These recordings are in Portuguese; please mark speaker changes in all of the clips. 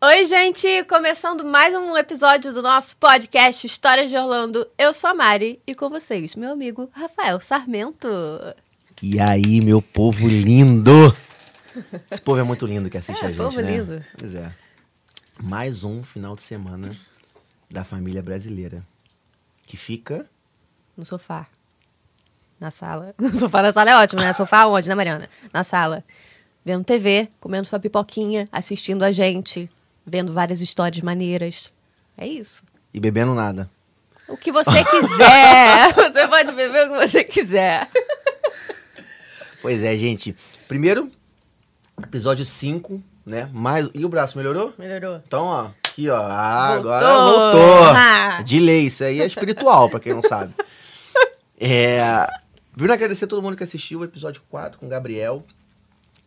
Speaker 1: Oi, gente! Começando mais um episódio do nosso podcast Histórias de Orlando. Eu sou a Mari e com vocês, meu amigo Rafael Sarmento.
Speaker 2: E aí, meu povo lindo! Esse povo é muito lindo que assiste
Speaker 1: É,
Speaker 2: a gente,
Speaker 1: povo
Speaker 2: né?
Speaker 1: lindo.
Speaker 2: Pois é. Mais um final de semana da família brasileira. Que fica.
Speaker 1: No sofá. Na sala. No sofá na sala é ótimo, né? Sofá onde, né, Mariana? Na sala. Vendo TV, comendo sua pipoquinha, assistindo a gente, vendo várias histórias maneiras. É isso.
Speaker 2: E bebendo nada.
Speaker 1: O que você quiser. você pode beber o que você quiser.
Speaker 2: Pois é, gente. Primeiro, episódio 5, né? Mais... E o braço melhorou?
Speaker 1: Melhorou.
Speaker 2: Então, ó, aqui, ó. Ah,
Speaker 1: Voltou.
Speaker 2: agora voltou.
Speaker 1: Ah.
Speaker 2: De lei, isso aí é espiritual, pra quem não sabe. É. Primeiro agradecer a todo mundo que assistiu o episódio 4 com o Gabriel.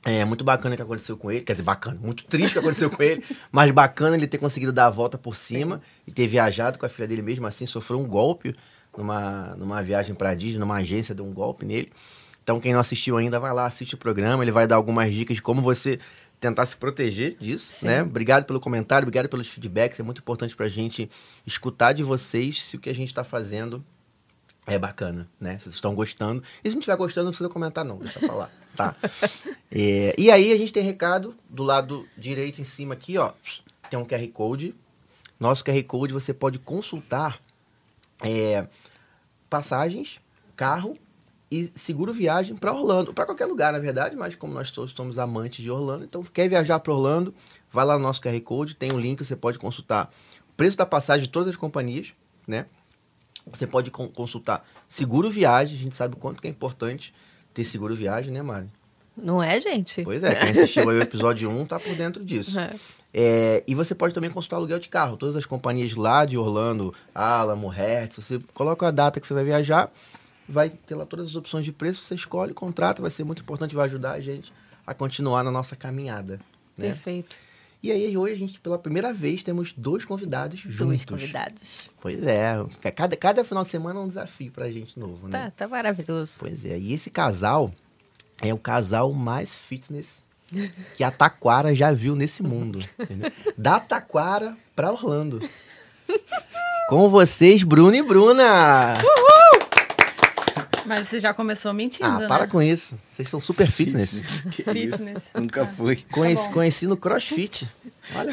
Speaker 2: É muito bacana o que aconteceu com ele. Quer dizer, bacana, muito triste o que aconteceu com ele. Mas bacana ele ter conseguido dar a volta por cima e ter viajado com a filha dele mesmo assim, sofreu um golpe numa, numa viagem pra Disney, numa agência, deu um golpe nele. Então, quem não assistiu ainda, vai lá, assiste o programa. Ele vai dar algumas dicas de como você tentar se proteger disso,
Speaker 1: Sim.
Speaker 2: né? Obrigado pelo comentário, obrigado pelos feedbacks. É muito importante pra gente escutar de vocês se o que a gente tá fazendo é bacana, né? Se vocês estão gostando. E se não estiver gostando, não precisa comentar, não. Deixa pra lá, tá? É, e aí a gente tem recado do lado direito em cima aqui, ó. Tem um QR Code. Nosso QR Code você pode consultar é, passagens, carro e seguro viagem para Orlando. Para qualquer lugar, na verdade, mas como nós todos somos amantes de Orlando, então quer viajar para Orlando, vai lá no nosso QR Code, tem um link, você pode consultar o preço da passagem de todas as companhias, né? Você pode con- consultar seguro viagem, a gente sabe o quanto que é importante ter seguro viagem, né, Mari?
Speaker 1: Não é, gente?
Speaker 2: Pois é, quem assistiu aí o episódio 1 tá por dentro disso.
Speaker 1: É.
Speaker 2: É, e você pode também consultar aluguel de carro. Todas as companhias lá de Orlando, Alamo, Hertz, você coloca a data que você vai viajar, vai ter lá todas as opções de preço, você escolhe, contrata, vai ser muito importante, vai ajudar a gente a continuar na nossa caminhada. né?
Speaker 1: Perfeito.
Speaker 2: E aí hoje a gente, pela primeira vez, temos dois convidados juntos.
Speaker 1: Dois convidados.
Speaker 2: Pois é, cada, cada final de semana é um desafio pra gente novo, né?
Speaker 1: Tá, tá maravilhoso.
Speaker 2: Pois é, e esse casal é o casal mais fitness que a Taquara já viu nesse mundo. entendeu? Da Taquara pra Orlando. Com vocês, Bruno e Bruna!
Speaker 3: Mas você já começou mentindo,
Speaker 2: ah,
Speaker 3: né?
Speaker 2: para com isso. Vocês são super fitness.
Speaker 4: Que
Speaker 3: Fitness. Tá
Speaker 4: isso? Nunca fui.
Speaker 2: Conheci,
Speaker 3: bom.
Speaker 2: conheci no CrossFit. Olha,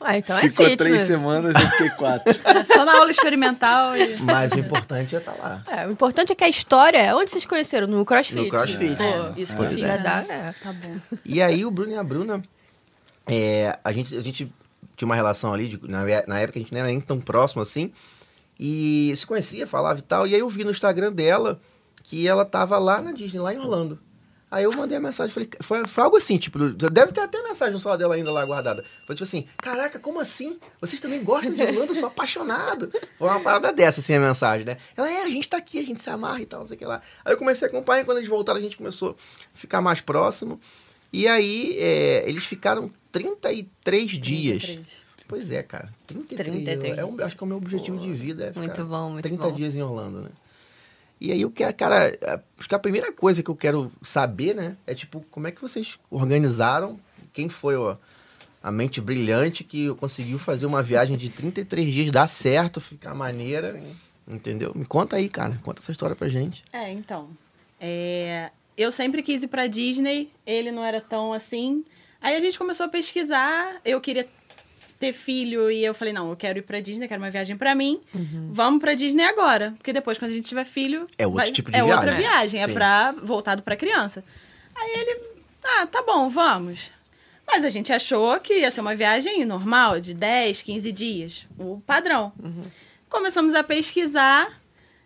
Speaker 1: Ah, então
Speaker 4: Ficou
Speaker 1: é fitness.
Speaker 4: três semanas, eu fiquei quatro.
Speaker 3: É Só na aula experimental e.
Speaker 2: mas o importante é estar lá.
Speaker 1: É, o importante é que a história é onde vocês conheceram, no CrossFit.
Speaker 2: No CrossFit.
Speaker 3: Pô, isso
Speaker 2: Pois
Speaker 3: que fica.
Speaker 1: é. Dá,
Speaker 3: né?
Speaker 1: é.
Speaker 3: Tá bom.
Speaker 2: E aí o Bruno e a Bruna, é, a, gente, a gente tinha uma relação ali, de- na, e- na época a gente não era nem tão próximo assim, e se conhecia, falava e tal, e aí eu vi no Instagram dela que ela tava lá na Disney, lá em Orlando. Aí eu mandei a mensagem, falei, foi, foi algo assim, tipo, deve ter até mensagem no celular dela ainda lá guardada. Foi tipo assim, caraca, como assim? Vocês também gostam de Orlando, eu sou apaixonado. Foi uma parada dessa, assim, a mensagem, né? Ela, é, a gente tá aqui, a gente se amarra e tal, não sei o que lá. Aí eu comecei a acompanhar, e quando eles voltaram, a gente começou a ficar mais próximo. E aí, é, eles ficaram 33 dias.
Speaker 3: 33.
Speaker 2: Pois é, cara. 33.
Speaker 1: 33
Speaker 2: É um- acho que é o meu objetivo de vida. É ficar
Speaker 1: muito bom, muito
Speaker 2: 30
Speaker 1: bom.
Speaker 2: dias em Orlando, né? E aí eu quero, cara, a- acho que a primeira coisa que eu quero saber, né, é tipo, como é que vocês organizaram? Quem foi ó, a mente brilhante que conseguiu fazer uma viagem de 33 dias dar certo, ficar maneira? Entendeu? Me conta aí, cara. Conta essa história pra gente.
Speaker 3: É, então. é, Eu sempre quis ir pra Disney, ele não era tão assim. Aí a gente começou a pesquisar, eu queria ter filho e eu falei, não, eu quero ir pra Disney, quero uma viagem pra mim.
Speaker 1: Uhum.
Speaker 3: Vamos pra Disney agora, porque depois quando a gente tiver filho,
Speaker 2: É outro tipo de
Speaker 3: é outra
Speaker 2: viagem, né?
Speaker 3: viagem, é
Speaker 2: Sim.
Speaker 3: pra voltado pra criança. Aí ele, ah, tá bom, vamos. Mas a gente achou que ia ser uma viagem normal, de 10, 15 dias, o padrão. Começamos a pesquisar,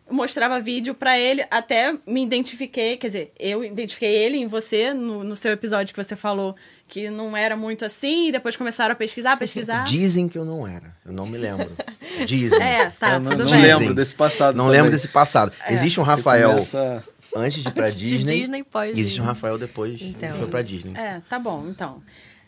Speaker 3: eu mostrava vídeo pra ele, até me identifiquei, quer dizer, eu identifiquei ele em você, no, no seu episódio que você falou que não era muito assim, e depois começaram a pesquisar, pesquisar.
Speaker 2: Dizem que eu não era. Eu não me lembro. Dizem.
Speaker 3: É, tá,
Speaker 4: eu não,
Speaker 3: tudo
Speaker 4: não
Speaker 3: bem.
Speaker 4: lembro desse passado.
Speaker 2: Não
Speaker 4: também.
Speaker 2: lembro desse passado.
Speaker 3: É.
Speaker 2: Existe um
Speaker 4: Você
Speaker 2: Rafael
Speaker 4: começa-
Speaker 2: antes de ir pra
Speaker 1: Antes de
Speaker 2: Disney.
Speaker 1: Disney, pós
Speaker 2: Existe um
Speaker 1: Disney.
Speaker 2: Rafael depois
Speaker 1: Então.
Speaker 2: que foi pra Disney.
Speaker 3: É, tá bom, então.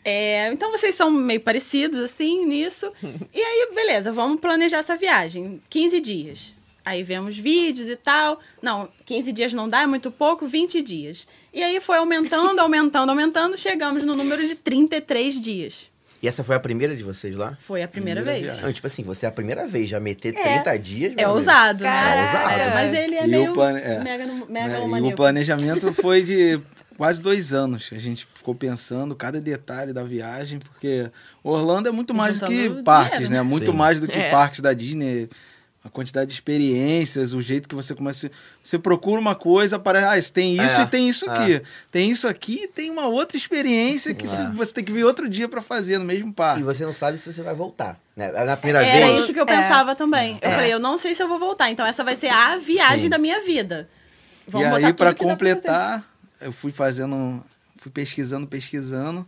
Speaker 3: É, então vocês são meio parecidos, assim, nisso. E aí, beleza, vamos planejar essa viagem. 15 dias. Aí vemos vídeos e tal. Não, 15 dias não dá, é muito pouco, 20 dias. E aí foi aumentando, aumentando, aumentando, chegamos no número de 33 dias.
Speaker 2: E essa foi a primeira de vocês lá?
Speaker 3: Foi a primeira,
Speaker 4: Primeira
Speaker 3: vez.
Speaker 4: viagem.
Speaker 2: Não, tipo assim, você é a primeira vez, já meter
Speaker 1: É.
Speaker 2: 30 dias. meu
Speaker 3: É
Speaker 2: amigo.
Speaker 3: ousado, né?
Speaker 1: Caraca.
Speaker 2: É ousado.
Speaker 3: É, mas ele é
Speaker 4: E
Speaker 3: meio
Speaker 4: o plane- é.
Speaker 3: mega,
Speaker 4: né?
Speaker 3: mega
Speaker 4: E o planejamento foi de quase dois anos. A gente ficou pensando cada detalhe da viagem, porque Orlando é muito mais do
Speaker 3: Juntando
Speaker 4: que parques,
Speaker 3: dinheiro,
Speaker 4: né? Muito
Speaker 2: Sim.
Speaker 4: mais do que
Speaker 1: É.
Speaker 4: parques da Disney. A quantidade de experiências, o jeito que você começa. Você procura uma coisa para. Ah, isso tem isso
Speaker 2: É,
Speaker 4: e tem
Speaker 2: é.
Speaker 4: isso aqui. Tem isso aqui e tem uma outra experiência que se-
Speaker 2: É.
Speaker 4: você tem que vir outro dia para fazer no mesmo
Speaker 2: E
Speaker 4: parque.
Speaker 2: você não sabe se você vai voltar. Né? Na primeira
Speaker 3: Era
Speaker 2: vez.
Speaker 3: isso que eu
Speaker 1: É.
Speaker 3: pensava também. Eu
Speaker 1: É.
Speaker 3: falei, eu não sei se eu vou voltar, então essa vai ser a viagem
Speaker 2: Sim.
Speaker 3: da minha vida.
Speaker 4: e
Speaker 3: botar
Speaker 4: aí,
Speaker 3: tudo
Speaker 4: pra
Speaker 3: que dá fazer.
Speaker 4: completar, eu fui fazendo, fui pesquisando, pesquisando.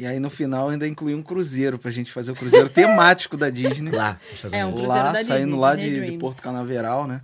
Speaker 4: E aí, no final, ainda incluí um cruzeiro pra gente fazer o cruzeiro temático da Disney.
Speaker 2: Lá. nos Estados
Speaker 3: É, um
Speaker 2: Unidos.
Speaker 3: cruzeiro
Speaker 4: lá,
Speaker 3: da Disney,
Speaker 4: saindo lá
Speaker 3: Disney
Speaker 4: de, de
Speaker 3: Dreams.
Speaker 4: Porto Canaveral, né?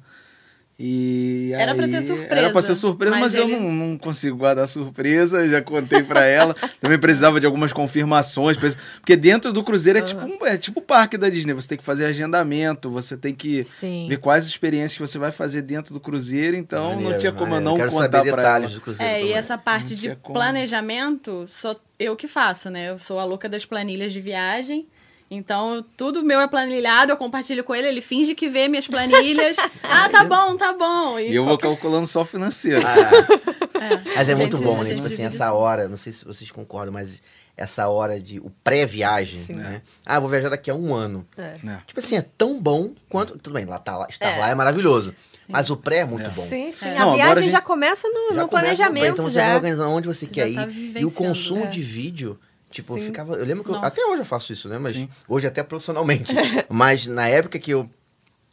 Speaker 4: E
Speaker 3: Era pra
Speaker 4: aí-
Speaker 3: ser surpresa,
Speaker 4: Era pra ser surpresa,
Speaker 3: mas
Speaker 4: mas,
Speaker 3: ele-
Speaker 4: eu não, não consigo guardar surpresa, já contei pra ela. Também precisava de algumas confirmações. precisa- Porque dentro do cruzeiro é, tipo, um- é tipo o parque da Disney. Você tem que fazer agendamento, você tem que
Speaker 1: Sim.
Speaker 4: ver quais experiências que você vai fazer dentro do cruzeiro. Então
Speaker 2: Maneiro,
Speaker 4: não tinha como
Speaker 2: maneiro.
Speaker 4: eu não
Speaker 2: Quero
Speaker 4: contar
Speaker 2: saber
Speaker 4: pra
Speaker 2: detalhes
Speaker 4: ela.
Speaker 2: do cruzeiro.
Speaker 3: É, e
Speaker 2: também.
Speaker 3: essa parte
Speaker 4: Não
Speaker 3: de
Speaker 4: tinha como.
Speaker 3: planejamento, sou eu que faço, né? Eu sou a louca das planilhas de viagem. Então, tudo meu é planilhado, eu compartilho com ele, ele finge que vê minhas planilhas. ah, tá bom, tá bom.
Speaker 4: E eu vou calculando só o financeiro.
Speaker 2: Ah, Mas é
Speaker 3: Gente,
Speaker 2: muito bom,
Speaker 3: a
Speaker 2: né?
Speaker 3: gente
Speaker 2: Tipo assim,
Speaker 3: divide
Speaker 2: essa
Speaker 3: assim.
Speaker 2: hora, não sei se vocês concordam, mas essa hora de o pré-viagem, né? Ah, vou viajar daqui a um ano.
Speaker 1: É.
Speaker 4: É.
Speaker 2: Tipo assim, é tão bom quanto. Tudo bem, lá tá lá, estar
Speaker 1: É.
Speaker 2: lá é maravilhoso. Mas o pré é muito bom.
Speaker 1: Sim, sim.
Speaker 4: É.
Speaker 1: A
Speaker 4: Não, agora
Speaker 1: viagem
Speaker 4: a gente-
Speaker 1: já começa no,
Speaker 2: Já
Speaker 1: no
Speaker 2: começa bem,
Speaker 1: planejamento
Speaker 2: Então você
Speaker 1: já.
Speaker 2: vai organizando onde você
Speaker 3: Você
Speaker 2: quer
Speaker 3: já tá
Speaker 2: ir. E o
Speaker 3: vivenciando,
Speaker 2: consumo
Speaker 3: é.
Speaker 2: de vídeo, tipo,
Speaker 1: Sim.
Speaker 2: ficava. Eu lembro que eu-
Speaker 3: Nossa.
Speaker 2: até hoje eu faço isso, né? Mas hoje até profissionalmente. Mas na época que eu,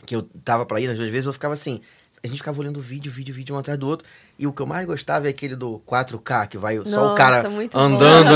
Speaker 2: que eu tava pra ir, às vezes eu ficava assim. A gente ficava olhando vídeo, vídeo, vídeo um atrás do outro. E o que eu mais gostava é aquele do 4K, que vai só
Speaker 1: Nossa,
Speaker 2: o cara
Speaker 1: muito bom.
Speaker 2: andando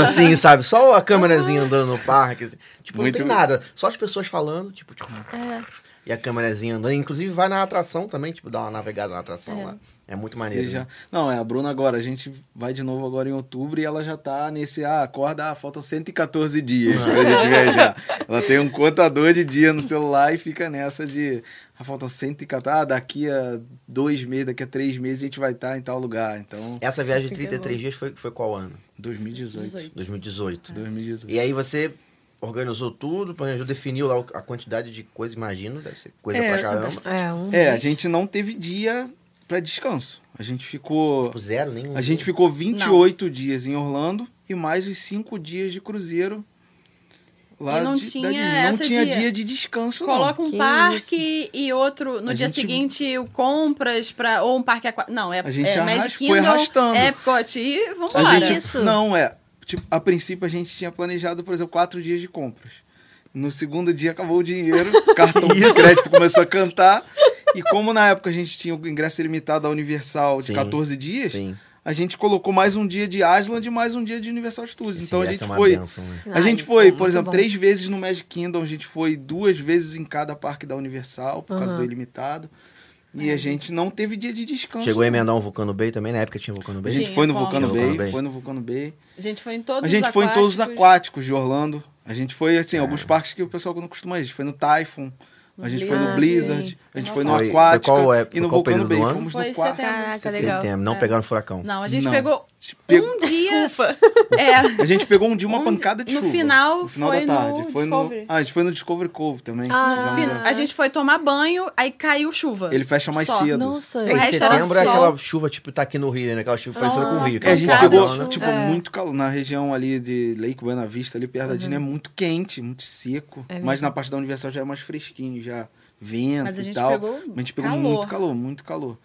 Speaker 2: assim, sabe? Só a câmerazinha andando no parque. assim. Tipo,
Speaker 4: Muito-
Speaker 2: não tem nada. Só as pessoas falando, tipo, tipo,
Speaker 1: É,
Speaker 2: e a câmerazinha andando. Inclusive vai na atração também, tipo, dá uma navegada na atração
Speaker 1: É.
Speaker 2: lá. É muito maneiro.
Speaker 4: Seja-
Speaker 2: né?
Speaker 4: Não, é a Bruna agora. A gente vai de novo agora em outubro e ela já tá nesse. Ah, acorda, ah, faltam 114
Speaker 2: Ah.
Speaker 4: dias pra gente viajar. Ela tem um contador de dia no celular e fica nessa de. Ah, faltam 114. Ah, daqui a dois meses, daqui a três meses a gente vai estar em tal lugar. Então,
Speaker 2: Essa viagem de
Speaker 1: Fica
Speaker 2: 33 dias foi, foi qual ano?
Speaker 4: 2018.
Speaker 2: 2018.
Speaker 4: 2018.
Speaker 2: E aí você organizou tudo, planejou, definiu lá o- a quantidade de coisa, imagino, deve ser coisa
Speaker 4: É,
Speaker 2: pra caramba.
Speaker 3: tá
Speaker 1: É, um...
Speaker 4: É, a gente não teve dia pra descanso. A gente ficou.
Speaker 2: Tipo, zero, nenhum.
Speaker 4: A gente ficou 28 dias em Orlando e mais os 5 dias de cruzeiro lá
Speaker 3: E não
Speaker 4: de, da
Speaker 3: tinha
Speaker 4: Disney. Não
Speaker 3: essa
Speaker 4: tinha
Speaker 3: dia.
Speaker 4: dia. de descanso,
Speaker 3: Coloca um
Speaker 1: Que
Speaker 3: parque e outro. No
Speaker 4: A
Speaker 3: dia
Speaker 4: gente-
Speaker 3: seguinte, o compras pra, ou um parque aquático. Não, é,
Speaker 4: A gente
Speaker 3: é
Speaker 4: arras-
Speaker 3: Magic
Speaker 4: foi
Speaker 3: Kingdom,
Speaker 4: arrastando.
Speaker 3: Epcot e
Speaker 4: não.
Speaker 1: Claro.
Speaker 4: A
Speaker 3: vambora.
Speaker 4: gente,
Speaker 1: Isso.
Speaker 4: Não, é. Tipo, a princípio a gente tinha planejado, por exemplo, 4 dias de compras. No segundo dia acabou o dinheiro, o cartão de crédito começou a cantar. E como na época a gente tinha o ingresso ilimitado à Universal de
Speaker 2: Sim.
Speaker 4: 14 dias,
Speaker 2: Sim.
Speaker 4: a gente colocou mais um dia de Island e mais um dia de Universal Studios. então a
Speaker 2: Essa
Speaker 4: gente
Speaker 2: é uma
Speaker 4: foi.
Speaker 2: bênção, né?
Speaker 1: Ah,
Speaker 4: A gente
Speaker 1: isso
Speaker 4: foi,
Speaker 1: é
Speaker 4: por
Speaker 1: muito
Speaker 4: exemplo,
Speaker 1: bom.
Speaker 4: três vezes no Magic Kingdom, a gente foi duas vezes em cada parque da Universal, por causa
Speaker 1: Aham.
Speaker 4: do ilimitado.
Speaker 3: É.
Speaker 4: E a gente não teve dia de descanso.
Speaker 2: Chegou a emendar um Vulcano Bay também, na época tinha Vulcano
Speaker 4: A
Speaker 2: Bay.
Speaker 4: gente
Speaker 3: Sim,
Speaker 4: foi no
Speaker 3: como.
Speaker 4: Vulcano
Speaker 2: Vulcano
Speaker 4: Bay,
Speaker 2: Bay.
Speaker 4: foi no Vulcano Bay.
Speaker 3: A gente foi em todos
Speaker 4: a gente
Speaker 3: os
Speaker 4: foi em todos os
Speaker 3: aquáticos.
Speaker 4: aquáticos de Orlando. A gente foi,
Speaker 2: É.
Speaker 4: assim, alguns parques que o pessoal não costuma ir. A gente foi no Typhoon, a gente foi
Speaker 1: Ah,
Speaker 4: no Blizzard,
Speaker 1: sim.
Speaker 4: a gente
Speaker 3: Nossa.
Speaker 4: foi no
Speaker 2: Foi- foi
Speaker 4: Aquática
Speaker 2: qual é-
Speaker 4: e no
Speaker 2: qual
Speaker 4: Vulcano
Speaker 2: período
Speaker 4: Bay.
Speaker 2: do ano?
Speaker 4: Fomos
Speaker 3: Foi
Speaker 4: no quarto.
Speaker 3: setembro.
Speaker 1: Caraca,
Speaker 2: Setembro,
Speaker 1: legal.
Speaker 2: Não pegaram furacão.
Speaker 3: é Não, a gente
Speaker 4: Não.
Speaker 3: pegou
Speaker 4: A gente Tipo, pegou-
Speaker 3: um dia.
Speaker 1: Ufa.
Speaker 3: É.
Speaker 4: A gente pegou um dia uma
Speaker 3: Onde-
Speaker 4: pancada de
Speaker 3: no
Speaker 4: chuva.
Speaker 3: final foi no
Speaker 4: Foi no...
Speaker 3: Discovery.
Speaker 4: Ah, a gente foi no Discovery Cove também.
Speaker 1: Ah.
Speaker 4: fizemos
Speaker 3: Fina- A gente foi tomar banho, aí caiu chuva.
Speaker 4: Ele fecha mais
Speaker 3: Só.
Speaker 4: cedo.
Speaker 1: Nossa,
Speaker 2: É,
Speaker 3: O
Speaker 2: em
Speaker 3: resto era
Speaker 2: setembro é
Speaker 3: sol.
Speaker 2: aquela chuva, tipo, tá aqui no Rio, né? Aquela chuva parecida com o Rio.
Speaker 4: É, a
Speaker 2: aquela
Speaker 4: gente
Speaker 2: né?
Speaker 3: pancada,
Speaker 4: pegou,
Speaker 2: porradona.
Speaker 4: tipo,
Speaker 3: É.
Speaker 4: muito calor. Na região ali de Lake Buena Vista, ali perto da
Speaker 3: Uhum.
Speaker 4: Disney, é muito quente, muito seco.
Speaker 3: É
Speaker 4: mas na parte da Universal já é mais fresquinho, já vento
Speaker 3: Mas a gente
Speaker 4: e tal.
Speaker 3: pegou
Speaker 4: Mas a gente pegou
Speaker 3: calor.
Speaker 4: muito calor, muito calor.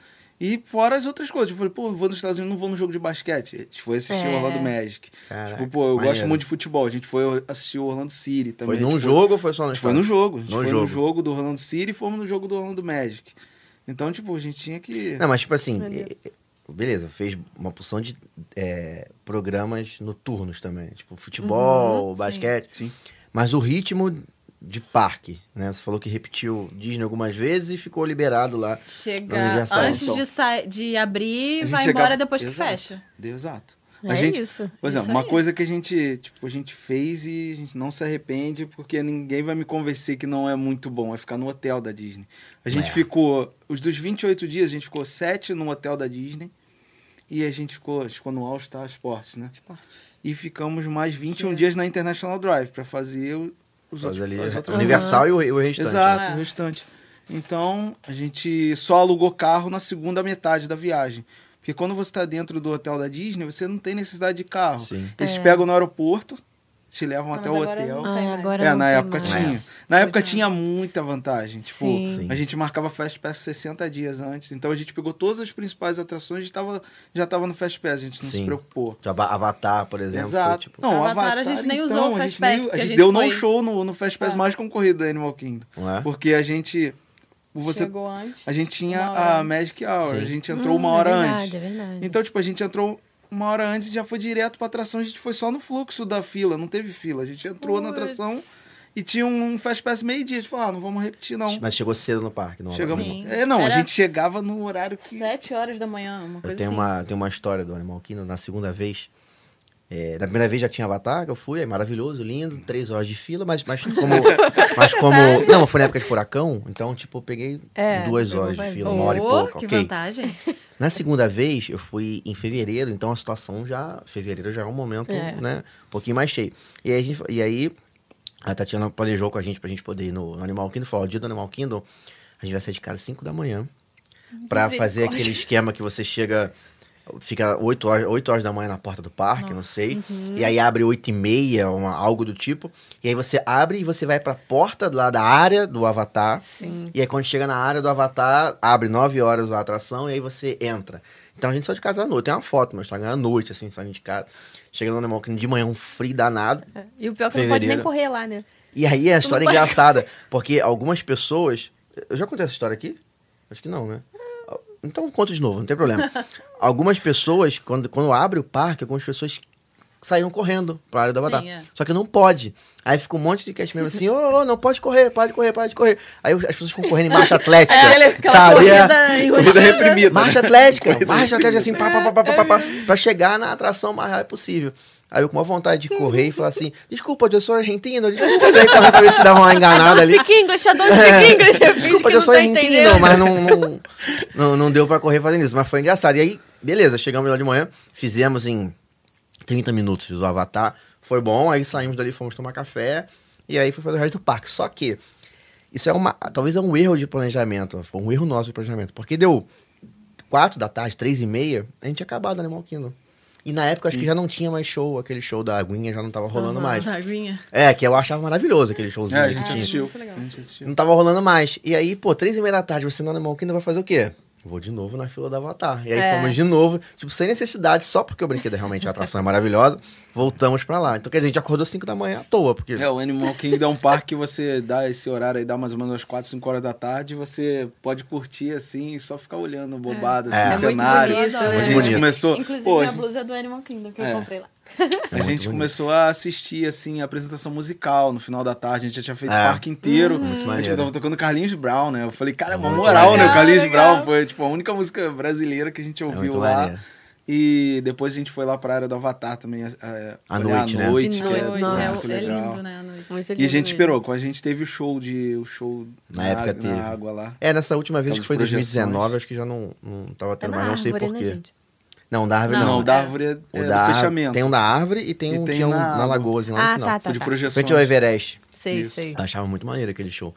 Speaker 4: E fora as outras coisas. Eu falei, pô, eu vou nos Estados Unidos, não vou no jogo de basquete. A gente foi assistir o
Speaker 1: É.
Speaker 4: Orlando Magic.
Speaker 2: Caraca,
Speaker 4: tipo, pô, eu gosto
Speaker 2: maneiro.
Speaker 4: muito de futebol. A gente foi assistir o Orlando City também.
Speaker 2: Foi
Speaker 4: A
Speaker 2: num
Speaker 4: gente
Speaker 2: jogo ou foi só
Speaker 4: a
Speaker 2: no
Speaker 4: gente foi no jogo. A gente
Speaker 2: No
Speaker 4: foi
Speaker 2: jogo.
Speaker 4: no jogo do Orlando City e fomos no jogo do Orlando Magic. Então, tipo, a gente tinha que...
Speaker 2: Não, mas tipo assim,
Speaker 1: Maneiro.
Speaker 2: eh, beleza, fez uma porção de eh, programas noturnos também. Tipo, futebol, basquete.
Speaker 4: Sim.
Speaker 2: Mas o ritmo de parque, né? Você falou que repetiu Disney algumas vezes e ficou liberado lá. Não,
Speaker 3: Chega
Speaker 2: já saiu,
Speaker 3: antes
Speaker 4: então.
Speaker 3: de, sa- de abrir,
Speaker 4: A gente
Speaker 3: vai
Speaker 4: chegava-
Speaker 3: embora depois que
Speaker 4: Exato.
Speaker 3: fecha.
Speaker 4: Deu Exato.
Speaker 1: É isso.
Speaker 4: Por
Speaker 3: Isso
Speaker 4: exemplo, uma
Speaker 3: aí.
Speaker 4: coisa que a gente, tipo, a gente fez e a gente não se arrepende, porque ninguém vai me convencer que não é muito bom, é ficar no hotel da Disney. A gente
Speaker 2: É.
Speaker 4: ficou, os dos 28 dias, a gente ficou 7 no hotel da Disney E a gente ficou, a gente ficou no All Star Sports, né?
Speaker 3: Esporte.
Speaker 4: E ficamos mais 21
Speaker 3: Sim.
Speaker 4: dias na International Drive para fazer o- os
Speaker 2: Faz
Speaker 4: outros,
Speaker 2: ali
Speaker 4: as
Speaker 2: a-
Speaker 4: outras
Speaker 2: Universal e o, e o restante.
Speaker 4: Exato,
Speaker 3: né?
Speaker 4: o restante. Então, a gente só alugou carro na segunda metade da viagem. Porque quando você está dentro do hotel da Disney, você não tem necessidade de carro.
Speaker 2: Sim.
Speaker 4: Eles te pegam no aeroporto, te levam
Speaker 3: Não,
Speaker 4: até
Speaker 3: É. mas
Speaker 4: o
Speaker 3: agora
Speaker 4: hotel.
Speaker 3: não tem
Speaker 1: Ah,
Speaker 3: mais.
Speaker 1: agora
Speaker 4: É,
Speaker 1: não
Speaker 4: na
Speaker 1: tem
Speaker 4: época
Speaker 1: mais. Hum,
Speaker 4: tinha. Na época tinha muita vantagem. Tipo,
Speaker 1: Sim.
Speaker 2: Sim.
Speaker 4: a gente marcava Fast Pass 60 dias antes. Então a gente pegou todas as principais atrações e tava, já estava no Fast Pass, a gente não se
Speaker 2: Sim.
Speaker 4: preocupou.
Speaker 2: Tipo, Ava- Avatar, por exemplo. foi,
Speaker 4: Exato.
Speaker 2: tipo,
Speaker 4: Não, o
Speaker 3: Avatar,
Speaker 4: Avatar,
Speaker 3: Ah, a gente nem
Speaker 4: então,
Speaker 3: usou o
Speaker 4: a gente
Speaker 3: Fast Pass,
Speaker 4: nem-
Speaker 3: porque
Speaker 4: A
Speaker 3: a
Speaker 4: gente,
Speaker 3: gente
Speaker 4: deu
Speaker 3: foi-
Speaker 4: no show no, no Fast Pass
Speaker 3: É.
Speaker 4: mais concorrido da Animal Kingdom.
Speaker 2: não é?
Speaker 4: Porque a gente. Você,
Speaker 3: Chegou antes.
Speaker 4: a gente tinha
Speaker 3: uma hora
Speaker 4: a Magic Hour, a
Speaker 2: Sim.
Speaker 4: gente entrou
Speaker 1: Hum,
Speaker 4: uma hora
Speaker 1: é verdade,
Speaker 4: antes.
Speaker 1: É verdade.
Speaker 4: Então, tipo, a gente entrou uma hora antes e já foi direto pra atração. A gente foi só no fluxo da fila, não teve fila. A gente entrou na
Speaker 1: Puts.
Speaker 4: atração e tinha um fast pass meio-dia. A gente falou, ah, não vamos repetir, não.
Speaker 2: Mas chegou cedo no parque, não
Speaker 4: Chegamos.
Speaker 2: Sim.
Speaker 3: Sim.
Speaker 4: É, não,
Speaker 3: Era-
Speaker 4: a gente chegava no horário que.
Speaker 3: Sete horas da manhã, uma coisa
Speaker 2: Eu tenho,
Speaker 3: assim.
Speaker 2: uma, tenho uma história do Animal Kingdom. Na segunda vez, é, na primeira vez já tinha Avatar, que eu fui, é maravilhoso, lindo, três horas de fila, mas, mas como. mas como. Não, foi na época de furacão, então, tipo, eu peguei
Speaker 1: É,
Speaker 2: duas
Speaker 1: pegou
Speaker 2: horas de
Speaker 1: mais-
Speaker 2: fila, uma hora e
Speaker 3: Ô,
Speaker 2: pouco.
Speaker 3: um. que
Speaker 2: ok.
Speaker 3: vantagem.
Speaker 2: Na segunda vez, eu fui em fevereiro, então a situação já. Fevereiro já é um momento,
Speaker 1: É.
Speaker 2: né? Um pouquinho mais cheio. E aí, a gente- e aí, a Tatiana planejou com a gente pra gente poder ir no Animal Kingdom. Falou: "Ó, dia do Animal Kingdom, a gente vai sair de casa às 5 da manhã pra fazer aquele esquema que você chega. Fica 8 horas, 8 horas da manhã na porta do parque, não sei. E aí abre 8 e meia, uma, algo do tipo. E aí você abre e você vai pra porta lá da área do Avatar. E aí quando chega na área do Avatar, abre 9 horas a atração e aí você entra. Então a gente saiu de casa à noite. Tem uma foto no meu Instagram à noite, assim, saindo de casa. Chegando no Animal Kingdom de manhã, um frio danado.
Speaker 1: É. E o pior é que não pode nem
Speaker 2: Fevereiro.
Speaker 1: correr lá, né?
Speaker 2: E aí a história é
Speaker 1: vai.
Speaker 2: engraçada, porque algumas pessoas. Eu já contei essa história aqui? Acho que não, né? Então conta de novo, não tem problema. Algumas pessoas, quando, quando abre o parque, algumas pessoas saíram correndo pra área do Avatar.
Speaker 3: Sim, é.
Speaker 2: Só que não pode. Aí fica um monte de cast membro assim, ô, ô, não pode correr, pode correr, pode correr. Aí as pessoas ficam correndo em marcha atlética,
Speaker 3: É, ele- aquela
Speaker 2: sabe? É.
Speaker 3: corrida enroscada.
Speaker 4: Corrida reprimida. né?
Speaker 2: Marcha atlética, É. marcha atlética, assim, pá, pá, pá, pá, pá, pá, pá, pra chegar na atração mais rápido possível. Aí eu com uma vontade de correr e falar assim, desculpa, eu sou argentino, desculpa, eu saí correndo pra ver se dava uma enganada ali.
Speaker 1: Speak English, a dois
Speaker 4: É.
Speaker 1: speak English. eu finge
Speaker 2: Desculpa,
Speaker 1: que
Speaker 2: eu
Speaker 1: não
Speaker 2: sou
Speaker 1: tô
Speaker 3: tá
Speaker 2: argentino,
Speaker 1: entendendo.
Speaker 2: mas não, não, não, não deu pra correr fazendo isso. Mas foi engraçado. E aí, beleza, chegamos lá de manhã, fizemos em 30 minutos o Avatar. Foi bom, aí saímos dali, fomos tomar café. E aí foi fazer o resto do parque. Só que isso é uma. Talvez é um erro de planejamento. Foi um erro nosso de planejamento. Porque deu 4 da tarde, 3 e meia, a gente tinha acabado o Animal Kingdom. E na época acho que já não tinha mais show, aquele show da aguinha já não tava rolando mais.
Speaker 3: Da aguinha.
Speaker 2: É, que eu achava maravilhoso aquele
Speaker 4: É,
Speaker 2: showzinho
Speaker 4: a
Speaker 2: que
Speaker 4: gente
Speaker 2: tinha.
Speaker 4: assistiu.
Speaker 3: muito legal.
Speaker 4: A gente assistiu.
Speaker 2: Não tava rolando mais. E aí, pô, três e meia da tarde, você no Animal Kingdom vai fazer o quê? Vou de novo na fila da Avatar. E aí
Speaker 1: É.
Speaker 2: fomos de novo, tipo, sem necessidade, só porque o brinquedo é realmente a atração é maravilhosa, voltamos pra lá. Então, quer dizer, a gente acordou cinco da manhã à toa, porque...
Speaker 4: É, o Animal Kingdom é um parque que você dá esse horário aí, dá mais ou menos às 4, 5 horas da tarde, e você pode curtir assim e só ficar olhando bobado, assim,
Speaker 2: É.
Speaker 4: o
Speaker 2: É
Speaker 1: muito
Speaker 4: cenário.
Speaker 1: bonito,
Speaker 4: a
Speaker 1: né?
Speaker 4: gente
Speaker 2: Bonito.
Speaker 4: começou.
Speaker 3: Inclusive,
Speaker 4: pô, a
Speaker 3: minha
Speaker 4: gente-
Speaker 3: blusa é do Animal Kingdom que
Speaker 4: É.
Speaker 3: eu comprei lá.
Speaker 2: É
Speaker 4: a
Speaker 2: muito
Speaker 4: gente
Speaker 2: bonito.
Speaker 4: começou a assistir, assim, a apresentação musical no final da tarde. A gente já tinha feito
Speaker 2: É.
Speaker 4: o parque inteiro. a gente
Speaker 2: maneiro.
Speaker 4: tava tocando Carlinhos Brown, né? Eu falei, cara, uma
Speaker 2: Muito
Speaker 4: moral, né?
Speaker 3: legal,
Speaker 4: O Carlinhos
Speaker 3: legal.
Speaker 4: Brown foi, tipo, a única música brasileira que a gente ouviu
Speaker 2: É muito
Speaker 4: lá.
Speaker 2: maneiro.
Speaker 4: E depois a gente foi lá pra área do Avatar também. É,
Speaker 2: À
Speaker 4: olhar
Speaker 2: noite, né?
Speaker 4: a noite,
Speaker 1: De
Speaker 4: que é
Speaker 1: noite,
Speaker 3: é,
Speaker 4: muito
Speaker 3: é
Speaker 4: legal.
Speaker 3: lindo, né? à noite.
Speaker 1: Muito
Speaker 4: E a
Speaker 1: lindo
Speaker 4: gente
Speaker 1: mesmo.
Speaker 4: esperou, quando a gente teve o show de. O show
Speaker 2: Na época
Speaker 4: água-
Speaker 2: teve.
Speaker 4: na água lá.
Speaker 2: É, nessa última vez
Speaker 4: Aquelas
Speaker 2: que foi em
Speaker 4: projeções.
Speaker 2: 2019, acho que já não, não tava
Speaker 1: É
Speaker 2: tendo
Speaker 1: na
Speaker 2: mais, não sei
Speaker 1: árvore, né,
Speaker 2: porquê.
Speaker 1: gente?
Speaker 2: Não, da árvore
Speaker 4: Não,
Speaker 2: não.
Speaker 4: o da árvore é,
Speaker 2: O
Speaker 4: é
Speaker 2: da
Speaker 4: do
Speaker 2: árvore-
Speaker 4: fechamento.
Speaker 2: Tem um da árvore e tem
Speaker 4: E
Speaker 2: um,
Speaker 4: tem
Speaker 2: tinha um
Speaker 4: na-
Speaker 2: na lagoa, assim, lá
Speaker 1: Ah,
Speaker 2: no final.
Speaker 1: tá, tá,
Speaker 4: de
Speaker 1: tá.
Speaker 4: projeções.
Speaker 2: Frente ao Everest.
Speaker 1: Sei,
Speaker 4: Isso.
Speaker 1: sei.
Speaker 2: Eu achava muito maneiro aquele show.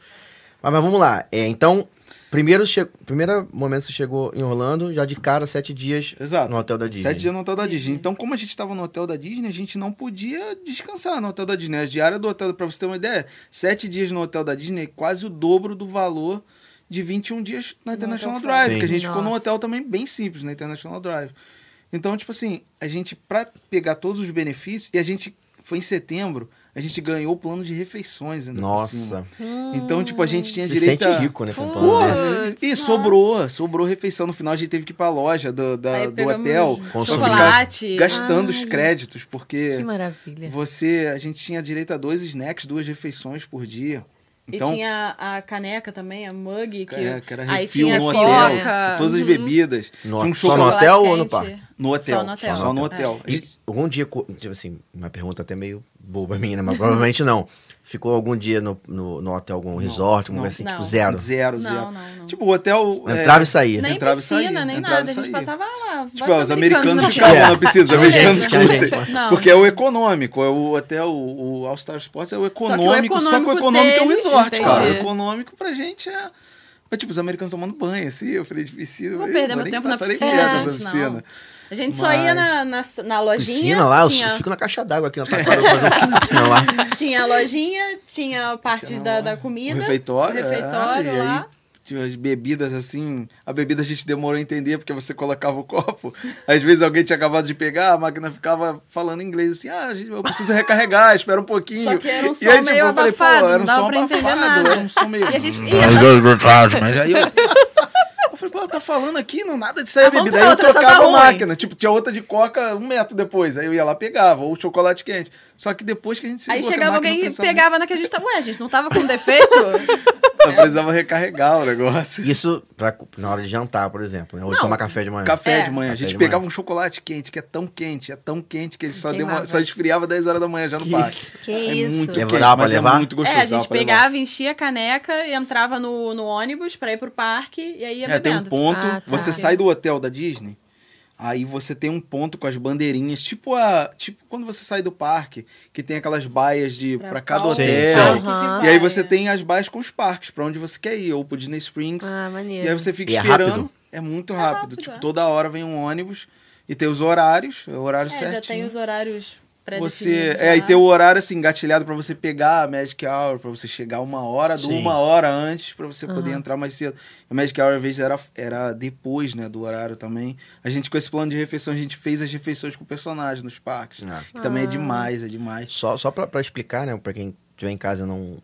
Speaker 2: Mas, mas vamos lá. É, então, primeiro, che... primeiro momento que você chegou em Orlando, já de cara, sete dias
Speaker 4: Exato.
Speaker 2: no hotel da Disney.
Speaker 4: Sete dias no hotel da Disney. Então, como a gente estava no hotel da Disney, a gente não podia descansar no hotel da Disney. A diária do hotel, para você ter uma ideia, sete dias no hotel da Disney é quase o dobro do valor de 21 dias na International
Speaker 3: hotel
Speaker 4: Drive,
Speaker 2: Sim.
Speaker 4: que a gente ficou num
Speaker 1: Nossa.
Speaker 4: hotel também bem simples na International Drive. Então, tipo assim, a gente, para pegar todos os benefícios, e a gente foi em setembro, a gente ganhou o plano de refeições ainda por cima.
Speaker 2: Nossa.
Speaker 4: Então, tipo, a gente tinha
Speaker 2: Se
Speaker 4: direito
Speaker 2: sente
Speaker 4: a-
Speaker 2: rico, né, com um plano
Speaker 4: Porra,
Speaker 2: desse.
Speaker 4: e e sobrou, sobrou refeição. No final a gente teve que ir pra loja do, da-
Speaker 3: Aí
Speaker 4: do
Speaker 3: pegamos um
Speaker 4: hotel.
Speaker 2: Consumir.
Speaker 4: pra
Speaker 3: chocolate.
Speaker 4: Gastando
Speaker 1: Ai.
Speaker 4: os créditos, porque
Speaker 1: Que maravilha.
Speaker 4: você. A gente tinha direito a dois snacks, duas refeições por dia.
Speaker 3: e
Speaker 4: Então,
Speaker 3: tinha a caneca também, a mug. Que,
Speaker 4: é, que era
Speaker 3: aí
Speaker 4: refil
Speaker 3: tinha Uhum.
Speaker 4: no
Speaker 3: coca,
Speaker 4: hotel, todas as bebidas.
Speaker 2: No-
Speaker 4: tinha um
Speaker 2: só no
Speaker 4: chocolate
Speaker 2: hotel ou no
Speaker 3: quente.
Speaker 2: parque?
Speaker 4: no hotel.
Speaker 3: Só no hotel. É.
Speaker 4: Só no hotel. A
Speaker 2: E
Speaker 4: gente-
Speaker 2: algum dia, co- tipo assim, uma pergunta até meio boba minha, né? mas provavelmente não. Ficou algum dia no, no, no hotel, algum resort, alguma
Speaker 4: não.
Speaker 2: coisa assim, tipo
Speaker 3: Não.
Speaker 2: zero.
Speaker 4: Zero,
Speaker 3: Não,
Speaker 4: zero.
Speaker 3: não, não.
Speaker 4: Tipo, o hotel. é,
Speaker 2: Entrava e saía.
Speaker 3: Nem
Speaker 4: entrava e
Speaker 3: piscina,
Speaker 4: saía,
Speaker 3: nem
Speaker 4: entrava
Speaker 3: nada.
Speaker 4: e
Speaker 3: A gente
Speaker 4: saía.
Speaker 3: passava lá.
Speaker 4: Tipo, é, os americanos
Speaker 3: não
Speaker 4: ficavam
Speaker 2: tinha.
Speaker 4: na piscina, os
Speaker 2: Tinha
Speaker 4: americanos
Speaker 2: gente,
Speaker 4: que
Speaker 2: tinha
Speaker 4: lutem.
Speaker 2: gente,
Speaker 3: mas-
Speaker 4: Porque é o econômico, é o até o, o All Star Sports é o econômico, só que o econômico,
Speaker 3: econômico
Speaker 4: é um
Speaker 3: deles,
Speaker 4: resort,
Speaker 1: entendi.
Speaker 4: cara. O econômico pra gente é. é tipo, os americanos tomando banho, assim, eu falei de piscina. eu
Speaker 3: Não
Speaker 4: falei,
Speaker 3: perder
Speaker 4: "Mas
Speaker 3: meu
Speaker 4: nem
Speaker 3: tempo na
Speaker 4: passarei
Speaker 3: piscina,
Speaker 4: perto dessa
Speaker 3: gente, não. A gente só
Speaker 4: Mas-
Speaker 3: ia na, na, na lojinha.
Speaker 2: Piscina lá, eu
Speaker 3: tinha...
Speaker 2: fico na caixa d'água aqui na Taquara, fazendo aqui na piscina um lá.
Speaker 3: Tinha a lojinha, tinha a parte da, da comida.
Speaker 4: Então, O um refeitório,
Speaker 3: o refeitório
Speaker 4: é,
Speaker 3: lá.
Speaker 4: E aí tinha as bebidas assim. A bebida a gente demorou a entender porque você colocava o copo. Às vezes alguém tinha acabado de pegar, a máquina ficava falando em inglês assim: ah, gente, eu preciso recarregar, espera um pouquinho.
Speaker 3: Só que era um
Speaker 4: e aí, tipo,
Speaker 3: som meio
Speaker 4: eu falei, pô,
Speaker 3: abafado,
Speaker 4: era um
Speaker 3: não dava
Speaker 4: som
Speaker 3: pra entender
Speaker 4: abafado,
Speaker 3: nada.
Speaker 4: era um som meio.
Speaker 3: E a gente. E
Speaker 5: Mas
Speaker 3: essa...
Speaker 5: dois brutados, mas aí eu
Speaker 4: Eu falei, pô, tá falando aqui, não nada de sair a
Speaker 3: Ah, vamos
Speaker 4: bebida.
Speaker 3: pra
Speaker 4: Aí eu
Speaker 3: outra, essa
Speaker 4: trocava
Speaker 3: tá
Speaker 4: a
Speaker 3: ruim.
Speaker 4: máquina. Tipo, tinha outra de coca um metro depois. Aí eu ia lá, pegava, ou chocolate quente. Só que depois que a gente se
Speaker 3: Aí
Speaker 4: ligou que a
Speaker 3: chegava
Speaker 4: máquina
Speaker 3: alguém e
Speaker 4: precisava-
Speaker 3: pegava na que a gente tava. Ué, a gente não tava com um defeito?
Speaker 4: Precisava recarregar o negócio.
Speaker 2: Isso pra, na hora de jantar, por exemplo, né? Ou de
Speaker 3: Não.
Speaker 2: tomar café de manhã.
Speaker 4: Café
Speaker 3: É.
Speaker 4: de manhã. A
Speaker 2: Café
Speaker 4: gente
Speaker 2: de
Speaker 4: pegava
Speaker 2: manhã.
Speaker 4: um chocolate quente, que é tão quente, é tão quente que ele só,
Speaker 1: Queimava.
Speaker 4: demo- só esfriava 10 horas da manhã já no parque.
Speaker 1: Que
Speaker 4: é
Speaker 1: isso. Ah,
Speaker 4: muito
Speaker 2: Leva-
Speaker 4: quente,
Speaker 2: dá pra
Speaker 4: mas
Speaker 2: levar?
Speaker 4: é muito gostoso.
Speaker 3: é, a
Speaker 4: dá
Speaker 3: gente
Speaker 4: pra levar.
Speaker 3: pegava, enchia a caneca e entrava no, no ônibus pra ir pro parque e aí ia
Speaker 4: É, tem um
Speaker 3: bebendo.
Speaker 4: ponto.
Speaker 1: Ah, tá.
Speaker 4: Você sai do hotel da Disney, aí você tem um ponto com as bandeirinhas, tipo a, tipo quando você sai do parque, que tem aquelas baias de pra, cada
Speaker 3: qual
Speaker 2: Sim,
Speaker 4: hotel.
Speaker 2: sim.
Speaker 1: Aham.
Speaker 4: E aí
Speaker 3: vai.
Speaker 4: você tem as baias com os parques, pra onde você quer ir, ou pro Disney Springs.
Speaker 1: Ah, maneiro.
Speaker 4: E aí você fica
Speaker 2: E é
Speaker 4: esperando.
Speaker 2: rápido?
Speaker 4: É muito
Speaker 3: É
Speaker 4: rápido.
Speaker 3: rápido,
Speaker 4: tipo,
Speaker 3: é.
Speaker 4: toda hora vem um ônibus e tem os horários, é o horário
Speaker 3: É, já
Speaker 4: certinho.
Speaker 3: tem os horários
Speaker 4: Você.
Speaker 3: pré-definidos
Speaker 4: É, e
Speaker 3: lá.
Speaker 4: tem o horário assim, engatilhado pra você pegar a Magic Hour, pra você chegar uma hora, do
Speaker 2: Sim.
Speaker 4: uma hora antes, pra você poder entrar mais cedo. A Magic Hour, às vezes, era, era depois, né, do horário também. A gente, com esse plano de refeição, a gente fez as refeições com o personagem nos parques.
Speaker 2: Ah.
Speaker 4: Que também é demais, é demais.
Speaker 2: Só, só pra, pra explicar, né? Pra quem estiver em casa e não,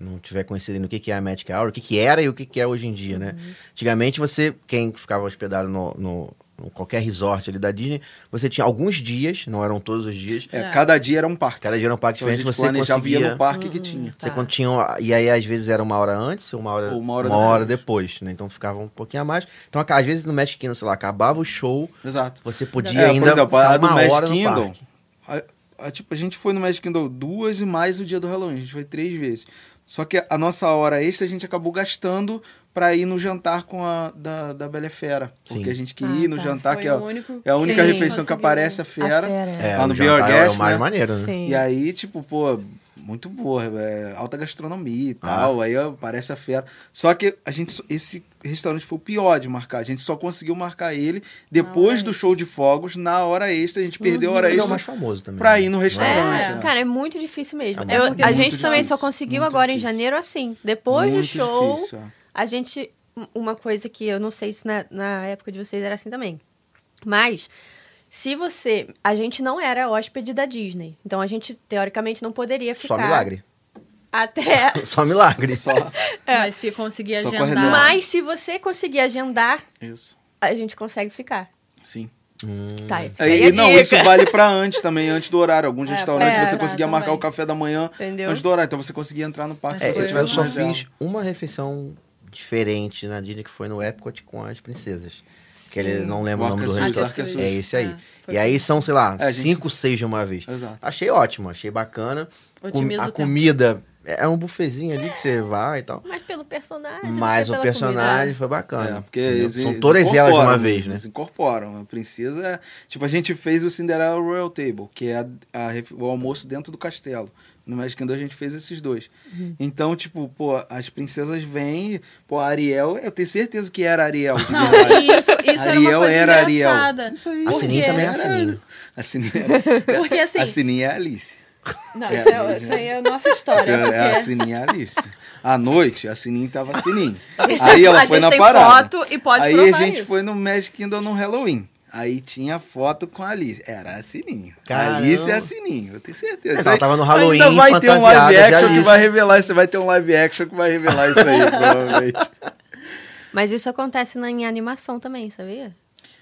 Speaker 2: não tiver conhecido ainda o que, que é a Magic Hour, o que, que era e o que, que é hoje em dia, né?
Speaker 4: Uhum.
Speaker 2: Antigamente, você, quem ficava hospedado no, no- no qualquer resort ali da Disney, você tinha alguns dias, não eram todos os dias,
Speaker 4: É, cada dia era um parque.
Speaker 2: cada dia era um parque
Speaker 4: Então, a
Speaker 2: diferente,
Speaker 4: gente
Speaker 2: você
Speaker 4: planejava e ia
Speaker 2: conseguia...
Speaker 4: no parque
Speaker 3: Uhum.
Speaker 4: que tinha.
Speaker 2: Você
Speaker 1: Tá.
Speaker 2: quando tinha, e aí, às vezes, era uma hora antes ou uma hora,
Speaker 4: Ou uma hora
Speaker 2: depois. né? Então, ficava um pouquinho a mais. Então, às vezes, no Magic Kingdom, sei lá, acabava o show,
Speaker 4: Exato.
Speaker 2: você podia
Speaker 4: É,
Speaker 2: ainda
Speaker 4: por exemplo,
Speaker 2: ficar
Speaker 4: a do
Speaker 2: uma hora
Speaker 4: Magic
Speaker 2: no
Speaker 4: Kingdom.
Speaker 2: parque.
Speaker 4: A, a, tipo, a gente foi no Magic Kingdom duas e mais o dia do Halloween. A gente foi três vezes. Só que a nossa hora extra a gente acabou gastando pra ir no jantar com a da, da Bela e Fera. Porque
Speaker 2: Sim.
Speaker 4: a gente queria ir no
Speaker 1: Ah, tá.
Speaker 4: jantar,
Speaker 3: Foi
Speaker 4: que é,
Speaker 3: o único-
Speaker 4: é a única
Speaker 1: Sim.
Speaker 4: refeição que
Speaker 3: Conseguiu.
Speaker 4: aparece a fera.
Speaker 1: A fera, é.
Speaker 2: É,
Speaker 4: lá no
Speaker 2: o
Speaker 4: Be Our
Speaker 2: jantar é o
Speaker 4: Guest,
Speaker 2: mais
Speaker 4: né?
Speaker 2: maneiro, né?
Speaker 1: Sim.
Speaker 4: E aí, tipo, pô, muito boa, é, alta gastronomia e tal. Aí ó, parece a fera. Só que a gente, só- esse restaurante foi o pior de marcar. A gente só conseguiu marcar ele
Speaker 1: Ah,
Speaker 4: depois
Speaker 1: é.
Speaker 4: do show de fogos, na hora extra. A gente perdeu a hora
Speaker 1: Uhum.
Speaker 2: Mas é o
Speaker 4: extra
Speaker 2: mais famoso também.
Speaker 4: pra
Speaker 2: né?
Speaker 4: ir no
Speaker 2: Não
Speaker 4: restaurante.
Speaker 1: É,
Speaker 4: né?
Speaker 1: cara, é muito difícil mesmo.
Speaker 2: É
Speaker 1: Eu-
Speaker 2: muito
Speaker 1: a
Speaker 2: difícil.
Speaker 1: gente também só
Speaker 4: Muito
Speaker 1: conseguiu
Speaker 4: difícil.
Speaker 1: agora em janeiro assim. Depois do
Speaker 4: Muito
Speaker 1: show,
Speaker 4: difícil, é.
Speaker 1: a gente. um, Uma coisa que eu não sei se na, na época de vocês era assim também. Mas, se você. A gente não era hóspede da Disney. Então a gente, teoricamente, não poderia ficar.
Speaker 2: Só milagre.
Speaker 1: Até.
Speaker 2: Só milagre.
Speaker 4: Só
Speaker 3: Mas se conseguir
Speaker 4: Só com a
Speaker 3: agendar.
Speaker 4: reserva.
Speaker 1: Mas se você conseguir agendar,
Speaker 4: isso.
Speaker 1: a gente consegue ficar.
Speaker 4: Sim.
Speaker 1: Tá.
Speaker 4: Hum. E,
Speaker 1: aí a
Speaker 4: não,
Speaker 1: dica.
Speaker 4: isso vale pra antes também, antes do horário. Alguns
Speaker 3: É,
Speaker 4: restaurantes
Speaker 3: pra-
Speaker 4: você conseguia
Speaker 3: também.
Speaker 4: marcar o café da manhã
Speaker 1: Entendeu?
Speaker 4: antes do horário. Então você conseguia entrar no parque
Speaker 2: É,
Speaker 4: se você
Speaker 2: eu
Speaker 3: Foi
Speaker 2: tivesse
Speaker 4: tivesse
Speaker 2: só
Speaker 4: mais
Speaker 2: fiz
Speaker 4: ela.
Speaker 2: uma refeição diferente na Disney, que foi no Epcot com as princesas. Que ele não lembra o nome do
Speaker 4: Arca Suíça,
Speaker 2: restaurante.
Speaker 4: Arca
Speaker 2: É
Speaker 4: Suíça.
Speaker 2: esse aí.
Speaker 3: É, foi
Speaker 2: e aí são, sei lá,
Speaker 4: É, a gente-
Speaker 2: cinco, seis de uma vez.
Speaker 4: Exato.
Speaker 2: Achei ótimo, achei bacana. Com-
Speaker 3: Otimiza o
Speaker 2: a
Speaker 3: tempo.
Speaker 2: comida é um bufezinho ali que você vai e tal.
Speaker 1: Mas pelo personagem.
Speaker 2: Mas
Speaker 1: não
Speaker 2: o
Speaker 1: é pela
Speaker 2: personagem foi bacana.
Speaker 4: É, porque
Speaker 2: entendeu?
Speaker 4: eles-
Speaker 2: são
Speaker 4: eles
Speaker 2: todas elas de uma
Speaker 4: incorporam,
Speaker 2: vez, né?
Speaker 4: Eles incorporam. A princesa é... Tipo, a gente fez o Cinderella Royal Table, que é a- a ref- o almoço dentro do castelo. No Magic Kingdom a gente fez esses dois.
Speaker 3: Uhum.
Speaker 4: Então, tipo, pô, as princesas vêm... Pô, a Ariel... Eu tenho certeza que era a Ariel. de
Speaker 3: Não,
Speaker 4: verdade.
Speaker 3: isso, isso era uma
Speaker 4: é Ariel
Speaker 3: coisa
Speaker 4: era Ariel.
Speaker 3: engraçada.
Speaker 4: Isso aí.
Speaker 2: A
Speaker 3: Por
Speaker 2: Sininho
Speaker 3: quê?
Speaker 2: também é a
Speaker 4: Era-
Speaker 2: Sininho.
Speaker 4: A Sininha,
Speaker 3: Porque assim.
Speaker 4: a Sininha é a Alice.
Speaker 3: Não,
Speaker 4: É,
Speaker 3: isso, é, isso aí é a nossa história.
Speaker 4: É, é a
Speaker 3: porque
Speaker 4: Sininha é a Alice. À noite, a Sininha tava a Sininha.
Speaker 3: gente
Speaker 4: Aí
Speaker 3: tem-
Speaker 4: ela
Speaker 3: a
Speaker 4: foi
Speaker 3: gente
Speaker 4: na
Speaker 3: tem
Speaker 4: parada.
Speaker 3: foto e pode
Speaker 4: Aí a
Speaker 3: provar
Speaker 4: gente
Speaker 3: isso.
Speaker 4: foi no Magic Kingdom no Halloween. Aí tinha foto com a Alice. Era a Sininho.
Speaker 2: Caramba.
Speaker 4: A Alice é a Sininho, eu tenho certeza.
Speaker 2: Mas
Speaker 4: Isso
Speaker 2: ela
Speaker 4: aí-
Speaker 2: tava no Halloween,
Speaker 4: Ainda vai ter um live
Speaker 2: fantasiada de
Speaker 4: action que
Speaker 2: Alice.
Speaker 4: vai revelar isso. Vai ter um live action que vai revelar isso aí, provavelmente.
Speaker 1: comida. Mas isso acontece na, em animação também, sabia?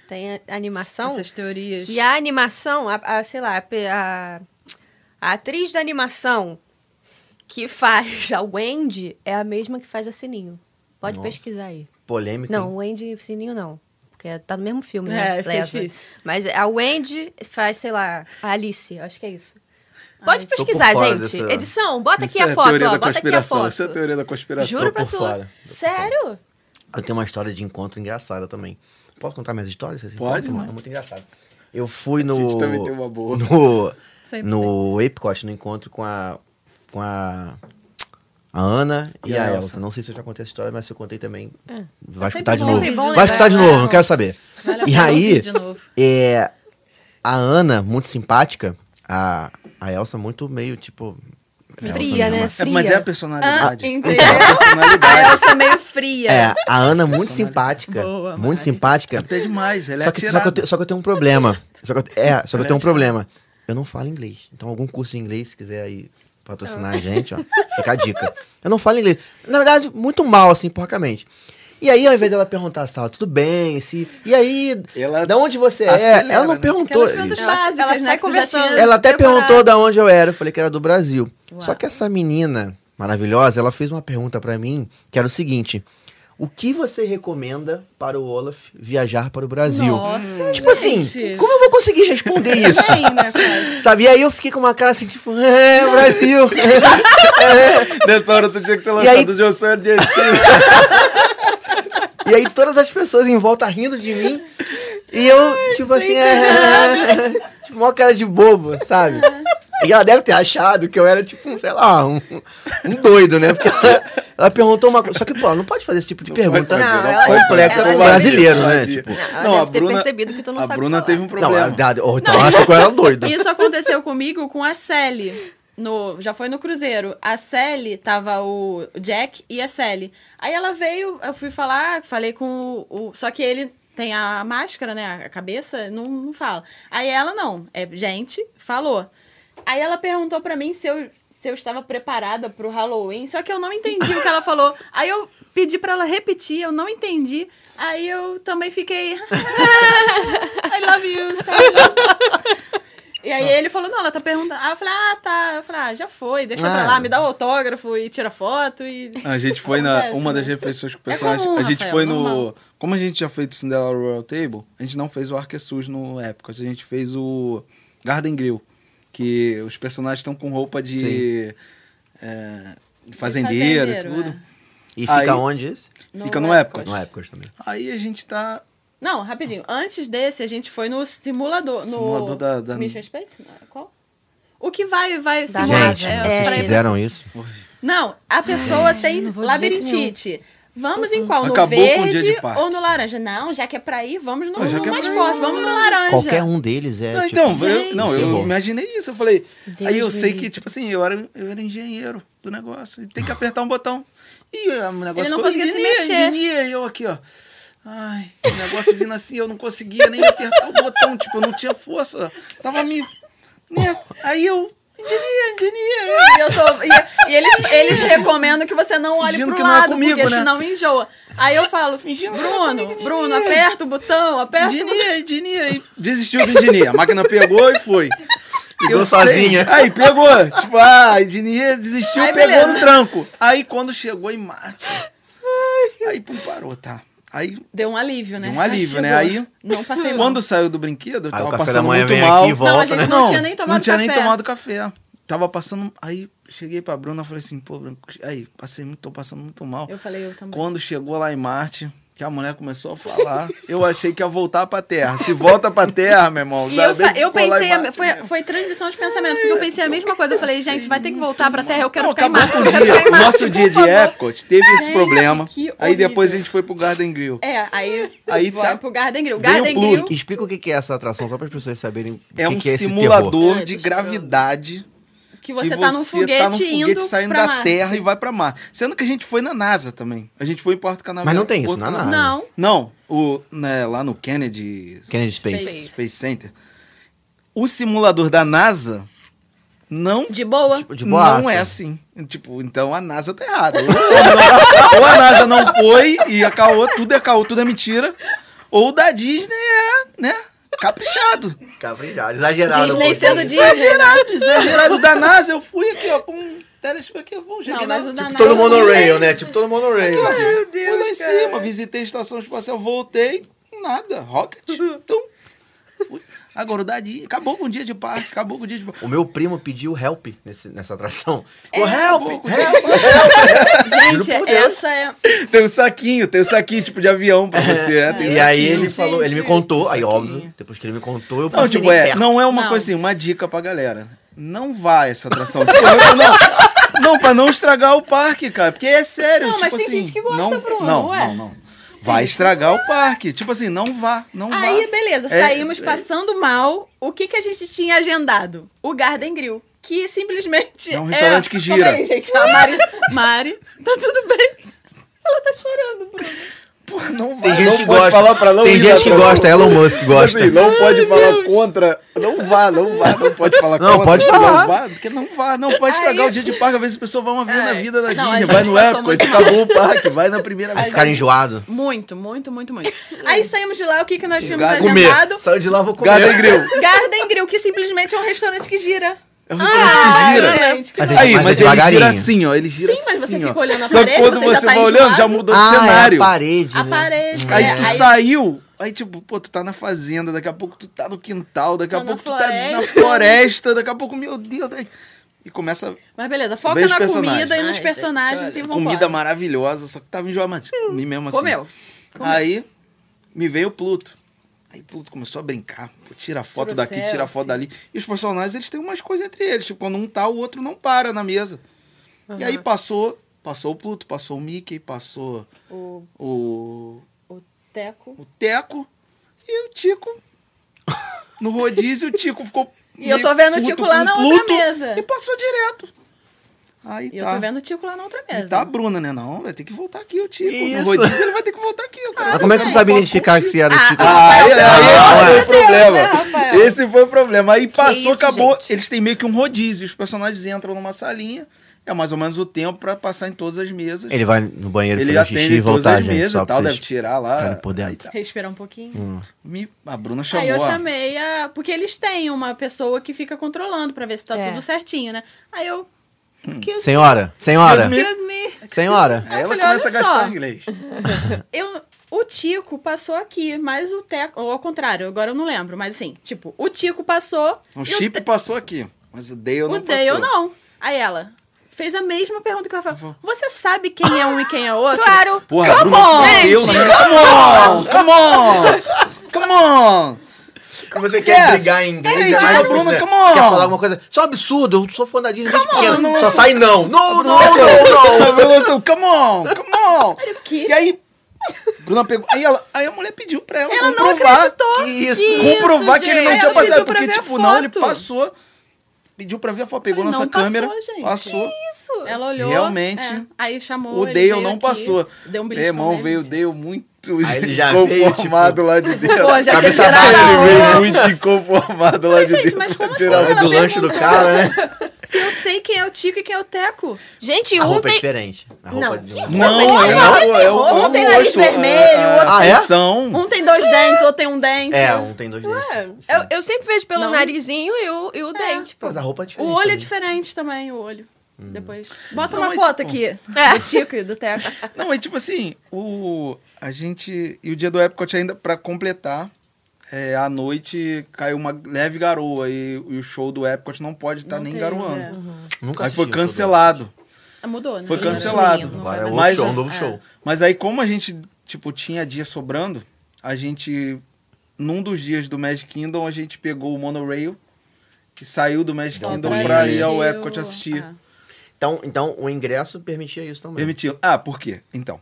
Speaker 1: Tem a-
Speaker 5: Então,
Speaker 1: animação.
Speaker 3: Essas teorias.
Speaker 1: E a animação, a, a, sei lá, a, pe- a- a atriz da animação que faz a Wendy é a mesma que faz a Sininho. Pode
Speaker 2: Nossa.
Speaker 1: pesquisar aí.
Speaker 2: Polêmica. hein?
Speaker 1: Não, Wendy e Sininho não. Porque tá no mesmo filme,
Speaker 3: É,
Speaker 1: né?
Speaker 3: fica
Speaker 1: Lesa.
Speaker 3: difícil.
Speaker 1: Mas a Wendy faz, sei lá, a Alice, acho que é isso. Pode
Speaker 2: Tô por
Speaker 1: pesquisar,
Speaker 2: fora
Speaker 1: gente.
Speaker 2: dessa-
Speaker 1: Edição, bota aqui
Speaker 4: Isso é
Speaker 1: a foto,
Speaker 4: teoria
Speaker 1: ó.
Speaker 4: da
Speaker 1: Bota aqui a
Speaker 4: conspiração.
Speaker 1: foto.
Speaker 4: Isso é teoria da conspiração.
Speaker 1: Juro pra
Speaker 2: por
Speaker 1: tu.
Speaker 2: fora. Tô por
Speaker 1: Sério?
Speaker 2: Eu tenho uma história de encontro engraçada também. Posso contar minhas histórias? Vocês
Speaker 4: Pode,
Speaker 2: importam?
Speaker 4: né?
Speaker 2: É muito engraçado. Eu fui no.
Speaker 4: gente também tem uma boa.
Speaker 2: No,
Speaker 3: Sempre
Speaker 2: no Epcot, no encontro com a. Com a. a Ana e, a, Elsa. Não sei se eu já contei essa história, mas se eu contei também. Vai
Speaker 1: sempre
Speaker 2: escutar de
Speaker 1: bom
Speaker 2: novo.
Speaker 1: ouvir, bom
Speaker 2: Vai
Speaker 1: lembrar,
Speaker 2: escutar de
Speaker 1: né?
Speaker 2: novo, não quero saber.
Speaker 5: Vale a
Speaker 2: e
Speaker 5: pena
Speaker 2: aí.
Speaker 5: ouvir de novo.
Speaker 2: É, a Ana, muito simpática. A, a Elsa, muito meio tipo. Elsa
Speaker 1: Fria,
Speaker 2: mesmo,
Speaker 1: né?
Speaker 4: É,
Speaker 1: Fria.
Speaker 4: mas é a
Speaker 3: Ah,
Speaker 4: personalidade.
Speaker 3: entendeu?
Speaker 4: É a
Speaker 3: A
Speaker 4: personalidade.
Speaker 3: Elsa Ah, meio fria.
Speaker 2: É, a Ana muito simpática.
Speaker 3: Boa,
Speaker 2: muito
Speaker 3: Mari.
Speaker 2: simpática.
Speaker 4: Até demais. Ela é
Speaker 2: Só que, só, que eu
Speaker 4: atirada.
Speaker 2: te- só que eu tenho um problema. Só que eu, te- é, só que eu tenho um
Speaker 4: Grande.
Speaker 2: problema. Eu não falo inglês. Então, algum curso de inglês, se quiser aí patrocinar
Speaker 4: Ah.
Speaker 2: a gente, ó, fica a dica. Eu não falo inglês. Na verdade, muito mal, assim, porcamente. E aí, ao invés dela perguntar se tava tudo bem, se. E aí,
Speaker 4: Ela
Speaker 2: da onde você é?
Speaker 4: acelera,
Speaker 2: Ela não
Speaker 4: né?
Speaker 2: perguntou.
Speaker 3: Aquelas perguntas
Speaker 2: isso.
Speaker 1: Ela-
Speaker 3: básicas,
Speaker 1: ela
Speaker 3: né?
Speaker 1: sai
Speaker 3: que tu já tinha
Speaker 1: tá conversando.
Speaker 2: Ela até
Speaker 1: Decorado.
Speaker 2: perguntou de onde eu era. Eu falei que era do Brasil. Só que essa menina maravilhosa, ela fez uma pergunta pra mim, que era o seguinte. O que você recomenda para o Olaf viajar para o Brasil?
Speaker 3: Nossa,
Speaker 2: Tipo assim, como eu vou conseguir responder isso?
Speaker 3: Bem, né, cara?
Speaker 2: Sabe? E aí eu fiquei com uma cara assim, tipo, é, Brasil.
Speaker 4: Nessa hora tu tinha que ter
Speaker 2: E aí-
Speaker 4: lançado o Johnson Argentino.
Speaker 2: e aí todas as pessoas em volta rindo de mim. E eu, tipo assim, é, tipo, maior cara de bobo, sabe? E ela deve ter achado que eu era, tipo, um, sei lá, um, um doido, né? Porque ela, ela perguntou uma coisa. Só que, pô, ela não pode fazer esse tipo de pergunta é
Speaker 4: pode é
Speaker 1: fazer, ela pode
Speaker 2: complexa
Speaker 1: fazer.
Speaker 2: pro
Speaker 1: Ela deve-
Speaker 2: brasileiro, né?
Speaker 4: Tadinha.
Speaker 2: Tipo,
Speaker 1: Não, ela deve ter percebido que tu não
Speaker 4: a
Speaker 1: sabe
Speaker 4: Bruna
Speaker 1: falar.
Speaker 4: teve um
Speaker 2: não,
Speaker 4: problema.
Speaker 2: ela- ou então ela achou que eu era doido.
Speaker 3: Isso aconteceu comigo com a Sally. No, já foi no Cruzeiro. A Sally, tava o Jack e a Sally. Aí ela veio, eu fui falar, falei com o. o- só que ele tem a máscara, né? A cabeça, não, não fala. Aí ela não, é gente, falou. Aí ela perguntou pra mim se eu, se eu estava preparada pro Halloween, só que eu não entendi o que ela falou. Aí eu pedi pra ela repetir, eu não entendi. Aí eu também fiquei. I love you, Sally. E aí ele falou, não, ela tá perguntando. Ah, eu falei, ah, tá. Eu falei, ah, já foi, deixa
Speaker 2: Ah.
Speaker 3: pra lá, me dá o autógrafo e tira foto e.
Speaker 4: A gente foi na
Speaker 3: Acontece,
Speaker 4: uma
Speaker 3: né?
Speaker 4: das refeições com o
Speaker 3: É
Speaker 4: personagem.
Speaker 3: comum,
Speaker 4: a gente
Speaker 3: Rafael,
Speaker 4: foi no.
Speaker 3: normal.
Speaker 4: Como a gente já fez o Cinderella Royal Table, a gente não fez o Arquesus no Epcot. A gente fez o Garden Grill. Que os personagens estão com roupa de. é, fazendeiro, e
Speaker 3: fazendeiro,
Speaker 4: tudo.
Speaker 1: é.
Speaker 2: E fica
Speaker 4: Aí-
Speaker 2: onde isso?
Speaker 3: No
Speaker 4: Fica no Epcot.
Speaker 3: Epcot.
Speaker 2: No Epcot também.
Speaker 4: Aí a gente tá.
Speaker 3: Não, rapidinho. Antes desse, a gente foi no simulador. No
Speaker 4: Simulador da- da-
Speaker 3: Mission Space? Não, é Qual? O que vai, vai
Speaker 1: Da
Speaker 3: simular.
Speaker 1: NASA.
Speaker 2: Gente,
Speaker 1: É,
Speaker 2: vocês
Speaker 1: pra-
Speaker 2: fizeram isso?
Speaker 3: Não, a pessoa tem
Speaker 1: não vou de
Speaker 3: labirintite.
Speaker 1: Uhum.
Speaker 3: Vamos em qual? No
Speaker 4: Acabou com o dia
Speaker 3: verde
Speaker 4: de parque.
Speaker 3: ou no laranja? Não, já que é pra ir, vamos no,
Speaker 4: Ah, já
Speaker 3: no
Speaker 4: que é
Speaker 3: mais
Speaker 4: pra ir.
Speaker 3: forte, vamos no laranja.
Speaker 2: Qualquer um deles é.
Speaker 4: Não,
Speaker 2: tipo,
Speaker 4: então, eu,
Speaker 3: gente.
Speaker 4: não, eu
Speaker 2: Sim.
Speaker 4: imaginei isso. Eu falei.
Speaker 1: Deus
Speaker 4: aí eu
Speaker 1: me
Speaker 4: sei
Speaker 1: livre.
Speaker 4: que, tipo assim, eu era, eu era engenheiro do negócio. E tem que apertar um botão. E o negócio
Speaker 3: Ele não
Speaker 4: ficou,
Speaker 3: conseguia se
Speaker 4: engineer,
Speaker 3: mexer.
Speaker 4: engineer", e eu aqui, ó. Ai, o negócio vindo assim, eu não conseguia nem apertar o botão. Tipo, eu não tinha força. Tava me. né? Aí eu. Engineer, engineer.
Speaker 3: E, eu tô- e- e eles, eles recomendam que você não olhe
Speaker 4: Fingindo
Speaker 3: pro
Speaker 4: que não é
Speaker 3: lado,
Speaker 4: comigo,
Speaker 3: porque
Speaker 4: né?
Speaker 3: senão enjoa. Aí eu falo,
Speaker 4: Fingindo que não é
Speaker 3: Bruno,
Speaker 4: comigo,
Speaker 3: Bruno,
Speaker 4: ninguém.
Speaker 3: aperta o botão, aperta o botão.
Speaker 4: Engineer, engineer. E Desistiu do engineer. A máquina pegou e foi.
Speaker 2: Pegou
Speaker 4: Eu sei.
Speaker 2: sozinha.
Speaker 4: Aí pegou. Tipo, ah, engineer desistiu,
Speaker 3: Aí,
Speaker 4: pegou
Speaker 3: beleza.
Speaker 4: no tranco. Aí quando chegou em Marte. Aí, pum, parou, tá. Aí.
Speaker 3: Deu um alívio, né?
Speaker 4: Deu um alívio,
Speaker 3: Ai,
Speaker 4: né?
Speaker 3: chegou.
Speaker 4: Aí,
Speaker 3: Não passei mal.
Speaker 4: quando saiu do brinquedo, eu
Speaker 2: Aí o
Speaker 4: tava
Speaker 2: café da
Speaker 4: passando
Speaker 2: manhã
Speaker 4: muito
Speaker 2: vem
Speaker 4: mal.
Speaker 2: aqui e
Speaker 3: Não, a
Speaker 2: volta,
Speaker 3: gente
Speaker 2: né?
Speaker 3: não tinha nem tomado
Speaker 4: não tinha nem
Speaker 3: café.
Speaker 4: tomado café. Tava passando. Aí cheguei pra Bruna e falei assim, pô, Bruno, aí, passei muito, tô passando muito mal.
Speaker 3: Eu falei, eu também.
Speaker 4: Quando chegou lá em Marte, que a mulher começou a falar, eu achei que ia voltar pra Terra. Se volta pra Terra, meu irmão.
Speaker 3: E
Speaker 4: ainda
Speaker 3: eu,
Speaker 4: bem
Speaker 3: fa-
Speaker 4: que
Speaker 3: eu
Speaker 4: ficou lá em
Speaker 3: pensei, a-
Speaker 4: Marte
Speaker 3: foi,
Speaker 4: mesmo.
Speaker 3: foi transmissão de pensamento, porque eu pensei a mesma coisa. Eu falei, gente, vai ter que voltar pra terra, eu quero
Speaker 4: Não,
Speaker 3: ficar em
Speaker 4: acabou
Speaker 3: Marte.
Speaker 4: com
Speaker 3: eu
Speaker 4: o
Speaker 3: quero ficar
Speaker 4: dia.
Speaker 3: em
Speaker 4: O
Speaker 3: Marte,
Speaker 4: nosso
Speaker 3: por
Speaker 4: dia de
Speaker 3: favor.
Speaker 4: Epcot teve esse
Speaker 3: Gente,
Speaker 4: problema.
Speaker 3: que
Speaker 4: Aí depois a
Speaker 3: horrível.
Speaker 4: gente foi pro Garden Grill.
Speaker 3: É, aí,
Speaker 4: Aí
Speaker 3: vai
Speaker 4: tá-
Speaker 3: pro Garden Grill.
Speaker 4: Veio o
Speaker 3: Garden
Speaker 4: Pluto.
Speaker 3: Grill,
Speaker 2: um Explica o que que é essa atração, só para as pessoas saberem o que
Speaker 4: É um
Speaker 2: que é esse terror.
Speaker 4: simulador
Speaker 1: É,
Speaker 4: de
Speaker 1: tô
Speaker 4: gravidade.
Speaker 3: que você, tá num
Speaker 4: você
Speaker 3: foguete
Speaker 4: tá num foguete
Speaker 3: indo
Speaker 4: saindo
Speaker 3: pra
Speaker 4: da
Speaker 3: Marte.
Speaker 4: Terra e vai pra mar. Sendo que a gente foi na NASA também. A gente foi em Porto Canaveral.
Speaker 2: Mas não tem
Speaker 4: Porto
Speaker 2: isso na
Speaker 4: Canaveral.
Speaker 2: NASA.
Speaker 3: Não.
Speaker 4: Não, o, né, lá no Kennedy
Speaker 2: Kennedy Space.
Speaker 3: Space.
Speaker 4: Space Center. O simulador da NASA não
Speaker 3: De boa.
Speaker 2: Tipo, de boaça.
Speaker 4: Não é assim. Tipo, então a NASA tá errada. Ou, ou a NASA não foi e a caô, tudo é caô, tudo é mentira. Ou da Disney é, né? Caprichado.
Speaker 2: Caprichado, exagerado.
Speaker 1: Disney
Speaker 2: um pouquinho.
Speaker 1: sendo Disney.
Speaker 4: Exagerado, exagerado. Da NASA eu fui aqui, ó, pum, telespe aqui, bom, cheguei
Speaker 3: Não,
Speaker 4: lá.
Speaker 3: mas o
Speaker 4: Tipo,
Speaker 3: da
Speaker 2: Todo
Speaker 3: NASA-
Speaker 2: monorail, né? Tipo, todo monorail.
Speaker 4: Meu Deus, fui lá em cima, visitei a estação espacial, voltei, nada, rocket, tum. Fui. Agora o dadinho, acabou com o dia de parque, acabou com o dia de parque.
Speaker 2: O meu primo pediu help nesse- nessa atração.
Speaker 4: É,
Speaker 2: Ô, help!
Speaker 4: acabou com-
Speaker 2: Help!
Speaker 3: Gente,
Speaker 4: Tipo,
Speaker 2: Juro por Deus.
Speaker 3: essa é.
Speaker 4: Tem um saquinho, tem um saquinho tipo de avião pra você. é, tem um
Speaker 2: e aí
Speaker 4: saquinho.
Speaker 2: ele falou, ele me
Speaker 4: Gente,
Speaker 2: contou, aí
Speaker 4: saquinho.
Speaker 2: óbvio, depois que ele me contou, eu
Speaker 4: Não,
Speaker 2: passei
Speaker 4: tipo, é,
Speaker 2: perto.
Speaker 4: não é uma
Speaker 3: Não.
Speaker 4: coisa assim, uma dica pra galera. Não vá essa atração. Tipo, não, não, não, pra não estragar o parque, cara. Porque é sério.
Speaker 3: Não,
Speaker 4: tipo
Speaker 3: mas tem
Speaker 4: assim,
Speaker 3: gente que gosta,
Speaker 4: não,
Speaker 3: Bruno,
Speaker 4: não,
Speaker 3: ué.
Speaker 4: Não, não. Vai estragar o parque. Tipo assim, não vá, não vá.
Speaker 3: Aí, beleza,
Speaker 4: É,
Speaker 3: saímos
Speaker 4: é,
Speaker 3: passando mal. O que, que a gente tinha agendado? O Garden Grill. Que simplesmente.
Speaker 4: É um restaurante que gira.
Speaker 3: Calma aí, gente. A Mari. Mari, tá tudo bem. Ela tá chorando, Bruno.
Speaker 4: Pô, não vai.
Speaker 2: Tem gente
Speaker 4: não
Speaker 2: que
Speaker 4: pode
Speaker 2: gosta.
Speaker 4: falar pra não
Speaker 2: Tem
Speaker 4: ir
Speaker 2: gente
Speaker 4: na
Speaker 2: que
Speaker 4: atração.
Speaker 2: gosta, Elon Musk gosta.
Speaker 4: Assim, não pode falar contra. Não vá, não vá, não pode falar
Speaker 2: Não,
Speaker 4: contra.
Speaker 2: pode
Speaker 4: se
Speaker 2: falar.
Speaker 4: Não vá, porque não vá, não pode estragar o dia de parque. Às vezes a pessoa vai uma vez na vida da
Speaker 3: Não, a
Speaker 4: Disney,
Speaker 3: gente
Speaker 4: vai no
Speaker 3: passou
Speaker 4: Epcot,
Speaker 3: muito
Speaker 4: acabou o parque, vai na primeira vez.
Speaker 2: Ficar enjoado.
Speaker 3: Muito, muito, muito, muito. Aí saímos de lá, o que, que nós tínhamos
Speaker 4: Garden-
Speaker 3: agendado?
Speaker 2: Saiu de lá, vou comer.
Speaker 4: Garden Grill.
Speaker 3: Garden Grill, que simplesmente é um restaurante que gira.
Speaker 4: É um restaurante que gira.
Speaker 3: Ah, gente, que
Speaker 2: Mas
Speaker 3: não-
Speaker 2: é-
Speaker 4: Aí,
Speaker 2: mas
Speaker 4: mas,
Speaker 2: é
Speaker 4: ele
Speaker 2: devagarinho.
Speaker 4: gira assim, ó. Ele gira
Speaker 3: Sim, mas você
Speaker 4: assim,
Speaker 3: fica
Speaker 4: ó.
Speaker 3: olhando a
Speaker 4: Só que
Speaker 3: parede,
Speaker 4: quando
Speaker 3: você
Speaker 4: você
Speaker 3: já tá
Speaker 4: vai olhando,
Speaker 3: enjoado.
Speaker 4: já mudou de
Speaker 2: Ah, é
Speaker 4: cenário.
Speaker 2: a parede,
Speaker 3: A
Speaker 2: né?
Speaker 3: parede.
Speaker 4: Aí
Speaker 3: é,
Speaker 4: tu saiu, aí tipo, pô, tu tá na fazenda, daqui a pouco tu tá no quintal, daqui a
Speaker 3: Tá na
Speaker 4: pouco tu tá na
Speaker 3: floresta.
Speaker 4: floresta, daqui a pouco, meu Deus. aí- E começa
Speaker 3: Mas beleza, foca
Speaker 4: Vê os
Speaker 3: na
Speaker 4: personagens.
Speaker 3: comida e nos
Speaker 1: Ai,
Speaker 3: personagens e vambora.
Speaker 4: comida maravilhosa, só que tava enjoado, mas comi mesmo assim.
Speaker 3: Comeu. é?
Speaker 4: Aí me veio o Pluto. Aí Pluto começou a brincar. Pô, tira a foto
Speaker 3: Tira
Speaker 4: daqui, tira a
Speaker 3: Tipo selfie.
Speaker 4: foto dali. E os personagens, eles têm umas coisas entre eles. Tipo, quando um tá, o outro não para na mesa. E aí passou, passou o Pluto, passou o Mickey, passou
Speaker 3: O,
Speaker 4: o,
Speaker 3: o Teco.
Speaker 4: o Teco e o Tico. No rodízio, o Tico ficou.
Speaker 3: E eu tô
Speaker 4: meio
Speaker 3: vendo o
Speaker 4: puto
Speaker 3: Tico lá
Speaker 4: com
Speaker 3: na
Speaker 4: o
Speaker 3: outra mesa.
Speaker 4: E passou direto. Aí
Speaker 3: E
Speaker 4: tá.
Speaker 3: eu tô vendo o Tico lá na outra
Speaker 4: E
Speaker 3: mesa.
Speaker 4: tá a Bruna, né? Não, vai ter que voltar aqui o Tico.
Speaker 2: Isso.
Speaker 4: No rodízio ele vai ter que voltar aqui. eu quero
Speaker 2: Mas como é que tu
Speaker 4: voltar
Speaker 2: sabe
Speaker 4: com o
Speaker 2: identificar
Speaker 4: Tico.
Speaker 2: se é tipo era o
Speaker 3: Ah,
Speaker 2: Chico?
Speaker 4: Ah, aí, aí,
Speaker 2: Ah,
Speaker 4: aí foi
Speaker 3: Deus,
Speaker 4: o problema.
Speaker 3: né, Rafael?
Speaker 4: Esse foi o problema. Aí passou,
Speaker 1: isso,
Speaker 4: acabou.
Speaker 1: gente?
Speaker 4: Eles têm meio que um rodízio. Os personagens entram numa salinha. É mais ou menos o tempo pra passar em todas as mesas.
Speaker 2: Ele vai no banheiro
Speaker 4: Ele
Speaker 2: fazer xixi e
Speaker 4: atende todas
Speaker 2: voltar,
Speaker 4: as
Speaker 2: gente.
Speaker 4: mesas
Speaker 2: Só
Speaker 4: e
Speaker 2: pra
Speaker 4: tal.
Speaker 2: vocês
Speaker 4: Deve tirar lá.
Speaker 2: ficarem por
Speaker 4: Tá.
Speaker 2: dentro.
Speaker 3: Respirar um pouquinho.
Speaker 4: Me- A Bruna Hum. chamou.
Speaker 3: Aí eu
Speaker 4: ó.
Speaker 3: chamei a. Porque eles têm uma pessoa que fica controlando pra ver se tá
Speaker 1: É.
Speaker 3: tudo certinho, né? Aí eu.
Speaker 4: Hum.
Speaker 3: Excuse,
Speaker 2: Senhora, senhora,
Speaker 4: Excuse
Speaker 3: excuse me.
Speaker 2: senhora.
Speaker 3: eu
Speaker 4: Aí ela
Speaker 3: falei,
Speaker 4: começa a
Speaker 3: olha
Speaker 4: gastar
Speaker 3: só.
Speaker 4: inglês.
Speaker 3: Eu, o Tico passou aqui, mas o Teco. Ou ao contrário, agora eu não lembro. Mas assim, tipo, o Tico passou.
Speaker 4: O
Speaker 3: e
Speaker 4: Um chip passou aqui. Mas o Dale não
Speaker 3: O Dale
Speaker 4: passou.
Speaker 3: não. Aí ela fez a mesma pergunta que eu falei. Você sabe quem é um e quem é outro?
Speaker 1: Claro.
Speaker 4: Porra, a Bruna fudeu, né? Come on! Come on! Come on!
Speaker 2: Você
Speaker 4: Yes.
Speaker 2: em
Speaker 4: Ei,
Speaker 2: em
Speaker 4: tipo,
Speaker 2: inglês,
Speaker 4: Bruna,
Speaker 2: né?
Speaker 4: come on.
Speaker 2: Quer falar alguma coisa? Só absurdo, eu sou fã da Disney desde
Speaker 4: on.
Speaker 2: pequeno.
Speaker 4: Não,
Speaker 2: Só
Speaker 4: não,
Speaker 2: sai não. Não, não, não, não.
Speaker 4: Bruna lançou, come on, come on.
Speaker 3: o quê?
Speaker 4: E aí, Bruna pegou. Aí, ela, aí a mulher pediu pra ela,
Speaker 3: Ela não
Speaker 4: comprovar.
Speaker 3: acreditou.
Speaker 2: que isso.
Speaker 4: comprovar que ele não
Speaker 3: gente.
Speaker 4: tinha
Speaker 3: Ela pediu
Speaker 4: passado.
Speaker 3: pra
Speaker 4: Porque,
Speaker 3: ver a
Speaker 4: tipo, não, ele
Speaker 3: foto.
Speaker 4: passou. Pediu pra ver a foto, pegou
Speaker 3: Falei,
Speaker 4: nossa
Speaker 3: não passou,
Speaker 4: câmera.
Speaker 3: gente.
Speaker 4: Passou.
Speaker 1: Isso.
Speaker 3: Ela olhou.
Speaker 4: Realmente,
Speaker 3: é. Aí chamou.
Speaker 4: O
Speaker 3: ele
Speaker 4: Dale
Speaker 3: veio
Speaker 4: não
Speaker 3: aqui,
Speaker 4: passou.
Speaker 3: Deu um
Speaker 4: Meu
Speaker 3: beliscão
Speaker 4: irmão
Speaker 3: nele.
Speaker 4: veio, o Dale muito
Speaker 2: Aí ele já veio, tipo,
Speaker 4: conformado lá de dentro.
Speaker 1: Pô, já tinha
Speaker 2: Cabeça
Speaker 1: tirado
Speaker 2: baixa,
Speaker 1: a
Speaker 4: Ele
Speaker 1: onda.
Speaker 4: veio muito inconformado lá de
Speaker 3: gente,
Speaker 4: dentro.
Speaker 3: mas como assim?
Speaker 4: Tirava
Speaker 3: Ela
Speaker 2: é Do lanche do
Speaker 3: perguntou.
Speaker 2: cara, né?
Speaker 3: Se eu sei quem é o Tico e quem é o Teco.
Speaker 1: Gente,
Speaker 2: A
Speaker 1: um
Speaker 2: roupa é
Speaker 1: tem...
Speaker 2: diferente. A roupa
Speaker 1: Não.
Speaker 2: de- um
Speaker 1: Que
Speaker 4: Não, é, o- é o
Speaker 3: Um tem nariz
Speaker 4: rosto,
Speaker 3: vermelho,
Speaker 4: a-
Speaker 3: outro
Speaker 4: a
Speaker 2: Ah, é?
Speaker 4: atenção.
Speaker 3: Um tem dois dentes, outro tem um dente.
Speaker 2: É, um tem dois dentes.
Speaker 1: É,
Speaker 2: Sim.
Speaker 1: eu, eu sempre vejo pelo
Speaker 3: Não.
Speaker 1: narizinho e o, e o dente. pô.
Speaker 2: Mas a roupa é
Speaker 3: O
Speaker 2: diferente.
Speaker 3: olho é
Speaker 2: também.
Speaker 3: diferente também, o olho.
Speaker 2: Hum.
Speaker 3: Depois. Bota
Speaker 4: Não,
Speaker 3: uma
Speaker 4: é
Speaker 3: foto
Speaker 4: tipo-
Speaker 3: aqui. Do Tico e do Teco.
Speaker 4: Não, é tipo assim, o a gente e o dia do Epcot ainda pra completar, é, à noite caiu uma leve garoa e, e o show do Epcot não pode estar
Speaker 3: Não
Speaker 4: nem
Speaker 3: tem,
Speaker 4: garoando.
Speaker 3: é.
Speaker 2: Nunca assisti o
Speaker 4: Aí foi
Speaker 2: show do-
Speaker 4: cancelado.
Speaker 3: Mudou, né?
Speaker 4: Foi
Speaker 3: Não
Speaker 4: cancelado.
Speaker 3: vai
Speaker 2: Agora é
Speaker 3: fazer.
Speaker 2: outro
Speaker 4: Mas-
Speaker 2: show, um novo
Speaker 3: é.
Speaker 2: show.
Speaker 4: Mas aí como a gente tipo tinha dia sobrando, a gente num dos dias do Magic Kingdom a gente pegou o monorail e saiu do Magic
Speaker 2: Deu um
Speaker 4: Kingdom
Speaker 2: pulinho.
Speaker 4: pra ir ao
Speaker 3: Assistiu,
Speaker 4: Epcot assistir.
Speaker 3: é.
Speaker 2: Então, então, o ingresso permitia isso também.
Speaker 4: Permitiu. Ah, por quê? Então.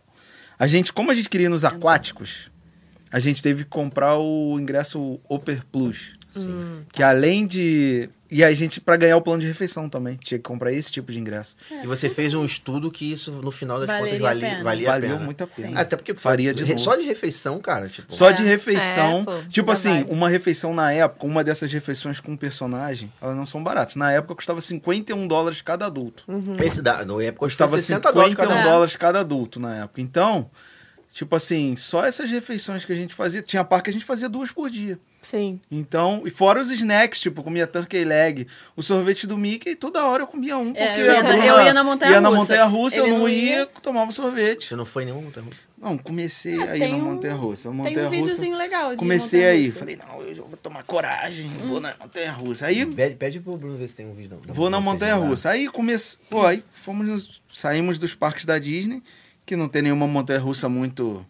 Speaker 4: A gente, como a gente queria ir nos aquáticos, a gente teve que comprar o ingresso Oper Plus. Que além de. E a gente, pra ganhar o plano de refeição também, tinha que comprar esse tipo de ingresso.
Speaker 2: E você fez um estudo que isso, no final das
Speaker 3: Valeria
Speaker 2: contas,
Speaker 3: a pena.
Speaker 2: valia, valia a
Speaker 4: Valeu
Speaker 2: pena.
Speaker 4: muito a pena.
Speaker 2: Até porque
Speaker 4: Faria de
Speaker 2: re-
Speaker 4: novo.
Speaker 2: só de refeição, cara, tipo...
Speaker 4: Só de
Speaker 3: É,
Speaker 4: refeição.
Speaker 1: é, pô,
Speaker 4: tipo
Speaker 1: já
Speaker 4: assim,
Speaker 1: vai.
Speaker 4: uma refeição na época, uma dessas refeições com personagem, elas não são baratas. Na época custava 51 dólares cada adulto.
Speaker 2: Esse da, no Epcot
Speaker 4: Custava
Speaker 2: custava 60 dólares cada
Speaker 4: 51
Speaker 2: um.
Speaker 4: dólares cada adulto na época. Então, Tipo assim, só essas refeições que a gente fazia. Tinha par que a gente fazia duas por dia.
Speaker 1: Sim.
Speaker 4: Então, e fora os snacks, tipo, eu comia turkey leg, o sorvete do Mickey, toda hora eu comia um, porque
Speaker 3: É, eu ia
Speaker 4: a
Speaker 3: na-
Speaker 4: turma
Speaker 3: eu ia na montanha
Speaker 4: ia na
Speaker 3: russa.
Speaker 4: montanha russa, eu
Speaker 3: Ele
Speaker 4: não,
Speaker 3: não
Speaker 4: ia,
Speaker 3: ia.
Speaker 4: tomava sorvete.
Speaker 2: Você não foi em nenhuma montanha russa?
Speaker 4: Não, comecei
Speaker 3: É,
Speaker 4: aí
Speaker 3: tem
Speaker 4: na
Speaker 3: um-
Speaker 4: montanha russa.
Speaker 3: Tem
Speaker 4: Montanha
Speaker 3: um
Speaker 4: russa.
Speaker 3: videozinho legal de Hum.
Speaker 4: Comecei aí,
Speaker 3: montanha-russa.
Speaker 4: falei, não, eu vou tomar coragem, vou na montanha russa. Aí
Speaker 2: Pede, pede pro Bruno ver se tem um vídeo. da- da
Speaker 4: Vou na
Speaker 2: montanha
Speaker 4: montanha russa. Aí começou. Pô, aí fomos nos- saímos dos parques da Disney, que não tem nenhuma montanha russa muito.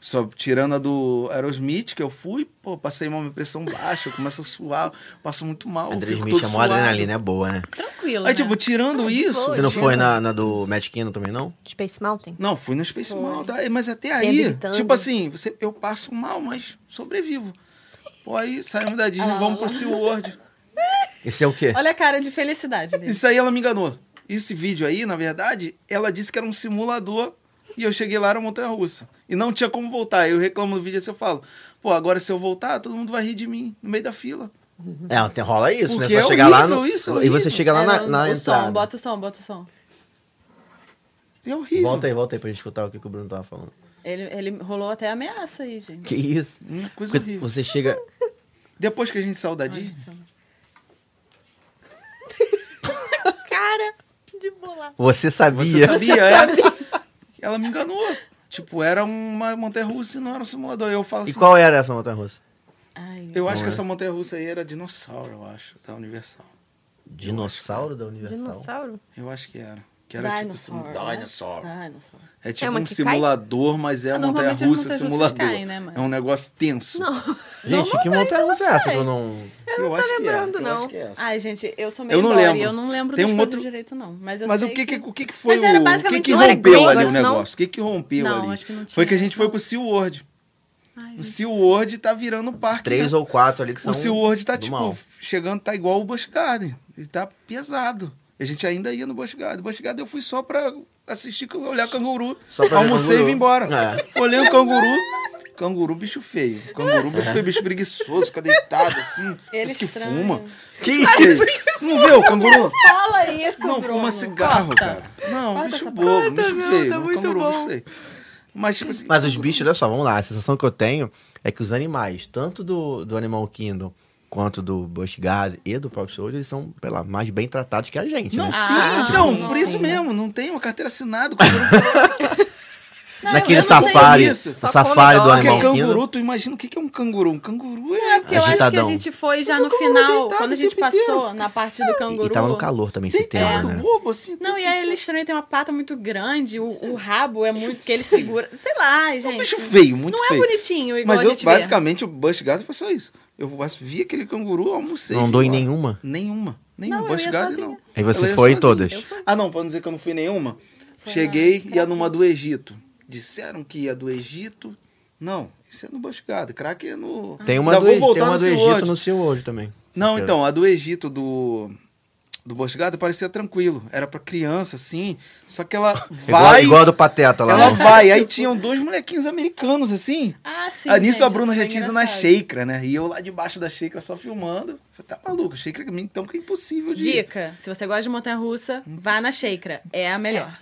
Speaker 4: Só tirando a do Aerosmith, que eu fui, pô, passei uma pressão baixa, eu começo a suar, passo muito
Speaker 2: A
Speaker 4: mal. fico
Speaker 2: Adrenalina
Speaker 4: todo
Speaker 2: chamou
Speaker 4: suado.
Speaker 2: adrenalina, é boa, né?
Speaker 3: Tranquilo.
Speaker 4: Aí,
Speaker 3: né?
Speaker 4: tipo, tirando isso.
Speaker 2: Você não foi na, na do Matt Kino também, não?
Speaker 1: Space Mountain?
Speaker 4: Não, fui no Space Mountain, aí- mas até aí,
Speaker 1: Reabilitando.
Speaker 4: tipo assim, você, eu passo mal, mas sobrevivo. Pô, aí saímos da Disney,
Speaker 3: Ah, lá,
Speaker 4: vamos
Speaker 3: lá.
Speaker 4: pro SeaWorld.
Speaker 2: Esse é o quê?
Speaker 3: Olha a cara de felicidade dele.
Speaker 4: Isso aí ela me enganou. Esse vídeo aí, na verdade, ela disse que era um simulador e eu cheguei lá, era uma montanha russa. E não tinha como voltar. Eu reclamo no vídeo assim, eu falo, pô, agora se eu voltar, todo mundo vai rir de mim no meio da fila.
Speaker 2: É, tem- rola isso,
Speaker 4: Porque
Speaker 2: né?
Speaker 4: é
Speaker 2: Só chegar lá
Speaker 4: horrível
Speaker 2: no.
Speaker 4: isso,
Speaker 2: e
Speaker 4: horrível.
Speaker 2: você chega lá na,
Speaker 3: É,
Speaker 2: na
Speaker 3: o
Speaker 2: entrada.
Speaker 3: som, bota o som, bota o som.
Speaker 4: É horrível.
Speaker 2: Volta aí, volta aí pra gente escutar o que que o Bruno tava falando.
Speaker 3: Ele, ele rolou até ameaça aí, gente.
Speaker 2: Que isso?
Speaker 4: Uma coisa
Speaker 2: Porque
Speaker 4: é horrível.
Speaker 2: Você chega.
Speaker 4: Depois que a gente saiu da Disney,
Speaker 1: Cara de bolar.
Speaker 2: Você sabia.
Speaker 4: você sabia? é? Ela me enganou. Tipo, era uma montanha russa e não era um simulador. Eu falo
Speaker 2: E
Speaker 4: assim,
Speaker 2: qual era essa montanha russa?
Speaker 3: Ai,
Speaker 4: eu acho que
Speaker 2: Não é.
Speaker 4: essa montanha russa aí era dinossauro, eu acho, da Universal.
Speaker 2: Dinossauro da Universal.
Speaker 1: Dinossauro?
Speaker 4: Eu acho que era. Que era
Speaker 3: Dinossauro.
Speaker 4: tipo. sim- Dinossauro.
Speaker 3: Dinossauro.
Speaker 4: É tipo
Speaker 1: uma
Speaker 4: um
Speaker 1: que cai?
Speaker 4: simulador, mas é
Speaker 3: Ah,
Speaker 4: uma montanha
Speaker 3: normalmente as
Speaker 4: russa
Speaker 3: montanhas-russas
Speaker 4: simulador.
Speaker 3: caem, né, mano?
Speaker 4: é um negócio tenso.
Speaker 2: Gente, que montanha russa é essa que eu não.
Speaker 4: eu acho que
Speaker 1: lembrando,
Speaker 4: é. Eu
Speaker 1: não.
Speaker 4: acho que é essa.
Speaker 3: Ai, gente, eu sou meio
Speaker 4: Eu não
Speaker 3: Dory,
Speaker 4: lembro.
Speaker 3: eu não lembro
Speaker 4: Tem
Speaker 3: dos
Speaker 4: um
Speaker 3: coisas
Speaker 4: outro-
Speaker 3: direito, não. Mas, eu
Speaker 4: Mas o
Speaker 3: sei
Speaker 4: que que, o que que foi
Speaker 3: Mas era
Speaker 4: o, o que
Speaker 3: basicamente
Speaker 4: que
Speaker 3: isso. Não era
Speaker 4: rompeu ali o
Speaker 1: Gringotts, não?
Speaker 4: negócio? O que que rompeu
Speaker 3: Não,
Speaker 4: ali?
Speaker 3: acho que não
Speaker 4: Foi que a
Speaker 3: tinha,
Speaker 4: gente foi
Speaker 3: não.
Speaker 4: pro SeaWorld.
Speaker 3: Ai,
Speaker 4: O
Speaker 3: gente.
Speaker 4: SeaWorld tá virando um parque.
Speaker 2: Três ou quatro ali que são.
Speaker 4: O SeaWorld tá
Speaker 2: do
Speaker 4: tipo
Speaker 2: mal.
Speaker 4: chegando tá igual o Busch Garden. Ele tá pesado. A gente ainda ia no Busch Garden. O Busch Garden eu fui só pra assistir, olhar canguru.
Speaker 2: Só pra ver
Speaker 4: almocei e
Speaker 2: canguru.
Speaker 4: vim embora.
Speaker 2: É.
Speaker 4: Olhei o canguru. Canguru, bicho feio. Canguru, bicho, feio, bicho preguiçoso, fica deitado assim.
Speaker 3: Ele
Speaker 4: Parece que
Speaker 3: estranha.
Speaker 4: fuma. Que isso? Não vê o canguru?
Speaker 3: Fala isso,
Speaker 4: Não,
Speaker 3: Bruno.
Speaker 4: fuma cigarro,
Speaker 3: Corta.
Speaker 4: cara. Não,
Speaker 3: Corta
Speaker 4: bicho
Speaker 3: essa
Speaker 4: bobo, bicho
Speaker 1: meu,
Speaker 4: feio.
Speaker 1: tá
Speaker 4: um
Speaker 1: muito
Speaker 4: canguru,
Speaker 1: bom.
Speaker 4: bicho feio. Mas, tipo assim,
Speaker 2: Mas os bichos, olha só, vamos lá. A sensação que eu tenho é que os animais, tanto do, do Animal Kingdom quanto do Busch Garden e do próprio Soul, eles são, sei lá, mais bem tratados que a gente,
Speaker 4: Não,
Speaker 2: né?
Speaker 4: sim,
Speaker 3: Ah,
Speaker 4: então,
Speaker 3: sim,
Speaker 4: por
Speaker 3: sim.
Speaker 4: isso mesmo, não tem uma carteira assinada. o canguru
Speaker 3: Não, eu
Speaker 2: Naquele
Speaker 3: não sei
Speaker 2: safari,
Speaker 4: isso.
Speaker 2: o
Speaker 1: Só come
Speaker 2: safari do
Speaker 1: dólar.
Speaker 4: Porque é
Speaker 2: Animal
Speaker 4: canguru,
Speaker 2: Kingdom.
Speaker 4: tu imagina o que que é um canguru? Um canguru é.
Speaker 3: Porque eu acho que a
Speaker 2: Agitadão.
Speaker 3: gente foi já
Speaker 4: Mas o
Speaker 3: no
Speaker 4: canguru
Speaker 3: final,
Speaker 4: deitado
Speaker 3: quando a
Speaker 4: o
Speaker 3: gente
Speaker 4: tempo inteiro.
Speaker 3: passou na parte do
Speaker 2: E,
Speaker 3: canguru.
Speaker 2: e tava no calor também, setembro,
Speaker 4: Deitado,
Speaker 2: né?
Speaker 4: é bobo, assim.
Speaker 3: Não,
Speaker 4: tu-
Speaker 3: e aí ele estranho, tem uma pata muito grande, o, o rabo é muito. que ele segura. Sei lá, gente.
Speaker 4: É um bicho feio, muito
Speaker 3: Não é
Speaker 4: feio.
Speaker 3: bonitinho, igual
Speaker 4: Mas
Speaker 3: a
Speaker 4: eu,
Speaker 3: gente vê.
Speaker 4: basicamente, o Bush Garden foi só isso. Eu vi aquele canguru, almocei.
Speaker 2: Não
Speaker 4: fui
Speaker 2: dou em
Speaker 4: embora.
Speaker 2: nenhuma?
Speaker 4: Nenhuma. Nenhuma.
Speaker 3: Não, eu
Speaker 4: Bush
Speaker 3: ia
Speaker 4: Garden,
Speaker 3: sozinha.
Speaker 4: não.
Speaker 2: Aí você
Speaker 4: Ela ia
Speaker 2: foi em
Speaker 4: sozinha.
Speaker 2: todas? Eu
Speaker 4: Ah, não, pra não dizer que eu não fui nenhuma. Cheguei e ia numa do Egito. Disseram que ia do Egito. Não, isso é no Bush Garden. Crack é no...
Speaker 2: Tem uma
Speaker 4: Ainda
Speaker 2: do,
Speaker 4: vou
Speaker 2: Egito-
Speaker 4: voltar
Speaker 2: tem uma
Speaker 4: no
Speaker 2: do
Speaker 4: SeaWorld.
Speaker 2: Egito no seu hoje também.
Speaker 4: Não,
Speaker 2: Porque-
Speaker 4: então, a do Egito do do Bosgado parecia tranquilo, era pra criança assim, só que ela
Speaker 2: Igual,
Speaker 4: vai
Speaker 2: igual a do Pateta lá.
Speaker 4: ela
Speaker 2: né?
Speaker 4: vai, aí tinham dois molequinhos americanos assim.
Speaker 3: Ah, sim.
Speaker 4: Ah, nisso
Speaker 3: gente,
Speaker 4: a Bruna
Speaker 3: isso
Speaker 4: já
Speaker 3: foi
Speaker 4: tinha ido na
Speaker 3: engraçado.
Speaker 4: Sheikra, né? E eu lá debaixo da Sheikra só filmando. Falei, tá maluco, Sheikra pra mim então que é impossível de Hum. ir.
Speaker 3: Dica: se você gosta de montanha russa, vá na Sheikra. É a melhor.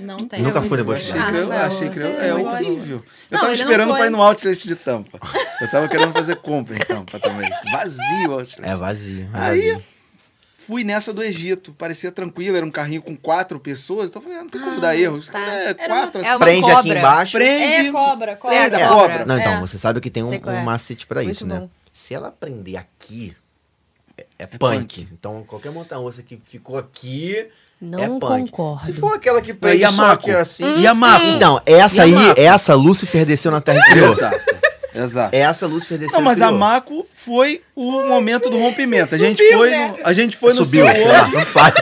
Speaker 3: Não tem.
Speaker 2: Nunca
Speaker 3: É
Speaker 2: fui
Speaker 3: muito
Speaker 2: depois
Speaker 4: A
Speaker 2: de
Speaker 3: boa.
Speaker 4: Sheikra,
Speaker 3: Ah,
Speaker 4: a Sheikra
Speaker 3: você
Speaker 4: é
Speaker 3: gosta.
Speaker 4: horrível. Eu
Speaker 3: Não,
Speaker 4: tava
Speaker 3: ele não
Speaker 4: esperando pra
Speaker 3: foi.
Speaker 4: ir no outlet de Tampa. Eu tava querendo fazer compra em Tampa também. Vazio o outlet.
Speaker 2: É vazio. é
Speaker 4: Aí-
Speaker 2: vazio.
Speaker 4: Fui nessa do Egito, parecia tranquilo, era um carrinho com quatro pessoas, então eu falei, ah, não tem como dar erro. Isso
Speaker 1: tá.
Speaker 4: É,
Speaker 3: Era
Speaker 4: quatro,
Speaker 1: É uma
Speaker 2: prende aqui
Speaker 1: cobra.
Speaker 4: assim,
Speaker 2: embaixo.
Speaker 4: prende.
Speaker 3: É, cobra, cobra.
Speaker 4: Prende a
Speaker 2: É.
Speaker 4: cobra.
Speaker 2: Não, então,
Speaker 3: É.
Speaker 2: você sabe que tem um,
Speaker 1: Sei qual é.
Speaker 2: um macete pra
Speaker 1: Muito
Speaker 2: isso, né?
Speaker 1: bom.
Speaker 2: Se ela prender aqui, é, é
Speaker 4: punk.
Speaker 2: punk. Então, qualquer montanha russa que ficou aqui.
Speaker 1: Não
Speaker 2: é punk.
Speaker 1: concordo.
Speaker 2: Se for aquela que
Speaker 4: Não,
Speaker 2: prende
Speaker 4: e a
Speaker 2: só
Speaker 4: Mako?
Speaker 2: aqui assim.
Speaker 4: E a
Speaker 1: Hum,
Speaker 4: Mako?
Speaker 2: Então, essa aí,
Speaker 4: Yamaco?
Speaker 2: essa Lúcifer desceu na Terra e criou.
Speaker 4: Exato, exato.
Speaker 2: Essa Lúcifer desceu
Speaker 4: Não, mas
Speaker 2: e
Speaker 4: a
Speaker 2: É, criou.
Speaker 4: Maco foi o momento do rompimento. A gente
Speaker 1: subiu,
Speaker 4: foi,
Speaker 1: né?
Speaker 4: no, a gente foi no
Speaker 2: Subiu.
Speaker 4: SeaWorld.
Speaker 2: Não faz.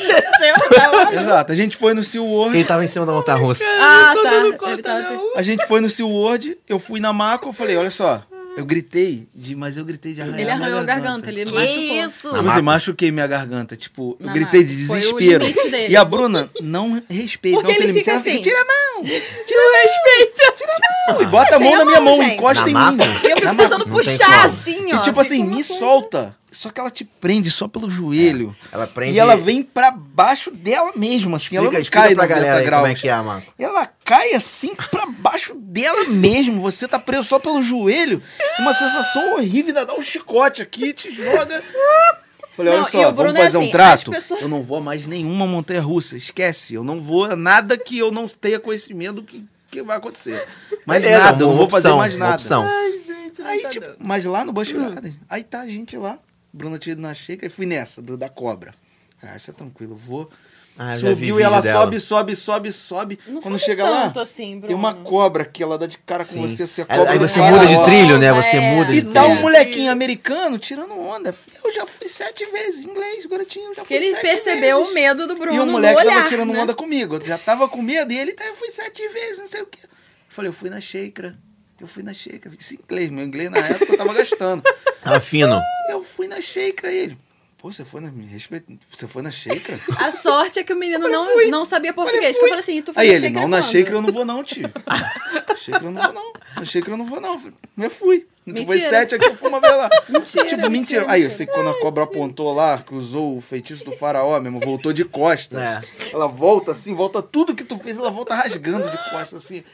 Speaker 4: Exato, a gente foi no SeaWorld.
Speaker 2: Ele tava em cima da montanha russa.
Speaker 3: Ah, tá. Ele tava-
Speaker 2: Então-
Speaker 4: A gente foi no SeaWorld, eu fui na Maco, eu falei, olha só, eu gritei, de, mas eu gritei de arranhar
Speaker 3: Ele
Speaker 4: minha
Speaker 3: arranhou a garganta, né? ele machucou.
Speaker 2: Na
Speaker 4: Tipo
Speaker 2: maca.
Speaker 4: assim, machuquei minha garganta. Tipo, eu
Speaker 3: Na
Speaker 4: gritei de
Speaker 3: maca. Foi o
Speaker 4: desespero.
Speaker 3: limite dele.
Speaker 4: E a Bruna não respeita,
Speaker 3: Porque
Speaker 4: não tem
Speaker 3: ele
Speaker 4: limite.
Speaker 3: fica
Speaker 4: Ela fica,
Speaker 3: assim.
Speaker 4: tira a mão! Tira a mão! Respeita! Tira a mão! E bota a
Speaker 3: Sem
Speaker 4: mão
Speaker 3: a
Speaker 4: na minha
Speaker 3: mão,
Speaker 4: mão,
Speaker 3: gente.
Speaker 4: encosta
Speaker 2: Ah. Na
Speaker 4: em mim.
Speaker 2: maca?
Speaker 3: Eu
Speaker 4: Na
Speaker 3: fico
Speaker 4: maca.
Speaker 2: Não
Speaker 3: tentando
Speaker 2: tem
Speaker 3: puxar
Speaker 2: como.
Speaker 3: assim, ó.
Speaker 4: E tipo assim,
Speaker 3: Fica uma
Speaker 4: me
Speaker 3: coisa-
Speaker 4: solta. Só que ela te prende só pelo joelho.
Speaker 2: É. Ela prende-
Speaker 4: E ela vem pra baixo dela mesma, assim.
Speaker 2: Explica,
Speaker 4: ela não
Speaker 2: explica
Speaker 4: cai
Speaker 2: pra
Speaker 4: no
Speaker 2: galera aí
Speaker 4: 90
Speaker 2: como é
Speaker 4: graus.
Speaker 2: que é a Maco.
Speaker 4: Ela cai assim pra baixo dela mesmo. Você tá preso só pelo joelho. Uma sensação horrível, ainda dá um chicote aqui, te joga. Falei,
Speaker 3: Não,
Speaker 4: olha
Speaker 3: e o
Speaker 4: só,
Speaker 3: Bruno
Speaker 4: vamos
Speaker 3: é
Speaker 4: fazer
Speaker 3: assim,
Speaker 4: um trato?
Speaker 3: as pessoas-
Speaker 4: Eu não vou a mais nenhuma montanha russa, esquece. Eu não vou a nada que eu não tenha conhecimento do que, que vai acontecer. Mais
Speaker 2: Beleza,
Speaker 4: nada, eu
Speaker 2: uma
Speaker 4: não vou fazer
Speaker 2: opção,
Speaker 4: mais
Speaker 2: uma
Speaker 4: nada.
Speaker 2: opção.
Speaker 3: tá
Speaker 4: Aí, tipo, mas lá no Busch Garden, aí tá a gente lá, Bruna tinha ido na xícara e fui nessa, do, da cobra. Ah, isso é tranquilo, eu vou.
Speaker 2: Ah, eu já vi
Speaker 4: Subiu e
Speaker 2: vídeo
Speaker 4: ela
Speaker 2: dela.
Speaker 4: sobe, sobe, sobe, sobe.
Speaker 3: Não
Speaker 4: Quando
Speaker 3: sobe
Speaker 4: chega
Speaker 3: tanto
Speaker 4: lá,
Speaker 3: assim, Bruno.
Speaker 4: tem uma cobra que ela dá de cara com você, você
Speaker 2: Aí-
Speaker 4: cobra.
Speaker 2: Aí
Speaker 4: não
Speaker 2: você
Speaker 4: para,
Speaker 2: muda de
Speaker 4: ó.
Speaker 2: trilho, né? Você
Speaker 1: É.
Speaker 2: muda de
Speaker 4: E
Speaker 2: trilho.
Speaker 4: dá um molequinho americano tirando onda. Eu já fui sete vezes, inglês, garotinho, eu já
Speaker 3: Porque
Speaker 4: fui
Speaker 3: ele
Speaker 4: sete
Speaker 3: percebeu
Speaker 4: vezes.
Speaker 3: o medo do Bruno
Speaker 4: E o
Speaker 3: no
Speaker 4: moleque
Speaker 3: um olhar,
Speaker 4: tava tirando
Speaker 3: né?
Speaker 4: onda comigo. Eu já tava com medo e ele, tá, eu fui sete vezes, não sei o quê. Eu falei, eu fui na xícara. Eu fui na xícara. Isso em inglês, meu inglês na época eu tava gastando.
Speaker 2: Tá fino.
Speaker 4: Eu fui na xícara e ele. Pô, você foi na. Me respeita. Você foi na xícara?
Speaker 3: A sorte é que o menino
Speaker 4: Falei,
Speaker 3: não,
Speaker 4: fui.
Speaker 3: não sabia
Speaker 4: Falei,
Speaker 3: português. que eu
Speaker 4: fui.
Speaker 3: falei assim, tu foi
Speaker 4: Aí ele,
Speaker 3: xícara
Speaker 4: não, na
Speaker 3: quando?
Speaker 4: xícara eu não vou, não, tio. Na xícara eu não vou, não. Na xícara eu não vou, não. Falei, Eu fui. Tu foi
Speaker 3: Mentira.
Speaker 4: sete aqui, eu fui uma vez lá.
Speaker 3: Mentira,
Speaker 4: Tipo, mentira.
Speaker 3: mentira,
Speaker 4: Aí eu
Speaker 3: mentira.
Speaker 4: sei que quando a cobra apontou lá, que usou o feitiço do faraó mesmo, voltou de costas.
Speaker 2: É.
Speaker 4: Ela volta assim, volta tudo que tu fez, ela volta rasgando de costas assim.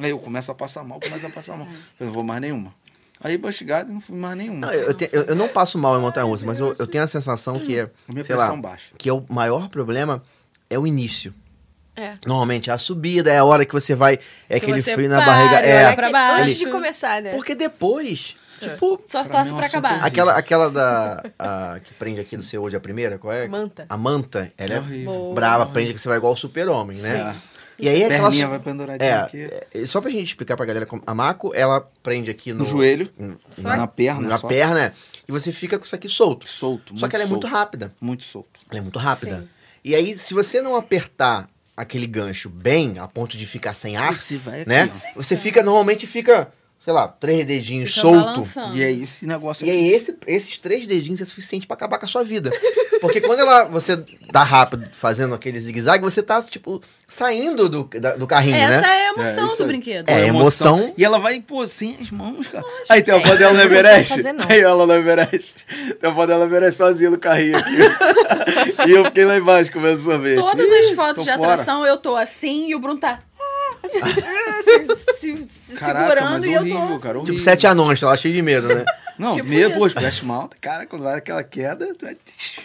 Speaker 4: Aí eu começo a passar mal, começo a passar mal. Eu não vou mais nenhuma. Aí Bush Garden, não fui mais nenhuma.
Speaker 2: Não, eu, eu te- eu- eu não passo mal em montanha russa, mas eu, eu tenho a sensação que é.
Speaker 4: Minha
Speaker 2: sei lá,
Speaker 4: pressão baixa.
Speaker 2: que é o maior problema é o início.
Speaker 1: É.
Speaker 2: Normalmente é a subida, é a hora que você vai. É aquele
Speaker 3: você
Speaker 2: frio na
Speaker 3: para,
Speaker 2: barriga.
Speaker 3: olha
Speaker 2: É.
Speaker 3: pra
Speaker 1: Aqui-
Speaker 3: baixo.
Speaker 1: Antes de começar, né?
Speaker 2: Porque depois, tipo.
Speaker 3: Só
Speaker 4: Pra
Speaker 3: torce
Speaker 4: mim é um
Speaker 3: pra
Speaker 4: assunto
Speaker 3: acabar.
Speaker 4: horrível.
Speaker 2: Aquela, aquela da. a- que prende aqui no seu hoje, a primeira, qual é?
Speaker 1: Manta.
Speaker 2: A manta, ela
Speaker 4: É
Speaker 2: é,
Speaker 4: horrível.
Speaker 3: Boa.
Speaker 2: brava, prende que você vai igual o super-homem, né?
Speaker 4: Sim.
Speaker 2: E aí aquela.
Speaker 4: Perninha
Speaker 2: su-
Speaker 4: vai penduradinha aqui.
Speaker 2: é, é, só pra gente explicar pra galera, como- a Mako, ela prende aqui no.
Speaker 4: No joelho,
Speaker 2: n-
Speaker 4: Só- na perna,
Speaker 2: Na
Speaker 4: só.
Speaker 2: perna, e você fica com isso aqui solto.
Speaker 4: Solto,
Speaker 2: Só que ela é muito
Speaker 4: solto.
Speaker 2: rápida.
Speaker 4: Muito solto.
Speaker 2: Ela é muito rápida. E aí, se você não apertar aquele gancho bem, a ponto de ficar sem ar,
Speaker 4: Você vai aqui,
Speaker 2: né? Você fica, normalmente fica, sei lá, três dedinhos
Speaker 3: Fica
Speaker 2: solto.
Speaker 3: balançando.
Speaker 4: E é esse negócio
Speaker 2: E aí, esse- esses três dedinhos é suficiente pra acabar com a sua vida. Porque quando ela, você tá rápido fazendo aquele zigue-zague, você tá, tipo, saindo do, da- do carrinho,
Speaker 3: Essa
Speaker 2: né?
Speaker 3: é a emoção
Speaker 4: isso
Speaker 3: do
Speaker 4: aí.
Speaker 3: brinquedo.
Speaker 2: É,
Speaker 4: Uma
Speaker 2: emoção.
Speaker 4: E ela vai, pô, sem as mãos, cara. Aí
Speaker 3: É.
Speaker 4: tem a foto dela no
Speaker 1: não sei
Speaker 4: Everest.
Speaker 1: fazer, não.
Speaker 4: Aí ela no Everest. Tem a foto dela no Everest sozinha no carrinho aqui. e eu fiquei lá embaixo comendo sorvete.
Speaker 3: Todas
Speaker 4: Ih,
Speaker 3: as fotos
Speaker 4: tô
Speaker 3: de
Speaker 4: fora.
Speaker 3: atração eu tô assim e o Bruno tá ah, se, se- se
Speaker 4: Caraca,
Speaker 3: segurando
Speaker 4: mas
Speaker 3: e eu tô.
Speaker 4: horrível, cara.
Speaker 2: Tipo,
Speaker 4: horrível.
Speaker 2: sete anões, tá lá cheio de medo, né?
Speaker 4: Não,
Speaker 3: Tipo
Speaker 4: meia,
Speaker 3: isso.
Speaker 4: pô, os pés malta, cara, quando vai aquela queda, tu vai...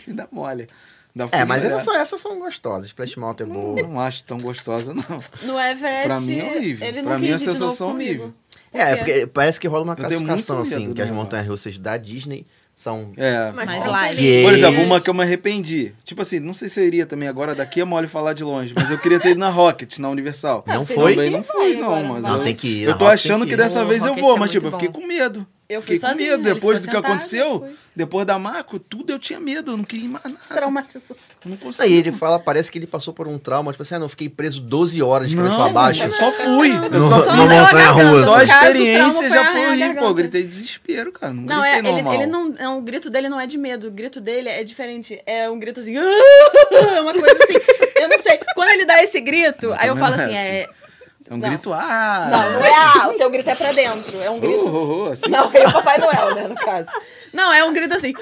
Speaker 4: dá mole. Dá
Speaker 2: É,
Speaker 4: frio,
Speaker 2: mas
Speaker 4: né?
Speaker 2: essas são, essas são gostosas. Splash Mountain é boa.
Speaker 4: Não acho tão gostosa, não.
Speaker 3: No Everest,
Speaker 4: Pra mim é horrível.
Speaker 3: ele não
Speaker 4: Pra mim é
Speaker 3: quis ir de novo
Speaker 4: sensação
Speaker 3: comigo.
Speaker 4: horrível.
Speaker 3: Por
Speaker 2: É,
Speaker 3: quê?
Speaker 2: porque parece que rola uma
Speaker 4: tenho muito
Speaker 2: classificação,
Speaker 4: medo
Speaker 2: assim,
Speaker 4: do
Speaker 2: que as
Speaker 4: negócio.
Speaker 2: montanhas russas da Disney são.
Speaker 4: É,
Speaker 3: Mas
Speaker 1: Ó,
Speaker 3: lá
Speaker 1: que-
Speaker 3: ele-
Speaker 4: Por exemplo, uma que eu me arrependi. Tipo assim, não sei se eu iria também agora, daqui é mole falar de longe, mas eu queria ter ido na Rocket, na Universal.
Speaker 2: Não
Speaker 4: Também
Speaker 2: foi?
Speaker 4: Não fui,
Speaker 3: Agora
Speaker 4: não,
Speaker 3: não
Speaker 4: mas
Speaker 3: vai.
Speaker 4: eu,
Speaker 2: Não, tem que ir, na
Speaker 4: eu tô
Speaker 2: Rocket
Speaker 4: achando
Speaker 2: tem
Speaker 4: que
Speaker 2: que ir.
Speaker 4: dessa
Speaker 1: Não,
Speaker 4: vez eu
Speaker 1: Rocket
Speaker 4: vou,
Speaker 1: é
Speaker 4: mas tipo, eu
Speaker 1: muito
Speaker 4: fiquei
Speaker 1: bom.
Speaker 4: com medo.
Speaker 3: Eu fui
Speaker 4: fiquei com
Speaker 3: sozinha,
Speaker 4: medo.
Speaker 3: ele
Speaker 4: Depois do
Speaker 3: ficou
Speaker 4: que
Speaker 3: sentado, eu
Speaker 4: aconteceu,
Speaker 3: fui.
Speaker 4: depois da Marco, tudo eu tinha medo, eu não queria ir mais nada.
Speaker 3: Traumatizou.
Speaker 4: Não consigo.
Speaker 2: Aí ele fala, parece que ele passou por um trauma, tipo assim, ah, não, fiquei preso 12 horas de cabeça
Speaker 4: não,
Speaker 2: pra baixo.
Speaker 4: eu só fui. Eu
Speaker 2: Não,
Speaker 4: só
Speaker 2: não, assim.
Speaker 4: fui.
Speaker 2: não,
Speaker 3: arranhou a
Speaker 2: montanha
Speaker 3: garganta.
Speaker 2: russa.
Speaker 4: Só a
Speaker 3: No caso, o
Speaker 4: experiência
Speaker 3: trauma
Speaker 4: já
Speaker 3: arranhar a
Speaker 4: foi. Pô, eu
Speaker 3: garganta.
Speaker 4: gritei desespero, cara. Não,
Speaker 3: Não, é,
Speaker 4: gritei
Speaker 3: ele,
Speaker 4: normal.
Speaker 3: ele não. É um grito dele não é de medo. O grito dele é diferente. É um grito assim. "Ah!" É uma coisa assim. eu não sei. Quando ele dá esse grito, aí eu
Speaker 4: também
Speaker 3: falo
Speaker 4: não é
Speaker 3: assim, é.
Speaker 4: É um
Speaker 3: não.
Speaker 4: grito,
Speaker 3: Não,
Speaker 4: ah!
Speaker 3: não é ah, o teu grito é pra dentro. É um
Speaker 4: Oh,
Speaker 3: grito.
Speaker 4: oh, oh, assim.
Speaker 1: Não, é o Papai Noel, né, no caso.
Speaker 3: Não, é um grito assim.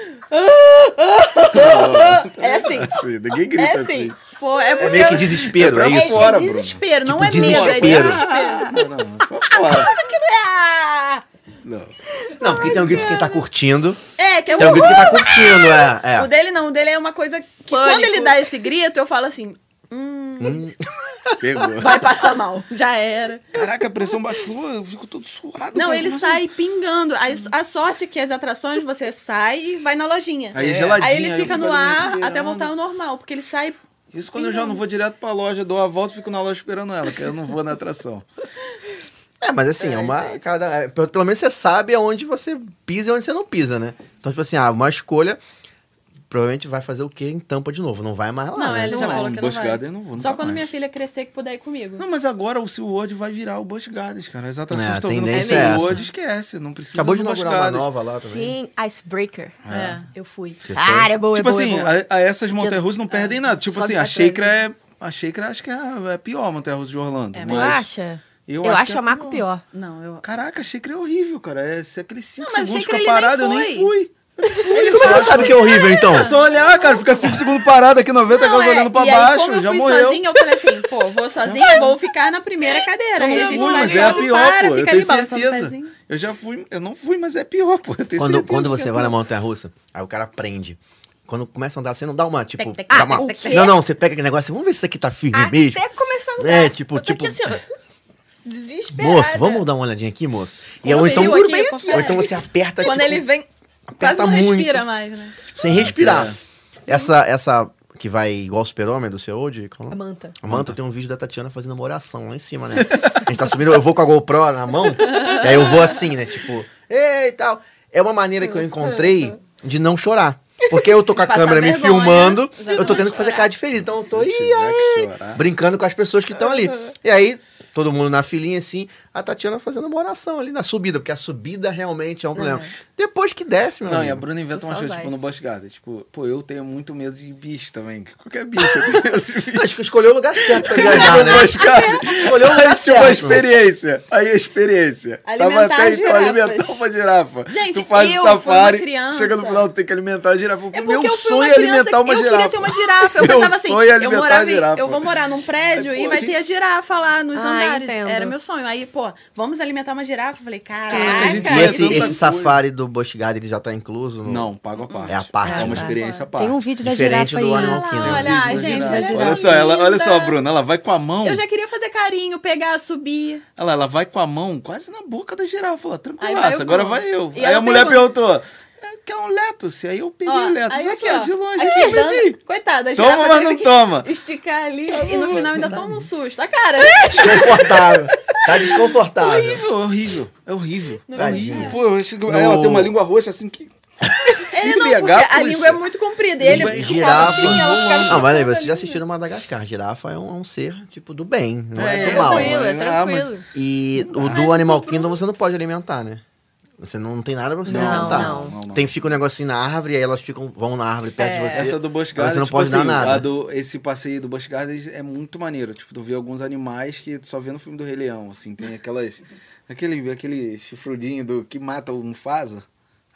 Speaker 3: É assim.
Speaker 4: assim, Ninguém grita
Speaker 3: É
Speaker 4: assim.
Speaker 3: assim. Pô, é
Speaker 2: É
Speaker 3: porque.
Speaker 2: meio que desespero, é
Speaker 4: É
Speaker 2: isso?
Speaker 4: fora,
Speaker 3: é
Speaker 4: Bruno.
Speaker 3: desespero, não
Speaker 2: Tipo,
Speaker 3: é medo, é
Speaker 2: desespero.
Speaker 3: desespero.
Speaker 4: Não, Ah, não, não, foi fora.
Speaker 3: Ah!
Speaker 4: Não.
Speaker 2: Não, porque tem um grito de quem tá curtindo,
Speaker 3: É, que é
Speaker 2: tem um
Speaker 3: o.
Speaker 2: grito de quem tá curtindo, é.
Speaker 3: O
Speaker 2: é.
Speaker 3: dele não, o dele é uma coisa que quando
Speaker 1: Pânico.
Speaker 3: ele dá esse grito, eu falo assim,
Speaker 4: Pegou.
Speaker 3: vai passar mal. Já era.
Speaker 4: Caraca, a pressão baixou, eu fico todo suado.
Speaker 3: Não,
Speaker 4: cara.
Speaker 3: ele
Speaker 4: Nossa.
Speaker 3: sai pingando. Aí A sorte é que as atrações você sai e vai na lojinha.
Speaker 4: Aí é geladinho,
Speaker 3: aí ele
Speaker 4: aí eu
Speaker 3: fica
Speaker 4: fico
Speaker 3: no
Speaker 4: ali na
Speaker 3: ar
Speaker 4: beirada.
Speaker 3: até voltar ao normal, porque ele sai.
Speaker 4: Isso quando eu já não vou direto pra loja, dou a volta e fico na loja esperando ela, que eu não vou na atração.
Speaker 2: É, mas assim, é uma. Cada, é, pelo pelo menos você sabe aonde você pisa e onde você não pisa, né? Então, tipo assim, ah, uma escolha provavelmente vai fazer o quê em tampa de novo. Não vai mais lá.
Speaker 3: Não,
Speaker 2: né?
Speaker 3: ele
Speaker 4: não
Speaker 3: já
Speaker 4: é
Speaker 3: falou
Speaker 4: um
Speaker 3: que não
Speaker 4: Busch
Speaker 3: vai.
Speaker 4: Garden, eu não vou,
Speaker 3: Só
Speaker 4: nunca
Speaker 3: quando
Speaker 4: mais.
Speaker 3: minha filha crescer que puder ir comigo.
Speaker 4: Não, mas agora o SeaWorld vai virar o Busch Gardens, cara. As
Speaker 2: É,
Speaker 4: atrações
Speaker 2: a
Speaker 4: estão vindo pro
Speaker 2: tendência é
Speaker 4: SeaWorld,
Speaker 2: essa.
Speaker 4: esquece. Não precisa
Speaker 2: Acabou de
Speaker 4: do Busch
Speaker 2: inaugurar uma
Speaker 4: Gardens.
Speaker 2: nova lá também.
Speaker 1: Sim, Icebreaker.
Speaker 3: É.
Speaker 1: Eu fui.
Speaker 2: foi?
Speaker 1: Ah, era boa,
Speaker 4: Tipo
Speaker 1: é boa,
Speaker 4: assim,
Speaker 1: é boa. É.
Speaker 4: a, a essas montanhas russas não perdem nada. Tipo
Speaker 1: sobe
Speaker 4: assim,
Speaker 1: pra né?
Speaker 4: a Sheikra é... A Sheikra acho que é a, é a pior montanha russa de Orlando.
Speaker 3: É,
Speaker 1: Tu
Speaker 4: mas-
Speaker 1: acha?
Speaker 4: Eu
Speaker 1: Eu,
Speaker 4: acho que
Speaker 1: acho
Speaker 4: é
Speaker 1: a Marco pior.
Speaker 3: Não, eu.
Speaker 4: Caraca, a Sheikra é horrível, cara. É, se aqueles 5
Speaker 3: Não, mas
Speaker 4: segundos
Speaker 3: Sheikra
Speaker 4: fica
Speaker 3: ele nem
Speaker 4: parado, eu nem
Speaker 3: foi.
Speaker 4: fui.
Speaker 2: Como é que você sabe que é horrível, então?
Speaker 4: É só olhar, cara, fica 5 segundos parado aqui, 90
Speaker 3: Não,
Speaker 4: graus
Speaker 3: é,
Speaker 4: olhando pra
Speaker 3: e aí,
Speaker 4: baixo,
Speaker 3: como eu
Speaker 4: já
Speaker 3: fui
Speaker 4: morreu.
Speaker 3: sozinha, eu falei assim, pô, vou sozinha, vou ficar na primeira cadeira. Aí a gente
Speaker 4: fui,
Speaker 3: vai
Speaker 4: mas
Speaker 3: sobe,
Speaker 4: é a pior,
Speaker 3: para,
Speaker 4: pô. Eu
Speaker 3: fica
Speaker 4: tenho
Speaker 3: ali, balançando o
Speaker 4: certeza.
Speaker 3: pezinho.
Speaker 4: Eu já fui, eu não fui, mas é pior, pô. Eu tenho
Speaker 2: Quando,
Speaker 4: certeza
Speaker 2: quando
Speaker 4: que
Speaker 2: você
Speaker 4: é
Speaker 2: vai na
Speaker 4: pior.
Speaker 2: montanha russa, aí o cara aprende. Quando começa a andar, você não dá uma, tipo.
Speaker 1: Tec, tec,
Speaker 2: dá
Speaker 1: ah,
Speaker 2: uma...
Speaker 1: o quê?
Speaker 2: Não, não, você pega aquele negócio, vamos ver se isso aqui tá firme
Speaker 3: Ah,
Speaker 2: mesmo.
Speaker 1: Ah, Até começar a andar.
Speaker 2: É, tipo,
Speaker 1: Eu tô
Speaker 2: tipo.
Speaker 1: aqui assim, ó, desesperada.
Speaker 2: Moço, vamos dar uma olhadinha aqui, moço? E
Speaker 3: Como
Speaker 2: ou
Speaker 3: eu
Speaker 2: então,
Speaker 3: vi aqui, eu
Speaker 2: ou
Speaker 3: confesso.
Speaker 2: então você aperta
Speaker 3: Quando
Speaker 2: tipo,
Speaker 3: ele vem, quase
Speaker 2: aperta
Speaker 3: não
Speaker 2: muito,
Speaker 3: respira mais, né?
Speaker 2: sem respirar. Essa, essa que vai igual o super-homem do seu Old, qual é o
Speaker 1: A
Speaker 2: nome?
Speaker 1: manta.
Speaker 2: A Manta tem um vídeo da Tatiana fazendo uma oração lá em cima, né? A gente tá subindo, eu vou com a GoPro na mão, e aí eu vou assim, né? Tipo, ei e tal. É uma maneira que eu encontrei de não chorar. Porque eu tô com a
Speaker 3: Passar
Speaker 2: câmera me
Speaker 3: vergonha, né?
Speaker 2: filmando,
Speaker 3: exatamente,
Speaker 2: eu tô tendo que fazer
Speaker 3: chorar.
Speaker 2: cara de feliz. Então eu tô,
Speaker 4: Se
Speaker 2: ih,
Speaker 4: tiver que
Speaker 2: ai,
Speaker 4: chorar.
Speaker 2: brincando com as pessoas que estão ali. E aí, todo mundo na filinha, assim, a Tatiana fazendo uma oração ali na subida, porque a subida realmente é um problema. Depois que desce, meu
Speaker 4: Não, e a
Speaker 2: amigo.
Speaker 4: Bruna inventa
Speaker 1: Tu
Speaker 4: uma
Speaker 1: só
Speaker 4: coisa,
Speaker 1: vai.
Speaker 4: tipo, no Bosch Garden. Tipo, pô, eu tenho muito medo de bicho também. Qualquer bicho, eu tenho medo de bicho.
Speaker 2: Acho que escolheu o lugar certo pra viajar, né?
Speaker 4: No Bosch Garden.
Speaker 2: Escolheu
Speaker 3: tá
Speaker 2: o lugar
Speaker 4: Aí tinha uma
Speaker 2: certo.
Speaker 4: experiência. Aí a experiência.
Speaker 3: Alimentar
Speaker 4: Tava até
Speaker 3: as
Speaker 4: então
Speaker 3: girafas.
Speaker 4: alimentar uma girafa.
Speaker 3: Gente,
Speaker 4: tu faz
Speaker 3: eu
Speaker 4: o
Speaker 3: fui uma
Speaker 4: safari,
Speaker 3: criança.
Speaker 4: chega no final, tu tem que alimentar a girafa.
Speaker 3: É
Speaker 4: O
Speaker 3: porque
Speaker 4: meu
Speaker 3: eu fui
Speaker 4: sonho
Speaker 3: uma
Speaker 4: é
Speaker 3: criança,
Speaker 4: alimentar uma
Speaker 3: eu
Speaker 4: girafa.
Speaker 3: queria ter uma girafa. Eu
Speaker 4: Meu
Speaker 3: pensava assim,
Speaker 4: sonho é
Speaker 3: eu
Speaker 4: alimentar
Speaker 3: morava
Speaker 4: a
Speaker 3: em-
Speaker 4: girafa.
Speaker 3: eu vou morar num prédio
Speaker 4: Aí,
Speaker 3: e
Speaker 4: pô,
Speaker 3: vai
Speaker 4: gente-
Speaker 3: ter a girafa lá nos
Speaker 1: Ah,
Speaker 3: andares.
Speaker 1: entendo.
Speaker 3: Era meu sonho. Aí, pô, vamos alimentar uma girafa? Eu falei,
Speaker 4: Caraca,
Speaker 3: caraca.
Speaker 4: gente,
Speaker 2: E
Speaker 4: Cara,
Speaker 2: esse,
Speaker 4: é tanta
Speaker 2: esse
Speaker 4: coisa.
Speaker 2: safari do Bush Guard, ele já tá incluso? No...
Speaker 4: Não, pago a parte.
Speaker 2: É a parte,
Speaker 4: É uma
Speaker 1: né?
Speaker 4: experiência à parte. um
Speaker 1: Tem um vídeo da
Speaker 2: Diferente
Speaker 1: girafa aí.
Speaker 2: do
Speaker 1: né?
Speaker 2: animal. Aqui,
Speaker 3: Olha
Speaker 2: né?
Speaker 3: lá,
Speaker 2: O
Speaker 3: olha,
Speaker 4: Vídeo da
Speaker 3: gente,
Speaker 4: girafa.
Speaker 1: olha
Speaker 3: ela é
Speaker 4: Olha só, ela, olha só,
Speaker 3: linda.
Speaker 4: Bruna, ela vai com a mão.
Speaker 3: Eu já queria fazer carinho, pegar, subir.
Speaker 4: Ela, ela vai com a mão quase na boca da girafa. Ela, tranquilaça,
Speaker 3: Aí vai eu
Speaker 4: agora
Speaker 3: com-
Speaker 4: vai eu.
Speaker 3: E
Speaker 4: aí
Speaker 3: ela
Speaker 4: a mulher
Speaker 3: pergunta-
Speaker 4: perguntou, "É, quer um leto-se? Aí eu peguei
Speaker 3: Ó,
Speaker 4: o leto.
Speaker 3: aí
Speaker 4: Só
Speaker 3: aqui,
Speaker 4: que, ó,
Speaker 3: ó.
Speaker 4: de longe,
Speaker 3: Aqui,
Speaker 4: eu medi.
Speaker 3: dando- Coitada, a
Speaker 4: Toma,
Speaker 3: girafa
Speaker 4: mas
Speaker 3: teve
Speaker 4: não
Speaker 3: que
Speaker 4: toma.
Speaker 3: Esticar ali e no final ainda toma um susto. A cara,
Speaker 2: Desconfortável. tá desconfortável.
Speaker 4: É Horrível, horrível. É horrível. É
Speaker 2: Tadinha.
Speaker 4: horrível. Pô, eu chego... ela tem uma língua roxa assim que...
Speaker 3: ele não,
Speaker 4: pegar,
Speaker 3: porque a
Speaker 4: puxa.
Speaker 3: língua é muito comprida. E ele
Speaker 2: Gi-
Speaker 3: ficava
Speaker 2: girafa.
Speaker 4: um
Speaker 3: assim, ela ficava
Speaker 2: não, mas aí, vocês
Speaker 3: esticando
Speaker 2: já
Speaker 3: ali.
Speaker 2: assistiram Madagascar. Girafa é um, é um ser, tipo, do bem, não é,
Speaker 4: É,
Speaker 2: do mal.
Speaker 1: Tranquilo, é
Speaker 4: Ah, mas-
Speaker 1: tranquilo.
Speaker 2: E o do Animal Kingdom você não pode alimentar, né? Você não, não tem nada pra você
Speaker 1: Não,
Speaker 2: alimentar.
Speaker 1: não.
Speaker 4: Não, É. não.
Speaker 2: Tem fica um negocinho na árvore, aí elas ficam, vão na árvore perto de você.
Speaker 4: Essa do Busch
Speaker 2: mas
Speaker 4: Garden,
Speaker 2: Você não
Speaker 4: tipo
Speaker 2: pode dar
Speaker 4: assim,
Speaker 2: nada.
Speaker 4: a do- esse passeio do Busch Garden é muito maneiro. Tipo, tu vê alguns animais que tu só vê no filme do Rei Leão, assim. Tem aquelas... Aquele, aquele chifrudinho do, que mata o Mufasa.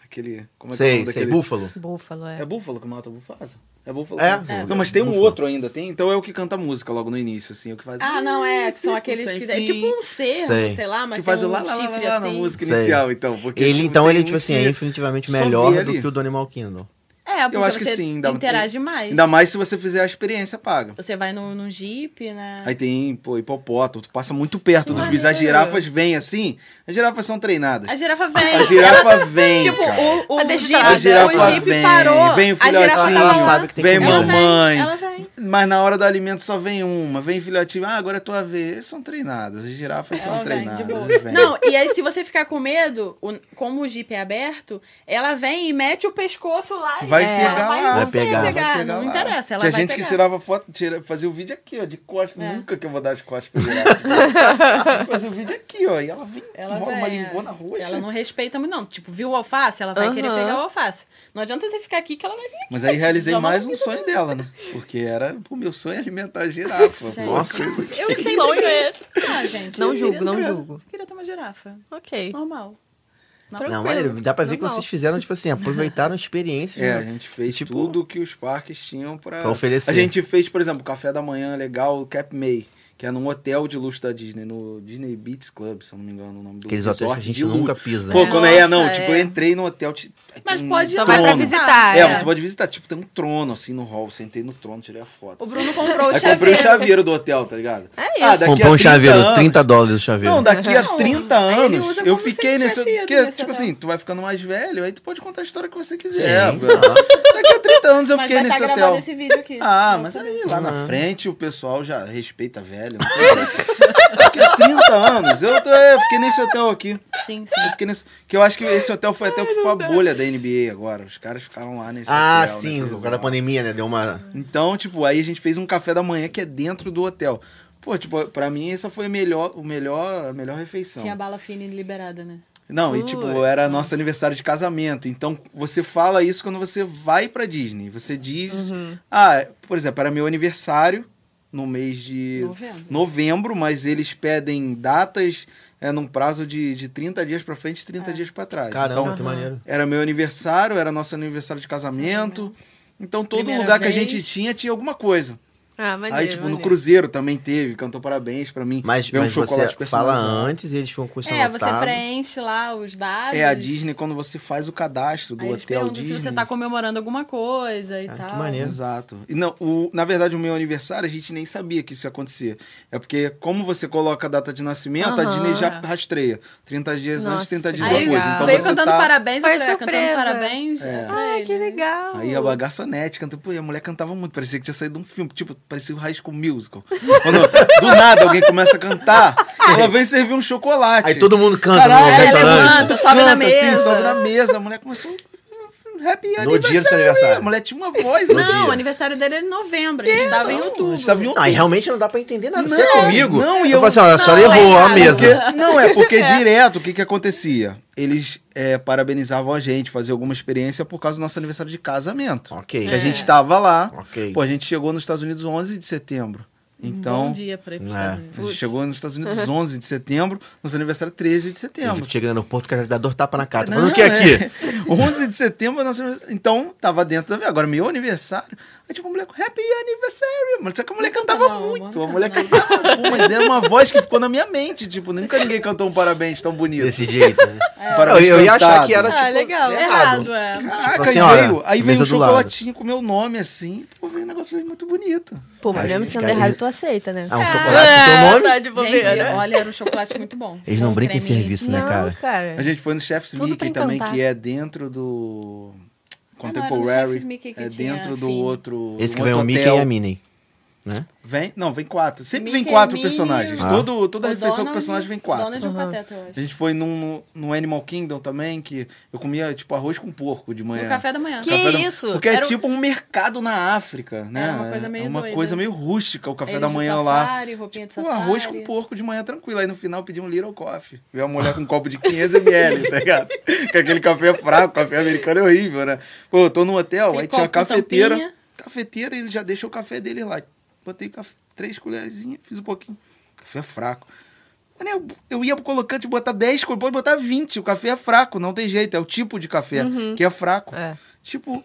Speaker 4: Aquele... Como é que é o
Speaker 2: Sei,
Speaker 4: nome
Speaker 2: sei,
Speaker 4: daquele-
Speaker 2: búfalo.
Speaker 1: Búfalo, é.
Speaker 4: É Búfalo que mata o Bufasa? É Búfalo?
Speaker 2: É,
Speaker 4: que-
Speaker 2: Búfalo.
Speaker 4: Não, mas tem um
Speaker 2: Búfalo.
Speaker 4: outro ainda, tem. Então é o que canta a música logo no início, assim, é o que faz.
Speaker 3: Ah, não, é, que são
Speaker 4: Sem
Speaker 3: aqueles que. É
Speaker 4: fim.
Speaker 3: tipo um cervo,
Speaker 2: Sei.
Speaker 3: sei, lá, mas
Speaker 4: que faz
Speaker 3: tem
Speaker 4: o
Speaker 3: um
Speaker 4: lá, lá, lá,
Speaker 3: chifre
Speaker 4: lá, lá na
Speaker 3: assim.
Speaker 4: música
Speaker 2: Sei.
Speaker 4: inicial, então. Porque,
Speaker 2: ele,
Speaker 4: tipo,
Speaker 2: então,
Speaker 4: tem
Speaker 2: ele,
Speaker 4: uns
Speaker 2: tipo assim,
Speaker 4: que
Speaker 2: é infinitamente
Speaker 4: só vê
Speaker 2: melhor do
Speaker 4: ali.
Speaker 2: que o do Animal Kingdom.
Speaker 3: É, porque
Speaker 4: Eu acho que
Speaker 3: você
Speaker 4: sim, um ainda-
Speaker 3: interage mais.
Speaker 4: Ainda mais se você fizer a experiência paga.
Speaker 3: Você vai num num jeep, né?
Speaker 4: Aí tem, pô, hipopótamo, tu passa muito perto dos bichos. As
Speaker 3: Maneiro.
Speaker 4: girafas vêm assim, as girafas são treinadas.
Speaker 3: A girafa vem.
Speaker 4: A girafa vem,
Speaker 3: Tipo,
Speaker 4: cara.
Speaker 3: o, o,
Speaker 1: Ela
Speaker 3: o
Speaker 1: deixa
Speaker 3: jeep,
Speaker 1: pra
Speaker 4: A girafa
Speaker 3: o jeep
Speaker 4: vem,
Speaker 3: parou.
Speaker 4: vem o
Speaker 3: a girafa tava
Speaker 4: filhotinho,
Speaker 2: ela
Speaker 3: lá.
Speaker 2: sabe que tem que
Speaker 4: vem
Speaker 2: comer. Ela vem,
Speaker 4: mamãe.
Speaker 3: ela vem.
Speaker 4: Mas na hora do alimento só vem uma, vem filhotinho. Ah, agora é tua vez. Eles são treinadas, as girafas são
Speaker 3: Ela vem,
Speaker 4: treinadas.
Speaker 3: de boa.
Speaker 4: elas vêm.
Speaker 3: Não, e aí se você ficar com medo, o- como o jeep é aberto, ela vem e mete o pescoço lá. e
Speaker 4: Vai
Speaker 3: ela
Speaker 4: pegar
Speaker 3: é, vai,
Speaker 4: lá.
Speaker 3: Vai
Speaker 2: Vai
Speaker 3: pegar.
Speaker 2: pegar.
Speaker 3: não
Speaker 4: lá.
Speaker 3: interessa, ela
Speaker 4: Tinha
Speaker 3: vai
Speaker 4: gente
Speaker 3: pegar. É.
Speaker 4: que tirava foto, tira, fazia o vídeo aqui, ó, de costas. Nunca que eu vou dar de costas pra virar. fazia o vídeo aqui, ó. E ela vem,
Speaker 3: Ela
Speaker 4: uma,
Speaker 3: vem,
Speaker 4: uma
Speaker 3: é.
Speaker 4: lingona roxa.
Speaker 3: Ela não respeita muito, não. Tipo, viu o alface? Ela vai querer
Speaker 1: Aham.
Speaker 3: pegar o alface. Não adianta você ficar aqui que ela vai vir.
Speaker 4: Mas aí realizei
Speaker 3: Já
Speaker 4: mais
Speaker 3: não-
Speaker 4: um sonho dela, né? Porque era o meu sonho é alimentar a girafa. pô.
Speaker 2: Nossa.
Speaker 3: Eu sempre
Speaker 1: sonho
Speaker 3: queria-
Speaker 1: é esse?
Speaker 3: Ah, gente.
Speaker 1: Não
Speaker 3: eu
Speaker 1: julgo,
Speaker 3: queria
Speaker 1: não
Speaker 3: ter uma-
Speaker 1: julgo.
Speaker 3: Eu queria ter uma girafa.
Speaker 1: Ok.
Speaker 3: Normal.
Speaker 2: Não,
Speaker 1: Tranquilo,
Speaker 2: mas dá pra ver que
Speaker 1: normal.
Speaker 2: vocês fizeram, tipo assim, aproveitaram a experiência.
Speaker 4: É,
Speaker 2: né?
Speaker 4: a gente fez
Speaker 2: Tipo-
Speaker 4: tudo que os parques tinham pra...
Speaker 2: Pra oferecer.
Speaker 4: A gente fez, por exemplo, café da manhã legal, Cap May, que é num hotel de luxo da Disney, no Disney Beach Club, se eu não me engano o nome do
Speaker 2: Aqueles
Speaker 4: resort
Speaker 2: hotéis que a gente
Speaker 4: de luxo.
Speaker 2: nunca pisa.
Speaker 4: Pô,
Speaker 2: né?
Speaker 4: como é, não,
Speaker 3: Nossa,
Speaker 4: tipo, eu
Speaker 3: é.
Speaker 4: entrei no hotel... ti- aí
Speaker 3: Mas
Speaker 4: tem um
Speaker 3: pode
Speaker 1: Hum,
Speaker 3: ir
Speaker 1: Só
Speaker 3: lá.
Speaker 1: vai pra
Speaker 4: trono.
Speaker 1: visitar.
Speaker 4: É,
Speaker 1: é.
Speaker 4: você pode visitar, tipo, tem um trono assim no hall, sentei no trono, tirei a foto.
Speaker 3: O
Speaker 4: assim.
Speaker 3: Bruno comprou o
Speaker 4: Aí comprei o
Speaker 3: chaveiro.
Speaker 4: chaveiro do hotel, tá ligado?
Speaker 1: É isso.
Speaker 4: Ah, daqui
Speaker 2: Comprou
Speaker 4: a
Speaker 2: um
Speaker 4: 30
Speaker 2: chaveiro,
Speaker 4: anos-
Speaker 2: 30 dólares o chaveiro.
Speaker 4: Não, daqui a
Speaker 3: Não,
Speaker 4: 30
Speaker 3: aí ele
Speaker 4: anos
Speaker 3: usa
Speaker 4: eu
Speaker 3: como se
Speaker 4: fiquei
Speaker 3: ele
Speaker 4: nesse.
Speaker 3: tivesse ido
Speaker 4: Porque,
Speaker 3: nesse
Speaker 4: tipo
Speaker 3: hotel.
Speaker 4: assim, tu vai ficando mais velho, aí tu pode contar a história que você quiser.
Speaker 2: Sim.
Speaker 4: daqui a 30 anos eu
Speaker 3: Mas
Speaker 4: fiquei
Speaker 3: vai estar
Speaker 4: nesse
Speaker 3: gravado
Speaker 4: hotel.
Speaker 3: esse vídeo né? aqui.
Speaker 4: Ah,
Speaker 3: Não
Speaker 4: mas
Speaker 3: sei.
Speaker 4: aí lá na
Speaker 2: Ah.
Speaker 4: frente o pessoal já respeita velho. não tem jeito. Daqui a 30 anos eu, tô- eu fiquei nesse hotel aqui.
Speaker 3: Sim,
Speaker 4: Eu
Speaker 3: sim.
Speaker 4: fiquei nesse. Que eu acho que esse hotel foi até o que ficou a bolha da NBA agora. Os caras ficaram lá nesse
Speaker 2: Ah,
Speaker 4: hotel.
Speaker 2: sim,
Speaker 4: nesse
Speaker 2: por causa da
Speaker 4: resort.
Speaker 2: pandemia, né? Deu uma.
Speaker 4: Então, tipo, aí a gente fez um café da manhã que é dentro do hotel. Pô, tipo, pra mim essa foi a melhor, o melhor, a melhor refeição.
Speaker 3: Tinha bala fina e liberada, né?
Speaker 4: Não, e tipo,
Speaker 1: Putz.
Speaker 4: era nosso aniversário de casamento. Então, você fala isso
Speaker 3: Uhum.
Speaker 4: quando você vai pra Disney. Você diz. Ah, por exemplo, era meu aniversário. no mês de
Speaker 3: Novembro.
Speaker 4: novembro, mas eles pedem datas é, num prazo de, de 30 dias pra frente e
Speaker 3: É.
Speaker 4: 30 dias pra trás.
Speaker 2: Caramba,
Speaker 4: Então,
Speaker 2: que maneiro.
Speaker 4: era meu aniversário, era nosso aniversário de casamento. Então todo
Speaker 3: Primeira
Speaker 4: lugar que a
Speaker 3: vez.
Speaker 4: gente tinha tinha alguma coisa.
Speaker 1: Ah, maneiro,
Speaker 4: Aí tipo no
Speaker 1: maneiro.
Speaker 4: Cruzeiro também teve, cantou parabéns pra mim.
Speaker 2: Mas,
Speaker 4: veio
Speaker 2: mas você fala
Speaker 4: personalizado.
Speaker 2: antes e eles ficam com isso
Speaker 3: É, você
Speaker 2: anotado.
Speaker 3: preenche lá os dados.
Speaker 4: É a Disney quando você faz o cadastro do
Speaker 3: Aí eles
Speaker 4: hotel
Speaker 3: perguntam
Speaker 4: Disney.
Speaker 3: se você tá comemorando alguma coisa e
Speaker 2: Ah, que
Speaker 3: tal.
Speaker 2: maneiro.
Speaker 4: Exato. E não, o, na verdade, o meu aniversário a gente nem sabia que isso ia acontecer. É porque, como você coloca a data de nascimento, a
Speaker 1: Aham.
Speaker 4: Disney já rastreia. 30 dias antes,
Speaker 1: Nossa,
Speaker 4: 30 dias
Speaker 1: que
Speaker 3: Aí
Speaker 4: depois.
Speaker 1: legal.
Speaker 4: Então
Speaker 3: veio
Speaker 4: você
Speaker 3: cantando
Speaker 4: tá...
Speaker 3: parabéns, eu
Speaker 1: Foi
Speaker 3: falei, ah, cantando
Speaker 1: surpresa.
Speaker 3: parabéns.
Speaker 4: É.
Speaker 3: pra
Speaker 1: Ai,
Speaker 3: ele,
Speaker 1: que
Speaker 3: né?
Speaker 1: legal.
Speaker 4: Aí a garçonete cantando. Pô, e a mulher cantava muito. Parecia que tinha saído de um filme. Tipo, parecia o High School Musical. Quando, do nada alguém começa a cantar. Ela vem servir um chocolate.
Speaker 2: Aí todo mundo canta
Speaker 4: Caraca,
Speaker 2: no
Speaker 3: É,
Speaker 2: restaurante.
Speaker 3: levanta, sobe na
Speaker 4: Canta, assim,
Speaker 3: mesa.
Speaker 4: sobe na mesa. A mulher começou... um Happy
Speaker 2: No dia do seu
Speaker 4: anniversary.
Speaker 2: aniversário.
Speaker 4: A mulher tinha uma voz.
Speaker 2: No
Speaker 4: assim.
Speaker 3: Não,
Speaker 2: dia.
Speaker 3: o aniversário dele é em novembro, a gente tava em outubro.
Speaker 4: A gente tava em
Speaker 2: Não, e realmente Tá um não dá pra entender nada. Você
Speaker 4: Não,
Speaker 2: é comigo?
Speaker 4: não, e
Speaker 2: eu
Speaker 4: eu-
Speaker 2: falo assim, olha, a senhora
Speaker 3: Não, é
Speaker 2: errou a
Speaker 3: errado.
Speaker 2: mesa.
Speaker 4: Porque- não, é porque direto, o que que acontecia? Eles é, parabenizavam a gente, faziam alguma experiência por causa do nosso aniversário de casamento.
Speaker 2: Ok. tá
Speaker 4: Que a
Speaker 3: É.
Speaker 4: gente tava lá.
Speaker 2: Ok.
Speaker 4: Pô, a gente chegou nos Estados Unidos 11 de setembro. Então,
Speaker 3: Bom dia pra ir pros
Speaker 2: É.
Speaker 3: Estados
Speaker 4: a gente
Speaker 3: Unidos.
Speaker 4: chegou nos Estados Unidos 11 de setembro, nosso aniversário 13 de
Speaker 2: Tem gente
Speaker 4: setembro.
Speaker 2: que chega no aeroporto, o cara já dá dor tapa na cara. Tá
Speaker 4: Não,
Speaker 2: falando o que
Speaker 4: é.
Speaker 2: aqui?
Speaker 4: 11 de setembro, é nosso aniversário. Então, tava dentro da... Agora, meu aniversário. Aí, tipo, a mulher... Happy anniversary! Mas só que a mulher
Speaker 3: Não
Speaker 4: cantava
Speaker 3: cantava,
Speaker 4: muito.
Speaker 3: não
Speaker 4: A mulher cantava muito. Mas era uma voz que ficou na minha mente. Tipo, nunca ninguém cantou um parabéns tão bonito.
Speaker 2: Desse jeito, né?
Speaker 4: Um parabéns
Speaker 2: Eu- eu ia achar
Speaker 4: cantado.
Speaker 2: que era,
Speaker 3: Ah,
Speaker 2: tipo,
Speaker 3: É. legal.
Speaker 4: tá
Speaker 2: errado.
Speaker 3: Errado, é.
Speaker 4: Caraca,
Speaker 2: Tipo assim,
Speaker 4: aí
Speaker 2: olha,
Speaker 4: veio, aí veio
Speaker 2: mesa
Speaker 4: um
Speaker 2: do lado.
Speaker 4: chocolatinho com meu nome assim. Pô, veio um negócio veio muito bonito.
Speaker 1: Pô, mas
Speaker 2: Acho
Speaker 1: mesmo
Speaker 2: que
Speaker 1: sendo
Speaker 2: cara-
Speaker 1: errado, tu aceita, né?
Speaker 2: Ah, um chocolate com teu nome?
Speaker 1: tá de bobeira.
Speaker 3: Gente, olha, era um chocolate muito bom.
Speaker 2: Eles não
Speaker 3: Com
Speaker 2: brincam em
Speaker 3: creminho
Speaker 2: serviço,
Speaker 3: cima.
Speaker 2: né,
Speaker 1: Não,
Speaker 2: cara?
Speaker 1: cara.
Speaker 3: É.
Speaker 4: A gente foi no Chef's
Speaker 1: Tudo pra
Speaker 4: Mickey também,
Speaker 1: encantar.
Speaker 4: que é dentro do
Speaker 3: Ah, não, era no
Speaker 4: Contemporary.
Speaker 3: Chef's Mickey que
Speaker 4: é
Speaker 3: tinha
Speaker 4: dentro do
Speaker 3: fim.
Speaker 4: outro.
Speaker 2: Esse que
Speaker 4: um
Speaker 2: vem é o
Speaker 4: outro
Speaker 2: Mickey
Speaker 4: hotel.
Speaker 2: e a Minnie. Né?
Speaker 4: Vem? Não, vem quatro. Sempre vem
Speaker 3: Mickey,
Speaker 4: quatro
Speaker 3: Minnie,
Speaker 4: personagens.
Speaker 2: Ah.
Speaker 4: Todo, toda
Speaker 3: O
Speaker 4: refeição com
Speaker 3: Donald-
Speaker 4: personagem vem quatro.
Speaker 3: Donald e o
Speaker 1: Aham.
Speaker 3: um Pateta, eu acho.
Speaker 4: A gente foi num, no Animal Kingdom também, que eu comia tipo arroz com porco de manhã.
Speaker 3: No café da manhã.
Speaker 1: Que
Speaker 4: Café da-
Speaker 1: isso?
Speaker 4: Porque
Speaker 3: Era
Speaker 4: é
Speaker 3: um-
Speaker 4: tipo um mercado na África, né?
Speaker 3: É uma coisa meio
Speaker 4: É uma
Speaker 3: doida.
Speaker 4: coisa meio rústica o café
Speaker 3: Eles
Speaker 4: da
Speaker 3: de
Speaker 4: manhã
Speaker 3: safari,
Speaker 4: lá.
Speaker 3: roupinha de
Speaker 4: tipo, um arroz
Speaker 3: safari.
Speaker 4: com porco de manhã tranquilo. Aí no final pedi um little coffee. Veio a mulher com um copo de 500ml, tá ligado? Com aquele café fraco, café americano é horrível, né? Pô, eu tô no hotel,
Speaker 3: Aquele
Speaker 4: aí tinha uma
Speaker 3: copo com
Speaker 4: cafeteira.
Speaker 3: tampinha.
Speaker 4: Cafeteira, ele já deixou o café dele lá. Botei caf- três colherzinhas, fiz um pouquinho. Café fraco. Mano, eu, eu ia colocando, tipo, botar 10, co- pode botar 20. O café é fraco, não tem jeito. É o tipo de café que é fraco.
Speaker 1: É.
Speaker 4: Tipo,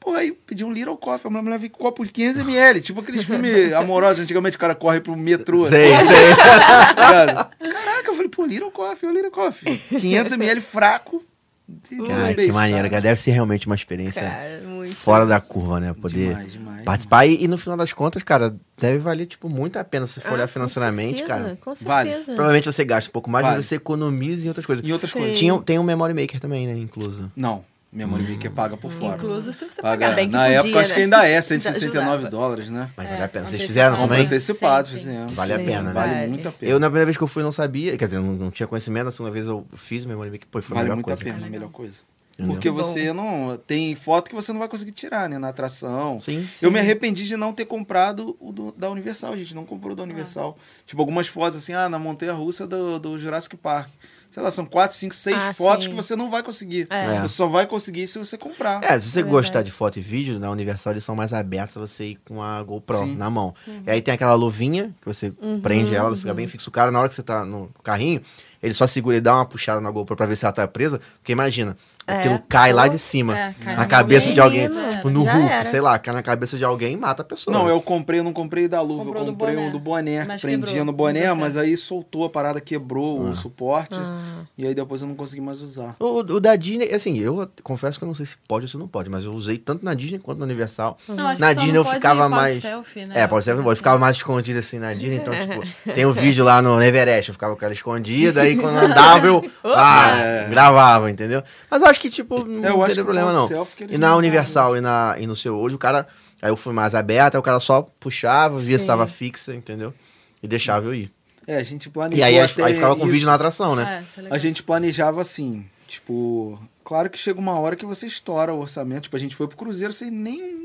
Speaker 4: pô, aí pedi um little coffee. A mulher, a mulher veio com um copo de 15ml. Tipo aqueles filmes amorosos. Antigamente o cara corre pro metrô. assim,
Speaker 2: Sei, sei.
Speaker 4: tá ligado? Caraca, eu falei, pô, little coffee, ô little coffee. 500ml fraco. De- de
Speaker 2: Cara, que
Speaker 4: beiçada.
Speaker 2: maneiro, cara. Deve ser realmente uma experiência
Speaker 1: Cara, muito.
Speaker 2: fora da curva, né? Poder
Speaker 4: Demais, demais,
Speaker 2: participar. E, e no final das contas, cara, deve valer, tipo, muito a pena se for olhar
Speaker 1: Ah, com
Speaker 2: financeiramente,
Speaker 1: certeza,
Speaker 2: cara.
Speaker 1: Com
Speaker 4: Vale.
Speaker 1: certeza.
Speaker 2: Provavelmente você gasta um pouco mais,
Speaker 4: Vale.
Speaker 2: mas você economiza em outras coisas.
Speaker 4: Em outras
Speaker 1: Sim.
Speaker 4: coisas.
Speaker 2: Tinha, tem um Memory Maker também, né, incluso.
Speaker 4: Não, memory maker é paga por fora.
Speaker 3: Incluso se você
Speaker 4: Paga.
Speaker 3: pagar.
Speaker 1: Bem que
Speaker 4: Na
Speaker 1: podia,
Speaker 4: época, acho
Speaker 1: né?
Speaker 4: que ainda é,
Speaker 1: Já
Speaker 4: 169
Speaker 1: ajudava.
Speaker 4: dólares, né?
Speaker 2: Mas
Speaker 3: É,
Speaker 2: vale a pena. Vocês
Speaker 3: antecipado.
Speaker 2: fizeram
Speaker 4: Compra
Speaker 2: também?
Speaker 3: Sim,
Speaker 4: antecipado,
Speaker 3: sim.
Speaker 4: fizemos.
Speaker 2: Vale a
Speaker 1: Sim,
Speaker 2: pena, né?
Speaker 4: Vale
Speaker 1: vale.
Speaker 4: muito a pena.
Speaker 2: Eu, na primeira vez que eu fui, não sabia. Quer dizer, não, não tinha conhecimento. A segunda vez eu fiz o Memory Maker. Pô, foi
Speaker 4: vale
Speaker 2: a melhor
Speaker 4: muito
Speaker 2: coisa.
Speaker 4: a
Speaker 3: Ah,
Speaker 4: pena,
Speaker 2: cara.
Speaker 4: a melhor coisa.
Speaker 2: Entendeu?
Speaker 4: Porque
Speaker 1: Bom.
Speaker 4: você não. Tem foto que você não vai conseguir tirar, né? Na atração.
Speaker 2: Sim,
Speaker 4: Eu me arrependi de não ter comprado o do- da Universal, gente. Não comprou
Speaker 3: Ah.
Speaker 4: da Universal. Tipo, algumas fotos assim, ah, na Montanha Russa do, do Jurassic Park. Sei lá, são quatro, cinco, seis
Speaker 1: Ah,
Speaker 4: fotos
Speaker 1: sim.
Speaker 4: que você não vai conseguir.
Speaker 1: É.
Speaker 4: Você só vai conseguir se você comprar.
Speaker 2: É, se você
Speaker 1: É
Speaker 2: gostar
Speaker 1: verdade.
Speaker 2: de foto e vídeo, na Universal eles são mais abertos a você ir com a GoPro
Speaker 4: Sim.
Speaker 2: na mão.
Speaker 1: Uhum.
Speaker 2: E aí tem aquela luvinha que você prende ela, ela fica bem fixo. O cara, na hora que você tá no carrinho, ele só segura e dá uma puxada na GoPro pra ver se ela tá presa. Porque imagina,
Speaker 1: É.
Speaker 2: aquilo cai lá de cima,
Speaker 3: É, cai
Speaker 2: na
Speaker 3: no
Speaker 2: cabeça de alguém.
Speaker 1: menino,
Speaker 2: Tipo, no
Speaker 1: já
Speaker 2: Hulk,
Speaker 1: era.
Speaker 2: sei lá, cai na cabeça de alguém e mata a pessoa.
Speaker 4: Não, eu comprei, eu não comprei da luva,
Speaker 3: Comprou
Speaker 4: eu
Speaker 3: do
Speaker 4: comprei
Speaker 3: boné.
Speaker 4: um do boné,
Speaker 3: Mas
Speaker 4: prendia
Speaker 3: quebrou,
Speaker 4: no
Speaker 3: não
Speaker 4: boné,
Speaker 3: deu
Speaker 4: mas aí soltou a parada, quebrou
Speaker 2: Ah.
Speaker 4: o suporte,
Speaker 1: Ah.
Speaker 4: e aí depois eu não consegui mais usar.
Speaker 2: O, o da Disney, assim, eu confesso que eu não sei se pode ou se não pode, mas eu usei tanto na Disney quanto na Universal.
Speaker 3: Não, acho que
Speaker 2: Na
Speaker 3: só
Speaker 2: Disney
Speaker 3: não
Speaker 2: eu
Speaker 3: pode
Speaker 2: ficava
Speaker 3: ir para o
Speaker 2: mais.
Speaker 3: selfie, né?
Speaker 2: É, pode ser,
Speaker 3: Uma
Speaker 2: eu
Speaker 3: coisa
Speaker 2: ficava mais escondido assim na Disney, então, tipo, tem um vídeo lá no Everest, eu ficava com ela escondida, aí quando andava eu ah, gravava, entendeu? Mas eu acho que, tipo, não
Speaker 4: É, eu acho
Speaker 2: teria
Speaker 4: que
Speaker 2: problema
Speaker 4: com
Speaker 2: não.
Speaker 4: selfie que eles
Speaker 2: E na
Speaker 4: não
Speaker 2: Universal e, na, e no seu hoje, o cara, aí eu fui mais aberto, aí o cara só puxava, via se
Speaker 1: Sim.
Speaker 2: tava fixa, entendeu? E deixava eu ir.
Speaker 4: É, a gente planejou.
Speaker 2: E aí, aí
Speaker 4: até
Speaker 2: ficava com o
Speaker 4: isso.
Speaker 2: vídeo na atração, né?
Speaker 3: Ah, isso é legal.
Speaker 4: A gente planejava assim, tipo, claro que chega uma hora que você estoura o orçamento. Tipo, a gente foi pro Cruzeiro sem nem.